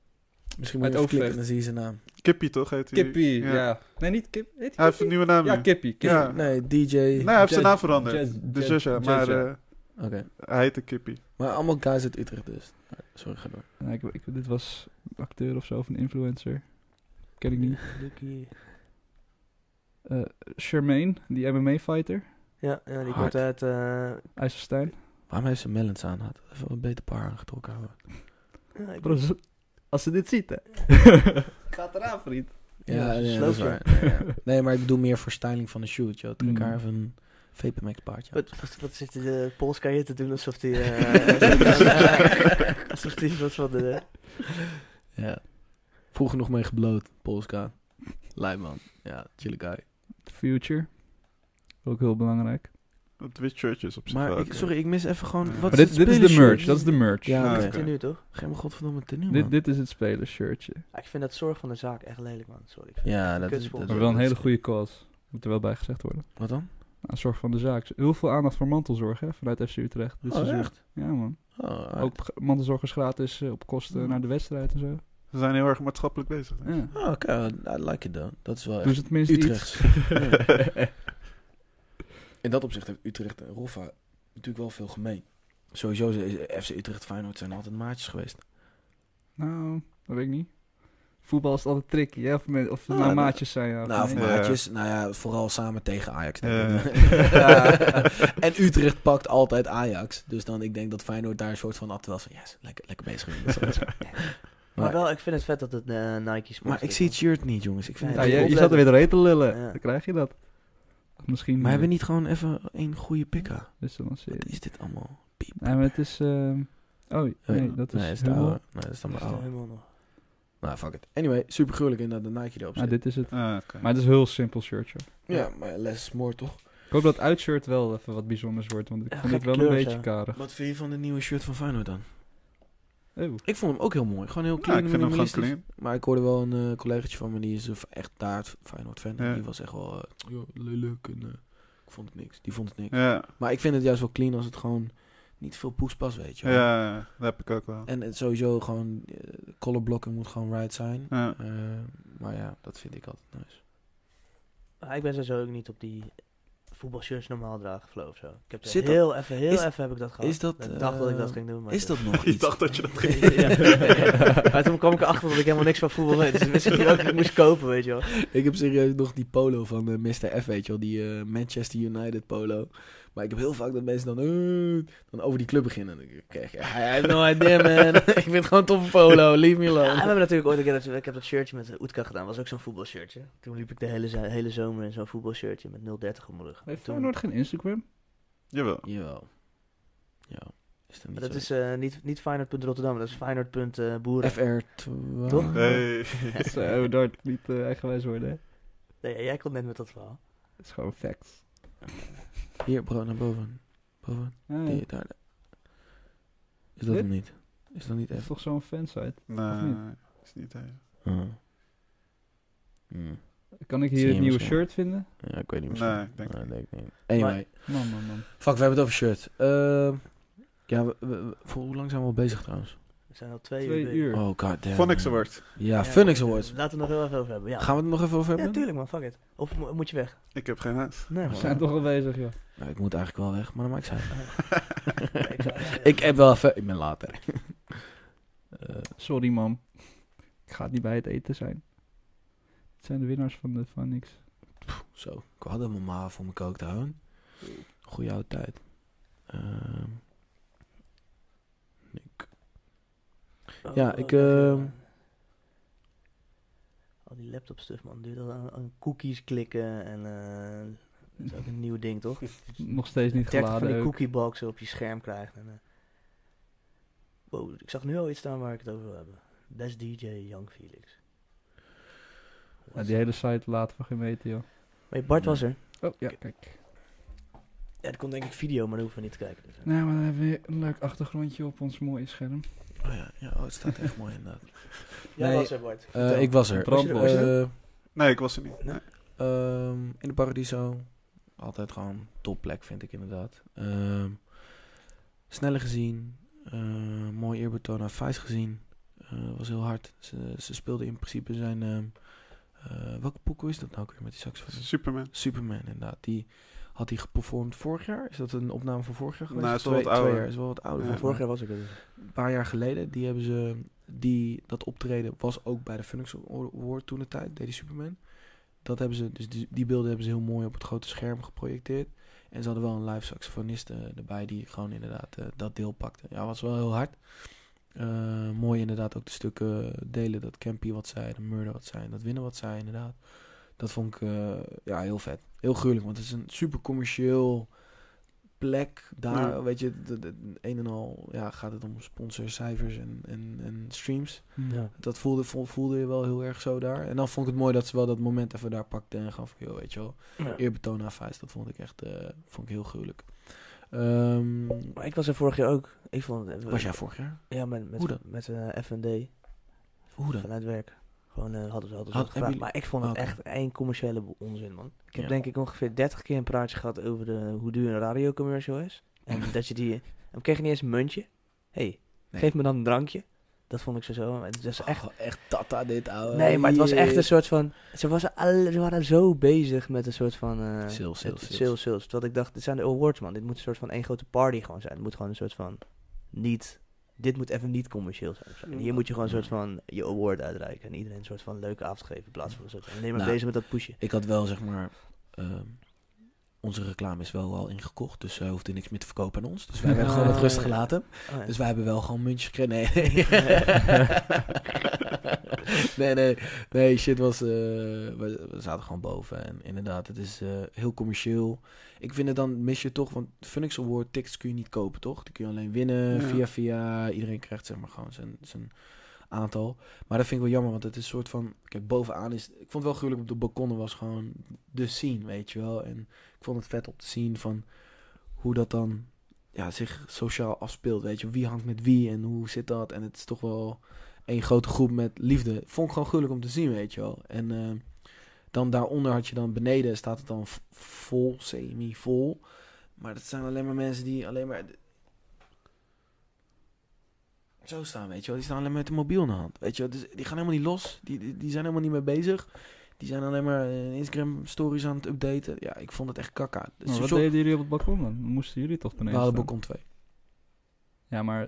Speaker 3: Misschien
Speaker 1: Uit
Speaker 3: moet je even klikken
Speaker 1: Overvecht.
Speaker 3: en dan zie je zijn naam.
Speaker 4: Kippie toch heet hij?
Speaker 1: Kippie, ja. Nee, niet Kip. Heet die
Speaker 4: Hij heeft een
Speaker 1: Kippie?
Speaker 4: nieuwe naam.
Speaker 1: Ja,
Speaker 4: nu.
Speaker 1: Kippie. Kippie.
Speaker 4: Ja. Nou,
Speaker 3: Nee, DJ.
Speaker 4: Nee, hij heeft zijn
Speaker 3: Jazz-
Speaker 4: naam veranderd.
Speaker 1: Jazz-
Speaker 4: de
Speaker 1: Jazz-
Speaker 4: Zusha, maar
Speaker 1: Jazza.
Speaker 4: eh,
Speaker 3: Oké.
Speaker 4: hij heette Kippie.
Speaker 3: Maar allemaal guys uit Utrecht dus. Sorry, ga door.
Speaker 1: Nee, ik, ik- dit was een acteur of zo, of een influencer. Ken ik niet.
Speaker 2: Lucky.
Speaker 1: Eh Charmaine, die MMA-fighter.
Speaker 2: Ja, ja, die
Speaker 3: Hard.
Speaker 2: komt uit... eh,
Speaker 1: IJsselstein.
Speaker 3: Waarom heeft ze melons aan? Had even een beter paar aangetrokken houden.
Speaker 2: ja, ik
Speaker 1: Bro, ze- als ze dit ziet, hè. Gaat eraan, vriend.
Speaker 3: Ja,
Speaker 2: ze
Speaker 3: nee, dat
Speaker 2: sloopt
Speaker 3: is
Speaker 2: je.
Speaker 3: waar. Nee, ja. nee, maar ik bedoel meer voor styling van de shoot, joh. Trek
Speaker 1: Mm.
Speaker 3: haar even een VPMX paardje aan.
Speaker 2: Wat, wat, wat zit eh, de Polska hier te doen alsof die... eh, alsof die wat van de...
Speaker 3: Ja. Vroeger nog mee gebloot, Polska. Lijman. Ja, chille guy.
Speaker 1: Future. Ook heel belangrijk.
Speaker 4: Het wit shirtje is op zich
Speaker 3: Maar
Speaker 4: wel
Speaker 3: ik,
Speaker 4: oké.
Speaker 3: sorry, ik mis even gewoon...
Speaker 4: Ja.
Speaker 3: Wat
Speaker 1: Maar dit,
Speaker 3: het
Speaker 1: dit is de merch,
Speaker 3: spelershirt?
Speaker 1: dat is de merch.
Speaker 3: Ja,
Speaker 4: Ah,
Speaker 3: oké.
Speaker 4: oké.
Speaker 2: Wat is het nu, toch?
Speaker 3: Geen maar godverdomme tenue, man.
Speaker 1: Dit, dit is het spelershirtje.
Speaker 2: Ah, ik vind dat zorg van de zaak echt lelijk, man. Sorry. Ik vind
Speaker 3: Ja, dat is...
Speaker 2: Kutsponsor.
Speaker 3: dat-
Speaker 1: Maar wel een
Speaker 3: dat is-
Speaker 1: hele goede cause. Moet er wel bij gezegd worden.
Speaker 3: Wat dan?
Speaker 1: Nou, zorg van de zaak. Heel veel aandacht voor mantelzorg hè, vanuit FC Utrecht. Dit
Speaker 3: Oh,
Speaker 1: seizoen.
Speaker 3: echt?
Speaker 1: Ja, man.
Speaker 3: Oh,
Speaker 1: Ook g- mantelzorg is gratis eh, op kosten
Speaker 3: Ja.
Speaker 1: naar de wedstrijd en zo.
Speaker 4: Ze zijn heel erg maatschappelijk bezig. hè?
Speaker 1: Ja.
Speaker 3: Oh, Oké, I like it though. Dat is wel
Speaker 1: Doen
Speaker 3: echt
Speaker 1: ze tenminste iets.
Speaker 3: Utrechts. In dat opzicht heeft Utrecht en Roffa natuurlijk wel veel gemeen. Sowieso, ze- FC Utrecht Feyenoord zijn altijd maatjes geweest.
Speaker 1: Nou, dat weet ik niet. Voetbal is altijd tricky, hè? Of, men- of het
Speaker 3: Ah,
Speaker 1: nou
Speaker 3: dat-
Speaker 1: maatjes zijn. Ja, of
Speaker 3: nou, of
Speaker 1: nee.
Speaker 4: Ja.
Speaker 3: maatjes. Nou ja, vooral samen tegen Ajax. denk ik.
Speaker 4: Ja.
Speaker 3: en Utrecht pakt altijd Ajax. Dus dan, ik denk dat Feyenoord daar een soort van altijd wel van... Yes, lekker, lekker bezig. jongens. Dat is wel-
Speaker 2: Maar, wel, ik vind het vet dat het eh, Nike is.
Speaker 3: maar ik zie het shirt niet, jongens. Ik vind
Speaker 2: Nee,
Speaker 1: Ja,
Speaker 3: het
Speaker 1: je, je zat
Speaker 2: opletten.
Speaker 1: er weer doorheen te lullen.
Speaker 2: Ja.
Speaker 1: Dan krijg je dat. Misschien
Speaker 3: Maar hebben we niet gewoon even een goede pika?
Speaker 1: Dus dan zie je-
Speaker 3: Wat is dit allemaal? Piep.
Speaker 1: Nee, maar het is... ehm, Oh, nee, dat is...
Speaker 3: de
Speaker 1: helemaal-
Speaker 3: oude. Nee, dat is dan de oude. Nou, fuck it. Anyway, super gruwelijk inderdaad de Nike erop
Speaker 1: Nou,
Speaker 3: zit.
Speaker 1: dit is het.
Speaker 4: Ah, oké.
Speaker 1: Maar het is een heel simpel shirtje.
Speaker 3: Ja, maar les is mooi toch?
Speaker 1: Ik hoop dat uitshirt wel even wat bijzonders wordt, want ik
Speaker 2: Ja,
Speaker 1: vond het
Speaker 2: gekke
Speaker 1: wel een
Speaker 2: kleur,
Speaker 1: beetje
Speaker 2: zo.
Speaker 1: karig.
Speaker 3: Wat vind je van de nieuwe shirt van Feyenoord dan?
Speaker 1: Eeuw.
Speaker 3: Ik vond hem ook heel mooi. Gewoon heel
Speaker 4: Ja,
Speaker 3: clean
Speaker 4: Ah, ik
Speaker 3: en
Speaker 4: vind hem gewoon
Speaker 3: minimalistisch.
Speaker 4: clean.
Speaker 3: Maar ik hoorde wel een eh collegaatje van me, die is een f- echt daar Feyenoord fan.
Speaker 4: Ja.
Speaker 3: Die was echt wel eh, ja, lelijk en eh, ik vond het niks. Die vond het niks.
Speaker 4: Ja,
Speaker 3: Maar ik vind het juist wel clean als het gewoon niet veel poes pas, weet je wel.
Speaker 4: ja, dat heb ik ook wel.
Speaker 3: En het sowieso gewoon, eh, color blocking moet gewoon right zijn.
Speaker 4: Ja.
Speaker 3: Eh, maar ja, dat vind ik altijd nice.
Speaker 2: Ah, ik ben sowieso ook niet op die voetbalshirts normaal dragen geloof of zo. Ik heb er
Speaker 3: Zit dat-
Speaker 2: heel even, heel
Speaker 3: is-
Speaker 2: even heb ik dat gehad.
Speaker 3: is dat,
Speaker 2: ik dacht dat ik dat
Speaker 3: eh,
Speaker 2: ging doen. Maar
Speaker 3: Is
Speaker 2: toen-
Speaker 3: dat nog
Speaker 4: Ik
Speaker 3: iets?
Speaker 4: dacht dat je dat ging.
Speaker 2: Ja. maar toen kwam ik erachter dat ik helemaal niks van voetbal weet. Dus toen wist ik niet wat ik moest kopen, weet je wel.
Speaker 3: Ik heb serieus nog die polo van eh, Mr. F, weet je wel. Die eh, Manchester United polo. Maar ik heb heel vaak dat mensen dan, eh, dan over die club beginnen. Dan denk ik, Kijk, I have no idea, man. ik vind het gewoon toffe polo. Leave me
Speaker 2: Ja, we
Speaker 3: alone.
Speaker 2: hebben natuurlijk ooit een keer, dat, ik heb dat shirtje met Oetka gedaan, was ook zo'n voetbalshirtje. Toen liep ik de hele, za- hele zomer in zo'n voetbalshirtje met 030 op mijn rug.
Speaker 1: Heeft
Speaker 2: Toen-
Speaker 1: Feyenoord geen Instagram?
Speaker 4: Jawel.
Speaker 3: Jawel. Ja. Is dat niet
Speaker 2: Maar dat
Speaker 3: zo?
Speaker 2: is eh, niet, niet Feyenoord.rotterdam, dat is eh, Feyenoord.boeren.
Speaker 3: FR12.
Speaker 2: Toch?
Speaker 4: Hey.
Speaker 1: Zo, we daar niet eh, eigenwijs worden, hè?
Speaker 2: nee, jij komt net met dat verhaal.
Speaker 1: Dat is gewoon facts.
Speaker 3: Hier, bro, naar boven. Boven.
Speaker 1: Ja,
Speaker 3: Die, daar. Is dat
Speaker 1: Dit?
Speaker 3: hem niet? Is dat niet
Speaker 1: dat is
Speaker 3: F?
Speaker 1: toch zo'n fansite?
Speaker 4: Nee, is niet hij.
Speaker 3: Ah. Hmm.
Speaker 1: Kan ik
Speaker 3: Zie
Speaker 1: hier
Speaker 3: je
Speaker 1: een nieuwe
Speaker 3: misschien.
Speaker 1: shirt vinden?
Speaker 3: Ja, ik weet niet misschien.
Speaker 4: Nee, ik denk
Speaker 3: nee, ik niet. Anyway.
Speaker 2: Maar-
Speaker 1: Man, man, man.
Speaker 3: Fuck, we hebben het over shirt. Ehm, ja, we, we- we- voor hoe lang zijn we al bezig trouwens?
Speaker 2: We zijn al twee,
Speaker 1: Twee
Speaker 2: uur.
Speaker 1: uur.
Speaker 3: Oh god damn.
Speaker 4: Phonics Award.
Speaker 3: Ja,
Speaker 2: Ja,
Speaker 3: Phoenix Awards.
Speaker 2: Laten we het nog heel even over hebben. Ja,
Speaker 3: Gaan we het nog even over hebben?
Speaker 2: ja tuurlijk man, fuck it. Of mo- moet je weg?
Speaker 4: Ik heb geen huis.
Speaker 2: Nee
Speaker 1: We
Speaker 2: man.
Speaker 1: zijn toch al bezig, joh.
Speaker 3: Nou, ik moet eigenlijk wel weg, maar dan maakt het uit.
Speaker 2: Ik zou- ja, ja.
Speaker 3: Ik heb wel even... Ik ben later. Eh,
Speaker 1: Sorry, man. Ik ga niet bij het eten zijn. Het zijn de winnaars van de van niks.
Speaker 3: zo, ik had mijn ma voor mijn kook te houden. Goeie oude tijd. Ehm, ik-
Speaker 2: Oh,
Speaker 3: Ja,
Speaker 2: oh,
Speaker 3: ik,
Speaker 2: dat,
Speaker 3: ehm,
Speaker 2: eh, Al die laptop stuff man, duurt al aan, aan cookies klikken en eh, dat is ook een nieuw ding toch?
Speaker 1: Nog steeds niet
Speaker 2: 30 van die
Speaker 1: geladen. ook.
Speaker 2: cookieboxen op je scherm krijgt. En, eh. wow, ik zag nu al iets staan waar ik het over wil hebben. Best DJ Young Felix.
Speaker 1: Ja, die hele site laat van geen weten, joh.
Speaker 2: Hey, Bart was er.
Speaker 1: Oh, ja, kijk.
Speaker 2: Ja, er komt denk ik video, maar daar hoeven we niet te kijken. Dus, eh.
Speaker 1: Nou, maar dan hebben we weer een leuk achtergrondje op ons mooie scherm.
Speaker 3: Oh ja, ja oh, het staat echt mooi inderdaad.
Speaker 2: Jij
Speaker 3: Nee,
Speaker 2: was er Bart.
Speaker 3: Eh,
Speaker 2: Vertel.
Speaker 3: ik was er.
Speaker 1: Brand
Speaker 2: was er?
Speaker 3: Eh,
Speaker 4: Nee, ik was er niet. Nee.
Speaker 3: Ehm, in de Paradiso. Altijd gewoon topplek, vind ik inderdaad. Ehm sneller gezien. eh, mooi eerbetoon aan Vijs gezien. Eh, was heel hard. Ze, ze speelde in principe zijn... ehm, eh, welke poeko is dat nou ook weer met die saxofoon?
Speaker 4: Superman.
Speaker 3: Superman inderdaad. Die had hij geperformd vorig jaar. Is dat een opname van vorig jaar geweest?
Speaker 4: Nou,
Speaker 3: Of
Speaker 4: is wel wat
Speaker 3: twee, twee
Speaker 4: ouder.
Speaker 3: jaar, is wel wat ouder.
Speaker 4: Ja.
Speaker 3: van
Speaker 2: Vorig jaar was ik er. dus.
Speaker 3: Een paar jaar geleden. Die hebben ze... Die, dat optreden was ook bij de Phoenix Award toen de tijd. Deed die Superman dat hebben ze, dus die, die beelden hebben ze heel mooi op het grote scherm geprojecteerd. En ze hadden wel een live saxofonist eh, erbij die gewoon inderdaad eh, dat deel pakte. Ja, was wel heel hard. Eh, mooi inderdaad ook de stukken delen dat Campy wat zei, de Murder wat zei, en dat Winnen wat zei inderdaad. Dat vond ik eh, ja, heel vet. Heel gruwelijk, want het is een super commercieel plek daar.
Speaker 4: Ja.
Speaker 3: Weet je, de, de- een en al ja, gaat het om sponsors, cijfers en, en, en streams.
Speaker 2: Ja.
Speaker 3: Dat voelde, vo- voelde je wel heel erg zo daar. En dan vond ik het mooi dat ze wel dat moment even daar pakte en gaf. Yo, weet je wel, eerbetoon aan Vijs. Dat vond ik echt eh, vond ik heel gruwelijk. Ehm,
Speaker 2: Maar ik was er vorig jaar ook. Ik vond het,
Speaker 3: was jij vorig jaar?
Speaker 2: Ja, met,
Speaker 3: Hoe dan?
Speaker 2: met, met eh, F&D.
Speaker 3: Hoe dan?
Speaker 2: Vanuit werk. Gewoon eh, hadden ze altijd
Speaker 3: Had-
Speaker 2: wat gevraagd.
Speaker 3: hebben Oh,
Speaker 2: Maar ik vond het
Speaker 3: Oké.
Speaker 2: echt één commerciële bo- onzin, man. Ik heb
Speaker 3: Ja.
Speaker 2: denk ik ongeveer 30 keer een praatje gehad over de, hoe duur een radiocommercial is. En dat je die... En we kregen niet eens een muntje. Hé, hey,
Speaker 3: Nee.
Speaker 2: geef me dan een drankje. Dat vond ik zo zo. maar Het is echt...
Speaker 3: Oh, echt tata dit, ouwe.
Speaker 2: Nee, maar het was echt een
Speaker 3: Jee.
Speaker 2: soort van... Oh, Ze, was al, ze waren zo bezig met een soort van... eh,
Speaker 3: Sales, sales,
Speaker 2: het-
Speaker 3: sales.
Speaker 2: sales, sales. Terwijl ik dacht, dit zijn de awards, man. Dit moet een soort van één grote party gewoon zijn. Het moet gewoon een soort van... Niet... Dit moet even niet commercieel zijn. of zo. En hier moet je gewoon een soort van je award uitreiken. En iedereen een soort van leuke avond geven. In plaats van een soort van... Nee, maar
Speaker 3: Nou.
Speaker 2: bezig met dat pushen.
Speaker 3: Ik had wel, zeg maar... ehm, onze reclame is wel al ingekocht, dus zij hoefde niks meer te verkopen aan ons. Dus wij hebben
Speaker 1: Ah,
Speaker 3: gewoon het rustig
Speaker 2: ja.
Speaker 3: gelaten.
Speaker 2: Oh, ja.
Speaker 3: Dus wij hebben wel gewoon muntjes gekregen. Nee. nee, nee. Nee, shit was... eh, we, we zaten gewoon boven. En inderdaad, het is eh, heel commercieel. Ik vind het dan mis je toch... Want Phoenix Award tickets kun je niet kopen, toch? Die kun je alleen winnen
Speaker 4: Ja.
Speaker 3: via via. Iedereen krijgt zeg maar gewoon zijn, zijn aantal. Maar dat vind ik wel jammer, want het is een soort van... Kijk, bovenaan is... Ik vond het wel gruwelijk op de balkonnen was gewoon de scene, weet je wel. En ik vond het vet op te zien van hoe dat dan ja, zich sociaal afspeelt. Weet je, wie hangt met wie en hoe zit dat? En het is toch wel één grote groep met liefde. Vond ik gewoon gruwelijk om te zien, weet je wel. En eh, dan daaronder had je dan beneden staat het dan v- vol, semi-vol. Maar dat zijn alleen maar mensen die alleen maar. Zo staan, weet je wel. Die staan alleen maar met een mobiel in de hand. Weet je wel. Dus die gaan helemaal niet los. Die, die, die zijn helemaal niet mee bezig. Die zijn alleen maar eh, Instagram-stories aan het updaten. Ja, ik vond het echt kakka. Dus
Speaker 1: Maar Nou, wat
Speaker 3: zo-
Speaker 1: deden jullie op het balkon dan? Moesten jullie toch
Speaker 3: we
Speaker 1: beneden
Speaker 3: hadden
Speaker 1: staan?
Speaker 3: balkon 2.
Speaker 1: Ja, maar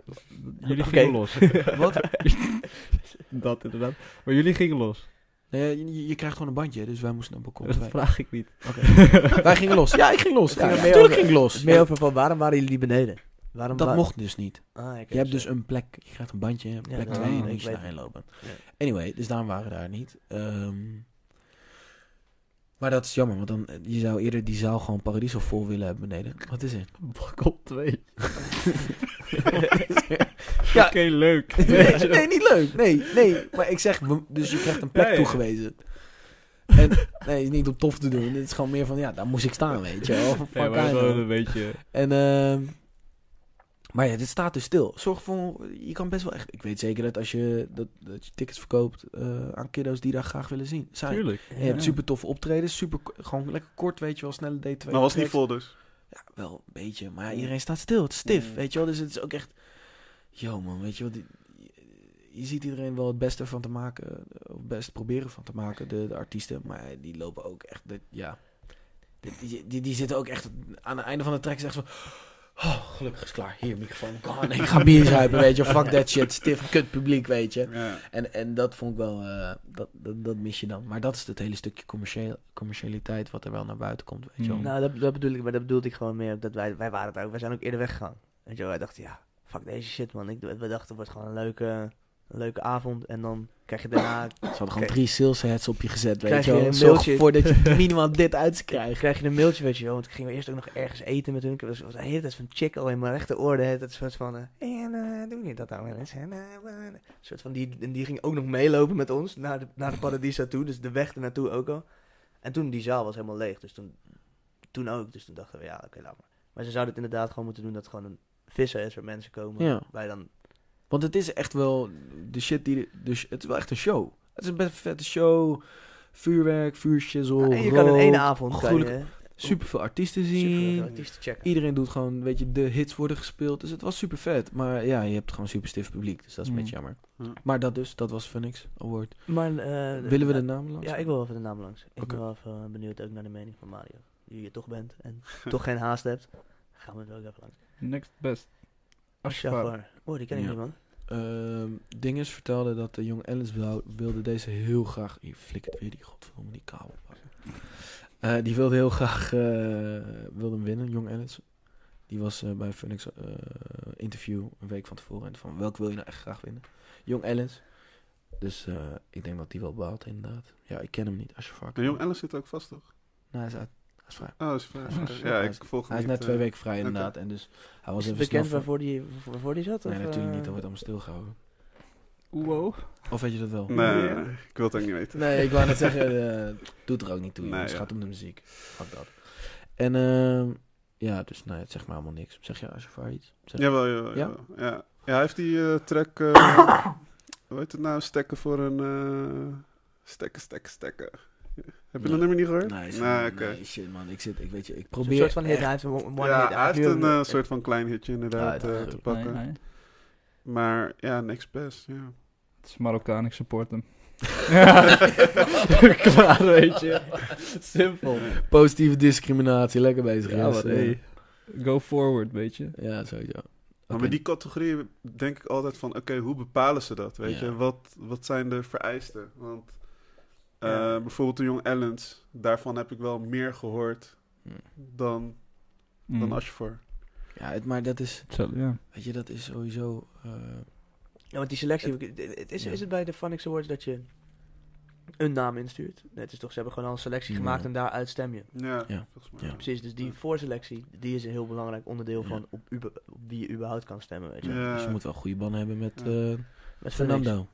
Speaker 1: jullie
Speaker 2: Oké.
Speaker 1: gingen los.
Speaker 3: Wat?
Speaker 1: Dat inderdaad. Maar jullie gingen los.
Speaker 3: Nee, je, je krijgt gewoon een bandje, dus wij moesten naar balkon
Speaker 1: Dat
Speaker 3: 2.
Speaker 1: vraag ik niet.
Speaker 3: Wij gingen los. Ja, ik ging los.
Speaker 2: Het ging
Speaker 3: Ja,
Speaker 2: er
Speaker 3: ja,
Speaker 2: meer
Speaker 3: tuurlijk
Speaker 2: over-
Speaker 3: ging ik los.
Speaker 2: Het is meer
Speaker 3: Ja,
Speaker 2: over van waarom waren jullie beneden? Waarom
Speaker 3: dat
Speaker 2: wa-
Speaker 3: mocht dus niet.
Speaker 2: Ah, ik heb
Speaker 3: Je hebt dus
Speaker 2: zo.
Speaker 3: een plek. Je krijgt een bandje, een
Speaker 2: Ja,
Speaker 3: plek
Speaker 1: dat
Speaker 3: 2 en
Speaker 1: weet
Speaker 3: dan
Speaker 1: ik,
Speaker 3: moet je
Speaker 2: weet
Speaker 3: daarheen lopen.
Speaker 2: Ja.
Speaker 3: Anyway, dus daarom waren we daar niet. Ehm, maar dat is jammer, want dan, je zou eerder die zaal gewoon Paradiso vol willen hebben beneden. Wat is er?
Speaker 1: Balkon 2.
Speaker 3: Ja.
Speaker 1: Oké, leuk.
Speaker 3: Nee, nee, niet leuk. Nee, nee. Maar ik zeg, we- dus je krijgt een plek
Speaker 1: Ja, ja.
Speaker 3: toegewezen. En nee, is niet om tof te doen. Het is gewoon meer van, ja, daar moest ik staan, weet je wel. Fuck
Speaker 1: Nee, maar
Speaker 3: I know.
Speaker 1: gewoon een beetje...
Speaker 3: En, ehm, maar ja, dit staat dus stil. Zorg voor, je kan best wel echt, ik weet zeker dat als je, dat, dat je tickets verkoopt eh, aan kiddo's die daar graag willen zien. Zijn.
Speaker 1: Tuurlijk.
Speaker 3: En je hebt super toffe optredens, super, ko- gewoon lekker kort, weet je wel, snelle D2.
Speaker 4: Maar was niet vol dus.
Speaker 3: Ja, wel een beetje, maar ja, iedereen staat stil, het is stif,
Speaker 2: Ja.
Speaker 3: weet je wel. Dus het is ook echt, yo man, weet je wel, die- je ziet iedereen wel het beste van te maken, eh, of best proberen van te maken, de, de artiesten. Maar die lopen ook echt, dat- ja, die, die, die, die zitten ook echt aan het einde van de track is echt van... Oh, gelukkig is het klaar. Hier, microfoon. Kan. Ik ga bier zuipen, weet je. Fuck that shit. Stif, kut publiek, weet je. En, en dat vond ik wel... eh, dat, dat, dat mis je dan. Maar dat is het hele stukje commercieel, commercialiteit... wat er wel naar buiten komt, weet je wel.
Speaker 1: Mm.
Speaker 2: Nou, dat, dat bedoel ik, maar dat bedoelde ik gewoon meer. Dat wij, wij waren daar ook, wij zijn ook eerder weggegaan. Weet je, wel, wij dachten, ja, fuck deze shit man. Ik, we dachten, het wordt gewoon een leuke, een leuke avond. En dan krijg je daarna
Speaker 3: Ze hadden gewoon
Speaker 2: Oké.
Speaker 3: drie sales heads op je gezet, weet
Speaker 2: Krijg
Speaker 3: je wel.
Speaker 2: je een
Speaker 3: Zorg
Speaker 2: mailtje.
Speaker 3: ervoor dat je minimaal dit uit krijgt.
Speaker 2: krijg je een mailtje, weet je wel. Want ik ging eerst ook nog ergens eten met hun. Ik was was de hele tijd van chick al in mijn rechteroor. De hele tijd soort van, eh, en eh, doen jullie dat nou wel eens? En, eh, wel, eh, een soort van, die, en die ging ook nog meelopen met ons naar de, naar de Paradiso toe. Dus de weg ernaartoe ook al. En toen, die zaal was helemaal leeg. Dus toen, toen ook. Dus toen dachten we, ja, oké, laat maar. Maar ze zouden het inderdaad gewoon moeten doen dat het gewoon een visser is waar mensen komen.
Speaker 3: Ja.
Speaker 2: Wij dan,
Speaker 3: Want het is echt wel de shit die... Dus het is wel echt een show. Het is een best vette show. Vuurwerk, vuurshizzle,
Speaker 2: en je kan in
Speaker 3: rook.
Speaker 2: één avond
Speaker 3: gruwelijk-
Speaker 2: kan je,
Speaker 3: super veel artiesten
Speaker 2: superveel
Speaker 3: zien.
Speaker 2: artiesten checken.
Speaker 3: Iedereen doet gewoon, weet je, de hits worden gespeeld. Dus het was super vet. Maar ja, je hebt gewoon super stif publiek. Dus dat is een
Speaker 1: Mm.
Speaker 3: beetje jammer.
Speaker 4: Ja.
Speaker 3: Maar dat dus, dat was Phoenix Award.
Speaker 2: Maar,
Speaker 3: eh, Willen we de naam langs?
Speaker 2: Ja, ik wil wel even de naam langs. Ik
Speaker 3: Oké.
Speaker 2: ben wel even eh, benieuwd ook naar de mening van Mario. Nu je toch bent en toch geen haast hebt, gaan we het wel even langs.
Speaker 1: Next best.
Speaker 2: Ashafar. Oh, die ken ik
Speaker 3: Ja.
Speaker 2: niet, man.
Speaker 3: Ehm, Dinges vertelde dat de jong Ellis wou- wilde deze heel graag... Hier flikkert weer die godverdomme die kabel. Eh, die wilde heel graag eh, wilde hem winnen, jong Ellis. Die was eh, bij Phoenix eh, interview een week van tevoren. En van welk wil je nou echt graag winnen? Jong Ellis. Dus eh, ik denk dat die wel baalt, inderdaad. Ja, ik ken hem niet. Als je vaak.
Speaker 4: De jong Alice zit ook vast toch?
Speaker 3: Nee, hij is uit. Hij is vrij.
Speaker 4: Oh, is vrij.
Speaker 1: Ah,
Speaker 4: Oké.
Speaker 1: shit.
Speaker 4: Ja,
Speaker 3: Hij is-
Speaker 4: ik volg hem
Speaker 3: Hij is
Speaker 4: niet,
Speaker 3: net twee
Speaker 4: eh.
Speaker 3: weken vrij, inderdaad. En dus hij was
Speaker 2: Is het
Speaker 3: even
Speaker 2: bekend
Speaker 3: snel van-
Speaker 2: waarvoor die, waar- waarvoor die zat?
Speaker 3: Nee,
Speaker 2: of,
Speaker 3: natuurlijk
Speaker 2: eh?
Speaker 3: niet. Dat wordt allemaal stilgehouden.
Speaker 1: Wow.
Speaker 3: Of weet je dat wel?
Speaker 4: Nee, nee, nee, ik wil het ook niet weten.
Speaker 3: Nee, ik wou net zeggen, eh, doet er ook niet toe.
Speaker 4: Nee,
Speaker 3: jongens. het
Speaker 4: ja.
Speaker 3: gaat om de muziek. Fuck dat. En ehm, ja, dus nee, het zegt me helemaal niks. Zeg je Ashafar iets? Zeg-
Speaker 4: Jawel, jawel,
Speaker 3: Ja?
Speaker 4: jawel. Ja? Ja. hij heeft die eh, track... eh, hoe heet het nou? Stekken voor een... eh, stekken, stekken, stekken. Heb je
Speaker 3: Nee.
Speaker 4: dat nummer niet gehoord?
Speaker 3: Nee, is-
Speaker 4: nee, oké.
Speaker 3: nee, shit man, ik zit, ik weet je, ik
Speaker 2: Zo'n
Speaker 3: probeer
Speaker 2: soort van hit,
Speaker 3: echt-
Speaker 2: hij heeft een one one
Speaker 4: ja,
Speaker 2: hit.
Speaker 4: hij heeft
Speaker 2: heeft
Speaker 4: een eh, soort van klein hitje inderdaad
Speaker 3: Ja,
Speaker 4: eh,
Speaker 3: ja,
Speaker 4: te
Speaker 3: ja.
Speaker 4: pakken.
Speaker 1: Nee, nee.
Speaker 4: Maar ja, niks best. Ja.
Speaker 1: Het is Marokkaan, ik support hem. Klaar, weet je. Simpel.
Speaker 3: positieve discriminatie, lekker bezig.
Speaker 1: Ja,
Speaker 3: yes.
Speaker 1: wat, hey. Go forward, weet je.
Speaker 3: Ja, sowieso.
Speaker 4: Maar
Speaker 3: Oké.
Speaker 4: bij die categorie denk ik altijd van, oké, hoe bepalen ze dat? Weet
Speaker 3: Ja.
Speaker 4: je, wat, wat zijn de vereisten? Want eh,
Speaker 2: Ja.
Speaker 4: bijvoorbeeld de Jong Ellens, daarvan heb ik wel meer gehoord
Speaker 3: Hm.
Speaker 4: dan,
Speaker 2: Hm.
Speaker 1: Mm.
Speaker 4: dan Ashford.
Speaker 3: Ja, het, maar dat is,
Speaker 1: Zo, ja.
Speaker 3: weet je, dat is sowieso... eh,
Speaker 2: Ja, want die selectie... het- het is,
Speaker 3: Ja.
Speaker 2: is het bij de Phonics Awards dat je een naam instuurt? Nee, het is toch, ze hebben gewoon al een selectie
Speaker 3: Ja.
Speaker 2: gemaakt en daaruit stem je.
Speaker 4: Ja,
Speaker 3: Ja.
Speaker 4: volgens mij.
Speaker 3: Ja.
Speaker 2: Precies, dus die
Speaker 4: Ja.
Speaker 2: voorselectie, die is een heel belangrijk onderdeel
Speaker 3: Ja.
Speaker 2: van op, ube- op wie je überhaupt kan stemmen, weet je.
Speaker 4: Ja.
Speaker 3: Dus je moet wel goede bannen hebben met eh,
Speaker 4: Ja.
Speaker 2: Met Phoenix.
Speaker 3: Fernando.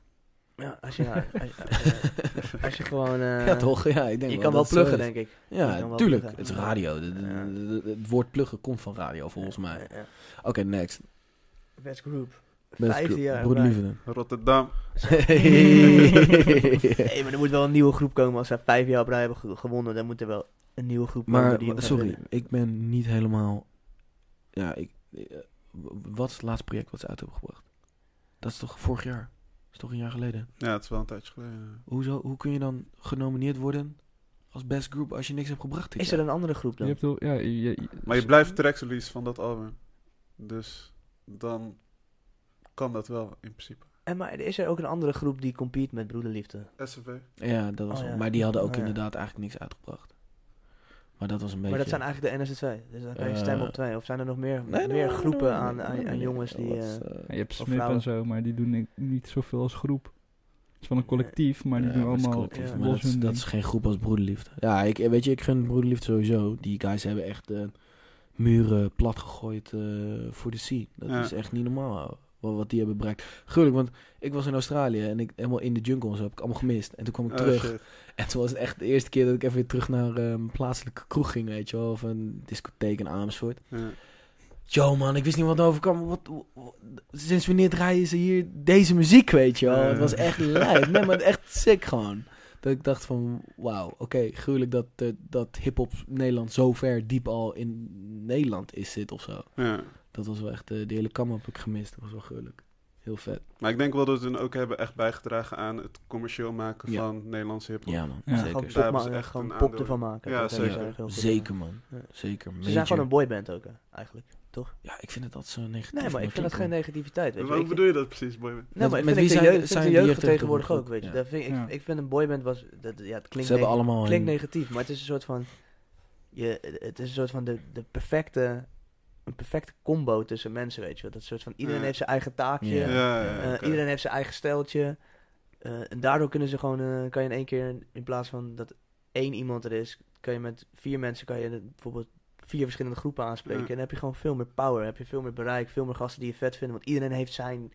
Speaker 2: Ja, als je, als, als, je- als je gewoon... eh,
Speaker 3: ja, toch? Ja, ik denk
Speaker 2: Je
Speaker 3: wel
Speaker 2: kan wel
Speaker 3: dat het zo
Speaker 2: pluggen,
Speaker 3: is.
Speaker 2: denk ik. Je kan
Speaker 3: Ja,
Speaker 2: wel
Speaker 3: tuurlijk.
Speaker 2: pluggen.
Speaker 3: Het is radio. De- de-
Speaker 2: Ja.
Speaker 3: de- de- het woord pluggen komt van radio, volgens mij.
Speaker 2: Ja, ja.
Speaker 3: Oké, next.
Speaker 2: Best Group.
Speaker 3: Best
Speaker 2: Vijfde
Speaker 3: group.
Speaker 2: jaar.
Speaker 3: Broederliefde.
Speaker 4: Rotterdam.
Speaker 2: Nee, maar er moet wel een nieuwe groep komen. Als ze vijf jaar op rij hebben ge- gewonnen, dan moet er wel een nieuwe groep komen.
Speaker 3: maar,
Speaker 2: die hem gaat
Speaker 3: sorry,
Speaker 2: winnen.
Speaker 3: ik ben niet helemaal... Ja, ik... eh, w- Wat is het laatste project wat ze uit hebben gebracht? Dat is toch vorig jaar? is toch een jaar geleden.
Speaker 4: Ja, het is wel een tijdje geleden.
Speaker 3: Hoezo, hoe kun je dan genomineerd worden als best group als je niks hebt gebracht? dit
Speaker 2: Is er
Speaker 3: jaar?
Speaker 2: een andere groep
Speaker 1: Je
Speaker 2: dan?
Speaker 1: hebt wel- ja, je- je-
Speaker 4: Maar je blijft tracks release van dat album. Dus dan kan dat wel in principe.
Speaker 2: En maar is er ook een andere groep die compete met Broederliefde?
Speaker 4: SCV.
Speaker 3: Ja, dat was
Speaker 2: Oh,
Speaker 3: wel-
Speaker 2: ja.
Speaker 3: Maar die hadden ook
Speaker 2: Oh, ja.
Speaker 3: inderdaad eigenlijk niks uitgebracht. Maar dat was een beetje...
Speaker 2: Maar dat zijn eigenlijk de NSC2. Dus dan kan je
Speaker 3: Eh,
Speaker 2: stemmen op twee. Of zijn er nog meer,
Speaker 3: Nee, nee,
Speaker 2: meer
Speaker 3: nee,
Speaker 2: groepen
Speaker 3: nee, nee,
Speaker 2: aan,
Speaker 3: nee,
Speaker 2: aan,
Speaker 3: nee,
Speaker 2: aan
Speaker 3: nee,
Speaker 2: jongens
Speaker 3: nee,
Speaker 2: die...
Speaker 3: dat
Speaker 2: eh
Speaker 3: is, eh,
Speaker 1: ja, je hebt
Speaker 2: Of
Speaker 1: Smip
Speaker 2: vrouwen.
Speaker 1: en zo, maar die doen ni- niet zoveel als groep. Het is wel een collectief, maar die
Speaker 3: ja,
Speaker 1: doen
Speaker 3: dat is
Speaker 1: allemaal... eh,
Speaker 3: collectief,
Speaker 2: ja.
Speaker 1: los
Speaker 3: maar dat, is,
Speaker 1: hun
Speaker 3: dat
Speaker 1: ding.
Speaker 3: is geen groep als broederliefde. Ja, ik, eh, weet je, ik gun broederliefde sowieso. Die guys hebben echt eh, muren plat gegooid eh, voor de sea. Dat
Speaker 4: Ja.
Speaker 3: is echt niet normaal ouwe, wat, wat die hebben bereikt. Gruwelijk, want ik was in Australië en ik helemaal in de jungle en zo heb ik allemaal gemist. En toen kwam ik
Speaker 4: Oh,
Speaker 3: terug.
Speaker 4: shit.
Speaker 3: En toen was het echt de eerste keer dat ik even weer terug naar eh, mijn plaatselijke kroeg ging, weet je wel. Of een discotheek in Amersfoort.
Speaker 4: Ja.
Speaker 3: Yo man, ik wist niet wat er overkwam. Wat, wat- sinds wanneer draaien ze hier deze muziek, weet je wel?
Speaker 4: Ja.
Speaker 3: Het was echt lijp. Nee, maar echt sick gewoon. Dat ik dacht van, wauw, oké, gruwelijk dat, eh, dat hip-hop Nederland zo ver diep al in Nederland is zit of zo.
Speaker 4: Ja.
Speaker 3: Dat was wel echt, eh, de hele kam heb ik gemist. Dat was wel gruwelijk. Heel vet.
Speaker 4: Maar ik denk wel dat we dan ook hebben echt bijgedragen aan het commercieel maken
Speaker 3: Ja.
Speaker 4: van Nederlandse hip
Speaker 3: Ja man,
Speaker 1: Ja.
Speaker 2: Gewoon
Speaker 3: zeker.
Speaker 4: Daar
Speaker 2: pop,
Speaker 4: hebben
Speaker 2: maar,
Speaker 4: ze echt
Speaker 2: gewoon
Speaker 4: een
Speaker 2: pop
Speaker 4: aandeel
Speaker 2: ervan
Speaker 4: in.
Speaker 2: maken.
Speaker 4: Ja,
Speaker 2: Dat hebben ze
Speaker 4: zeker.
Speaker 2: eigenlijk heel goed gedaan.
Speaker 3: Zeker man,
Speaker 2: Ja.
Speaker 3: zeker.
Speaker 2: Ze zijn gewoon
Speaker 3: Major.
Speaker 2: een boyband ook, hè, eigenlijk.
Speaker 3: Ja, ik vind het altijd zo negatief.
Speaker 2: Nee, maar ik vind dat geen
Speaker 3: klinkt
Speaker 2: negativiteit. Weet je.
Speaker 4: Maar hoe
Speaker 2: Ik,
Speaker 4: bedoel je dat precies, boy?
Speaker 2: nee, maar
Speaker 3: Met-
Speaker 2: ik
Speaker 3: met
Speaker 2: vind
Speaker 3: wie
Speaker 2: ik de
Speaker 3: zijn-
Speaker 2: jeugd, ik
Speaker 3: zijn
Speaker 2: vind de
Speaker 3: die
Speaker 2: jeugd
Speaker 3: jeugd
Speaker 2: tegenwoordig ook,
Speaker 3: tegenwoordig
Speaker 2: weet je.
Speaker 3: ook?
Speaker 2: Daar vind ik,
Speaker 1: Ja.
Speaker 2: ik vind een boyband was... Dat, ja, het
Speaker 3: wel-
Speaker 2: klinkt,
Speaker 3: Ze hebben
Speaker 2: neg-
Speaker 3: allemaal een-
Speaker 2: klinkt negatief, maar het is een soort van... Je, het is een soort van de, de perfecte... Een perfecte combo tussen mensen, weet je wel. Dat soort van... Iedereen
Speaker 4: Ja.
Speaker 2: heeft zijn eigen taakje.
Speaker 3: Ja.
Speaker 2: eh,
Speaker 4: oké.
Speaker 2: Iedereen heeft zijn eigen stijltje. Eh, en daardoor kunnen ze gewoon... eh, kan je in één keer... In plaats van dat één iemand er is... Kan je met vier mensen... Kan je bijvoorbeeld vier verschillende groepen aanspreken.
Speaker 4: Ja.
Speaker 2: En dan heb je gewoon veel meer power. Heb je veel meer bereik. Veel meer gasten die je vet vinden. Want iedereen heeft zijn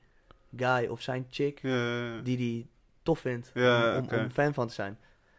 Speaker 2: guy of zijn chick
Speaker 4: Ja, ja, ja.
Speaker 2: die die tof vindt
Speaker 4: Ja,
Speaker 2: om,
Speaker 4: oké.
Speaker 2: om fan van te zijn.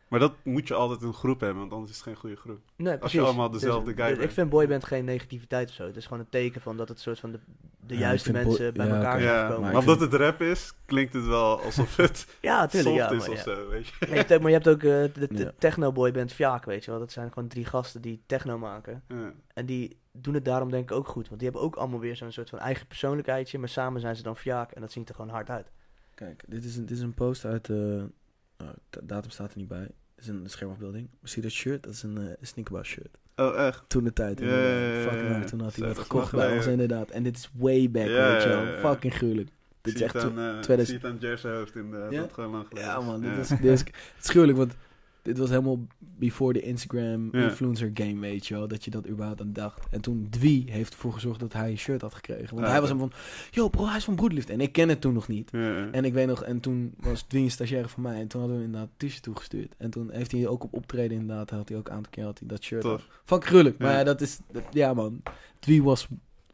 Speaker 4: Maar dat moet je altijd in een groep hebben, want anders is het geen goede groep.
Speaker 2: Nee,
Speaker 4: Als je
Speaker 2: precies.
Speaker 4: allemaal dezelfde guy
Speaker 2: dus
Speaker 4: bent.
Speaker 2: Ik vind boyband geen negativiteit of zo. Het is gewoon een teken van dat het soort van de, de
Speaker 3: Ja,
Speaker 2: juiste
Speaker 3: ik vind
Speaker 2: mensen
Speaker 3: boy-
Speaker 2: bij
Speaker 3: ja,
Speaker 2: elkaar
Speaker 3: oké.
Speaker 2: zijn
Speaker 4: Ja,
Speaker 2: gekomen.
Speaker 4: maar
Speaker 3: ik
Speaker 4: omdat
Speaker 3: vind-
Speaker 4: het rap is, klinkt het wel alsof het
Speaker 2: Ja,
Speaker 4: soft
Speaker 2: tuurlijk. Ja,
Speaker 4: is
Speaker 2: maar,
Speaker 4: of
Speaker 2: ja.
Speaker 4: zo, weet je.
Speaker 2: Maar je hebt ook, maar je hebt ook eh, de, de
Speaker 3: Ja.
Speaker 2: techno-boyband Fjaak, weet je wel. Dat zijn gewoon drie gasten die techno maken.
Speaker 4: Ja.
Speaker 2: En die doen het daarom denk ik ook goed. Want die hebben ook allemaal weer zo'n soort van eigen persoonlijkheidje. Maar samen zijn ze dan Fjaak en dat ziet er gewoon hard uit.
Speaker 3: Kijk, dit is een, dit is een post uit. eh nou, da- datum staat er niet bij. Het is een schermafbeelding. Maar zie je dat shirt? Dat is een eh sneakerbas shirt.
Speaker 4: Oh, echt?
Speaker 3: Toen de tijd.
Speaker 4: Ja,
Speaker 3: inderdaad.
Speaker 4: ja, ja, ja,
Speaker 3: Fucking
Speaker 4: ja.
Speaker 3: hard. Toen had
Speaker 4: Zo,
Speaker 3: hij dat
Speaker 4: dat
Speaker 3: gekocht
Speaker 4: mag
Speaker 3: bij
Speaker 4: wel,
Speaker 3: ons
Speaker 4: ja.
Speaker 3: inderdaad. En dit is way back,
Speaker 4: eh, Ja,
Speaker 3: weet je wel.
Speaker 4: ja, ja.
Speaker 3: Fucking gruwelijk. Dit is echt...
Speaker 4: aan,
Speaker 3: zo-
Speaker 4: eh,
Speaker 3: 2000
Speaker 4: zie het aan Jer's hoofd in de,
Speaker 3: Ja?
Speaker 4: dat het gewoon lang geleden
Speaker 3: ja
Speaker 4: is.
Speaker 3: man,
Speaker 4: Ja.
Speaker 3: dit is, dit is, het is gruwelijk, want dit was helemaal before de Instagram
Speaker 4: Ja.
Speaker 3: influencer game, weet je wel. Dat je dat überhaupt aan dacht. En toen Dwi heeft ervoor gezorgd dat hij een shirt had gekregen. Want
Speaker 4: Ja,
Speaker 3: hij was
Speaker 4: dat-
Speaker 3: hem van, yo bro, hij is van Broedliefde. En ik ken het toen nog niet.
Speaker 4: Ja, ja.
Speaker 3: En ik weet nog, en toen was Dwien een stagiaire van mij. En toen hadden we hem inderdaad een t-shirt toegestuurd. En toen heeft hij ook op optreden inderdaad, had hij ook een aantal keer had hij dat shirt.
Speaker 4: Tof.
Speaker 3: aan. Fuck gruwelijk. Maar
Speaker 4: Ja.
Speaker 3: ja, dat is, dat- ja man. Dwien was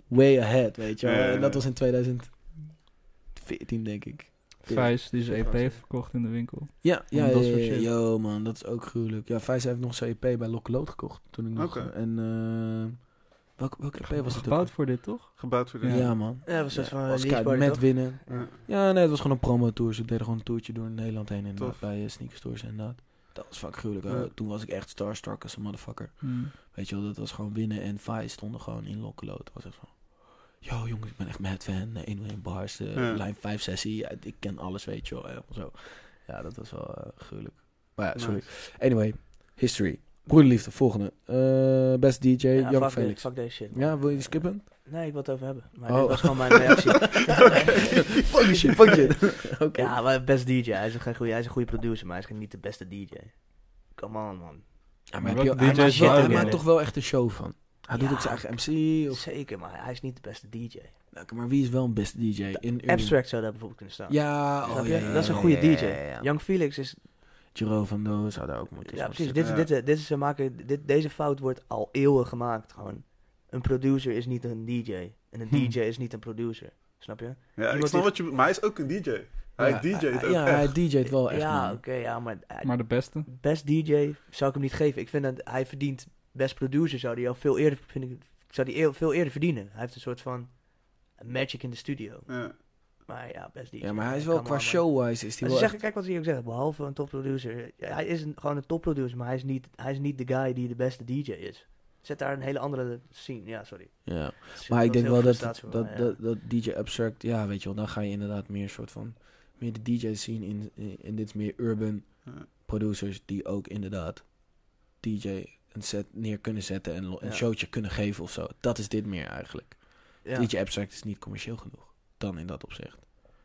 Speaker 3: way ahead, weet je wel.
Speaker 4: Ja, ja, ja.
Speaker 3: En dat was in 2014 denk ik.
Speaker 1: Vijs, die zijn EP
Speaker 3: Ja.
Speaker 1: heeft verkocht in de winkel.
Speaker 3: Ja, ja,
Speaker 1: Om dat
Speaker 3: ja,
Speaker 1: soort
Speaker 3: ja,
Speaker 1: shit.
Speaker 3: Yo man, dat is ook gruwelijk. Ja, Vijs heeft nog zijn EP bij Lokkeloot gekocht. Toen ik nog,
Speaker 4: Oké.
Speaker 3: en eh welke, welke EP was het ook?
Speaker 1: Gebouwd voor dit, toch?
Speaker 4: Gebouwd voor de...
Speaker 3: Ja,
Speaker 1: Ja.
Speaker 3: man.
Speaker 2: Ja, dat
Speaker 4: Dus
Speaker 2: was een soort van, eh,
Speaker 3: was
Speaker 2: release
Speaker 3: Sky
Speaker 2: party,
Speaker 3: met
Speaker 2: toch?
Speaker 3: winnen.
Speaker 4: Ja.
Speaker 3: Ja, nee, het was gewoon een dus promotour. Ze deden gewoon een toertje door Nederland heen inderdaad,
Speaker 4: Tof.
Speaker 3: bij eh, sneaker stores inderdaad. Dat was vaak gruwelijk. hoor.
Speaker 4: Ja.
Speaker 3: Toen was ik echt starstruck als een motherfucker.
Speaker 1: Hmm.
Speaker 3: Weet je wel, dat was gewoon winnen en Vice stonden gewoon in Lokkeloot. Het was echt van, yo jongens, ik ben echt mad fan. Eh, 101 bars, eh,
Speaker 4: Ja.
Speaker 3: lijn 5 sessie, Ja, ik ken alles weet je wel. eh, zo. Ja, dat was wel eh, gruwelijk. Maar ja,
Speaker 4: Nice.
Speaker 3: sorry. Anyway, history. Broederliefde, volgende. Eh best DJ,
Speaker 2: Ja,
Speaker 3: Young
Speaker 2: fuck dit,
Speaker 3: Felix.
Speaker 2: fuck deze shit. man.
Speaker 3: Ja, wil je die skippen?
Speaker 2: Nee, ik wil het over hebben. Maar
Speaker 3: Oh.
Speaker 2: dit was gewoon mijn reactie.
Speaker 3: fuck die shit, fuck shit. Oké.
Speaker 2: Ja, maar best DJ. Hij is een goede, hij is een goede producer, maar hij is niet de beste DJ. Come on, man.
Speaker 3: Ja,
Speaker 1: Maar
Speaker 3: maar heb je-
Speaker 1: welke
Speaker 3: hij,
Speaker 1: DJ's
Speaker 3: maakt, wel-
Speaker 1: waren
Speaker 3: hij
Speaker 1: er?
Speaker 3: maakt toch wel echt een show van. Hij doet
Speaker 2: Ja.
Speaker 3: ook zijn eigen MC. Of,
Speaker 2: Zeker, maar hij is niet de beste DJ.
Speaker 3: Nou, maar wie is wel een beste DJ? In Urban?
Speaker 2: Abstract zou daar bijvoorbeeld kunnen staan.
Speaker 3: Ja,
Speaker 2: Snap
Speaker 3: oh,
Speaker 2: je?
Speaker 3: ja, ja,
Speaker 2: dat is een
Speaker 3: ja,
Speaker 2: goede
Speaker 3: ja,
Speaker 2: DJ.
Speaker 3: ja, ja, ja.
Speaker 2: Young Felix is...
Speaker 3: Giro van Doe zou daar ook moeten.
Speaker 2: Ja,
Speaker 3: zo
Speaker 2: precies.
Speaker 3: zitten.
Speaker 2: Dit, dit, dit is, ze maken, dit, deze fout wordt al eeuwen gemaakt, gewoon. Een producer is niet een DJ. En een
Speaker 1: Hm.
Speaker 2: DJ is niet een producer. Snap je?
Speaker 4: Ja, ik
Speaker 2: Iemand
Speaker 4: snap
Speaker 2: die-
Speaker 4: wat je... Maar hij is ook een DJ. Hij
Speaker 3: Ja,
Speaker 4: DJ't ook
Speaker 3: Ja,
Speaker 4: echt.
Speaker 3: hij DJ't wel echt.
Speaker 2: ja,
Speaker 3: man.
Speaker 2: oké, ja, maar... eh,
Speaker 1: Maar de beste.
Speaker 2: Best DJ zou ik hem niet geven. Ik vind dat hij verdient... Best producer zou hij al veel eerder, vind ik, zou die eeuw- veel eerder verdienen. Hij heeft een soort van... Magic in de studio.
Speaker 4: Ja.
Speaker 2: Maar ja, best DJ.
Speaker 3: Ja, maar hij is wel
Speaker 2: come
Speaker 3: qua
Speaker 2: on, man.
Speaker 3: showwise is hij
Speaker 2: Maar ze
Speaker 3: wel.
Speaker 2: zeggen, kijk wat ze hier ook zeggen, behalve een topproducer. Ja, hij is een, gewoon een topproducer, maar hij is, niet, hij is niet de guy die de beste DJ is. Zet daar een hele andere scene. Ja, sorry.
Speaker 3: echt- Ja.
Speaker 2: Het is-
Speaker 3: Maar ik
Speaker 2: was
Speaker 3: denk
Speaker 2: heel
Speaker 3: wel dat,
Speaker 2: frustratie voor
Speaker 3: dat,
Speaker 2: mij, ja.
Speaker 3: dat, dat DJ Abstract, ja, weet je wel, dan ga je inderdaad meer een soort van meer de DJ's zien in, in, in dit is meer urban
Speaker 4: Ja.
Speaker 3: producers die ook inderdaad DJ een set neer kunnen zetten en lo- een
Speaker 2: Ja.
Speaker 3: showtje kunnen geven of zo. Dat is dit meer eigenlijk.
Speaker 2: Ja.
Speaker 3: DJ Abstract is niet commercieel genoeg. Dan in dat opzicht.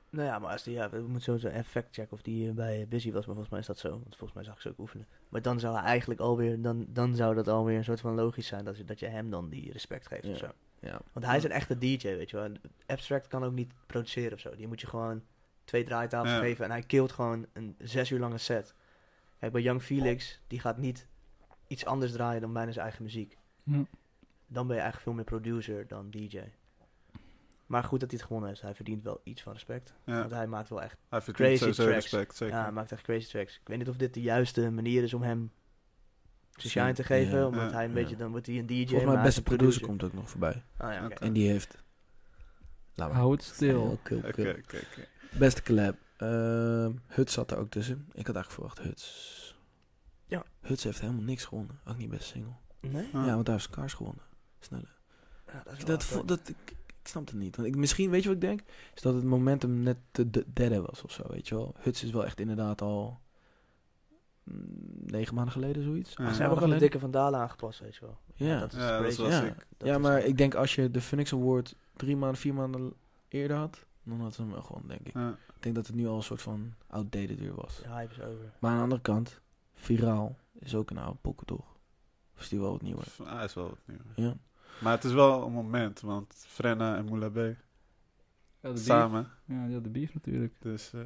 Speaker 2: Nou ja, maar als die, ja, we moeten sowieso even fact checken of die eh, bij Busy was, maar volgens mij is dat zo. Want volgens mij zag ik ze ook oefenen. Maar dan zou hij eigenlijk alweer, dan, dan zou dat alweer een soort van logisch zijn dat je, dat je hem dan die respect geeft
Speaker 3: Ja.
Speaker 2: of zo.
Speaker 3: Ja.
Speaker 2: Want hij is een echte DJ, weet je wel. En Abstract kan ook niet produceren of zo. Die moet je gewoon twee draaitafels
Speaker 4: Ja.
Speaker 2: geven en hij kilt gewoon een zes uur lange set. Kijk, bij Young Felix, die gaat niet iets anders draaien dan bijna zijn eigen muziek.
Speaker 1: Ja.
Speaker 2: Dan ben je eigenlijk veel meer producer dan DJ. Maar goed dat hij het gewonnen heeft. Hij verdient wel iets van respect.
Speaker 4: Ja,
Speaker 2: Want hij maakt wel echt,
Speaker 4: hij verdient
Speaker 2: Crazy
Speaker 4: sowieso
Speaker 2: tracks.
Speaker 4: respect, zeker.
Speaker 2: ja, hij maakt echt crazy tracks. Ik weet niet of dit de juiste manier is om hem zijn shine te
Speaker 3: Ja,
Speaker 2: geven.
Speaker 3: ja,
Speaker 2: omdat hij een
Speaker 3: ja.
Speaker 2: beetje, dan wordt hij een DJ.
Speaker 3: Volgens mij
Speaker 2: maar hij is
Speaker 3: beste
Speaker 2: een
Speaker 3: producer komt ook nog voorbij.
Speaker 2: Ah, ja, oké.
Speaker 4: Oké.
Speaker 3: En die heeft... Laat maar.
Speaker 1: Hou het stil.
Speaker 3: Heel cool,
Speaker 4: Oké,
Speaker 3: cool.
Speaker 4: oké, oké.
Speaker 3: Beste collab. Ehm Huts zat er ook tussen. Ik had eigenlijk verwacht Huts.
Speaker 2: Ja.
Speaker 3: Huts heeft helemaal niks gewonnen. Ook niet best single.
Speaker 2: Nee?
Speaker 4: Ah.
Speaker 3: Ja, want hij heeft Scars gewonnen. Sneller.
Speaker 2: Ja, dat is
Speaker 3: Ik-
Speaker 2: wel
Speaker 3: Dat,
Speaker 2: apart.
Speaker 3: vo- dat, ik, ik snap het niet. Want ik, misschien, weet je wat ik denk? Is dat het momentum net te de derde was of zo, weet je wel. Huts is wel echt inderdaad al mm, negen maanden geleden zoiets.
Speaker 4: Ja.
Speaker 3: Acht
Speaker 2: Ze hebben
Speaker 3: maanden
Speaker 4: Ja,
Speaker 2: gewoon de
Speaker 3: geleden.
Speaker 2: dikke vandalen aangepast, weet je wel.
Speaker 3: Ja.
Speaker 2: dat is
Speaker 4: Ja, dat is
Speaker 2: crazy.
Speaker 4: wel
Speaker 3: Ja.
Speaker 4: sick.
Speaker 2: Dat
Speaker 3: ja,
Speaker 2: is
Speaker 3: maar
Speaker 2: echt-
Speaker 3: ik denk als je de Phoenix Award drie maanden, vier maanden eerder had, dan hadden ze hem wel gewoon, denk ik.
Speaker 4: Ja.
Speaker 3: Ik denk dat het nu al een soort van outdated weer was.
Speaker 2: De hype is over.
Speaker 3: Maar aan de andere kant, viraal is ook een oude pokken, toch? Of is die wel wat nieuwer?
Speaker 4: Hij is wel wat nieuw.
Speaker 3: Ja.
Speaker 4: Maar het is wel een moment, want Frenna en Moula B
Speaker 1: Ja, de beef.
Speaker 4: samen.
Speaker 1: Ja, ja, de beef natuurlijk.
Speaker 4: Dus eh,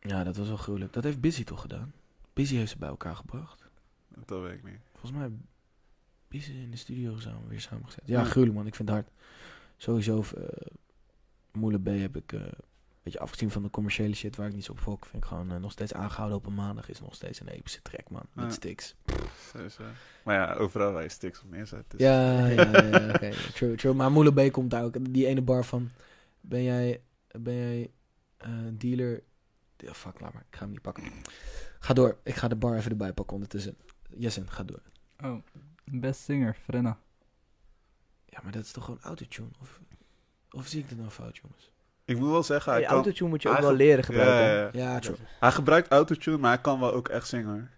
Speaker 3: Ja, dat was wel gruwelijk. Dat heeft Busy toch gedaan? Busy heeft ze bij elkaar gebracht.
Speaker 4: dat weet ik niet.
Speaker 3: Volgens mij is ze in de studio samen weer samengezet. Ja,
Speaker 4: Ja.
Speaker 3: gruwelijk man, ik vind het hard. Sowieso, eh Moele B heb ik eh, een beetje afgezien van de commerciële shit waar ik niet zo op fok. Vind ik gewoon eh, nog steeds aangehouden op een maandag is nog steeds een epische track man, met
Speaker 4: Ja.
Speaker 3: sticks.
Speaker 4: Sowieso. Dus, eh, Maar ja, overal waar je sticks op neerzet. Dus
Speaker 3: Ja, ja, ja, ja, oké, true, true. Maar Moele B komt daar ook, die ene bar van, ben jij, ben jij eh, dealer... Ja, fuck, laat maar, ik ga hem niet pakken. Ga door, ik ga de bar even erbij pakken ondertussen. Jessen, ga door.
Speaker 1: Oh, best singer, Frenna.
Speaker 3: Ja, maar dat is toch gewoon autotune? Of, of zie ik dat nou fout, jongens?
Speaker 4: Ik moet wel zeggen, hij,
Speaker 2: Hey,
Speaker 4: kan,
Speaker 2: autotune moet je ook
Speaker 4: hij
Speaker 2: wel
Speaker 4: ge-
Speaker 2: leren
Speaker 4: ja,
Speaker 2: gebruiken.
Speaker 4: ja, ja.
Speaker 3: Ja,
Speaker 2: Dat-
Speaker 3: true.
Speaker 4: hij gebruikt autotune, maar hij kan wel ook echt zingen. hoor.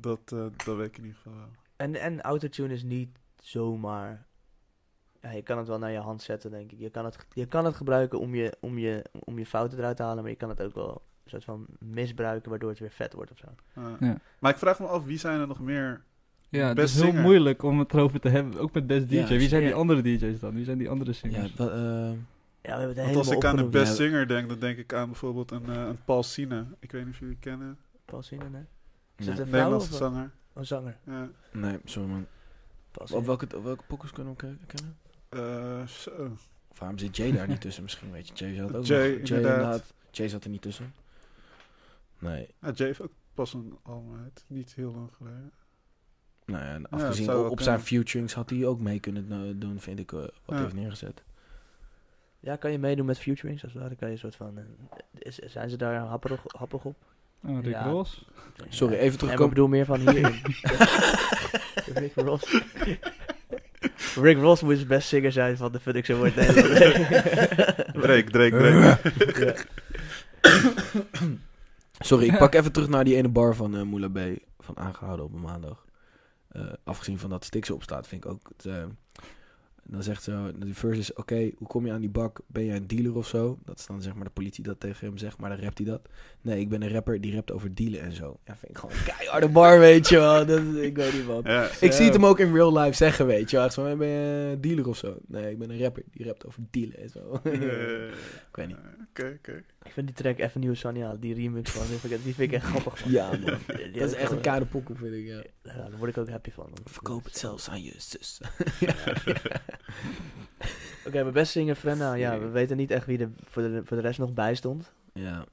Speaker 4: Dat, eh, dat weet ik in ieder geval wel.
Speaker 2: En, en autotune is niet zomaar... Ja, je kan het wel naar je hand zetten, denk ik. Je kan het, je kan het gebruiken om je, om, je, om je fouten eruit te halen, maar je kan het ook wel een soort van misbruiken, waardoor het weer vet wordt of zo.
Speaker 4: Eh,
Speaker 1: Ja.
Speaker 4: Maar ik vraag me af, wie zijn er nog meer?
Speaker 1: Ja, het
Speaker 4: Best
Speaker 1: is heel
Speaker 4: singer.
Speaker 1: moeilijk om het erover te hebben. Ook met best DJ.
Speaker 3: Ja,
Speaker 1: Wie zijn die
Speaker 2: ja.
Speaker 1: andere DJ's dan? Wie zijn die andere
Speaker 3: Ja,
Speaker 1: singers?
Speaker 3: wat, eh,
Speaker 2: Ja, we hebben het
Speaker 4: Want als
Speaker 2: helemaal
Speaker 4: ik aan de
Speaker 2: opgenoemd.
Speaker 4: best
Speaker 3: Ja.
Speaker 4: singer denk, dan denk ik aan bijvoorbeeld een, eh, een Paul Sine. Ik weet niet of jullie kennen.
Speaker 2: Paul Sina, nee? Is
Speaker 3: nee,
Speaker 2: het een vrouw
Speaker 4: Nederlandse
Speaker 2: of een,
Speaker 4: zanger.
Speaker 2: een zanger?
Speaker 4: Ja.
Speaker 3: nee, sorry man.
Speaker 2: Paul Sina.
Speaker 3: Op welke, op welke pokkers kunnen we ke- kennen?
Speaker 4: Eh, zo.
Speaker 3: Of waarom zit Jay daar niet tussen misschien, weet je? Jay zat ook
Speaker 4: Jay,
Speaker 3: nog-
Speaker 4: inderdaad.
Speaker 3: Jay zat er niet tussen. Nee,
Speaker 4: Ja, Jay heeft ook pas een album uit. Niet heel lang geleden.
Speaker 3: nou ja, en
Speaker 4: dat
Speaker 3: afgezien
Speaker 4: zou
Speaker 3: op,
Speaker 4: wel
Speaker 3: op zijn
Speaker 4: kunnen.
Speaker 3: futurings had hij ook mee kunnen eh, doen, vind ik, eh, wat hij
Speaker 4: Ja.
Speaker 3: heeft neergezet.
Speaker 2: Ja, kan je meedoen met Futurings als het ware? Kan je een soort van... eh, is, zijn ze daar happerig, happig op?
Speaker 1: Oh, Rick
Speaker 2: Ja.
Speaker 1: Ross.
Speaker 3: Sorry,
Speaker 2: Ja.
Speaker 3: even
Speaker 2: Nee, maar
Speaker 3: terugkomen.
Speaker 2: ik bedoel meer van hier. Rick Ross. Rick Ross moet de best singer zijn van de Funix Award Nederland.
Speaker 4: Drake, Drake, Drake.
Speaker 3: Sorry, ik pak even terug naar die ene bar van eh Moula B. Van aangehouden op een maandag. Eh, afgezien van dat Stix op staat, vind ik ook. het, eh, dan zegt ze, die verse is: Oké, hoe kom je aan die bak? Ben jij een dealer of zo? Dat is dan zeg maar de politie dat tegen hem zegt, maar dan rapt hij dat. Nee, ik ben een rapper die rapt over dealen en zo. Ja, vind ik gewoon een keiharde bar, weet je wel. Dat, is- ik weet niet wat.
Speaker 4: Ja.
Speaker 3: Eh. Ik zie het hem ook in real life zeggen, weet je wel. Echt zo, "Hey, ben je een dealer of zo? Nee, ik ben een rapper die rapt over dealen en zo.
Speaker 4: Eh,
Speaker 3: ik weet niet.
Speaker 4: Oké, oké.
Speaker 2: ik vind die track even nieuw Sanja, die remix van. Die vind ik, die vind ik echt grappig.
Speaker 3: Ja, man.
Speaker 2: Die- die-
Speaker 3: Dat is echt een keiharde pokoe, vind ik, ja.
Speaker 2: Ja, daar word ik ook happy van.
Speaker 3: Verkoop het zelfs aan je zus.
Speaker 2: Oké, mijn best singer Frenna. Ja, we weten niet echt wie er voor de, voor de rest nog bij stond.
Speaker 3: Ja.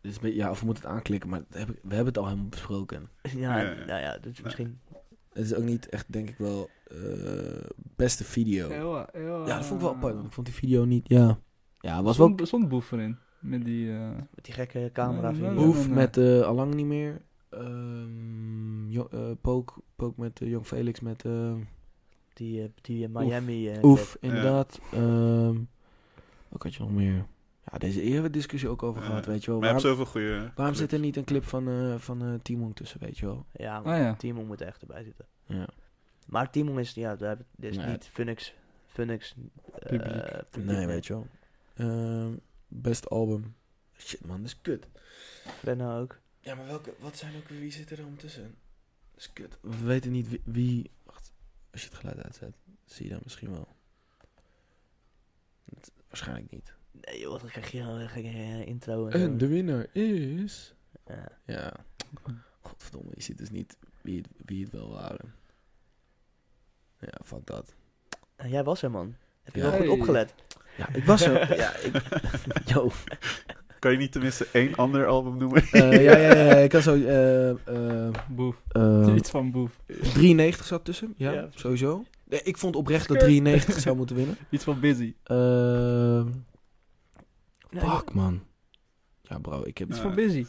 Speaker 3: Dus, een beetje- ja, of we moeten het aanklikken, maar dat heb ik- we hebben het al helemaal besproken.
Speaker 2: Ja,
Speaker 4: Ja, ja, ja.
Speaker 2: nou ja, dus misschien...
Speaker 3: Het is ook niet echt, denk ik wel, eh, beste video.
Speaker 1: Ewa, ewa.
Speaker 3: Ja, eh, dat vond ik wel apart,
Speaker 1: eh,
Speaker 3: want ik vond die video niet, ja. Ja, het was wel
Speaker 1: Zond- Zond Boef erin. Met die... eh,
Speaker 2: Met die gekke camera.
Speaker 1: Nee,
Speaker 2: video.
Speaker 1: nee,
Speaker 3: Boef met eh Alang niet meer. Ehm jo- eh, Pook, Pook met eh, Jong Felix, met eh,
Speaker 2: Die, eh, die eh, Miami... eh,
Speaker 3: Oef, inderdaad. Ehm ook had je nog meer. Ja, deze eer hebben we discussie ook over
Speaker 4: Ja.
Speaker 3: gehad, weet je wel.
Speaker 4: Maar je hebt
Speaker 3: Waarom,
Speaker 4: zoveel goede.
Speaker 3: waarom zit er niet een clip van, eh van eh, Timon tussen, weet je wel?
Speaker 2: Ja,
Speaker 1: Ah, ja.
Speaker 2: Timo moet er echt erbij zitten.
Speaker 3: Ja.
Speaker 2: Maar Timo is, ja, daar heb ik, dit is
Speaker 3: Nee.
Speaker 2: niet Funix. Funix. eh,
Speaker 1: Publiek.
Speaker 2: publiek,
Speaker 3: nee, weet je wel. Ehm, best album. Shit, man, dat is kut.
Speaker 2: Frenna ook.
Speaker 3: Ja, maar welke, wat zijn ook, wie zit er dan tussen? Dat is kut. We weten niet wie, wie- Wacht, als je het geluid uitzet, zie je dat misschien wel. Het- waarschijnlijk niet.
Speaker 2: Nee joh, dan krijg je een gekke eh, intro en,
Speaker 3: En
Speaker 2: zo.
Speaker 3: de winnaar is...
Speaker 2: Ja.
Speaker 3: Ja. Godverdomme, je ziet dus niet wie het, wie het wel waren. Ja, fuck dat.
Speaker 2: En jij was er man. Heb je
Speaker 3: Ja.
Speaker 2: wel goed
Speaker 1: Hey.
Speaker 2: opgelet?
Speaker 3: Ja, ik was er. ja, ik... Yo.
Speaker 4: Kan je niet tenminste één ander album noemen?
Speaker 3: Eh, ja, ja, ja, ik had zo... eh, eh,
Speaker 1: Boef.
Speaker 3: eh,
Speaker 1: Iets van boef.
Speaker 3: 93 zat tussen, ja,
Speaker 2: Ja.
Speaker 3: sowieso. Nee, ik vond oprecht dat 93 zou moeten winnen.
Speaker 1: Iets van busy.
Speaker 3: Ehm,
Speaker 2: Nee,
Speaker 3: fuck, man. Ja, bro, ik heb
Speaker 1: Iets
Speaker 4: Ja.
Speaker 1: van busy.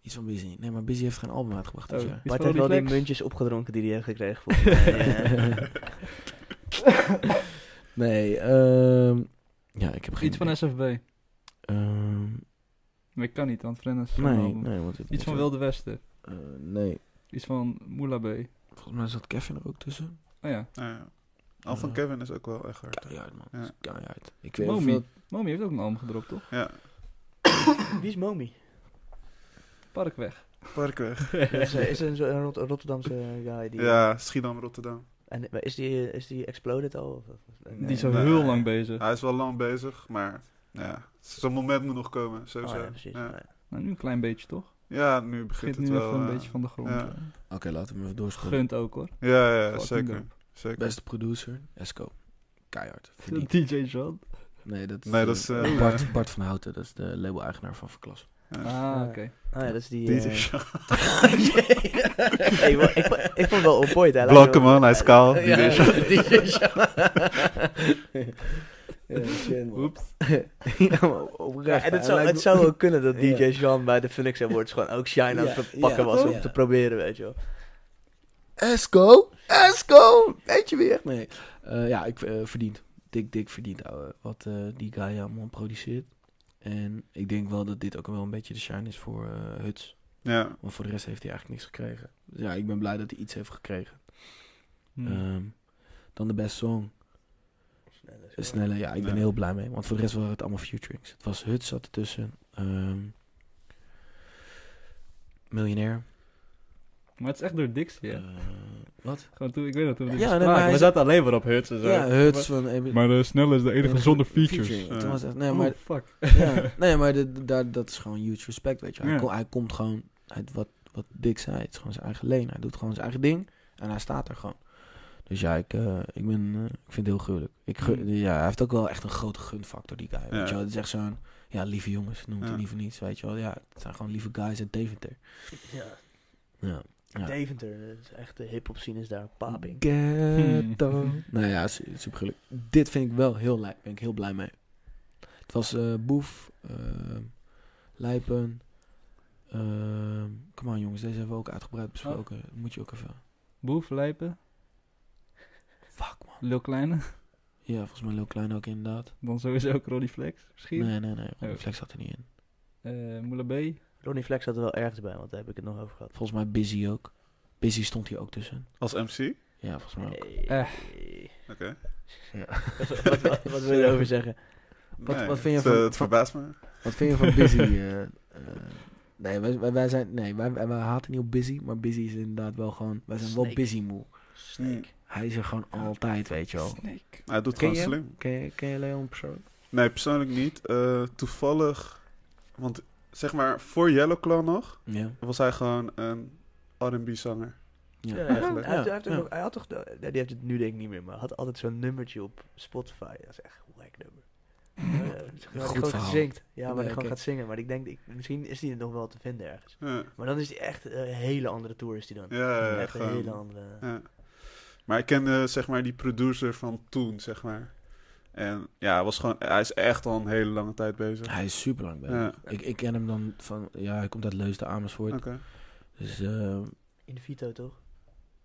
Speaker 3: iets van Busy. Nee, maar Busy heeft geen album uitgebracht dit
Speaker 1: Oh.
Speaker 3: jaar.
Speaker 1: Iets
Speaker 2: Bart
Speaker 1: van
Speaker 2: heeft wel die
Speaker 1: Oliflex.
Speaker 2: muntjes opgedronken die hij heeft gekregen. volgens mij. Ja.
Speaker 3: Nee, ehm, ja, ik heb geen
Speaker 1: Iets van SFB.
Speaker 3: Ehm,
Speaker 1: Maar ik kan niet, want Frenna is zo'n
Speaker 3: nee,
Speaker 1: album.
Speaker 3: nee. Want het
Speaker 1: Iets van Wilde Westen.
Speaker 3: Eh, nee.
Speaker 1: Iets van Moela B.
Speaker 3: Volgens mij zat Kevin er ook tussen.
Speaker 1: Oh ja.
Speaker 4: Nou ja. Al van
Speaker 3: Eh.
Speaker 4: Kevin is ook wel echt hard.
Speaker 3: Keihard, man.
Speaker 4: Ja.
Speaker 3: Keihard. Ik weet niet
Speaker 1: Momi.
Speaker 3: of
Speaker 1: Momi heeft ook een album gedropt, toch?
Speaker 4: Ja,
Speaker 2: Wie is Momi?
Speaker 1: Parkweg.
Speaker 4: Parkweg.
Speaker 2: Is, eh, is er een, zo- een Rot- Rotterdamse guy die...
Speaker 4: Ja, Schiedam, Rotterdam.
Speaker 2: En eh, is die, is die exploded al? Of- of- nee.
Speaker 1: Die is al
Speaker 4: Nee.
Speaker 1: heel lang bezig.
Speaker 4: Hij is wel lang bezig, maar ja, zo'n moment moet nog komen,
Speaker 2: Oh,
Speaker 4: sowieso.
Speaker 2: ja, precies.
Speaker 4: Ja.
Speaker 2: Ja.
Speaker 1: Nou, nu een klein beetje, toch?
Speaker 4: Ja, nu begint
Speaker 1: Begint
Speaker 4: het
Speaker 1: nu
Speaker 4: wel.
Speaker 1: even een
Speaker 4: eh,
Speaker 1: beetje van de grond.
Speaker 4: ja.
Speaker 1: eh.
Speaker 3: dat- Oké, laten we hem even doorschoppen.
Speaker 1: Gunt ook, hoor.
Speaker 4: Ja, ja,
Speaker 1: Fucking
Speaker 4: zeker.
Speaker 1: dope.
Speaker 4: zeker.
Speaker 3: Beste producer, Esco. Keihard. Verdiend.
Speaker 1: DJ Jean.
Speaker 3: Nee, dat is,
Speaker 4: Nee,
Speaker 3: eh,
Speaker 4: dat is, eh,
Speaker 3: Bart, Bart van Houten. Dat is de label-eigenaar van Verklas.
Speaker 1: Ah, oké.
Speaker 2: Ah ja, dat is die...
Speaker 4: Die
Speaker 2: eh,
Speaker 4: is-
Speaker 2: Hey, maar ik, vond- ik vond het wel on point. hè. Laat
Speaker 4: Blanke
Speaker 2: je wel-
Speaker 4: man, hij is kaal. Oh, Die
Speaker 3: Ja,
Speaker 4: is-
Speaker 3: DJ Ja, shit, man.
Speaker 1: Oeps.
Speaker 3: Ja, maar oprecht,
Speaker 2: Ja, en het
Speaker 3: hij
Speaker 2: zou,
Speaker 3: lijkt
Speaker 2: het
Speaker 3: me-
Speaker 2: zou ook kunnen dat
Speaker 3: Ja.
Speaker 2: DJ Jean bij de Phoenix Awards gewoon ook Shine aan
Speaker 3: Ja,
Speaker 2: het pakken
Speaker 3: ja,
Speaker 2: was om
Speaker 3: toch?
Speaker 2: te proberen, weet je wel.
Speaker 3: Esco, Esco, weet je weer? Nee, Eh, ja, ik eh, verdiend. Dik, dik verdiend, ouwe. Wat eh, die guy allemaal produceert. En ik denk wel dat dit ook wel een beetje de shine is voor eh, Huts.
Speaker 4: Ja,
Speaker 3: Want voor de rest heeft hij eigenlijk niks gekregen. Dus ja, ik ben blij dat hij iets heeft gekregen.
Speaker 1: Hmm.
Speaker 3: Ehm, dan de best song. De snelle, ja, ik ben
Speaker 4: Ja.
Speaker 3: heel blij mee. Want voor de rest waren het allemaal futurings. Het was Huts zat ertussen. Ehm miljonair.
Speaker 1: Maar het is echt door Dixie, hè?
Speaker 3: Eh, wat?
Speaker 1: Gewoon toen, ik weet dat toen we dit
Speaker 3: Ja, nee,
Speaker 1: spraken.
Speaker 3: maar hij
Speaker 1: we
Speaker 3: is-
Speaker 1: zaten alleen maar op Huts en zo.
Speaker 3: Ja, Huts van... Emil-
Speaker 1: Maar de snelle is de enige zonder features.
Speaker 3: Featuring.
Speaker 4: Ja.
Speaker 3: Toen was het- nee,
Speaker 1: Oh,
Speaker 3: maar,
Speaker 1: fuck.
Speaker 3: ja, nee, maar de- de- daar, dat is gewoon huge respect, weet je. Hij,
Speaker 1: Ja.
Speaker 3: ko- hij komt gewoon uit wat, wat Dick zei. Het is gewoon zijn eigen leen. Hij doet gewoon zijn eigen ding. En hij staat er gewoon. Dus ja, ik, eh, ik, ben, eh, ik vind het heel gruwelijk. Ik gun-
Speaker 1: Mm.
Speaker 3: ja, hij heeft ook wel echt een grote gunfactor, die guy.
Speaker 4: Ja.
Speaker 3: Weet je wel. Het is echt zo'n... Ja, lieve jongens, noemt hij
Speaker 4: Ja.
Speaker 3: liever niets, weet je wel. Ja, het zijn gewoon lieve guys uit Deventer.
Speaker 2: Ja.
Speaker 3: Ja. Ja.
Speaker 2: Deventer, dat is echt de hip-hop scene is daar paping.
Speaker 3: Ghetto.
Speaker 1: Hmm.
Speaker 3: Nou ja, su- super gelukkig. Dit vind ik wel heel lijp. Ben ik heel blij mee. Het was eh, Boef, ehm, Lijpen. ehm, Kom aan jongens, deze hebben we ook uitgebreid besproken. Dat Moet je ook even.
Speaker 1: Boef, Lijpen,
Speaker 3: Fuck man.
Speaker 1: Lil Kleine.
Speaker 3: Ja, volgens mij Lil Klein ook inderdaad.
Speaker 1: Dan sowieso ook Roddy Flex, misschien.
Speaker 3: Nee, nee, nee.
Speaker 1: Oh.
Speaker 3: De flex zat er niet in.
Speaker 1: Eh, Moula B.
Speaker 2: Ronnie Flex had er wel ergens bij, want daar heb ik het nog over gehad.
Speaker 3: Volgens mij Busy ook. Busy stond hier ook tussen.
Speaker 4: als MC.
Speaker 3: Ja, volgens mij ook.
Speaker 1: Eh.
Speaker 4: Oké.
Speaker 2: Wat, wat, wat, wil je erover zeggen?
Speaker 3: Wat-
Speaker 4: Nee,
Speaker 3: wat vind je
Speaker 4: het, eh,
Speaker 3: van-
Speaker 4: Het
Speaker 3: van-
Speaker 4: verbaast me.
Speaker 3: Wat vind je van Busy? eh, eh, nee, wij, wij, wij zijn, nee wij, wij, wij haten niet op Busy. Maar Busy is inderdaad wel gewoon. Wij zijn wel
Speaker 2: Snake.
Speaker 3: Busy moe.
Speaker 2: Snake.
Speaker 3: Hij is er gewoon altijd, weet je wel.
Speaker 1: Snake.
Speaker 4: Hij doet
Speaker 3: Ken
Speaker 4: gewoon
Speaker 3: je?
Speaker 4: slim.
Speaker 3: Ken je, ken je Leon persoon?
Speaker 4: Nee, persoonlijk niet. Eh, toevallig, want zeg maar, voor Yellow Claw nog,
Speaker 3: Ja.
Speaker 4: was hij gewoon een R&B-zanger.
Speaker 2: Ja,
Speaker 3: ja.
Speaker 2: hij, heeft-
Speaker 4: eigenlijk.
Speaker 2: hij heeft- hij heeft ook
Speaker 3: Ja.
Speaker 2: nog- hij had toch, de- ja, die heeft het nu denk ik niet meer, maar hij had altijd zo'n nummertje op Spotify. Dat is echt een whack nummer. Eh,
Speaker 3: Goed
Speaker 2: waar hij gewoon
Speaker 3: verhaal.
Speaker 2: gaat zingt. Ja, waar
Speaker 3: Nee,
Speaker 2: hij
Speaker 3: oké.
Speaker 2: gewoon gaat zingen. Maar ik denk, ik, misschien is die nog wel te vinden ergens.
Speaker 4: Ja,
Speaker 2: Maar dan is die echt een hele andere tour is die dan.
Speaker 4: ja, ja,
Speaker 2: echt een
Speaker 4: gewoon-
Speaker 2: hele andere...
Speaker 4: ja. Maar ik kende zeg maar die producer van toen, zeg maar. En ja, hij was gewoon, hij is echt al een hele lange tijd bezig.
Speaker 3: Hij is super lang bezig.
Speaker 4: Ja.
Speaker 3: Ik, ik ken hem dan
Speaker 4: Ah.
Speaker 3: van... Ja, hij komt uit Leusden, Amersfoort.
Speaker 4: Oké.
Speaker 3: Dus eh,
Speaker 2: In de Vito toch?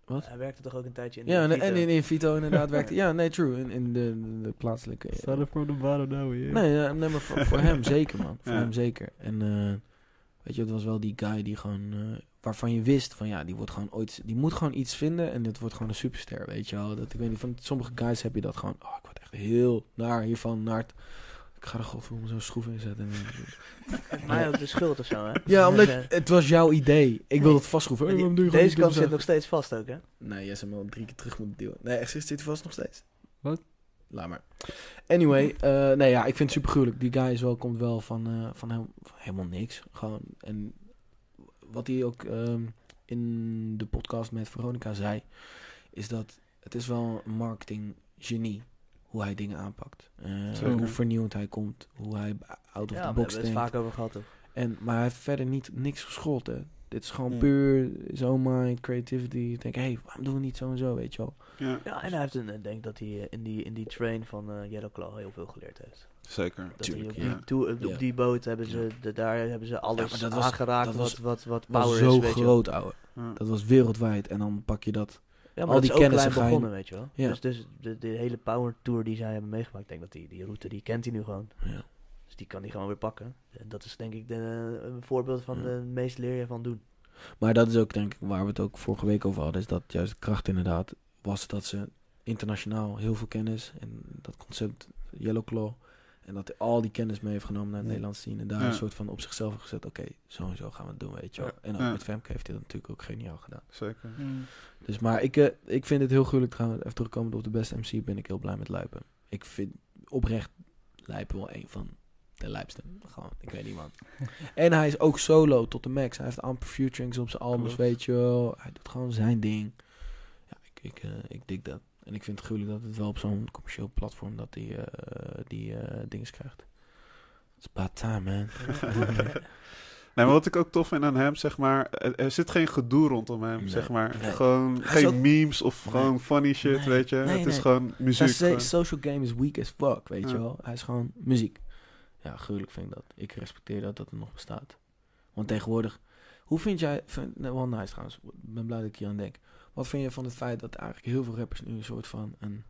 Speaker 3: Wat?
Speaker 2: Hij werkte toch ook een tijdje in de
Speaker 3: Ja, en,
Speaker 2: Vito?
Speaker 3: en in, in Vito inderdaad werkte. Ja, nee, true. In, in de, de- de plaatselijke.
Speaker 1: Start it from the bottom now, yeah.
Speaker 3: Nee, ja, nee maar voor, voor hem zeker, man. Voor
Speaker 4: Ja.
Speaker 3: hem zeker. En eh, weet je, het was wel die guy die gewoon. eh, waarvan je wist van ja, die wordt gewoon ooit. Die moet gewoon iets vinden en dit wordt gewoon een superster, weet je wel. Dat, ik weet niet, van sommige guys heb je dat gewoon. Oh, ik word echt heel naar hiervan, naar het- Ik ga er godverdomme zo'n schroef in zetten.
Speaker 2: Mij ook de schuld of zo, hè?
Speaker 3: Ja, omdat
Speaker 2: Dus, eh,
Speaker 3: het was jouw idee. Ik wil dat vastschroeven.
Speaker 2: want
Speaker 3: Hey,
Speaker 2: die-
Speaker 3: waarom doe je gewoon
Speaker 2: deze
Speaker 3: die
Speaker 2: kant
Speaker 3: domme
Speaker 2: zit nog steeds vast ook, hè?
Speaker 3: Nee, jij zou hem al drie keer terug moeten duwen. Nee, echt, zit hij vast nog steeds.
Speaker 1: Wat?
Speaker 3: Laat maar. Anyway, eh, nee ja, ik vind het super gruwelijk. Die guy is wel, komt wel van, eh, van, hem- van helemaal niks. Gewoon. En wat hij ook ehm, in de podcast met Veronica zei, is dat het is wel een marketing genie hoe hij dingen aanpakt. Eh,
Speaker 1: Zeker.
Speaker 3: hoe vernieuwd hij komt, hoe hij out
Speaker 2: Ja,
Speaker 3: of the
Speaker 2: maar we
Speaker 3: box
Speaker 2: hebben het
Speaker 3: denkt.
Speaker 2: vaak over gehad, toch?
Speaker 3: En, maar hij heeft verder niet, niks geschoten. Dit is gewoon
Speaker 4: Ja.
Speaker 3: puur zo mind, creativity. Ik denk, hé, hey, waarom doen we niet zo en zo, weet je wel?
Speaker 4: Ja,
Speaker 2: Ja, en hij heeft een, ik denk dat hij eh, in die, in die train van eh Yellow Claw heel veel geleerd heeft.
Speaker 4: zeker.
Speaker 2: Dat
Speaker 3: Tuurlijk,
Speaker 2: hij op,
Speaker 4: ja.
Speaker 2: die, toer- op
Speaker 3: Ja.
Speaker 2: die boot hebben ze, de- daar hebben ze alles
Speaker 3: maar dat was-
Speaker 2: aangeraakt
Speaker 3: dat was-
Speaker 2: wat, wat, wat
Speaker 3: was
Speaker 2: power
Speaker 3: zo
Speaker 2: is, weet je wel.
Speaker 3: groot, ouwe.
Speaker 4: Ja.
Speaker 3: Dat was wereldwijd. En dan pak je dat.
Speaker 2: Ja, maar
Speaker 3: Al
Speaker 2: dat
Speaker 3: die
Speaker 2: is ook
Speaker 3: kennis
Speaker 2: klein
Speaker 3: ga je-
Speaker 2: begonnen, weet je wel.
Speaker 3: Ja.
Speaker 2: Dus, dus de, de hele power tour die zij hebben meegemaakt, ik denk dat die, die route, die kent hij nu gewoon.
Speaker 3: Ja.
Speaker 2: Dus die kan hij gewoon weer pakken. En dat is denk ik de, een voorbeeld van
Speaker 3: Ja.
Speaker 2: de meest leer je van doen.
Speaker 3: Maar dat is ook, denk ik, waar we het ook vorige week over hadden. Is dat juist de kracht inderdaad was dat ze internationaal heel veel kennis. En dat concept Yellow Claw. En dat hij al die kennis mee heeft genomen naar het
Speaker 4: Ja.
Speaker 3: Nederlands zien. En daar
Speaker 4: Ja.
Speaker 3: een soort van op zichzelf heeft gezet. Oké, zo en zo gaan we het doen, weet je wel. En ook
Speaker 4: Ja.
Speaker 3: met Femke heeft hij dat natuurlijk ook geniaal gedaan.
Speaker 4: Zeker.
Speaker 1: Hmm.
Speaker 3: Dus maar ik, eh, ik vind het heel gruwelijk trouwens. Even terugkomend op de beste MC ben ik heel blij met Lijpen. Ik vind oprecht Lijpen wel een van de lijpste. Gewoon, ik weet niet man. en hij is ook solo tot de max. Hij heeft amper featurings op zijn albums,
Speaker 4: Klopt.
Speaker 3: weet je wel. Hij doet gewoon zijn ding. Ja, ik, ik, eh, ik dik dat. En ik vind het gruwelijk dat het wel op zo'n commercieel platform dat hij eh, die eh, dingen krijgt. It's about time, man.
Speaker 4: Nee, maar wat ik ook tof vind aan hem, zeg maar, er, er zit geen gedoe rondom hem,
Speaker 3: Nee,
Speaker 4: zeg maar.
Speaker 3: nee.
Speaker 4: Gewoon
Speaker 3: Hij is
Speaker 4: geen
Speaker 3: ook-
Speaker 4: memes of
Speaker 3: Nee.
Speaker 4: gewoon funny shit,
Speaker 3: Nee,
Speaker 4: weet je.
Speaker 3: nee,
Speaker 4: het is
Speaker 3: nee.
Speaker 4: gewoon muziek.
Speaker 3: Zijn se-
Speaker 4: gewoon.
Speaker 3: social game is weak as fuck, weet je
Speaker 4: Ja.
Speaker 3: wel. Hij is gewoon muziek. Ja, gruwelijk vind ik dat. Ik respecteer dat dat het nog bestaat. Want tegenwoordig... Hoe vind jij... Vind, nou, wel nice trouwens. Ik ben blij dat ik hier aan denk. Wat vind je van het feit dat eigenlijk heel veel rappers nu een soort van... een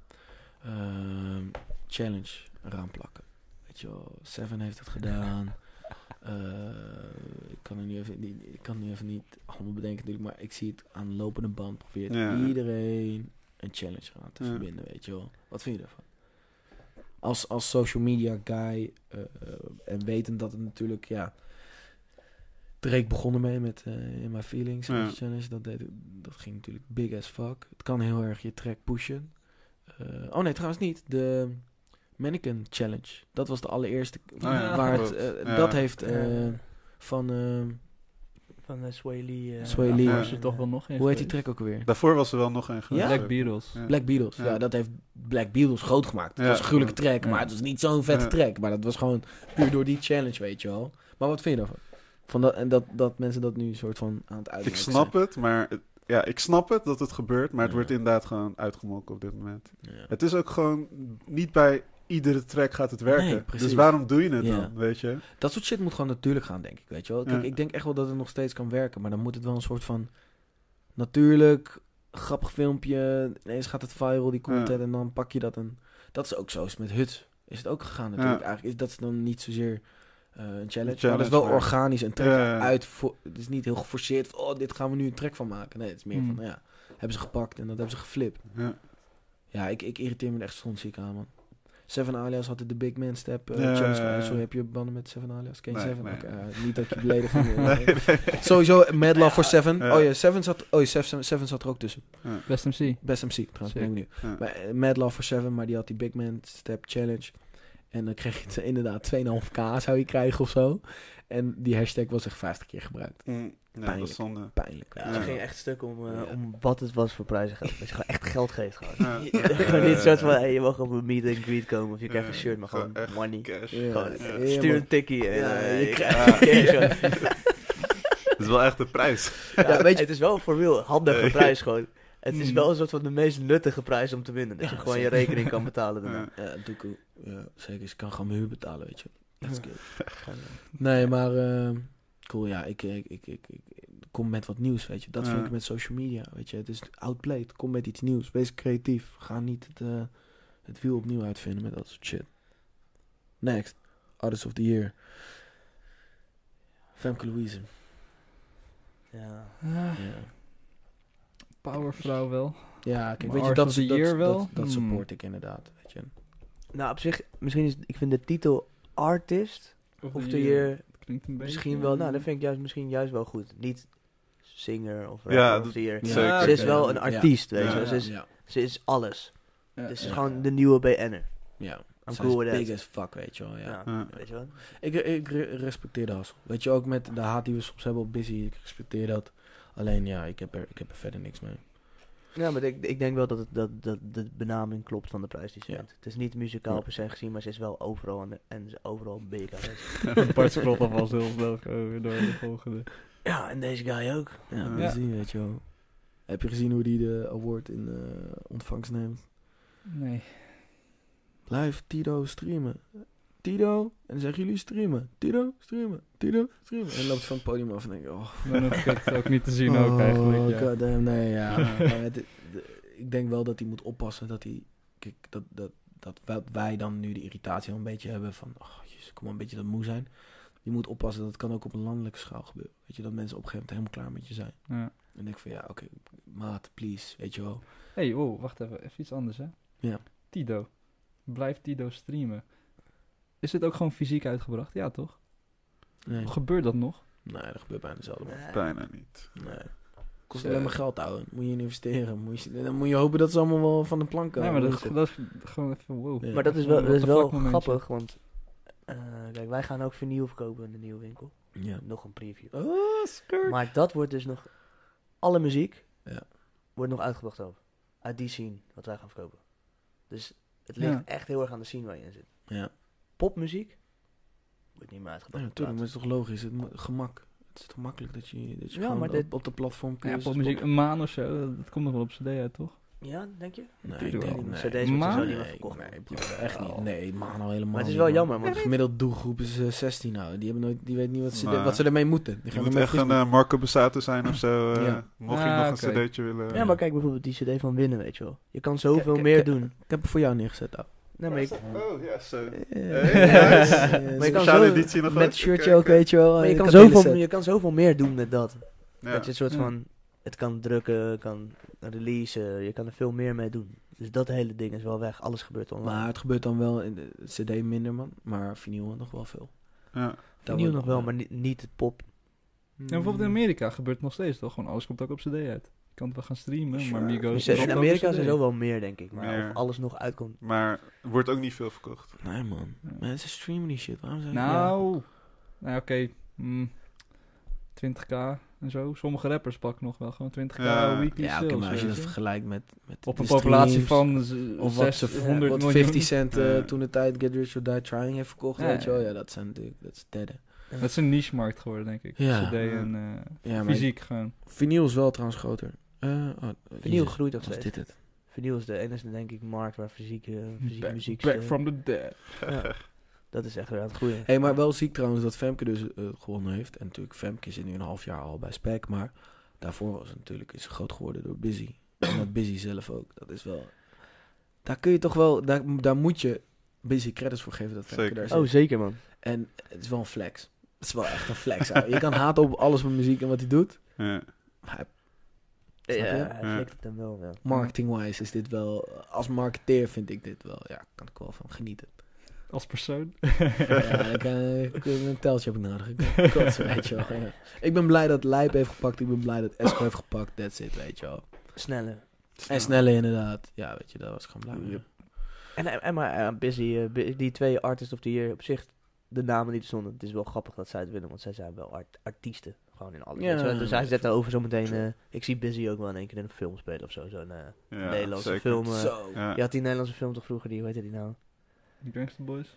Speaker 3: ehm, challenge eraan plakken? Weet je wel, Seven heeft het gedaan. Eh, ik, kan er nu even, niet- ik kan het nu even niet allemaal bedenken natuurlijk, maar ik zie het aan de lopende band. Probeert
Speaker 4: Ja.
Speaker 3: iedereen een challenge eraan te
Speaker 4: Ja.
Speaker 3: verbinden, weet je wel. Wat vind je daarvan? Als, als social media guy eh, eh, en wetend dat het natuurlijk, ja... Drake begon ermee met eh, In My Feelings,
Speaker 4: Ja.
Speaker 3: challenge. Dat, deed, dat ging natuurlijk big as fuck. Het kan heel erg je track pushen. Eh, oh nee, trouwens niet. De Mannequin Challenge. Dat was de allereerste.
Speaker 4: Oh ja,
Speaker 3: waar het,
Speaker 4: klopt.
Speaker 3: eh,
Speaker 4: Ja.
Speaker 3: Dat heeft eh,
Speaker 2: Ja.
Speaker 3: van. eh,
Speaker 2: Van eh, Sway Lee. eh,
Speaker 3: Sway Lee.
Speaker 1: Daar
Speaker 4: Ja.
Speaker 1: is er toch wel nog één
Speaker 3: hoe heet die
Speaker 1: geweest.
Speaker 3: track ook weer?
Speaker 4: Daarvoor was er wel nog een geweest.
Speaker 1: Black Beatles.
Speaker 4: Ja.
Speaker 3: Black Beatles. Ja.
Speaker 4: Ja.
Speaker 3: dat heeft Black Beatles groot gemaakt. Het
Speaker 4: Ja.
Speaker 3: was een gruwelijke track,
Speaker 1: Ja.
Speaker 3: maar het was niet zo'n vette
Speaker 4: Ja.
Speaker 3: track. Maar dat was gewoon puur door die challenge, weet je wel. Maar wat vind je daarvan? Van dat, en dat, dat mensen dat nu soort van aan het
Speaker 4: Ik
Speaker 3: uitmaken
Speaker 4: snap het, maar... het- ja, ik snap het dat het gebeurt, maar het
Speaker 3: Ja.
Speaker 4: wordt inderdaad gewoon uitgemolken op dit moment.
Speaker 3: zijn. Ja.
Speaker 4: Het is ook gewoon... Niet bij iedere track gaat het
Speaker 3: Nee,
Speaker 4: werken.
Speaker 3: precies.
Speaker 4: dus waarom doe je het
Speaker 3: Ja.
Speaker 4: dan, weet je?
Speaker 3: Dat soort shit moet gewoon natuurlijk gaan, denk ik, weet je wel. Kijk,
Speaker 4: Ja.
Speaker 3: ik denk echt wel dat het nog steeds kan werken, maar dan moet het wel een soort van natuurlijk, grappig filmpje, ineens gaat het viral, die content, en dan pak je dat en... Dat is ook zo, is met Huts is het ook gegaan natuurlijk.
Speaker 4: Ja.
Speaker 3: Eigenlijk is dat is dan niet zozeer eh, een challenge, maar
Speaker 4: challenge,
Speaker 3: dat is wel
Speaker 4: maar-
Speaker 3: organisch en trek
Speaker 4: Ja.
Speaker 3: uit. voor- het is niet heel geforceerd, van, oh, dit gaan we nu een track van maken. Nee, het is meer
Speaker 4: Hmm.
Speaker 1: Mm.
Speaker 3: van, nou ja, hebben ze gepakt en dat hebben ze geflipt.
Speaker 4: Ja.
Speaker 3: Ja, ik, ik irriteer me er echt stondziek aan, man. Seven Alias had het de Big Man Step eh,
Speaker 4: Ja, ja,
Speaker 3: challenge.
Speaker 4: ja.
Speaker 3: Eh, Sorry, heb je banden met Seven Alias? Ken je
Speaker 4: Nee,
Speaker 3: Seven?
Speaker 4: nee.
Speaker 3: Oké, eh, niet dat ik je belediging... eh,
Speaker 4: Nee, nee.
Speaker 3: Sowieso Mad Love voor Seven.
Speaker 4: Ja.
Speaker 3: Oh ja, Seven zat, oh, ja, Seven, Seven zat er ook tussen.
Speaker 1: Best MC.
Speaker 3: Best MC, trouwens, ben ik benieuwd.
Speaker 4: Ja.
Speaker 3: Maar, eh, Mad Love voor Seven, maar die had die Big Man Step Challenge. En dan kreeg je het, eh, inderdaad 2,5k zou je krijgen of zo. En die hashtag was echt 50 keer gebruikt.
Speaker 4: Mm, Nee, dat
Speaker 3: Pijnlijk.
Speaker 4: is zonde.
Speaker 3: Pijnlijk.
Speaker 2: Ja,
Speaker 3: weet
Speaker 2: ze
Speaker 3: je
Speaker 2: ging
Speaker 3: wel.
Speaker 2: echt stuk om, eh,
Speaker 3: Ja.
Speaker 2: om wat het was voor prijzengeld. Dat je gewoon echt geld geeft gewoon.
Speaker 4: Ja.
Speaker 2: Gewoon niet soort van, hey, je mag op een meet and greet komen of je krijgt een
Speaker 4: Ja,
Speaker 2: shirt, maar
Speaker 4: gewoon
Speaker 2: gewoon
Speaker 4: echt
Speaker 2: money.
Speaker 4: Cash.
Speaker 3: Ja.
Speaker 2: Gewoon,
Speaker 4: Ja.
Speaker 3: Ja,
Speaker 2: Stuur
Speaker 3: man.
Speaker 2: een tikkie en
Speaker 3: Ja,
Speaker 2: eh,
Speaker 3: je
Speaker 2: je
Speaker 3: krijgt-
Speaker 2: krijgt cash. gewoon.
Speaker 4: Dat is wel echt de prijs.
Speaker 2: Ja,
Speaker 3: Ja, weet je-
Speaker 2: Het is wel een formeel handige
Speaker 4: Nee.
Speaker 2: prijs gewoon. Het is
Speaker 1: Mm.
Speaker 2: wel een soort van de meest nuttige prijs om te winnen. Dat je
Speaker 3: Ja,
Speaker 2: gewoon je
Speaker 3: zeker.
Speaker 2: rekening kan betalen daarna.
Speaker 4: Ja.
Speaker 3: Ja, doekoe. Ja, zeker. Ze kan gewoon mijn huur betalen, weet je. That's
Speaker 2: Ja.
Speaker 3: ehm, good. nee, maar... eh, cool, ja. Ik, ik, ik, ik, ik- kom met wat nieuws, weet je. Dat vind
Speaker 4: Ja.
Speaker 3: ik met social media, weet je. Het is outplayed, kom met iets nieuws. Wees creatief, ga niet het, eh, het wiel opnieuw uitvinden met dat soort shit. Next, Artist of the Year. Femke Louise.
Speaker 2: Ja.
Speaker 1: Ah,
Speaker 3: Ja,
Speaker 1: powervrouw wel.
Speaker 3: ja
Speaker 1: Maar
Speaker 3: kijk, weet je,
Speaker 1: Artist
Speaker 3: dat,
Speaker 1: of
Speaker 3: dat,
Speaker 1: the Year
Speaker 3: dat,
Speaker 1: wel?
Speaker 3: dat, dat
Speaker 1: Hmm.
Speaker 3: support ik inderdaad, weet je.
Speaker 2: Nou, op zich, misschien is, ik vind de titel artist, of de year,
Speaker 1: eh, Klinkt een beetje...
Speaker 2: misschien wel, nou, dat vind ik juist, misschien juist wel goed. Niet singer of
Speaker 4: Ja,
Speaker 2: rapper of
Speaker 4: dat-
Speaker 2: the year.
Speaker 4: Ja,
Speaker 3: Zeker.
Speaker 2: Ze is
Speaker 3: oké,
Speaker 2: wel
Speaker 3: ja.
Speaker 2: een artiest, weet je
Speaker 4: Ja,
Speaker 2: wel. Ze is,
Speaker 3: ja.
Speaker 2: ze is alles.
Speaker 1: Ja,
Speaker 2: dus ze
Speaker 1: ja.
Speaker 2: is gewoon de nieuwe BN'er.
Speaker 3: Ja,
Speaker 2: I'm
Speaker 3: Zij
Speaker 2: cool
Speaker 3: is
Speaker 2: with
Speaker 3: big
Speaker 2: that.
Speaker 3: as fuck, weet je wel. Ja.
Speaker 2: Ja.
Speaker 4: Ja.
Speaker 2: Weet je wel?
Speaker 3: Ik, ik re- respecteer de hassel. Weet je, ook met de haat die we soms hebben op Busy, ik respecteer dat. Alleen ja, ik heb er, ik heb er verder niks mee.
Speaker 2: Ja, maar ik, ik denk wel dat, het, dat, dat de benaming klopt van de prijs die ze
Speaker 3: Ja.
Speaker 2: wint. Het is niet muzikaal
Speaker 3: Ja.
Speaker 2: per se gezien, maar ze is wel overal en, en ze is overal big aanwezig.
Speaker 1: Bart scrolt alvast heel snel gewoon weer door de volgende.
Speaker 2: ja, en deze guy ook.
Speaker 3: Ja,
Speaker 4: Ja.
Speaker 3: Busy, weet je wel. Heb je gezien hoe die de award in eh, ontvangst neemt?
Speaker 1: Nee.
Speaker 3: Blijf Tido streamen. Tido, en dan zeggen jullie streamen. Tido, streamen. Tido, streamen. En dan loopt ze van het podium af en denk ik, oh.
Speaker 1: Dan heb ik het ook niet te zien ook
Speaker 3: oh,
Speaker 1: eigenlijk, ja.
Speaker 3: goddamn, nee, ja. maar het- de- ik denk wel dat hij moet oppassen dat hij... Kijk, dat, dat, dat wij- wij dan nu de irritatie al een beetje hebben van... Oh, jezus, kom maar een beetje dat moe zijn. Je moet oppassen, dat kan ook op een landelijke schaal gebeuren. Weet je, dat mensen op een gegeven moment helemaal klaar met je zijn.
Speaker 1: Ja.
Speaker 3: En ik van, ja, oké, maat, please, weet je wel.
Speaker 1: Hé, hey, wow, wacht even. Even iets anders, hè?
Speaker 3: Ja.
Speaker 1: Tido. Blijf Tido streamen. Is dit ook gewoon fysiek uitgebracht? Ja, toch?
Speaker 3: Nee,
Speaker 1: Gebeurt dat nog?
Speaker 3: nee dat gebeurt bijna zelden, man.
Speaker 4: Bijna niet.
Speaker 3: Nee. Kost
Speaker 1: Eh.
Speaker 3: alleen maar geld, ouwe. Moet je in investeren. Moet je, dan moet je hopen dat ze allemaal wel van de plank
Speaker 1: nee,
Speaker 3: komen.
Speaker 1: maar dat,
Speaker 3: Weet
Speaker 1: is-
Speaker 3: je.
Speaker 1: dat is gewoon even wow.
Speaker 3: Ja.
Speaker 2: Maar dat is
Speaker 1: Gewoon
Speaker 2: wel,
Speaker 1: een
Speaker 2: dat is
Speaker 1: what the
Speaker 2: wel
Speaker 1: fuck momentje.
Speaker 2: grappig, want eh, kijk, wij gaan ook vernieuw verkopen in de nieuwe winkel.
Speaker 3: Ja.
Speaker 2: Nog een preview.
Speaker 3: Oh, skirt.
Speaker 2: Maar dat wordt dus nog, alle muziek
Speaker 3: Ja.
Speaker 2: wordt nog uitgebracht ook. Uit die scene wat wij gaan verkopen. Dus het
Speaker 1: Ja.
Speaker 2: ligt echt heel erg aan de scene waar je in zit.
Speaker 3: Ja.
Speaker 2: Popmuziek wordt niet meer
Speaker 3: Ja,
Speaker 2: uitgebracht.
Speaker 3: natuurlijk, maar het is toch logisch. Het mo- gemak. Het is toch makkelijk dat je, dat je
Speaker 2: Ja,
Speaker 3: gewoon
Speaker 2: maar
Speaker 3: op,
Speaker 2: dit-
Speaker 3: op de platform
Speaker 1: Ja,
Speaker 3: kunt.
Speaker 1: popmuziek, een maan of zo. Dat, dat komt nog wel op cd uit, toch?
Speaker 2: Ja, denk je?
Speaker 3: Nee,
Speaker 1: Tuurlijk
Speaker 3: ik denk
Speaker 1: wel.
Speaker 3: niet.
Speaker 2: CD's
Speaker 3: Nee,
Speaker 1: wordt er zo
Speaker 3: nee,
Speaker 2: niet meer verkocht.
Speaker 3: Nee, bro, echt niet. Nee, man al helemaal
Speaker 2: Maar het is
Speaker 3: niet,
Speaker 2: wel
Speaker 3: man.
Speaker 2: jammer, want-
Speaker 3: De gemiddelde doelgroep is eh, 16 nou. Die, hebben nooit, die weten niet wat ze,
Speaker 4: Nee.
Speaker 3: wat ze ermee moeten. Die
Speaker 4: Je
Speaker 3: gaan
Speaker 4: moet
Speaker 3: ermee
Speaker 4: echt een
Speaker 3: freestylen.
Speaker 4: eh, Marco Bassato zijn of zo. eh,
Speaker 3: Ja.
Speaker 4: Mocht je
Speaker 1: Ah,
Speaker 4: nog
Speaker 1: oké.
Speaker 4: een cd'tje willen.
Speaker 2: Ja, maar kijk bijvoorbeeld die cd van winnen, weet je wel. Je kan zoveel
Speaker 3: Kijk,
Speaker 2: meer
Speaker 3: kijk,
Speaker 2: doen.
Speaker 4: eh,
Speaker 3: Ik heb het voor jou neergezet, ouwe.
Speaker 2: Nee, maar, je,
Speaker 4: Oh, ja, zo.
Speaker 3: Eh,
Speaker 2: nice.
Speaker 3: eh,
Speaker 2: Maar je kan
Speaker 4: Speciale
Speaker 2: zo-
Speaker 4: editie nog
Speaker 3: Met
Speaker 4: ook.
Speaker 3: het shirtje
Speaker 4: Oké,
Speaker 3: ook,
Speaker 4: oké.
Speaker 3: weet je wel.
Speaker 2: maar je,
Speaker 3: eh,
Speaker 2: kan
Speaker 3: de hele
Speaker 2: zoveel,
Speaker 3: set. Mm.
Speaker 2: je kan zoveel meer doen met dat.
Speaker 4: Ja.
Speaker 2: Dat je een soort
Speaker 1: Ja.
Speaker 2: van... Het kan drukken, kan releasen, je kan er veel meer mee doen. Dus dat hele ding is wel weg. Alles gebeurt online.
Speaker 3: Maar het gebeurt dan wel in de CD minder, man. Maar vinyl nog wel veel.
Speaker 4: Ja.
Speaker 2: Nieuw
Speaker 3: Daar wordt
Speaker 2: nog wel, maar niet, niet het pop.
Speaker 1: En bijvoorbeeld in Amerika gebeurt het nog steeds, toch? Gewoon alles komt ook op cd uit. Je kan het wel gaan streamen,
Speaker 3: Sure.
Speaker 1: maar Migos...
Speaker 3: Dus
Speaker 1: dropt
Speaker 2: In
Speaker 1: ook
Speaker 2: Amerika
Speaker 1: een
Speaker 2: is
Speaker 1: CD.
Speaker 2: er zo wel meer, denk ik. Maar
Speaker 4: Meer.
Speaker 2: of alles nog uitkomt.
Speaker 4: Maar er wordt ook niet veel verkocht.
Speaker 3: Nee, man.
Speaker 1: Ja.
Speaker 3: Mensen streamen die shit. Waarom zijn
Speaker 1: Nou, nou oké. mm, 20k en zo. Sommige rappers pakken nog wel gewoon 20k
Speaker 4: Ja.
Speaker 1: weekly
Speaker 3: Ja, oké,
Speaker 1: sales,
Speaker 3: maar als je
Speaker 1: weet
Speaker 3: dat vergelijkt met, met
Speaker 1: Op
Speaker 3: de
Speaker 1: een populatie
Speaker 3: streams,
Speaker 1: van z-
Speaker 3: Of wat, ze,
Speaker 1: 600
Speaker 3: wat
Speaker 1: miljoen.
Speaker 3: 50 cent eh,
Speaker 4: Ja.
Speaker 3: toen de tijd Get Rich or Die Trying heeft verkocht,
Speaker 1: Ja,
Speaker 3: weet je wel.
Speaker 1: ja.
Speaker 3: Ja, dat zijn natuurlijk, dat is derde.
Speaker 1: Dat is een niche-markt geworden, denk ik.
Speaker 3: Ja.
Speaker 1: CD en eh,
Speaker 3: Ja, maar
Speaker 1: fysiek gewoon.
Speaker 3: vinyl is wel trouwens groter. Eh oh,
Speaker 2: Vernieuw
Speaker 3: jezus,
Speaker 2: groeit nog
Speaker 3: was
Speaker 2: steeds.
Speaker 3: dit het?
Speaker 2: Vernieuw is de enige, denk ik, markt waar fysieke, fysieke
Speaker 1: Back,
Speaker 2: muziek
Speaker 1: back
Speaker 2: speelt.
Speaker 1: from the dead.
Speaker 2: Ja. Dat is echt weer aan het groeien.
Speaker 3: Hé, hey, maar wel ziek trouwens dat Femke dus eh, gewonnen heeft. En natuurlijk, Femke zit nu een half jaar al bij Spec, maar daarvoor was het natuurlijk is ze groot geworden door Busy. En dat Busy zelf ook. Dat is wel... Daar kun je toch wel... Daar, daar moet je Busy credits voor geven dat Femke
Speaker 4: Zeker.
Speaker 3: daar zit.
Speaker 2: Oh, zeker man.
Speaker 3: En het is wel een flex. Het is wel echt een flex. ouwe. je kan haat op alles met muziek en wat hij doet.
Speaker 4: Ja.
Speaker 3: Maar hij
Speaker 2: Ja,
Speaker 3: Snap je?
Speaker 2: hij
Speaker 4: Ja.
Speaker 2: flikt het hem wel, ja.
Speaker 3: marketing-wise is dit wel... Als marketeer vind ik dit wel... Ja, kan ik wel van genieten.
Speaker 1: Als persoon.
Speaker 3: ja, ik, eh, ik- een teltje heb ik nodig. Ik kan kotsen, weet je wel. Ja. Ik ben blij dat Lijp heeft gepakt. Ik ben blij dat Esco heeft gepakt. That's it, weet je wel.
Speaker 2: Sneller.
Speaker 3: En Snelle inderdaad. Ja, weet je, daar was ik gewoon blij mee.
Speaker 1: Yep.
Speaker 2: En, en, en maar eh, Busy, eh, Bu- die twee artists of the year, op zich, de namen die er stonden, het is wel grappig dat zij het winnen, want zij zijn wel art- artiesten. Gewoon in alle.
Speaker 3: Ja,
Speaker 2: Ja, dus hij
Speaker 3: nee,
Speaker 2: zet daarover zometeen,
Speaker 3: true.
Speaker 2: eh, ik zie Busy ook wel in één keer in een film spelen of zo, zo'n eh,
Speaker 4: Ja,
Speaker 2: Nederlandse
Speaker 4: zeker.
Speaker 2: film. eh.
Speaker 3: Zo.
Speaker 4: Ja.
Speaker 2: Je had die Nederlandse film toch vroeger, die, hoe heette die nou?
Speaker 1: Die Gangster Boys.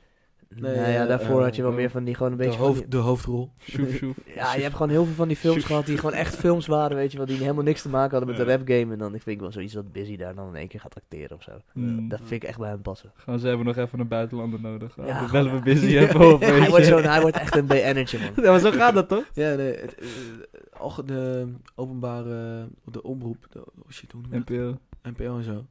Speaker 2: Nee,
Speaker 3: eh,
Speaker 2: ja, daarvoor
Speaker 3: eh,
Speaker 2: had je wel
Speaker 1: eh,
Speaker 2: meer van die gewoon een
Speaker 3: De,
Speaker 2: beetje... van
Speaker 3: hoofd, de hoofdrol.
Speaker 1: Shoef, shoef.
Speaker 2: die- ja, je hebt gewoon heel veel van die films
Speaker 4: Shoot.
Speaker 2: gehad die gewoon echt films waren, weet je wel, die helemaal niks te maken hadden met de
Speaker 4: Ja.
Speaker 2: rap game. En dan, ik vind wel zoiets dat Busy daar dan in één keer gaat acteren of zo.
Speaker 1: Mm.
Speaker 2: Dat vind ik echt bij hem passen.
Speaker 1: Gewoon, ze hebben nog even een buitenlander nodig.
Speaker 2: Ja,
Speaker 1: Ja,
Speaker 2: gewoon-
Speaker 1: bellen we busy even op, weet
Speaker 2: hij, wordt
Speaker 1: je.
Speaker 2: zo'n- hij wordt echt een BN'ertje, man.
Speaker 1: Ja, maar zo gaat dat toch?
Speaker 3: Ja, nee. het- eh, alge- de openbare, de omroep, de, oh shit, hoe noem je dat?
Speaker 1: NPO.
Speaker 3: NPO en zo,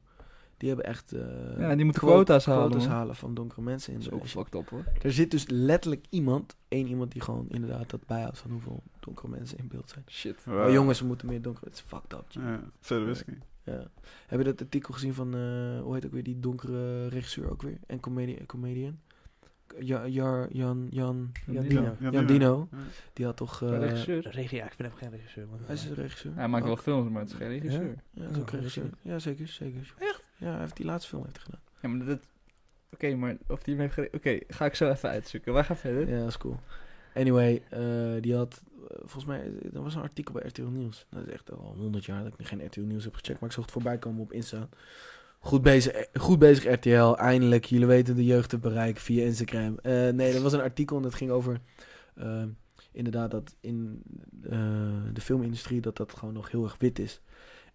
Speaker 3: die hebben echt... eh,
Speaker 1: Ja, die moeten
Speaker 3: quo-
Speaker 1: quota's halen,
Speaker 3: Quota's
Speaker 1: man.
Speaker 3: halen van donkere mensen. In
Speaker 1: Dat is
Speaker 3: de-
Speaker 1: ook
Speaker 3: dus
Speaker 1: fucked up, hoor.
Speaker 3: er zit dus letterlijk iemand, één iemand die gewoon inderdaad dat bijhoudt van hoeveel donkere mensen in beeld zijn.
Speaker 1: Shit.
Speaker 3: Oh, jongens, we moeten meer donkere... Het is fucked up, G.
Speaker 4: Ja, verder wist ik niet.
Speaker 3: Ja. Heb je dat artikel gezien van, eh, hoe heet ook weer die donkere regisseur ook weer? En comedi- comedian? Ja, Jar- Jan, Jan,
Speaker 2: Ja,
Speaker 1: Die-
Speaker 2: Dino.
Speaker 4: Ja,
Speaker 3: Jan Dino.
Speaker 4: Ja.
Speaker 3: Die had toch...
Speaker 1: Een
Speaker 3: eh,
Speaker 1: regisseur.
Speaker 2: Regisseur, ja, ik vind hem geen regisseur, man.
Speaker 3: Hij is een regisseur.
Speaker 1: Hij maakt wel
Speaker 3: Ook.
Speaker 1: films, maar het is geen regisseur.
Speaker 3: Ja, hij is ook
Speaker 2: Ja,
Speaker 3: regisseur. Ja, zeker, zeker. Echt? Ja, hij heeft die laatste film heeft hij gedaan.
Speaker 1: Ja, maar dat... Oké, maar of die hem heeft gereden... Oké, ga ik zo even uitzoeken. Wij gaan verder.
Speaker 3: Ja, dat is cool. Anyway, eh, die had... eh, volgens mij, eh, er was een artikel bij RTL Nieuws. Dat is echt al 100 jaar dat ik geen RTL Nieuws heb gecheckt. Maar ik zag het voorbij komen op Insta. Goed bezig, eh, goed bezig RTL. Eindelijk, jullie weten de jeugd te bereiken via Instagram. Eh, nee, dat was een artikel en dat ging over... eh, inderdaad, dat in eh, de filmindustrie dat dat gewoon nog heel erg wit is.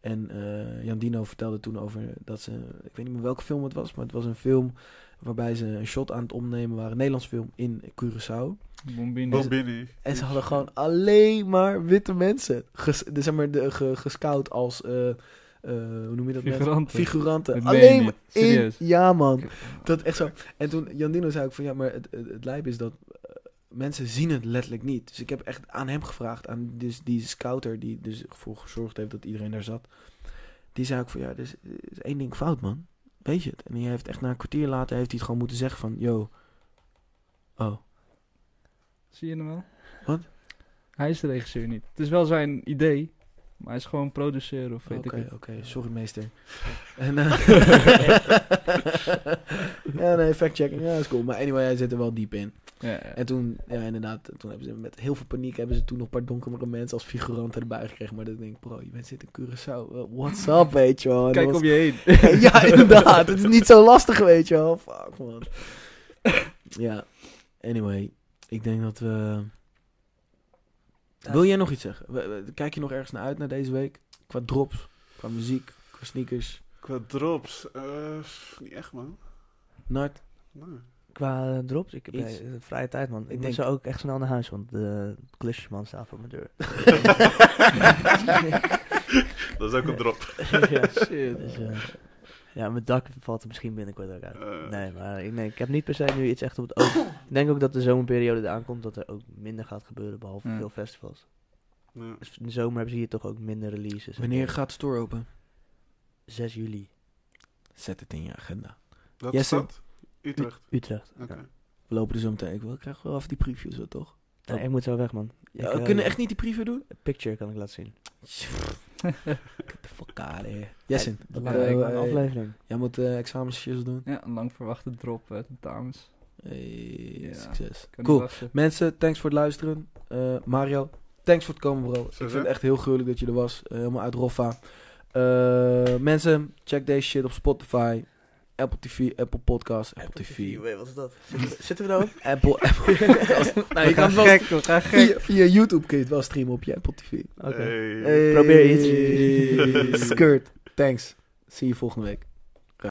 Speaker 3: En eh Jan Dino vertelde toen over dat ze... Ik weet niet meer welke film het was, maar het was een film... waarbij ze een shot aan het opnemen waren. Een Nederlands film in Curaçao.
Speaker 1: Bombini.
Speaker 3: Oh,
Speaker 4: Bobini.
Speaker 3: En ze hadden gewoon alleen maar witte mensen. Ges, de, zeg maar, de, ge- gescout als, eh, eh, hoe noem je dat? mensen?
Speaker 1: Figuranten.
Speaker 3: Figuranten.
Speaker 1: Dat meen je
Speaker 3: alleen
Speaker 1: niet.
Speaker 3: maar in,
Speaker 1: Serieus.
Speaker 3: ja man. Dat echt zo. En toen, Jandino zei ook van, ja maar het, het, het lijp is dat eh, mensen zien het letterlijk niet. Dus ik heb echt aan hem gevraagd, aan dus die scouter die dus ervoor gezorgd heeft dat iedereen daar zat. Die zei ook van, ja, er is, er is één ding fout man. Weet je het? En hij heeft echt na een kwartier later heeft hij het gewoon moeten zeggen van, yo, oh.
Speaker 1: Oh, Zie je hem wel?
Speaker 3: Wat?
Speaker 1: Hij is de regisseur niet. Het is wel zijn idee, maar hij is gewoon producer of weet
Speaker 3: Oké,
Speaker 1: ik
Speaker 3: oké.
Speaker 1: het.
Speaker 3: Sorry, meester. en, eh, ja, nee, fact-checking. Ja, is cool. Maar anyway, hij zit er wel diep in.
Speaker 1: Ja, ja.
Speaker 3: En toen, ja, inderdaad, toen hebben ze met heel veel paniek... hebben ze toen nog een paar donkere mensen als figuranten erbij gekregen. Maar dan denk ik, bro, je bent zit in Curaçao. Eh, What's up, weet je wel. En
Speaker 1: Kijk
Speaker 3: dat
Speaker 1: om
Speaker 3: was-
Speaker 1: je heen.
Speaker 3: ja, inderdaad. Het is niet zo lastig, weet je wel. Fuck, man. ja, anyway. Ik denk dat we... Wil jij nog iets zeggen? We- we- Kijk je nog ergens naar uit naar deze week? Qua drops, qua muziek, qua sneakers.
Speaker 4: Qua drops, eh, pff, niet echt man.
Speaker 3: Nart,
Speaker 4: Nee.
Speaker 2: Qua eh, drops, ik heb
Speaker 3: Iets.
Speaker 2: eh, vrije tijd, man. Ik,
Speaker 3: Ik
Speaker 2: moet
Speaker 3: denk-
Speaker 2: zo ook echt snel naar huis, want de klusjesman staat voor mijn deur.
Speaker 4: Dat is ook een drop.
Speaker 2: ja.
Speaker 1: Shit.
Speaker 2: Dus, eh, ja, mijn dak valt er misschien binnenkort ook uit.
Speaker 4: Eh.
Speaker 2: Nee, maar ik, nee, ik heb niet per se nu iets echt op het oog. ik denk ook dat de zomerperiode eraan komt dat er ook minder gaat gebeuren, behalve
Speaker 1: Ja.
Speaker 2: veel festivals.
Speaker 4: Ja.
Speaker 2: Dus in de zomer hebben ze hier toch ook minder releases.
Speaker 3: Wanneer gaat de store open?
Speaker 2: 6 juli,
Speaker 3: Zet het in je agenda.
Speaker 4: Dat
Speaker 3: Jesse?
Speaker 4: is dat? Utrecht.
Speaker 2: Utrecht.
Speaker 4: Oké.
Speaker 2: Ja.
Speaker 3: We lopen er zo meteen. Ik wil krijg wel even die preview zo, toch?
Speaker 2: Nee, ik moet zo weg, man.
Speaker 3: Oh. Ja,
Speaker 2: Ik,
Speaker 3: we
Speaker 2: eh,
Speaker 3: kunnen echt niet die preview doen?
Speaker 2: Picture kan ik laten zien.
Speaker 3: Get the fuck out of here. Jessin,
Speaker 2: Ja, dat
Speaker 1: eh,
Speaker 2: kan ik wel
Speaker 3: eh,
Speaker 2: een aflevering.
Speaker 3: jij moet eh examensjes doen.
Speaker 1: Ja, een lang verwachte drop, hè, dames.
Speaker 3: Hey,
Speaker 1: Ja.
Speaker 3: Succes.
Speaker 1: Kan
Speaker 3: Cool.
Speaker 1: niet wachten.
Speaker 3: Mensen, thanks voor het luisteren. Eh, Mario, thanks voor het komen, bro. Ik vind het echt heel gruwelijk dat je er was. Eh, helemaal uit Roffa. Eh, mensen, check deze shit op Spotify, Apple TV, Apple Podcast, Apple, TV.
Speaker 2: Wait, wat is dat? Zitten we daar ook?
Speaker 3: Apple, Apple Podcast. nou, je
Speaker 1: We
Speaker 3: kan
Speaker 1: gaan
Speaker 3: het wel
Speaker 1: gek, we gaan gek.
Speaker 3: via, via YouTube kun je het wel streamen op je Apple TV.
Speaker 2: Oké.
Speaker 4: Hey.
Speaker 2: Probeer iets.
Speaker 3: Skirt. Thanks. See je volgende week.